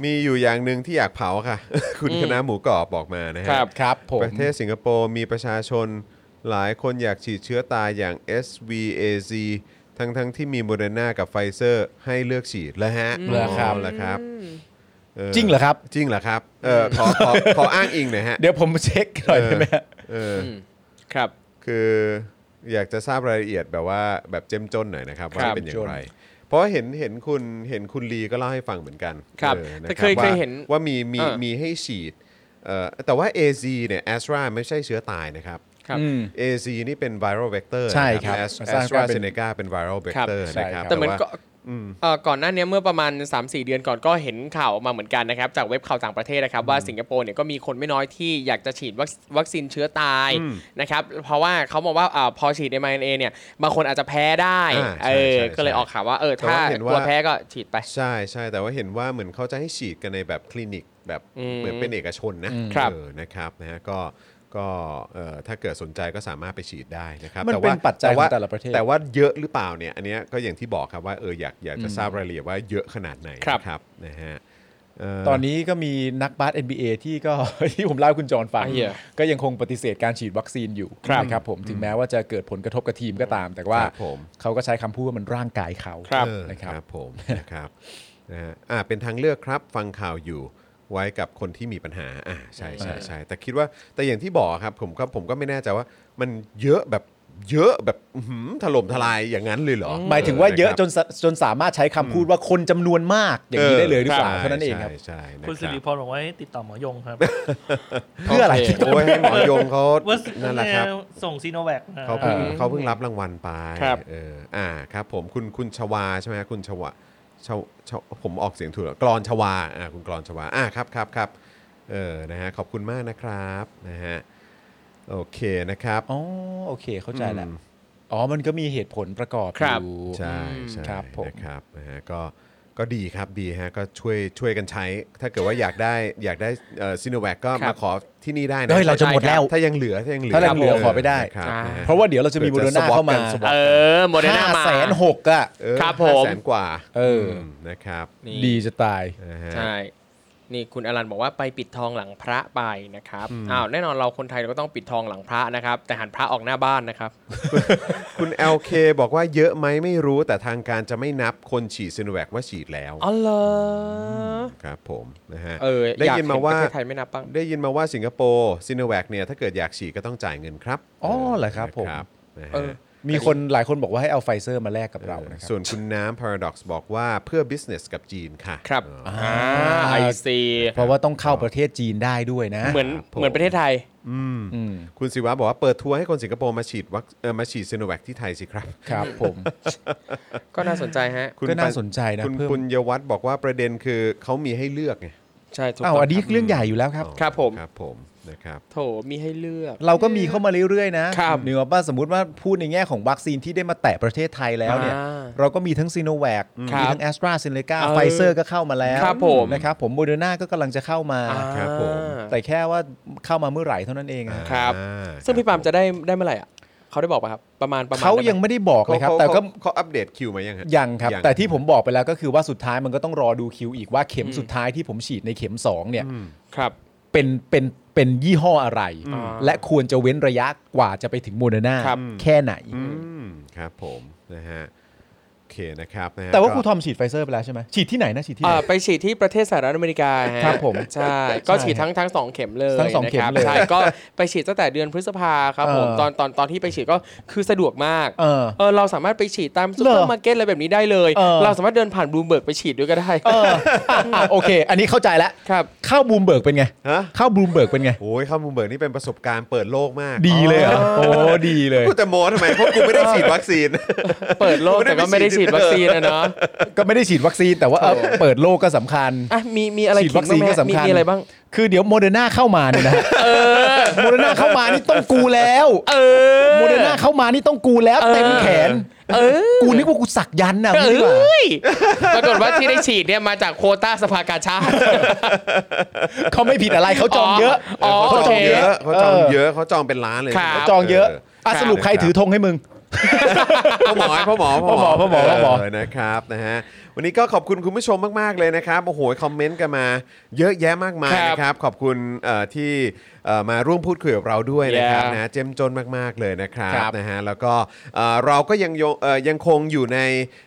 S2: มีอยู่อย่างหนึ่งที่อยากเผาค่ะ <laughs> คุณคณะหมูกรอบบอกมานะฮะ
S5: ครับ
S3: ครับผม
S2: ประเทศสิงคโปร์มีประชาชนหลายคนอยากฉีดเชื้อตายอย่าง SVAZ ทั้งทั้งๆที่มีโมเดอร์นากับไฟเซอร์ให้เลือกฉีดแล้วฮะ
S3: เหรอครับ
S2: เหรอครับเออ
S3: จริงเหรอครับ
S2: จริงเหรอครับเออขอขอขออ้างอิงหน่อยฮะ
S3: เดี๋ยวผมเช็คหน่อยได้ไหมฮะ
S2: เออ
S5: อืมครับ
S2: คืออยากจะทราบรายละเอียดแบบว่าแบบเจ้มจนหน่อยนะครับ
S5: ค
S2: ว่า
S5: รับ
S2: เป็นอย่างไร เพราะเห็นเห็นคุณเห็นคุณลีก็เล่าให้ฟังเหมือนกัน
S5: ครับ
S2: ออนะ
S5: แต่เคย
S2: ว่า
S5: เคยเห็น
S2: ว่ามีมี
S5: เออ
S2: มีให้ฉีดเอ่อแต่ว่า AZ เนี่ยแอสตราไม่ใช่เชื้อตายนะครับ
S5: ครับ
S2: AZ นี่เป็นไวรัลเวกเตอร์
S3: ใช่ครับ
S2: แอ
S3: Astra
S2: สตราเซเนกาเป็นไวรัลเวกเตอร์
S3: ครับ
S2: นะครับ
S3: ใช่ครับ
S5: แต่เหมือน
S2: ว่า
S5: ก็เอ่อก่อนหน้าเนี้ยเมื่อประมาณ 3-4 เดือนก่อนก็เห็นข่าวออกมาเหมือนกันนะครับ จากเว็บข่าวต่างประเทศนะครับ ว่าสิงคโปร์เนี่ยก็มีคนไม่น้อยที่อยากจะฉีดวัควัคซีนเชื้อตายนะครับ เพราะว่าเขามองว่าอาพอฉีด m อ n a เนี่ยบางคนอาจจะแพ้ได้
S2: าใช่
S5: เออ
S2: ใช่
S5: ก็เลย
S2: ใช่
S5: ออกข่าวว่าเออ
S2: แต่
S5: ถ้า
S2: ว่าเห็นว่า
S5: กลัวแพ้ก็ฉีดไป
S2: ใช่ใช่แต่ว่าเห็นว่าเหมือนเขาจะให้ฉีดกันในแบบคลินิกแบบ
S5: อืม
S2: เหมือนเป็นเอกชนนะครับ เออนะครับนะฮะก็ก็เอ่อถ้าเกิดสนใจก็สามารถไปฉีดได้นะครับ
S3: มัน
S2: แต่
S3: เป็
S2: ว่าน
S3: ปัจจัย
S2: แต่ว่า
S3: ของแต่ละประเทศ
S2: แต่ว่าเยอะหรือเปล่าเนี่ยอันเนี้ยก็อย่างที่บอกครับว่าเอออยากอยากจะทราบรายละเอียดว่าเยอะขนาดไหนนะครับนะฮะเ
S3: ตอนนี้ก็มีนักบาส NBA ที่ก็ <laughs> ที่ผมเล่าให้คุณจรฟัง
S5: อ่าเหี้ย
S3: ก็ยังคงปฏิเสธการฉีดวัคซีนอยู่นะครับผมถึงแม้ว่าจะเกิดผลกระทบกับทีมก็ตาม แต่ว่า
S2: ครับผม
S3: เขาก็ใช้คำพูดว่ามันร่างกายเขา
S5: ครับ
S2: เออ
S3: นะค
S2: ครับ รับผมนะครับนะฮะอ่าเป็นทางเลือกครับฟังข่าวอยู่ไว้กับคนที่มีปัญหาอ่าใช่ใช่ใช่แต่คิดว่าแต่อย่างที่บอกครับผมก็ผมก็ไม่แน่ใจว่ามันเยอะแบบเยอะแบบอื้อหือถล่มทลายอย่างนั้นเลยเหรอ
S3: หมายถึงว่าเยอะจ
S2: น
S3: นสะจนสามารถใช้คำพูดว่าคนจำนวนมากอย่างนี้ได้เลยหรือเปล่าเท่านั้นเองครับ
S2: ใช่นะ
S4: คุณสิริพ
S2: รับ
S4: รบอกว่าให้ติดต่อหมอยงครับ
S3: เพื่ออะไร
S5: โอเค
S3: ที่ต้อง
S2: โอ้ยให้หมอยงเขา
S4: ว่า
S2: นั่นแหละครับ
S4: ส่งซีโนแวคนะ
S2: เขาเพิ่ง
S5: เออ
S2: เขาเพิ่งรับรางวัลไป
S5: ครับ
S2: เอออ่าครับผมคุณคุณชวาใช่ไหมฮะคุณชวาชวชวผมออกเสียงถูกเหรอกรอนชวาอ่าคุณกรอนชวาอ่าครับครับครับเออนะฮะขอบคุณมากนะครับนะฮะโอเคนะครับ
S3: อ๋อโอเคเข้าใจแล้วอ๋อมันก็มีเหตุผลประกอบ
S5: ครับ
S3: อยู่
S2: ใช่ใช่
S3: ครับผม
S2: นะครับนะฮะก็ก็ดีครับดีฮะก็ช่วยช่วยกันใช้ ถ้าเกิดว่าอยากได้อยากได้ซิโนแวคก็
S5: ครั
S2: มา
S5: บ
S2: ขอที่นี่ได้นะ
S3: เฮ้ยเราจะหมดแล้ว
S2: ถ้ายังเหลือถ้ายังเหลือ
S3: ถ้ายังเหลือขอไปได้
S2: ครับ
S5: อ่าน
S2: ฮ
S3: เพราะว่าเดี๋ยวเราจะมีโมเดอร์นาเข้ามา
S5: เออโมเดอร์นา
S3: ห้า
S5: มา
S3: แสนหกอะ
S2: เออ
S5: ครับผม
S2: ห้าแสนกว่า
S3: เอออื
S2: มนะครับ
S5: นี่
S3: ดีจะตาย
S2: นะฮะ
S5: ใช่นี่คุณอลันบอกว่าไปปิดทองหลังพระไปนะครับอ้าวแน่นอนเราคนไทยเราก็ต้องปิดทองหลังพระนะครับ แต่หันพระออกหน้าบ้านนะครับ
S2: คุณ LK บอกว่าเยอะไหมไม่รู้แต่ทางการจะไม่นับคนฉีดซิโนแวคว่าฉีดแล้ว
S5: อ๋อเหรอ
S2: ครับผมนะฮะ
S5: เออ
S2: ได้
S5: อยาก
S2: ยิ
S5: เห็
S2: น
S5: น
S2: มา
S5: ป
S2: ว่า
S5: ระเทศไทยไม่นับบ้าง
S2: ได้ยินมาว่าสิงคโปร์ซิโนแวคเนี่ยถ้าเกิดอยากฉีดก็ต้องจ่ายเงินครับ
S3: อ๋อเหรอครับผม
S2: นะนะฮะ
S5: เออ
S3: มีคนหลายคนบอกว่าให้เอาไฟเซอร์มาแลกกับเรานะครับ
S2: ส่วนคุณน้ำ Paradox บอกว่าเพื่อ business กับจีนค่ะ
S5: ครับ
S2: เออ
S5: อ่าไอซี
S3: เพราะว่าต้องเข้าประเทศจีนได้ด้วยนะ
S5: เหมือน
S2: ผม
S5: เหมือนประเทศไทย
S3: อืม
S2: คุณศิวะบอกว่าเปิดทัวร์ให้คนสิงคโปร์มาฉีดวัคเอ่อมาฉีดซีโนแวคที่ไทยสิครับ
S3: ครับผม
S5: ก็น่าสนใจฮะ
S2: คุณ
S3: ก็น่าสนใจนะ
S2: คุณ
S3: เพิ่ม
S2: ปุญญวัฒน์บอกว่าประเด็นคือเขามีให้เลือกไง
S5: ใช่ถูก
S3: อ้าว
S5: ต้ง
S3: อันนี้
S5: ครับ
S3: เรื่องใหญ่อยู่แล้วครับ
S2: อ๋อ
S5: ครับผม
S2: ครับผม นะครับ
S5: โถมีให้เลือก
S3: เราก็มีเข้ามาเรื่อยๆนะครับ เนื้อว่าสมมติว่าพูดในแง่ของวัคซีนที่ได้มาแตะประเทศไทยแล้วเนี่ย
S5: อ่า
S3: เราก็มีทั้งซีโนแวค
S5: ครับ
S3: มีทั้งแอสตราเซเนกา
S5: เออ
S3: ไฟเซอร์ก็เข้ามาแล้ว
S5: ครับผม
S3: นะครับผมโมเดอร์นาก็กำลังจะเข้ามา
S5: อ่าครับผม
S3: แต่แค่ว่าเข้ามาเมื่อไหร่เท่านั้นเองอะ
S5: ครับ
S2: อ่า
S5: ซึ่งพี่ปาล์มจะได้ได้เมื่อไหร่อ่ะเขาได้บอกป่ะครับ ประมาณประมาณ
S3: เขายังไม่ได้บอกเลยครับ แต่ก็
S2: เขาเขาอัปเดตคิวมายังฮะ
S3: ยังครับ
S2: ยัง
S3: แต่ที่ผมบอกไปแล้วก็คือว่าสุดท้ายมันก็ต้องรอดูคิวอีกว่าเข็มสุดท้ายที่ผมฉีดในเข็มสองเนี่ย
S5: ครับ
S3: เป็นเป็นเป็นยี่ห้ออะไร
S5: อ่า
S3: และควรจะเว้นระยะกว่าจะไปถึงโมเดอร์นา
S5: ครับ
S3: แค่ไหน
S2: อืมครับผมนะฮะโอเคนะครับนะฮะ
S3: แต่ว่าค
S2: ก็
S3: รูทอมฉีดไฟเซอร์ไปแล้วใช่ไหมฉีดที่ไหนนะฉีดที่ไห
S5: เอ่
S3: น
S5: อไปฉีดที่ประเทศสหรัฐอเมริกาฮะ
S3: ครับผม
S5: ใช่ก็ฉีดทั้งทั้งสองเข็มเลย
S3: ทั้งสองเข็ม
S5: นะครับ
S3: เลย
S5: ใช่ก็ไปฉีดตั้งแต่เดือนพฤษภาครับผม
S3: เออ
S5: ตอนตอนตอนที่ไปฉีดก็คือสะดวกมาก
S3: เออ
S5: เออเราสามารถไปฉีดตามซูเปอร์มาร์เก็ตอะไรแบบนี้ได้เลย
S3: เออ
S5: เราสามารถเดินผ่านบลูเบิร์กไปฉีดด้วยก็ได้
S3: เอออ่ะโอเค อันนี้เข้าใจแล้ว
S5: ครับ
S3: เข้าบูมเบิร์กเป็นไง
S2: ฮะ
S3: เข้าบูมเบิร์กเป็นไง
S2: โอ้ยเข้ามุมเบิร์กนี่เป็นประสบการณ์เปิดโลกมาก
S3: ดีเลยเหรอโอ้ดีเลย
S2: กูแต่โมทำไมเพราะกูไม่ได้ฉีดวัคซีน
S5: เปิดโลกแต่ก็ไม่ได้ฉีดวัคซีนนะเนาะ
S3: ก็ไม่ได้ฉีดวัคซีนแต่ว่าเออเปิดโลกก็สำคัญ
S5: อ่ะมีมีอะไร
S3: ฉีดวัคซีน
S5: งบ้างไหม
S3: ก็สำคัญ
S5: มีมีอะไรบ้าง
S3: คือเดี๋ยวโมเดอร์นาเข้ามาเนี่ยนะโมเดอร์นาเข้ามานี่ต้องกูแล้ว
S5: เออ
S3: โมเดอร์นาเข้ามานี่ต้องกูแล้ว เต็มแขน
S5: เออ
S3: กูนึกว่ากูสักยันต์นะ
S5: เอ
S3: มึงดีกว่า
S5: ้ยปรากฏว่าที่ได้ฉีดเนี่ยมาจากโควต้าสภากาชาติ
S3: เขาไม่ผิดอะไรเขาจองเยอะ
S5: อ๋ออ๋อ
S3: เขาจองเยอะ
S2: เขาจองเยอะเขาจองเป็นล้านเลย
S5: ครับ
S2: เขา
S3: จองเยอะอ่ะสรุปใครถือธงให้มึง
S2: พ่อหมอพ่อหมอ
S3: พ่อหมอพ่อหมอ
S2: เนะครับนะฮะวันนี้ก็ขอบคุณคุณผู้ชมมาก ๆ เลยนะครับโอ้โหคอมเมนต์กันมา เยอะแยะมากมาย
S5: ครับ
S2: นะครับขอบคุณเอ่อที่เอ่อมาร่วมพูดคุยกับเราด้วยนะครับ
S5: Yeah
S2: นะเจ้มจนมาก ๆ เลยนะครับ
S5: ครับ
S2: นะฮะแล้วก็เอ่อเราก็ยังยงเอ่อยังคงอยู่ใน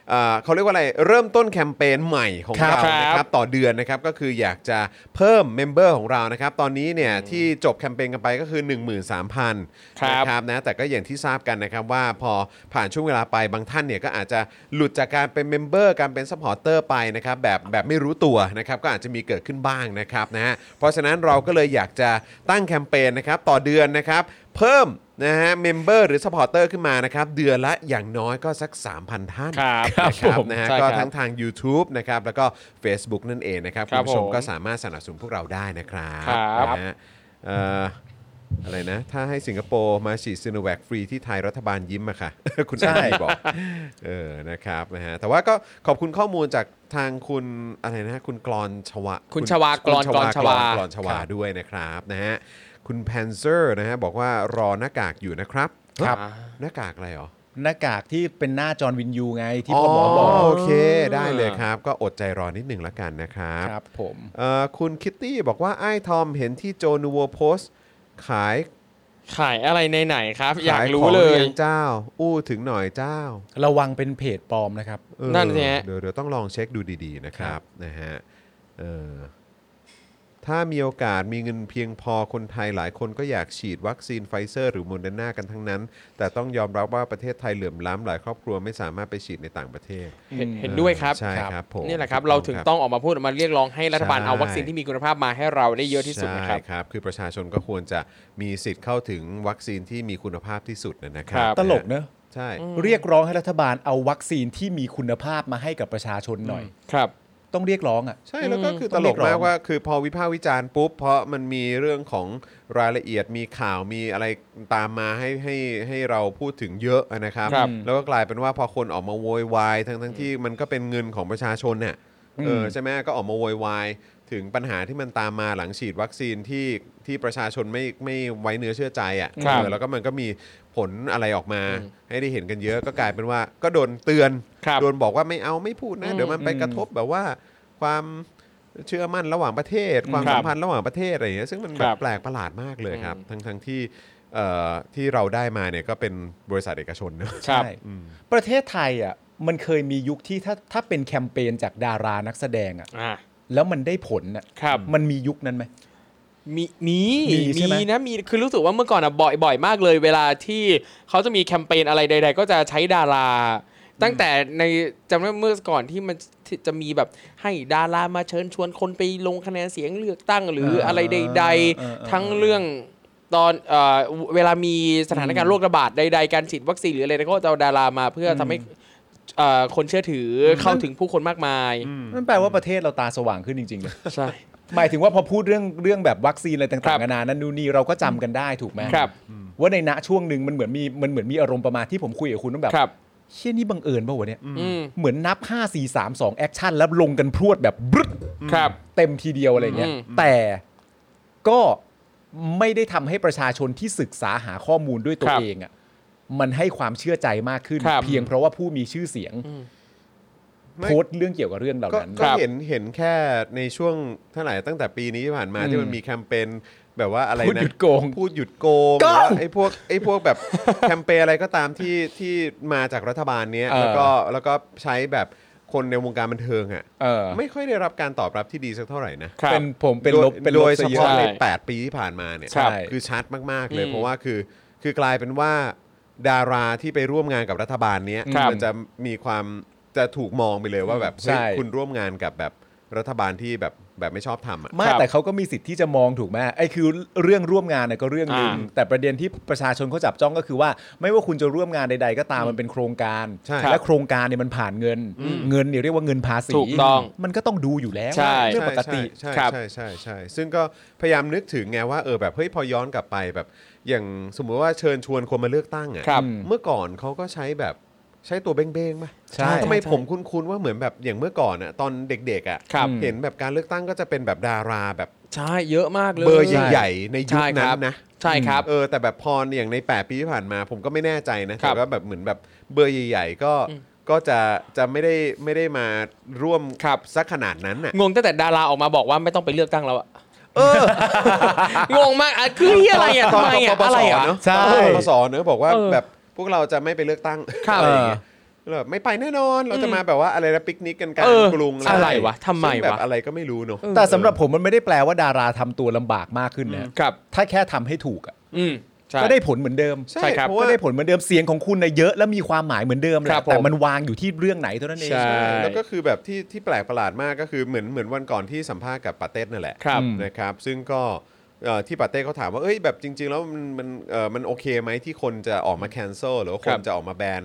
S2: เอ่อเขาเรียกว่าอะไรเริ่มต้นแคมเปญใหม่ของ
S5: ครับ
S2: เรานะค
S5: ครั
S2: รับบ ต่อเดือนนะครับก็คืออยากจะเพิ่มเมมเบอร์ของเรานะครับตอนนี้เนี่ยที่จบแคมเปญกันไปก็คือ 13,000
S5: ครับ
S2: นะครับนะแต่ก็อย่างที่ทราบกันนะครับว่าพอผ่านช่วงเวลาไปบางท่านเนี่ยก็อาจจะหลุดจากการเป็นเมมเบอร์การเป็นซัพพอร์เตอร์ไปนะครับแบบแบบไม่รู้ตัวนะครับก็อาจจะมีเกิดขึ้นบ้างนะครับนะฮะเพราะฉะนั้นเราก็เลยอยากจะตั้งแคมเปญนะครับต่อเดือนนะครับเพิ่มนะฮะเมมเบอร์หรือสปอร์เตอร์ขึ้นมานะครับเดือนละอย่างน้อยก็สัก 3,000 ท่าน
S5: ครับ
S2: นะค
S5: ค
S2: รั
S5: รั
S2: บบ นะฮะ
S5: ใช่
S2: ก็
S5: ครับ
S2: ทั้งทาง YouTube นะครับแล้วก็ Facebook นั่นเองนะครับ
S5: ครั
S2: คุณ
S5: บ
S2: ผู้ชม
S5: ผม
S2: ก็สามารถสนับสนุนพวกเราได้นะครับ
S5: ครับ
S2: นะฮะเอ่อ อะไรนะ ถ้าให้สิงคโปร์มาฉีดซีโนแวคฟรีที่ไทยรัฐบาลยิ้มอะ <laughs> ค่ะ คุณอา
S3: ใช่
S2: มีบอก เออนะครับนะฮะแต่ว่าก็ขอบคุณข้อมูลจากทางคุณอะไรนะ คุณกรอนชวะ
S5: คุณชวากรอน
S2: คุณ
S5: กรอนชวา
S2: กรอนชวาด้วยนะครับนะฮะคุณแพนเซอร์นะฮะบอกว่ารอหน้ากากอยู่นะครับ
S5: อ่า
S2: หน้ากากอะไรหรอ
S3: หน้ากากที่เป็นหน้าจอร์นวินยูไงที่พ่อหมอบอก
S2: โอเคได้เลยครับ ก็อดใจรอนิดหนึ่งละกันนะครับ
S3: ครับผม
S2: เอ่อคุณคิตตี้บอกว่าไอ้ายทอมเห็นที่โจนูโวโพสต์ขาย
S5: ขายอะไรในไหนครับ อยาก
S2: ข
S5: รู้
S2: ขง
S5: เลย
S2: งเจ้า อู้ถึงหน่อยเจ้า
S3: ระวังเป็นเพจปลอมนะครับ
S2: เออ
S5: นั่นสิฮะ
S2: เดี๋ยวเดี๋ยวต้องลองเช็คดูดีๆนะครับนะฮะเออถ้ามีโอกาสมีเงินเพียงพอคนไทยหลายคนก็อยากฉีดวัคซีนไฟเซอร์หรือโมเดอร์นากันทั้งนั้น แต่ต้องยอมรับว่าประเทศไทยเหลื่อมล้ำหลายครอบครัวไม่สามารถไปฉีดในต่างประเทศ
S5: เห็นเห็นด้วยครับ
S2: ใช่ครับผม
S5: นี่แหละครับ เราถึงต้องออกมาพูดออกมาเรียกร้องให้รัฐบาลเอาวัคซีนที่มีคุณภาพมาให้เราได้เยอะที่สุดนะครับ
S2: ใช่ครับ คือประชาชนก็ควรจะมีสิทธิ์เข้าถึงวัคซีนที่มีคุณภาพที่สุดนะครั
S5: ครับ
S3: ตลกเนอะ
S2: ใช่
S3: เรียกร้องให้รัฐบาลเอาวัคซีนที่มีคุณภาพมาให้กับประชาชนหน่อย
S5: ครับ
S3: ต้องเรียกร้องอ่ะ
S2: ใช่แล้วก็คือ
S3: ต้
S2: ต
S3: อ
S2: ล
S3: งเรีย
S2: ก
S3: กร้อง
S2: มากว่าคือพอวิพากษ์วิจารณ์ปุ๊บเพราะมันมีเรื่องของรายละเอียดมีข่าวมีอะไรตามมาให้ให้ให้เราพูดถึงเยอะนะครับ
S5: ครับ
S2: แล้วก็กลายเป็นว่าพอคนออกมาโวยวายทั้งทั้งที่มันก็เป็นเงินของประชาชนเนี่ยเออใช่ไหมก็ออกมาโวยวายถึงปัญหาที่มันตามมาหลังฉีดวัคซีนที่ที่ประชาชนไม่ไม่ไว้เนื้อเชื่อใจอ่ะ
S5: ครับ
S2: เออแล้วก็มันก็มีผลอะไรออกมา ให้ได้เห็นกันเยอะก็กลายเป็นว่าก็โดนเตือน
S5: ครับ
S2: โดนบอกว่าไม่เอาไม่พูดนะเดี๋ยวมันไปกระทบแบบว่าความเชื่อมั่นระหว่างประเทศ ความ
S5: ครับ
S2: สัมพันธ์ระหว่างประเทศอะไรอย่างเงี้ยซึ่งมันแบ
S5: ครับ บ
S2: แปลกประหลาดมากเลยครับ
S5: อืม
S2: ทั้งทั้งที่เอ่อที่เราได้มาเนี่ยก็เป็นบริษัทเอกชนเนอะ
S5: ครับ
S3: ใช่ประเทศไทยอ่ะมันเคยมียุคที่ถ้าถ้าเป็นแคมเปญจากดารานักแสดงอ่ะ
S5: อ่า
S3: แล้วมันได้ผลอ่ะ
S5: ครับ
S3: มันมียุคนั้นไหม
S5: มีมี
S3: มีใช่ไหม
S5: มีนะมีคือรู้สึกว่าเมื่อก่อนอ่ะบ่อยบ่อยมากเลย เวลาที่เขาจะมีแคมเปญอะไรใด ๆ ก็จะใช้ดารา ตั้งแต่ในจำได้เมื่อก่อนที่มันที่จะมีแบบให้ดารามาเชิญชวนคนไปลงคะแนนเสียงเลือกตั้งหรืออะไรใด ๆ ทั้งเรื่องตอนเอ่อเวลามีสถานการณ์โรคระบาดใด ๆ การฉีดวัคซีนหรืออะไรก็จะเอาดารามาเพื่อทำให้เอ่อคนเชื่อถือเข้าถึงผู้คนมากมาย
S3: นั่นแปลว่าประเทศเราตาสว่างขึ้นจริงๆเลย
S5: ใช่
S3: หมายถึงว่าพอพูดเรื่องเรื่องแบบวัคซีนอะไร
S5: ครั
S3: ต่าง
S5: บ
S3: ๆนานานั่นนู่นนี่เราก็จำกันได้ถูกไหม
S5: ครับ
S3: ว่าในณช่วงหนึ่งมันเหมือนมีมันเหมือนมีอารมณ์ประมาณที่ผมคุยกับคุณว่าแบบ
S5: ครับ
S3: เชี่ยนี่บังเอิญป่าวะเนี่ย
S5: อืม
S3: เหมือนนับ 5 4 3 2 แอคชั่นแล้วลงกันพรวดแบบบรึด
S5: ครับ
S3: เต็มทีเดียวอะไรเงี้ย
S5: อืม
S3: แต่ก็ไม่ได้ทำให้ประชาชนที่ศึกษาหาข้อมูลด้วยตัว
S5: ครับ
S3: เองอ่ะมันให้ความเชื่อใจมากขึ้น
S5: ครับ
S3: เพียงเพราะว่าผู้มีชื่อเสียง
S2: ไม่
S3: โพสต์เรื่องเกี่ยวกับเรื่องเหล่า
S2: ก็
S3: นั้น
S2: ก็
S5: ครับ
S2: เห็นเห็นแค่ในช่วงเท่าไหร่ตั้งแต่ปีนี้ที่ผ่านมาที่มันมีแคมเปญแบบว่าอะไรนะ
S3: พูดหยุดโกง
S2: พูดหยุดโกง
S3: โกง
S2: หรือว่าไอ้พวกไอ้พวกแบบ แคมเปญอะไรก็ตามที่ที่มาจากรัฐบาลเนี้ย
S3: เออ
S2: แล้วก็แล้วก็ใช้แบบคนในวงการบันเทิงอ่ะ
S3: เออ
S2: ไม่ค่อยได้รับการตอบรับที่ดีสักเท่าไหร่นะ
S5: ครับ
S3: เป็นผมเป็นลบเป็นล
S2: โด
S3: บ
S2: ย
S3: ซ
S2: เฉ
S3: ยอ
S2: พาะใน
S5: ใช่
S2: 8 ปีที่ผ่านมาเนี่ย
S3: ครับ
S2: คือชัดมาก ๆ เลย
S5: อืม
S2: เพราะว่าคือคือกลายเป็นว่าดาราที่ไปร่วมงานกับรัฐบาลเนี้ย
S3: ครับ
S2: มัจะมีความจะถูกมองไปเลยว่าแบบ
S3: ใช่
S2: เฮ้ยคุณร่วมงานกับแบบรัฐบาลที่แบบแบบไม่ชอบทำอ่ะ
S3: ไม่
S5: ครับ
S3: แต่เขาก็มีสิทธิ์ที่จะมองถูกไหมไอ้คือเรื่องร่วมงานเนี่ยก็เรื่องหนึ่ง
S5: อ่า
S3: แต่ประเด็นที่ประชาชนเขาจับจ้องก็คือว่า ไม่ว่าคุณจะร่วมงานใด ๆ ก็ตามมันเป็นโครงการ
S2: ใช่
S3: และโครงการเนี่ยมันผ่านเงิน เงินเนี่ยเรียกว่าเงินภาษี
S5: ถูกต้อง
S3: มันก็ต้องดูอยู่แล้ว
S5: ใช่
S3: เรื่องปกติ
S2: ใช่
S5: ครับ
S2: ใช่ใช่ใช่ใช่ ซึ่งก็พยายามนึกถึงไงว่าเออแบบเฮ้ยพอย้อนกลับไปแบบ อย่างสมมุติว่าเชิญชวนคนมาเลือกตั้งอ่ะ
S5: ครับ
S2: เมื่อก่อนเขาก็ใช้แบบใช้ตัวเบ้งๆป่ะ
S3: ใช่
S2: ทำไม
S3: ใช่
S2: ผมคุ้นๆว่าเหมือนแบบอย่างเมื่อก่อนอ่ะตอนเด็กๆอ่ะ
S5: ครับ
S2: เห็นแบบการเลือกตั้งก็จะเป็นแบบดาราแบบ
S5: ใช่เยอะมากเลย
S2: เบอร์ใหญ่ๆในยุค
S5: ใช่ค
S2: นั้
S5: รับ
S2: นนะ
S5: ใช่ครับ
S2: เออแต่แบบพออย่างใน 8 ปีที่ผ่านมา ผมก็ไม่แน่ใจนะครับ แต่ว่าแบบเหมือนแบบเบอร์ใหญ่ ๆ ก็
S5: อืม
S2: ก็จะจะไม่ได้ไม่ได้มาร่วม
S5: ครับ
S2: สักขนาดนั้นน่ะ
S5: งงตั้งแต่ดาราออกมาบอกว่าไม่ต้องไปเลือกตั้งแล้วอะงงมากอะคือเหี้ยอะไรอะ
S2: ต
S5: ทำ
S2: น
S5: ไมอะ
S2: ปป
S5: อะ
S2: ส
S5: ไรอะ
S2: เนอะ
S3: ใช่
S2: ตอนปปสเนอะบอกว่า
S5: เออ
S2: แบบพวกเราจะไม่ไปเลือกตั้ง
S5: ครับ
S2: อะไรอย่างเงี้ยแล้วแบบไม่ไปแน่นอนเราจะมาแบบว่าอะไรนะปิกนิกกันกลาง
S5: เออก
S2: รุง
S5: อะไรวะทำไมวะ
S2: ซึ่งแบบอะไรก็ไม่รู้เนอะ
S3: แต่สำหรับผมมันไม่ได้แปลว่าดาราทำตัวลำบากมากขึ้นนะครับ ถ้าแค่ทำให้ถูกอะ
S5: อืมใช่
S3: ก็ได้ผลเหมือนเดิม
S2: ใช่
S5: ใช่ครับ
S2: เพราะ
S3: ก็
S2: ว่า
S3: ได้ผลเหมือนเดิมเสียงของคุณนะเยอะและมีความหมายเหมือนเดิมแห
S5: ครั
S3: ละ
S5: บผม
S3: แต่มันวางอยู่ที่เรื่องไหนเท่านั้นเอง
S5: ใช่
S2: แล้วก็คือแบบที่ที่แปลกประหลาดมากก็คือเหมือนเหมือนวันก่อนที่สัมภาษณ์กับปาเต้นั่นแหละ
S5: ครับ
S2: นะครับซึ่งก็เอ่อที่ปาเต้เขาถามว่าเอ้ยแบบจริง ๆ แล้วมันมันเอ่อมันโอเคไหมที่คนจะออกมาแคนเซิลหรือว่า
S5: ค
S2: ค
S5: รั
S2: น
S5: บ
S2: จะออกมาแบน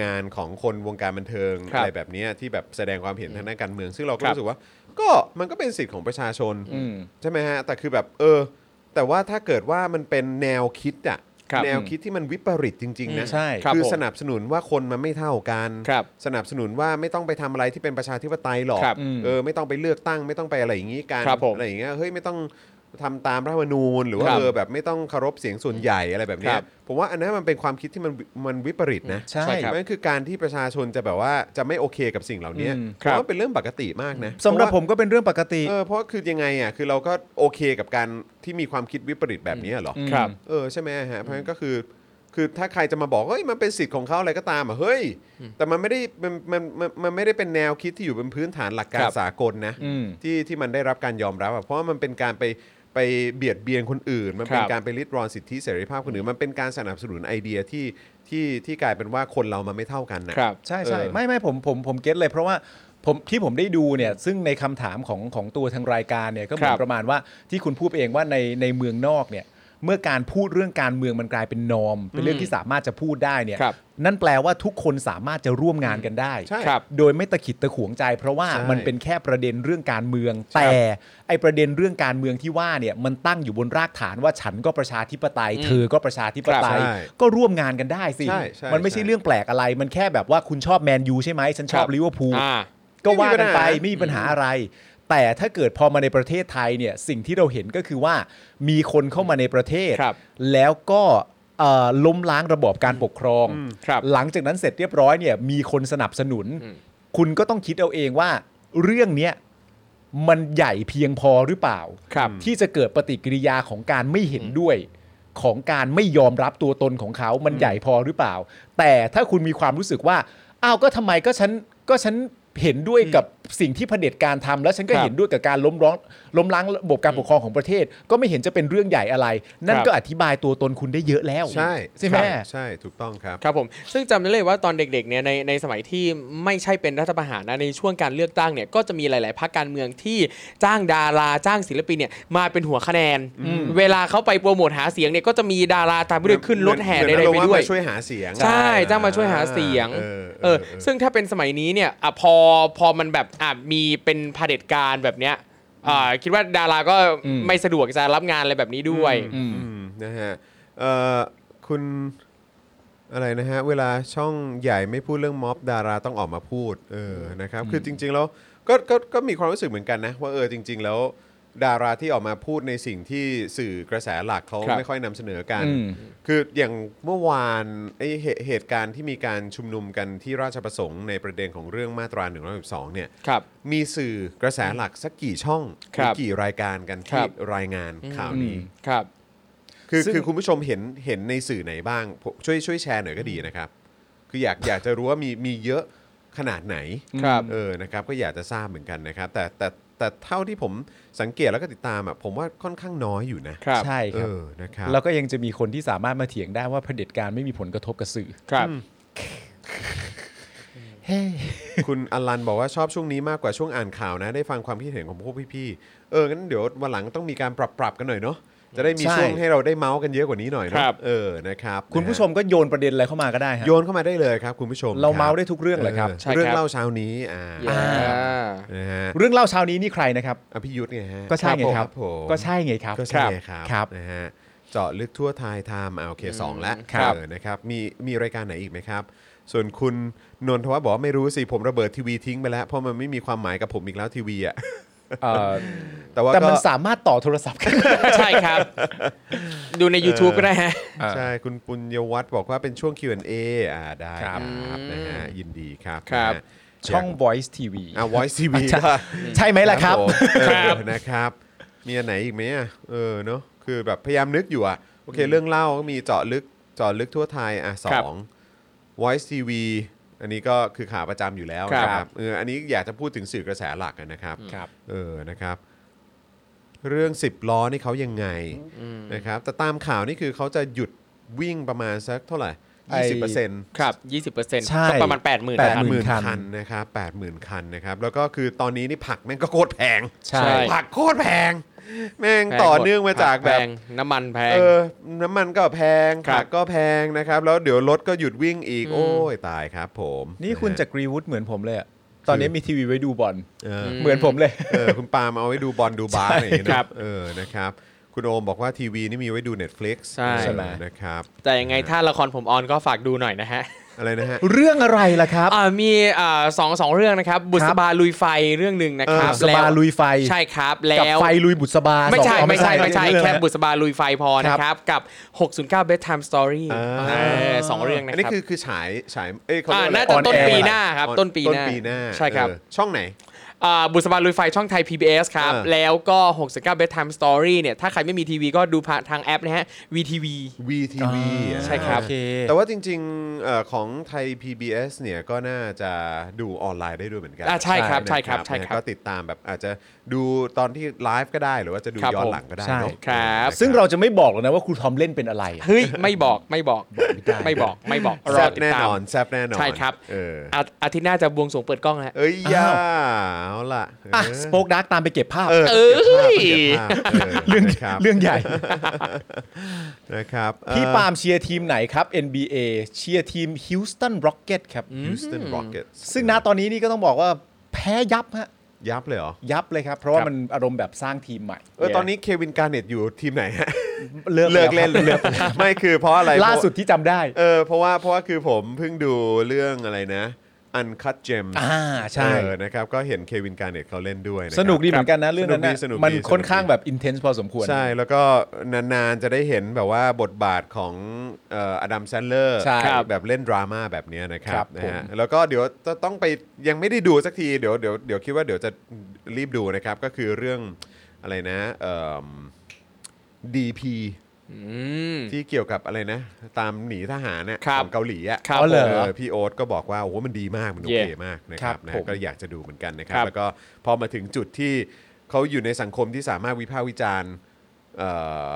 S2: งานของคนวงการบันเทิง
S5: ครับ
S2: อะไรแบบเนี้ยที่แบบแสดงความเห็นทางด้านการเมือง ซึ่งเราก็
S5: ครับ
S2: รู้สึกว่า ก็มันก็เป็นสิทธิ์ของประชาชน
S3: อืม
S2: ใช่ไหมฮะแต่คือแบบเออ แต่ว่าถ้าเกิดว่ามันเป็นแนวคิดอะ
S5: ครับ
S2: แนวคิดที่มันวิปริตจริง ๆ นะ
S3: ใช่
S5: ครับ
S2: คือ
S5: ผม
S2: สนับสนุนว่าคนมันไม่เท่ากัน
S5: ครับ
S2: สนับสนุนว่าไม่ต้องไปทำอะไรที่เป็นประชาธิปไตยหรอก
S5: ครับ
S2: เออไม่ต้องไปเลือกตั้งไม่ต้องไปอะไรอย่างนี้กัน
S5: ครับผม
S2: อะไรอย่างเงี้ยเฮ้ยไม่ต้องทำตามรัฐธรรมนูญ หรือว่า
S5: ครับ
S2: เออแบบไม่ต้องเคารพเสียงส่วนใหญ่อะไรแบบเนี้
S5: ค
S2: ย
S5: รับ
S2: ผมว่าอันนั้นมันเป็นความคิดที่มันมันวิปริตนะ
S3: ใช่
S5: ใช่ครับ
S2: นั่นคือการที่ประชาชนจะแบบว่าจะไม่โอเคกับสิ่งเหล่านี้
S3: อืม
S2: เพราะว่าเป็นเรื่องปกติมากนะ
S3: สำหรับผมก็เป็นเรื่องปกติ
S2: เออเพราะคือยังไงอ่ะคือเราก็โอเคกับการที่มีความคิดวิปริตแบบนี้เหรอ
S3: อืม
S5: ครับ
S2: เออใช่ไหมฮะเพราะงั้นก็คือ คือถ้าใครจะมาบอกเฮ้ยมันเป็นสิทธิ์ของเขาอะไรก็ตามอ่ะเฮ้ย แต่มันไม่ได้มันมันมันมันไม่ได้เป็นแนวคิดที่อยู่บนพื้นฐานหลักการ
S5: ครับ
S2: สากลนะ
S3: อืม
S2: ที่ที่มันได้รับการยอมรับอะเพราะว่ามันเป็นการไปไปเบียดเบียนคนอื่น มันเป็น
S5: ครับ
S2: การไปริดรอนสิทธิเสรีภาพคนอื่น มันเป็นการสนับสนุนไอเดียที่ที่ที่กลายเป็นว่าคนเรามันไม่เท่ากันนะ
S5: ครับ
S3: ใช่ใช่
S2: เออ
S3: ไม่ไม่ผมผมผมเก็ตเลยเพราะว่าผมที่ผมได้ดูเนี่ยซึ่งในคำถามของของตัวทางรายการเนี่ยก็เหมือ
S5: ครั
S3: น
S5: บ
S3: ประมาณว่าที่คุณพูดเองว่าในในเมืองนอกเนี่ยเมื่อการพูดเรื่องการเมืองมันกลายเป็นนอม เป็นเรื่องที่สามารถจะพูดได้เนี่ย
S5: ครับ
S3: นั่นแปลว่าทุกคนสามารถจะร่วมงานกันได้
S2: ใช่
S5: ครับ
S3: โดยไม่ตะขิดตะขวงใจ เพราะว่า
S2: ใช่
S3: มันเป็นแค่ประเด็นเรื่องการเมือง แต่ไอประเด็นเรื่องการเมืองที่ว่าเนี่ยมันตั้งอยู่บนรากฐานว่าฉันก็ประชาธิปไตย เธอก็ประชาธิปไตย
S2: ใช่
S3: ก็ร่วมงานกันได้สิ
S2: ใช่ใช่
S3: มันไม่ใช่
S2: ใช่
S3: เรื่อง เรื่องแปลกอะไรมันแค่แบบว่าคุณชอบแมนยูใช่ไหมฉันชอบ
S5: ครับ
S3: ลิเวอร์พูล
S5: อ่า
S3: ก็ว่ากันไป
S2: ไม่มีปัญหา
S3: ไม่มีปัญหาอะไร แต่ถ้าเกิดพอมาในประเทศไทยเนี่ยสิ่งที่เราเห็นก็คือว่ามีคนเข้ามาในประเทศ
S5: ครับ
S3: แล้วก็เอ่อล้มล้างระบอบการปกครอง
S5: ครับ
S3: หลังจากนั้นเสร็จเรียบร้อยเนี่ยมีคนสนับสนุน
S5: อืม
S3: คุณก็ต้องคิดเอาเองว่า เรื่องเนี้ยมันใหญ่เพียงพอหรือเปล่า
S5: ครับ
S3: ที่จะเกิดปฏิกิริยาของการไม่เห็นด้วย ของการไม่ยอมรับตัวตนของเขามันใหญ่พอหรือเปล่า แต่ถ้าคุณมีความรู้สึกว่าอ้าวก็ทำไมก็ฉันก็ฉันเห็นด้วยกับสิ่งที่เผด็จการทำแล้วฉันก็
S5: ครับ
S3: เห็นด้วยกับการล้มร้องล้มล้างระบบการปกครองของประเทศ ก็ไม่เห็นจะเป็นเรื่องใหญ่อะไร นั่น
S5: ครับ
S3: ก็อธิบายตัวตนคุณได้เยอะแล้ว
S2: ใช่
S3: ใช่ไหม
S2: ใช่ถูกต้องครับ
S5: ครับผมซึ่งจำได้เลยว่าตอนเด็กๆเนี่ยในในสมัยที่ไม่ใช่เป็นรัฐประหารนะในช่วงการเลือกตั้งเนี่ยก็จะมีหลาย ๆพรรคการเมืองที่จ้างดาราจ้างศิลปินเนี่ยมาเป็นหัวคะแนน เวลาเขาไปโปรโมทหาเสียงเนี่ยก็จะมีดาราตามไปด้วยขึ้นรถแห่
S2: เหมือน
S5: ใดๆ
S2: เรา
S5: ไป
S2: ว่า
S5: ด้วย
S2: มาช่วยหาเสียง
S5: ใช่จ้างมาช่วยหาเสียง
S2: เออ
S5: เออ
S2: เออ
S5: ซึ่งถ้าเป็นสมัยนี้เนี่ยอะพอพอมันแบบอ่ะมีเป็นเผด็จการแบบเนี้ย อ่าคิดว่าดาราก็ไม่สะดวกจะรับงานอะไรแบบนี้ด้วย
S3: อืม
S2: อืมนะฮะเอ่อคุณอะไรนะฮะ เวลาช่องใหญ่ไม่พูดเรื่องม็อบดาราต้องออกมาพูดเออนะครับ คือจริง ๆ แล้วก็ก็ก็มีความรู้สึกเหมือนกันนะ ว่าเออจริง ๆ แล้วดาราที่ออกมาพูดในสิ่งที่สื่อกระแสหลักเขา
S5: ครับ
S2: ไม่ค่อยนำเสนอกัน
S3: อืม
S2: คืออย่างเมื่อวานไอเหตุเหตุการณ์ที่มีการชุมนุมกันที่ราชประสงค์ในประเด็นของเรื่องมาตรา1นึเนี่ย
S5: ครับ
S2: มีสื่อกระแสหลักสักกี่ช่องห
S5: ครั
S2: รือบ กี่รายการกัน
S5: ครั
S2: ที่
S5: บ
S2: รายงานข่าวนี้
S5: ครับ
S2: คือ
S3: ซึ่ง
S2: คือคุณผู้ชมเห็นเห็นในสื่อไหนบ้างผมช่วยช่วยแชร์หน่อยก็ดีนะครับ คืออยากอยากจะรู้ว่ามีมีเยอะขนาดไหน
S5: ครับ
S2: เออนะครับก็อยากจะทราบเหมือนกันนะครับ แต่แต่แต่เท่าที่ผมสังเกตแล้วก็ติดตามอ่ะผมว่าค่อนข้างน้อยอยู่นะครับ
S3: ใช่
S2: เอ
S3: ครับ
S2: อนะครับ
S3: แล้วก็ยังจะมีคนที่สามารถมาเถียงได้ว่าเผด็จการไม่มีผลกระทบกับสื่อ
S5: ครับ
S2: คุณอลันบอกว่าชอบช่วงนี้มากกว่าช่วงอ่านข่าวนะ ได้ฟังความคิดเห็นของพวกพี่ๆเอองั้นเดี๋ยววันหลังต้องมีการปรับปรับกันหน่อยเนาะจะได้มี
S3: ใช่
S2: ช่วงให้เราได้เมาส์กันเยอะกว่านี้หน่อยเนอะ
S5: ครับ
S2: เออนะครับ
S3: คุณผู้ชมก็โยนประเด็นอะไรเข้ามาก็ได้ฮะ
S2: โยนเข้ามาได้เลยครับ คุณผู้ชม
S3: เรา
S2: คบ
S3: เมาส์ได้ทุกเรื่องเลยครับ
S5: ใช่ครับ
S2: เรื่องเล่าเช้านี้อ่า
S5: อ่า
S2: นะฮะ
S3: เรื่องเล่าเช้านี้นี่ใครนะครับ
S2: อภิยุทธ์ไงฮะ
S3: ก็ใช่ไงครับ
S2: ผม
S3: ก็ใช่ไงครับ
S2: ก็ใช่ไงครับ
S3: ครับ
S2: นะฮะเจาะลึกทั่วไทยไทม์เอาโอเคสองแล้ว
S5: ครับ
S2: เออนะครับมีมีรายการไหนอีกไหมครับ ส่วนคุณนนทวัฒน์บอกว่าไม่รู้สิผมระเบิดทีวีทิ้งไปแล้ว เพราะมันไม่มีความหมายกับผมอีกแล้วทีวีอ่ะ
S3: เอ่อ
S2: แต่ว่า
S3: แต่มัน
S2: ก็
S3: สามารถต่อโทรศัพท์กัน
S5: ใช่ครับ ดูใน YouTube ก็ได้ฮะ
S2: ใช่คุณปุญญวัฒน์บอกว่าเป็นช่วง Q&A อ่าได้ค
S3: ครั
S2: รับบ นะฮะยินดีครับ
S5: ครับ
S2: นะฮะ
S3: ช่อง Voice TV
S2: อ่ะ Voice TV ได้
S3: ใช่ไหมล่ะครับ
S2: ผมเออ
S5: ครับ
S2: นะครับมีอันไหนอีกไหมอ่ะเออเนาะคือแบบพยายามนึกอยู่อ่ะโอเค เรื่องเล่าก็มีเจาะลึกเจาะลึกทั่วไทยอ่ะส
S5: ครั
S2: อง Voice TV อันนี้ก็คือข่าวประจำอยู่แล้ว
S5: ครับ
S2: นะครับเอออันนี้อยากจะพูดถึงสื่อกระแสหลักอะนะครับ
S3: ครับ
S2: เออนะครับ เรื่อง 10 ล้อนี่เขายังไงนะครับแต่ตามข่าวนี่คือเขาจะหยุดวิ่งประมาณสักเท่าไหร่
S3: ไอ้
S2: ยี่สิบเปอร์เซ็นต์
S5: ครับ 20%
S3: ใช่
S5: ก็ประมาณ 80,000ื่น
S3: แป
S2: แป
S3: ด
S2: ด
S3: ห
S2: ห
S3: มื่
S2: มื่
S3: น
S2: น
S3: คั
S2: คัน
S3: น
S2: นะครับแปดหมื่นคันนะครับ แล้วก็คือตอนนี้นี่ผักแม่งก็โคตรแพง
S3: ใช่
S2: ผักโคตรแพง แม่งต่อเนื่องมาจากแบบ
S5: น้ำมันแพง
S2: เออ น้ำมันก็แพง
S5: ครั
S2: ผั
S5: บ
S2: กก็แพงนะครับ แล้วเดี๋ยวรถก็หยุดวิ่งอีก
S5: อืม
S2: โอ้ยตายครับผม
S3: นี่คุณ
S2: ะฮะ
S3: จักรีวุฒิเหมือนผมเลยอะตอนนี้มีทีวีไว้ดูบอล
S2: เออ
S3: เหมือนผมเลย
S2: เออคุณปาล์มเอาไว้ดูบอลดูบาสอะไรอย่างเงี้ย
S5: ครั
S2: นะ
S5: บ
S2: เออนะครับ คุณโอมบอกว่าทีวีนี่มีไว้ดู Netflix
S5: ใช่
S2: เออ
S3: ใช่ไหม
S2: นะครับ
S5: แต่ยังไงถ้าละครผมออนก็ฝากดูหน่อยนะฮะ
S2: อะไรนะฮะ
S3: เรื่องอะไรล่ะครับ
S5: อ่ามีอ่าสองสองเรื่องนะครับ บุษบาลุยไฟเรื่องหนึ่งนะครับ
S2: เออ
S3: สบาลุยไฟ
S5: ใช่ครับ
S3: กับ
S5: แล้ว
S3: ไฟลุยบุษบา
S5: ไม่ใช่
S3: สอง
S5: ไม่ใช่ไม่ใช่
S3: เรื่อง
S5: แค่
S3: นะ
S5: บุษบาลุยไฟพอนะครับ กับ 609 bedtime story
S2: อ่า
S5: เออสองเรื่องนะ
S2: อัน
S5: ค
S2: นี้
S5: รับ
S2: คือคือฉายฉายเอ้ยเขาเรียก
S5: อ่า
S2: ว่าอะไร
S5: น่าจะต้น
S3: on air
S5: ปีหน้าครับ
S2: ออ
S5: ต้นปี
S2: ต้
S5: ห
S2: น
S5: น้า
S2: ปีหน้า
S5: ใช่ครับ
S2: เออช่องไหน
S5: อ่าบุษบาลุยไฟช่องไทย PBS ครับ
S2: อ่า
S5: แล้วก็ 69 bedtime story เนี่ย ถ้าใครไม่มีทีวีก็ดูผ่านทางแอปนะฮะ VTV
S2: VTV อ่า
S5: ใช่ครับ
S3: โอเค
S2: แต่ว่าจริงๆเอ่อของไทย PBS เนี่ยก็น่าจะดูออนไลน์ได้ด้วยเหมือนกัน
S5: อ่ะใช่ครับใช่ครับ
S2: นะ
S5: ใช่ครับ
S2: ก็ติดตามแบบอาจจะดูตอนที่ไลฟ์ก็ได้หรือว่าจะดู
S5: ครับ
S2: ย้อน
S5: ผม
S2: หลังก็ได้
S3: ใช่
S2: เนอะ
S5: ครับ
S2: นะ
S3: ซึ่งเราจะไม่บอกหรอกนะว่าครูทอมเล่นเป็นอะไรอะ
S5: เฮ้ย ไม่บอกไม่บอกไม่บอกไม่บอกร
S2: แซ
S5: อบ ติด
S2: แน่
S5: ตาม
S2: นอนแซบแน่นอน
S5: ใช่ครับ
S2: เออ
S5: อาอาทิตย์หน้าจะบวงสรวงเปิดกล้องฮะ
S2: เอ้ยย่า
S3: อ้าว
S2: เอาล่ะ
S3: อ่ะสปอคดักตามไปเก็บภาพ
S2: เออ
S5: เอ้ย
S2: เก็บภาพเก็บภาพ
S3: เรื่อง
S2: นะครับ
S3: เรื่องใหญ่
S2: นะครับ
S3: พี่ปาล์มเชียร์ทีมไหนครับ NBA เชียร์ทีมฮิลตันร็อกเก็ตครับ
S2: ฮิวสตันร็อกเก็ต
S3: ซึ่งณตอนนี้นี่ก็ต้องบอกว่าแพ้ยับฮะ
S2: ยับเลยเหรอ
S3: ยับเลยครับ เพราะว่า
S5: ครับ
S3: มันอารมณ์แบบสร้างทีมใหม่
S2: เออตอนนี้เควินการ์เน็ตอยู่ทีมไหนฮะ
S3: เลิก
S2: เลิก
S3: แว
S2: เล่น
S3: ครับ
S2: เลิกไม่คือเพราะอะไร
S3: ล่าสุดที่จำได้
S2: เออเพราะว่าเพราะว่าคือผมเพิ่งดูเรื่องอะไรนะอันคัตเจม
S3: อ่าใช่
S2: เออนะครับก็เห็นเควินการเน็ตเขาเล่นด้วยะครับ
S3: สนุกดีเหมือนกันนะเรื่องนั้นนะ
S2: สนุกดี
S3: มัน
S2: สนุกดี
S3: ค่อนข้างแบบอินเทนส์พอสมควร
S2: ใช่แล้วก็นานๆจะได้เห็นแบบว่าบทบาทของเอ่อดัมแซนเลอร์
S3: ใช่ครับ
S2: แบบเล่นดราม่าแบบเนี้ยนะค
S3: ค
S2: รั
S3: รั
S2: บบ นะ
S3: ผม
S2: ฮะแล้วก็เดี๋ยวจะต้องไปยังไม่ได้ดูสักทีเดี๋ยวเดี๋ยวเดี๋ยวคิดว่าเดี๋ยวจะรีบดูนะครับ ก็คือเรื่องอะไรนะเอ่อ DP
S5: อืม
S2: ที่เกี่ยวกับอะไรนะ ตามหนีทหารเนี่ย
S5: ครั
S2: ข
S5: บ
S2: องเกาหลีอ่ะ
S5: ครับ
S3: อ๋อเหรอ
S2: อพี่โอ๊ตก็บอกว่าโอ้โหมันดีมากมันโอเค
S5: Yeah
S2: มากนะครับ
S3: ครับ
S2: นะ
S3: ผม
S2: ก็อยากจะดูเหมือนกันนะครับ
S5: ครับ
S2: แล้วก็พอมาถึงจุดที่เขาอยู่ในสังคมที่สามารถวิพากษ์วิจารณ์เอ่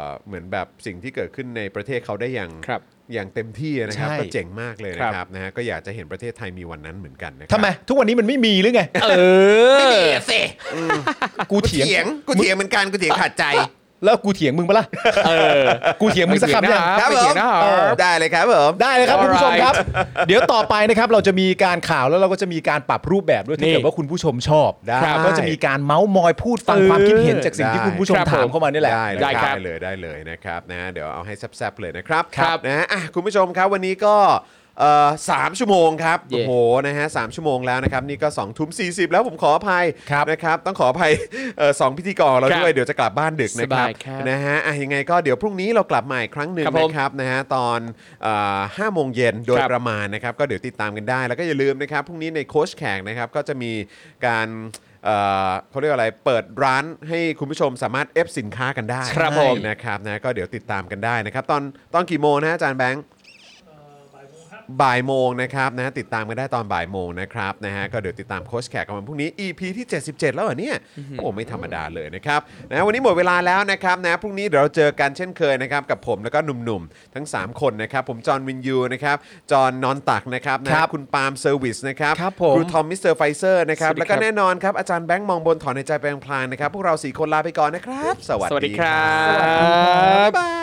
S2: อเหมือนแบบสิ่งที่เกิดขึ้นในประเทศเขาได้อย่าง
S5: ครับ
S2: อย่างเต็มที่นะครับ
S3: ใช่
S2: ก็เจ๋งมากเลย
S5: ครั
S2: นะ
S5: บ
S2: ครับนะฮะก็อยากจะเห็นประเทศไทยมีวันนั้นเหมือนกันนะครั
S3: ทำไม ทุกวันนี้มันไม่มีหรือไง
S5: เออ
S3: กูเถียง
S2: กูเถียงกูเถียงเหมือนกันกูเถียงขาดใจ
S5: แล้วกูเถียงมึงปะล่ะ
S1: เออ
S5: กูเถียงมึงสักคำยัง
S1: ครับ
S2: ผ
S1: ไปเถี
S2: ม
S1: ยงนะครับ
S2: เออได้เลยครับผม
S5: ได้เลยครับ
S1: Alright
S5: คุณผู้ชมครับ เดี๋ยวต่อไปนะครับเราจะมีการข่าวแล้วเราก็จะมีการปรับรูปแบบด้วย
S1: นี่
S5: ถ้าเกิดว่าคุณผู้ชมชอบได้
S1: ครับ
S5: ก็จะมีการเมาส์มอยพูดฟัง
S1: เออ
S5: ความคิดเห็นจากสิ่งที่
S2: ได้
S5: คุณผู้ชม
S1: ครับ
S5: ถาม
S1: ผม
S5: เข้ามานี่แหละ
S2: ได้
S1: ได้
S2: ได้
S1: ครับ
S2: เลยได้เลยนะครับนะเดี๋ยวเอาให้แซ่บๆเลยนะครับ
S1: ครับ
S2: นะฮะอ่ะคุณผู้ชมครับวันนี้ก็เอ่อสามชั่วโมงครับ
S1: เย่
S2: โอ้โหนะฮะสามชั่วโมงแล้วนะครับนี่ก็2องทุ่มสีแล้วผมขออภัย
S5: ครับ
S2: นะครับต้องขออภัยเอ่อสองพิธีกรเราด้วยเดี๋ยวจะกลับบ้านดึกนะครั
S1: สบายครับ
S2: นะฮะอ่ะยังไงก็เดี๋ยวพรุ่งนี้เรากลับมาอีกครั้งหนึ่ง
S1: ครับผม
S2: นะครับนะฮะตอนเอ่อห้าโมงเย็นโดย
S1: ครับ
S2: ประมาณนะครับก็เดี๋ยวติดตามกันได้ แล้วก็อย่าลืมนะครับพรุ่งนี้ในโค้ชแขกนะครับก็จะมีการเอ่อเขาเรียกว่าอะไรเปิดร้านให้คุณผู้ชมสามารถเอฟสินค้ากันได้
S1: ครับผม
S2: นะครับนะก็เดี๋ยวติดตามกันได้นะครับ ตอนตอนกี่โมงนะอาจารย์แบงค์บ่ายโมงนะครับนะติดตามกันได้ตอนบ่ายโมงนะครับนะฮะก็เดี๋ยวติดตามโค้ชแขกกันวันพรุ่งนี้ EP ที่ 77 แล้วเหรอเนี่ยโอ้ไม่ธรรมดาเลยนะครับนะวันนี้หมดเวลาแล้วนะครับนะพรุ่งนี้เดี๋ยวเราเจอกันเช่นเคยนะครับกับผมแล้วก็หนุ่มๆ ทั้ง 3 คนนะครับ ผมจอห์นวินยูนะครับจอห์นนอนตักนะครับนะฮะ
S5: ครับ
S2: คุณปาล์มเซอร์วิสนะครับ
S5: ครับผม
S2: ครูทอมมิสเตอร์ไฟเซอร์นะครับ
S1: สวัสดี
S2: แล้วก็
S1: ครับ
S2: แน่นอนครับอาจารย์แบงค์มองบนถอนในใจไปพลางๆนะครับพวกเราสี่คนลาไปก่อนนะครับ สวัส
S1: สวัส
S2: ดี
S1: ดี
S2: ค
S1: ค
S2: รั
S1: รับ บ
S2: บาย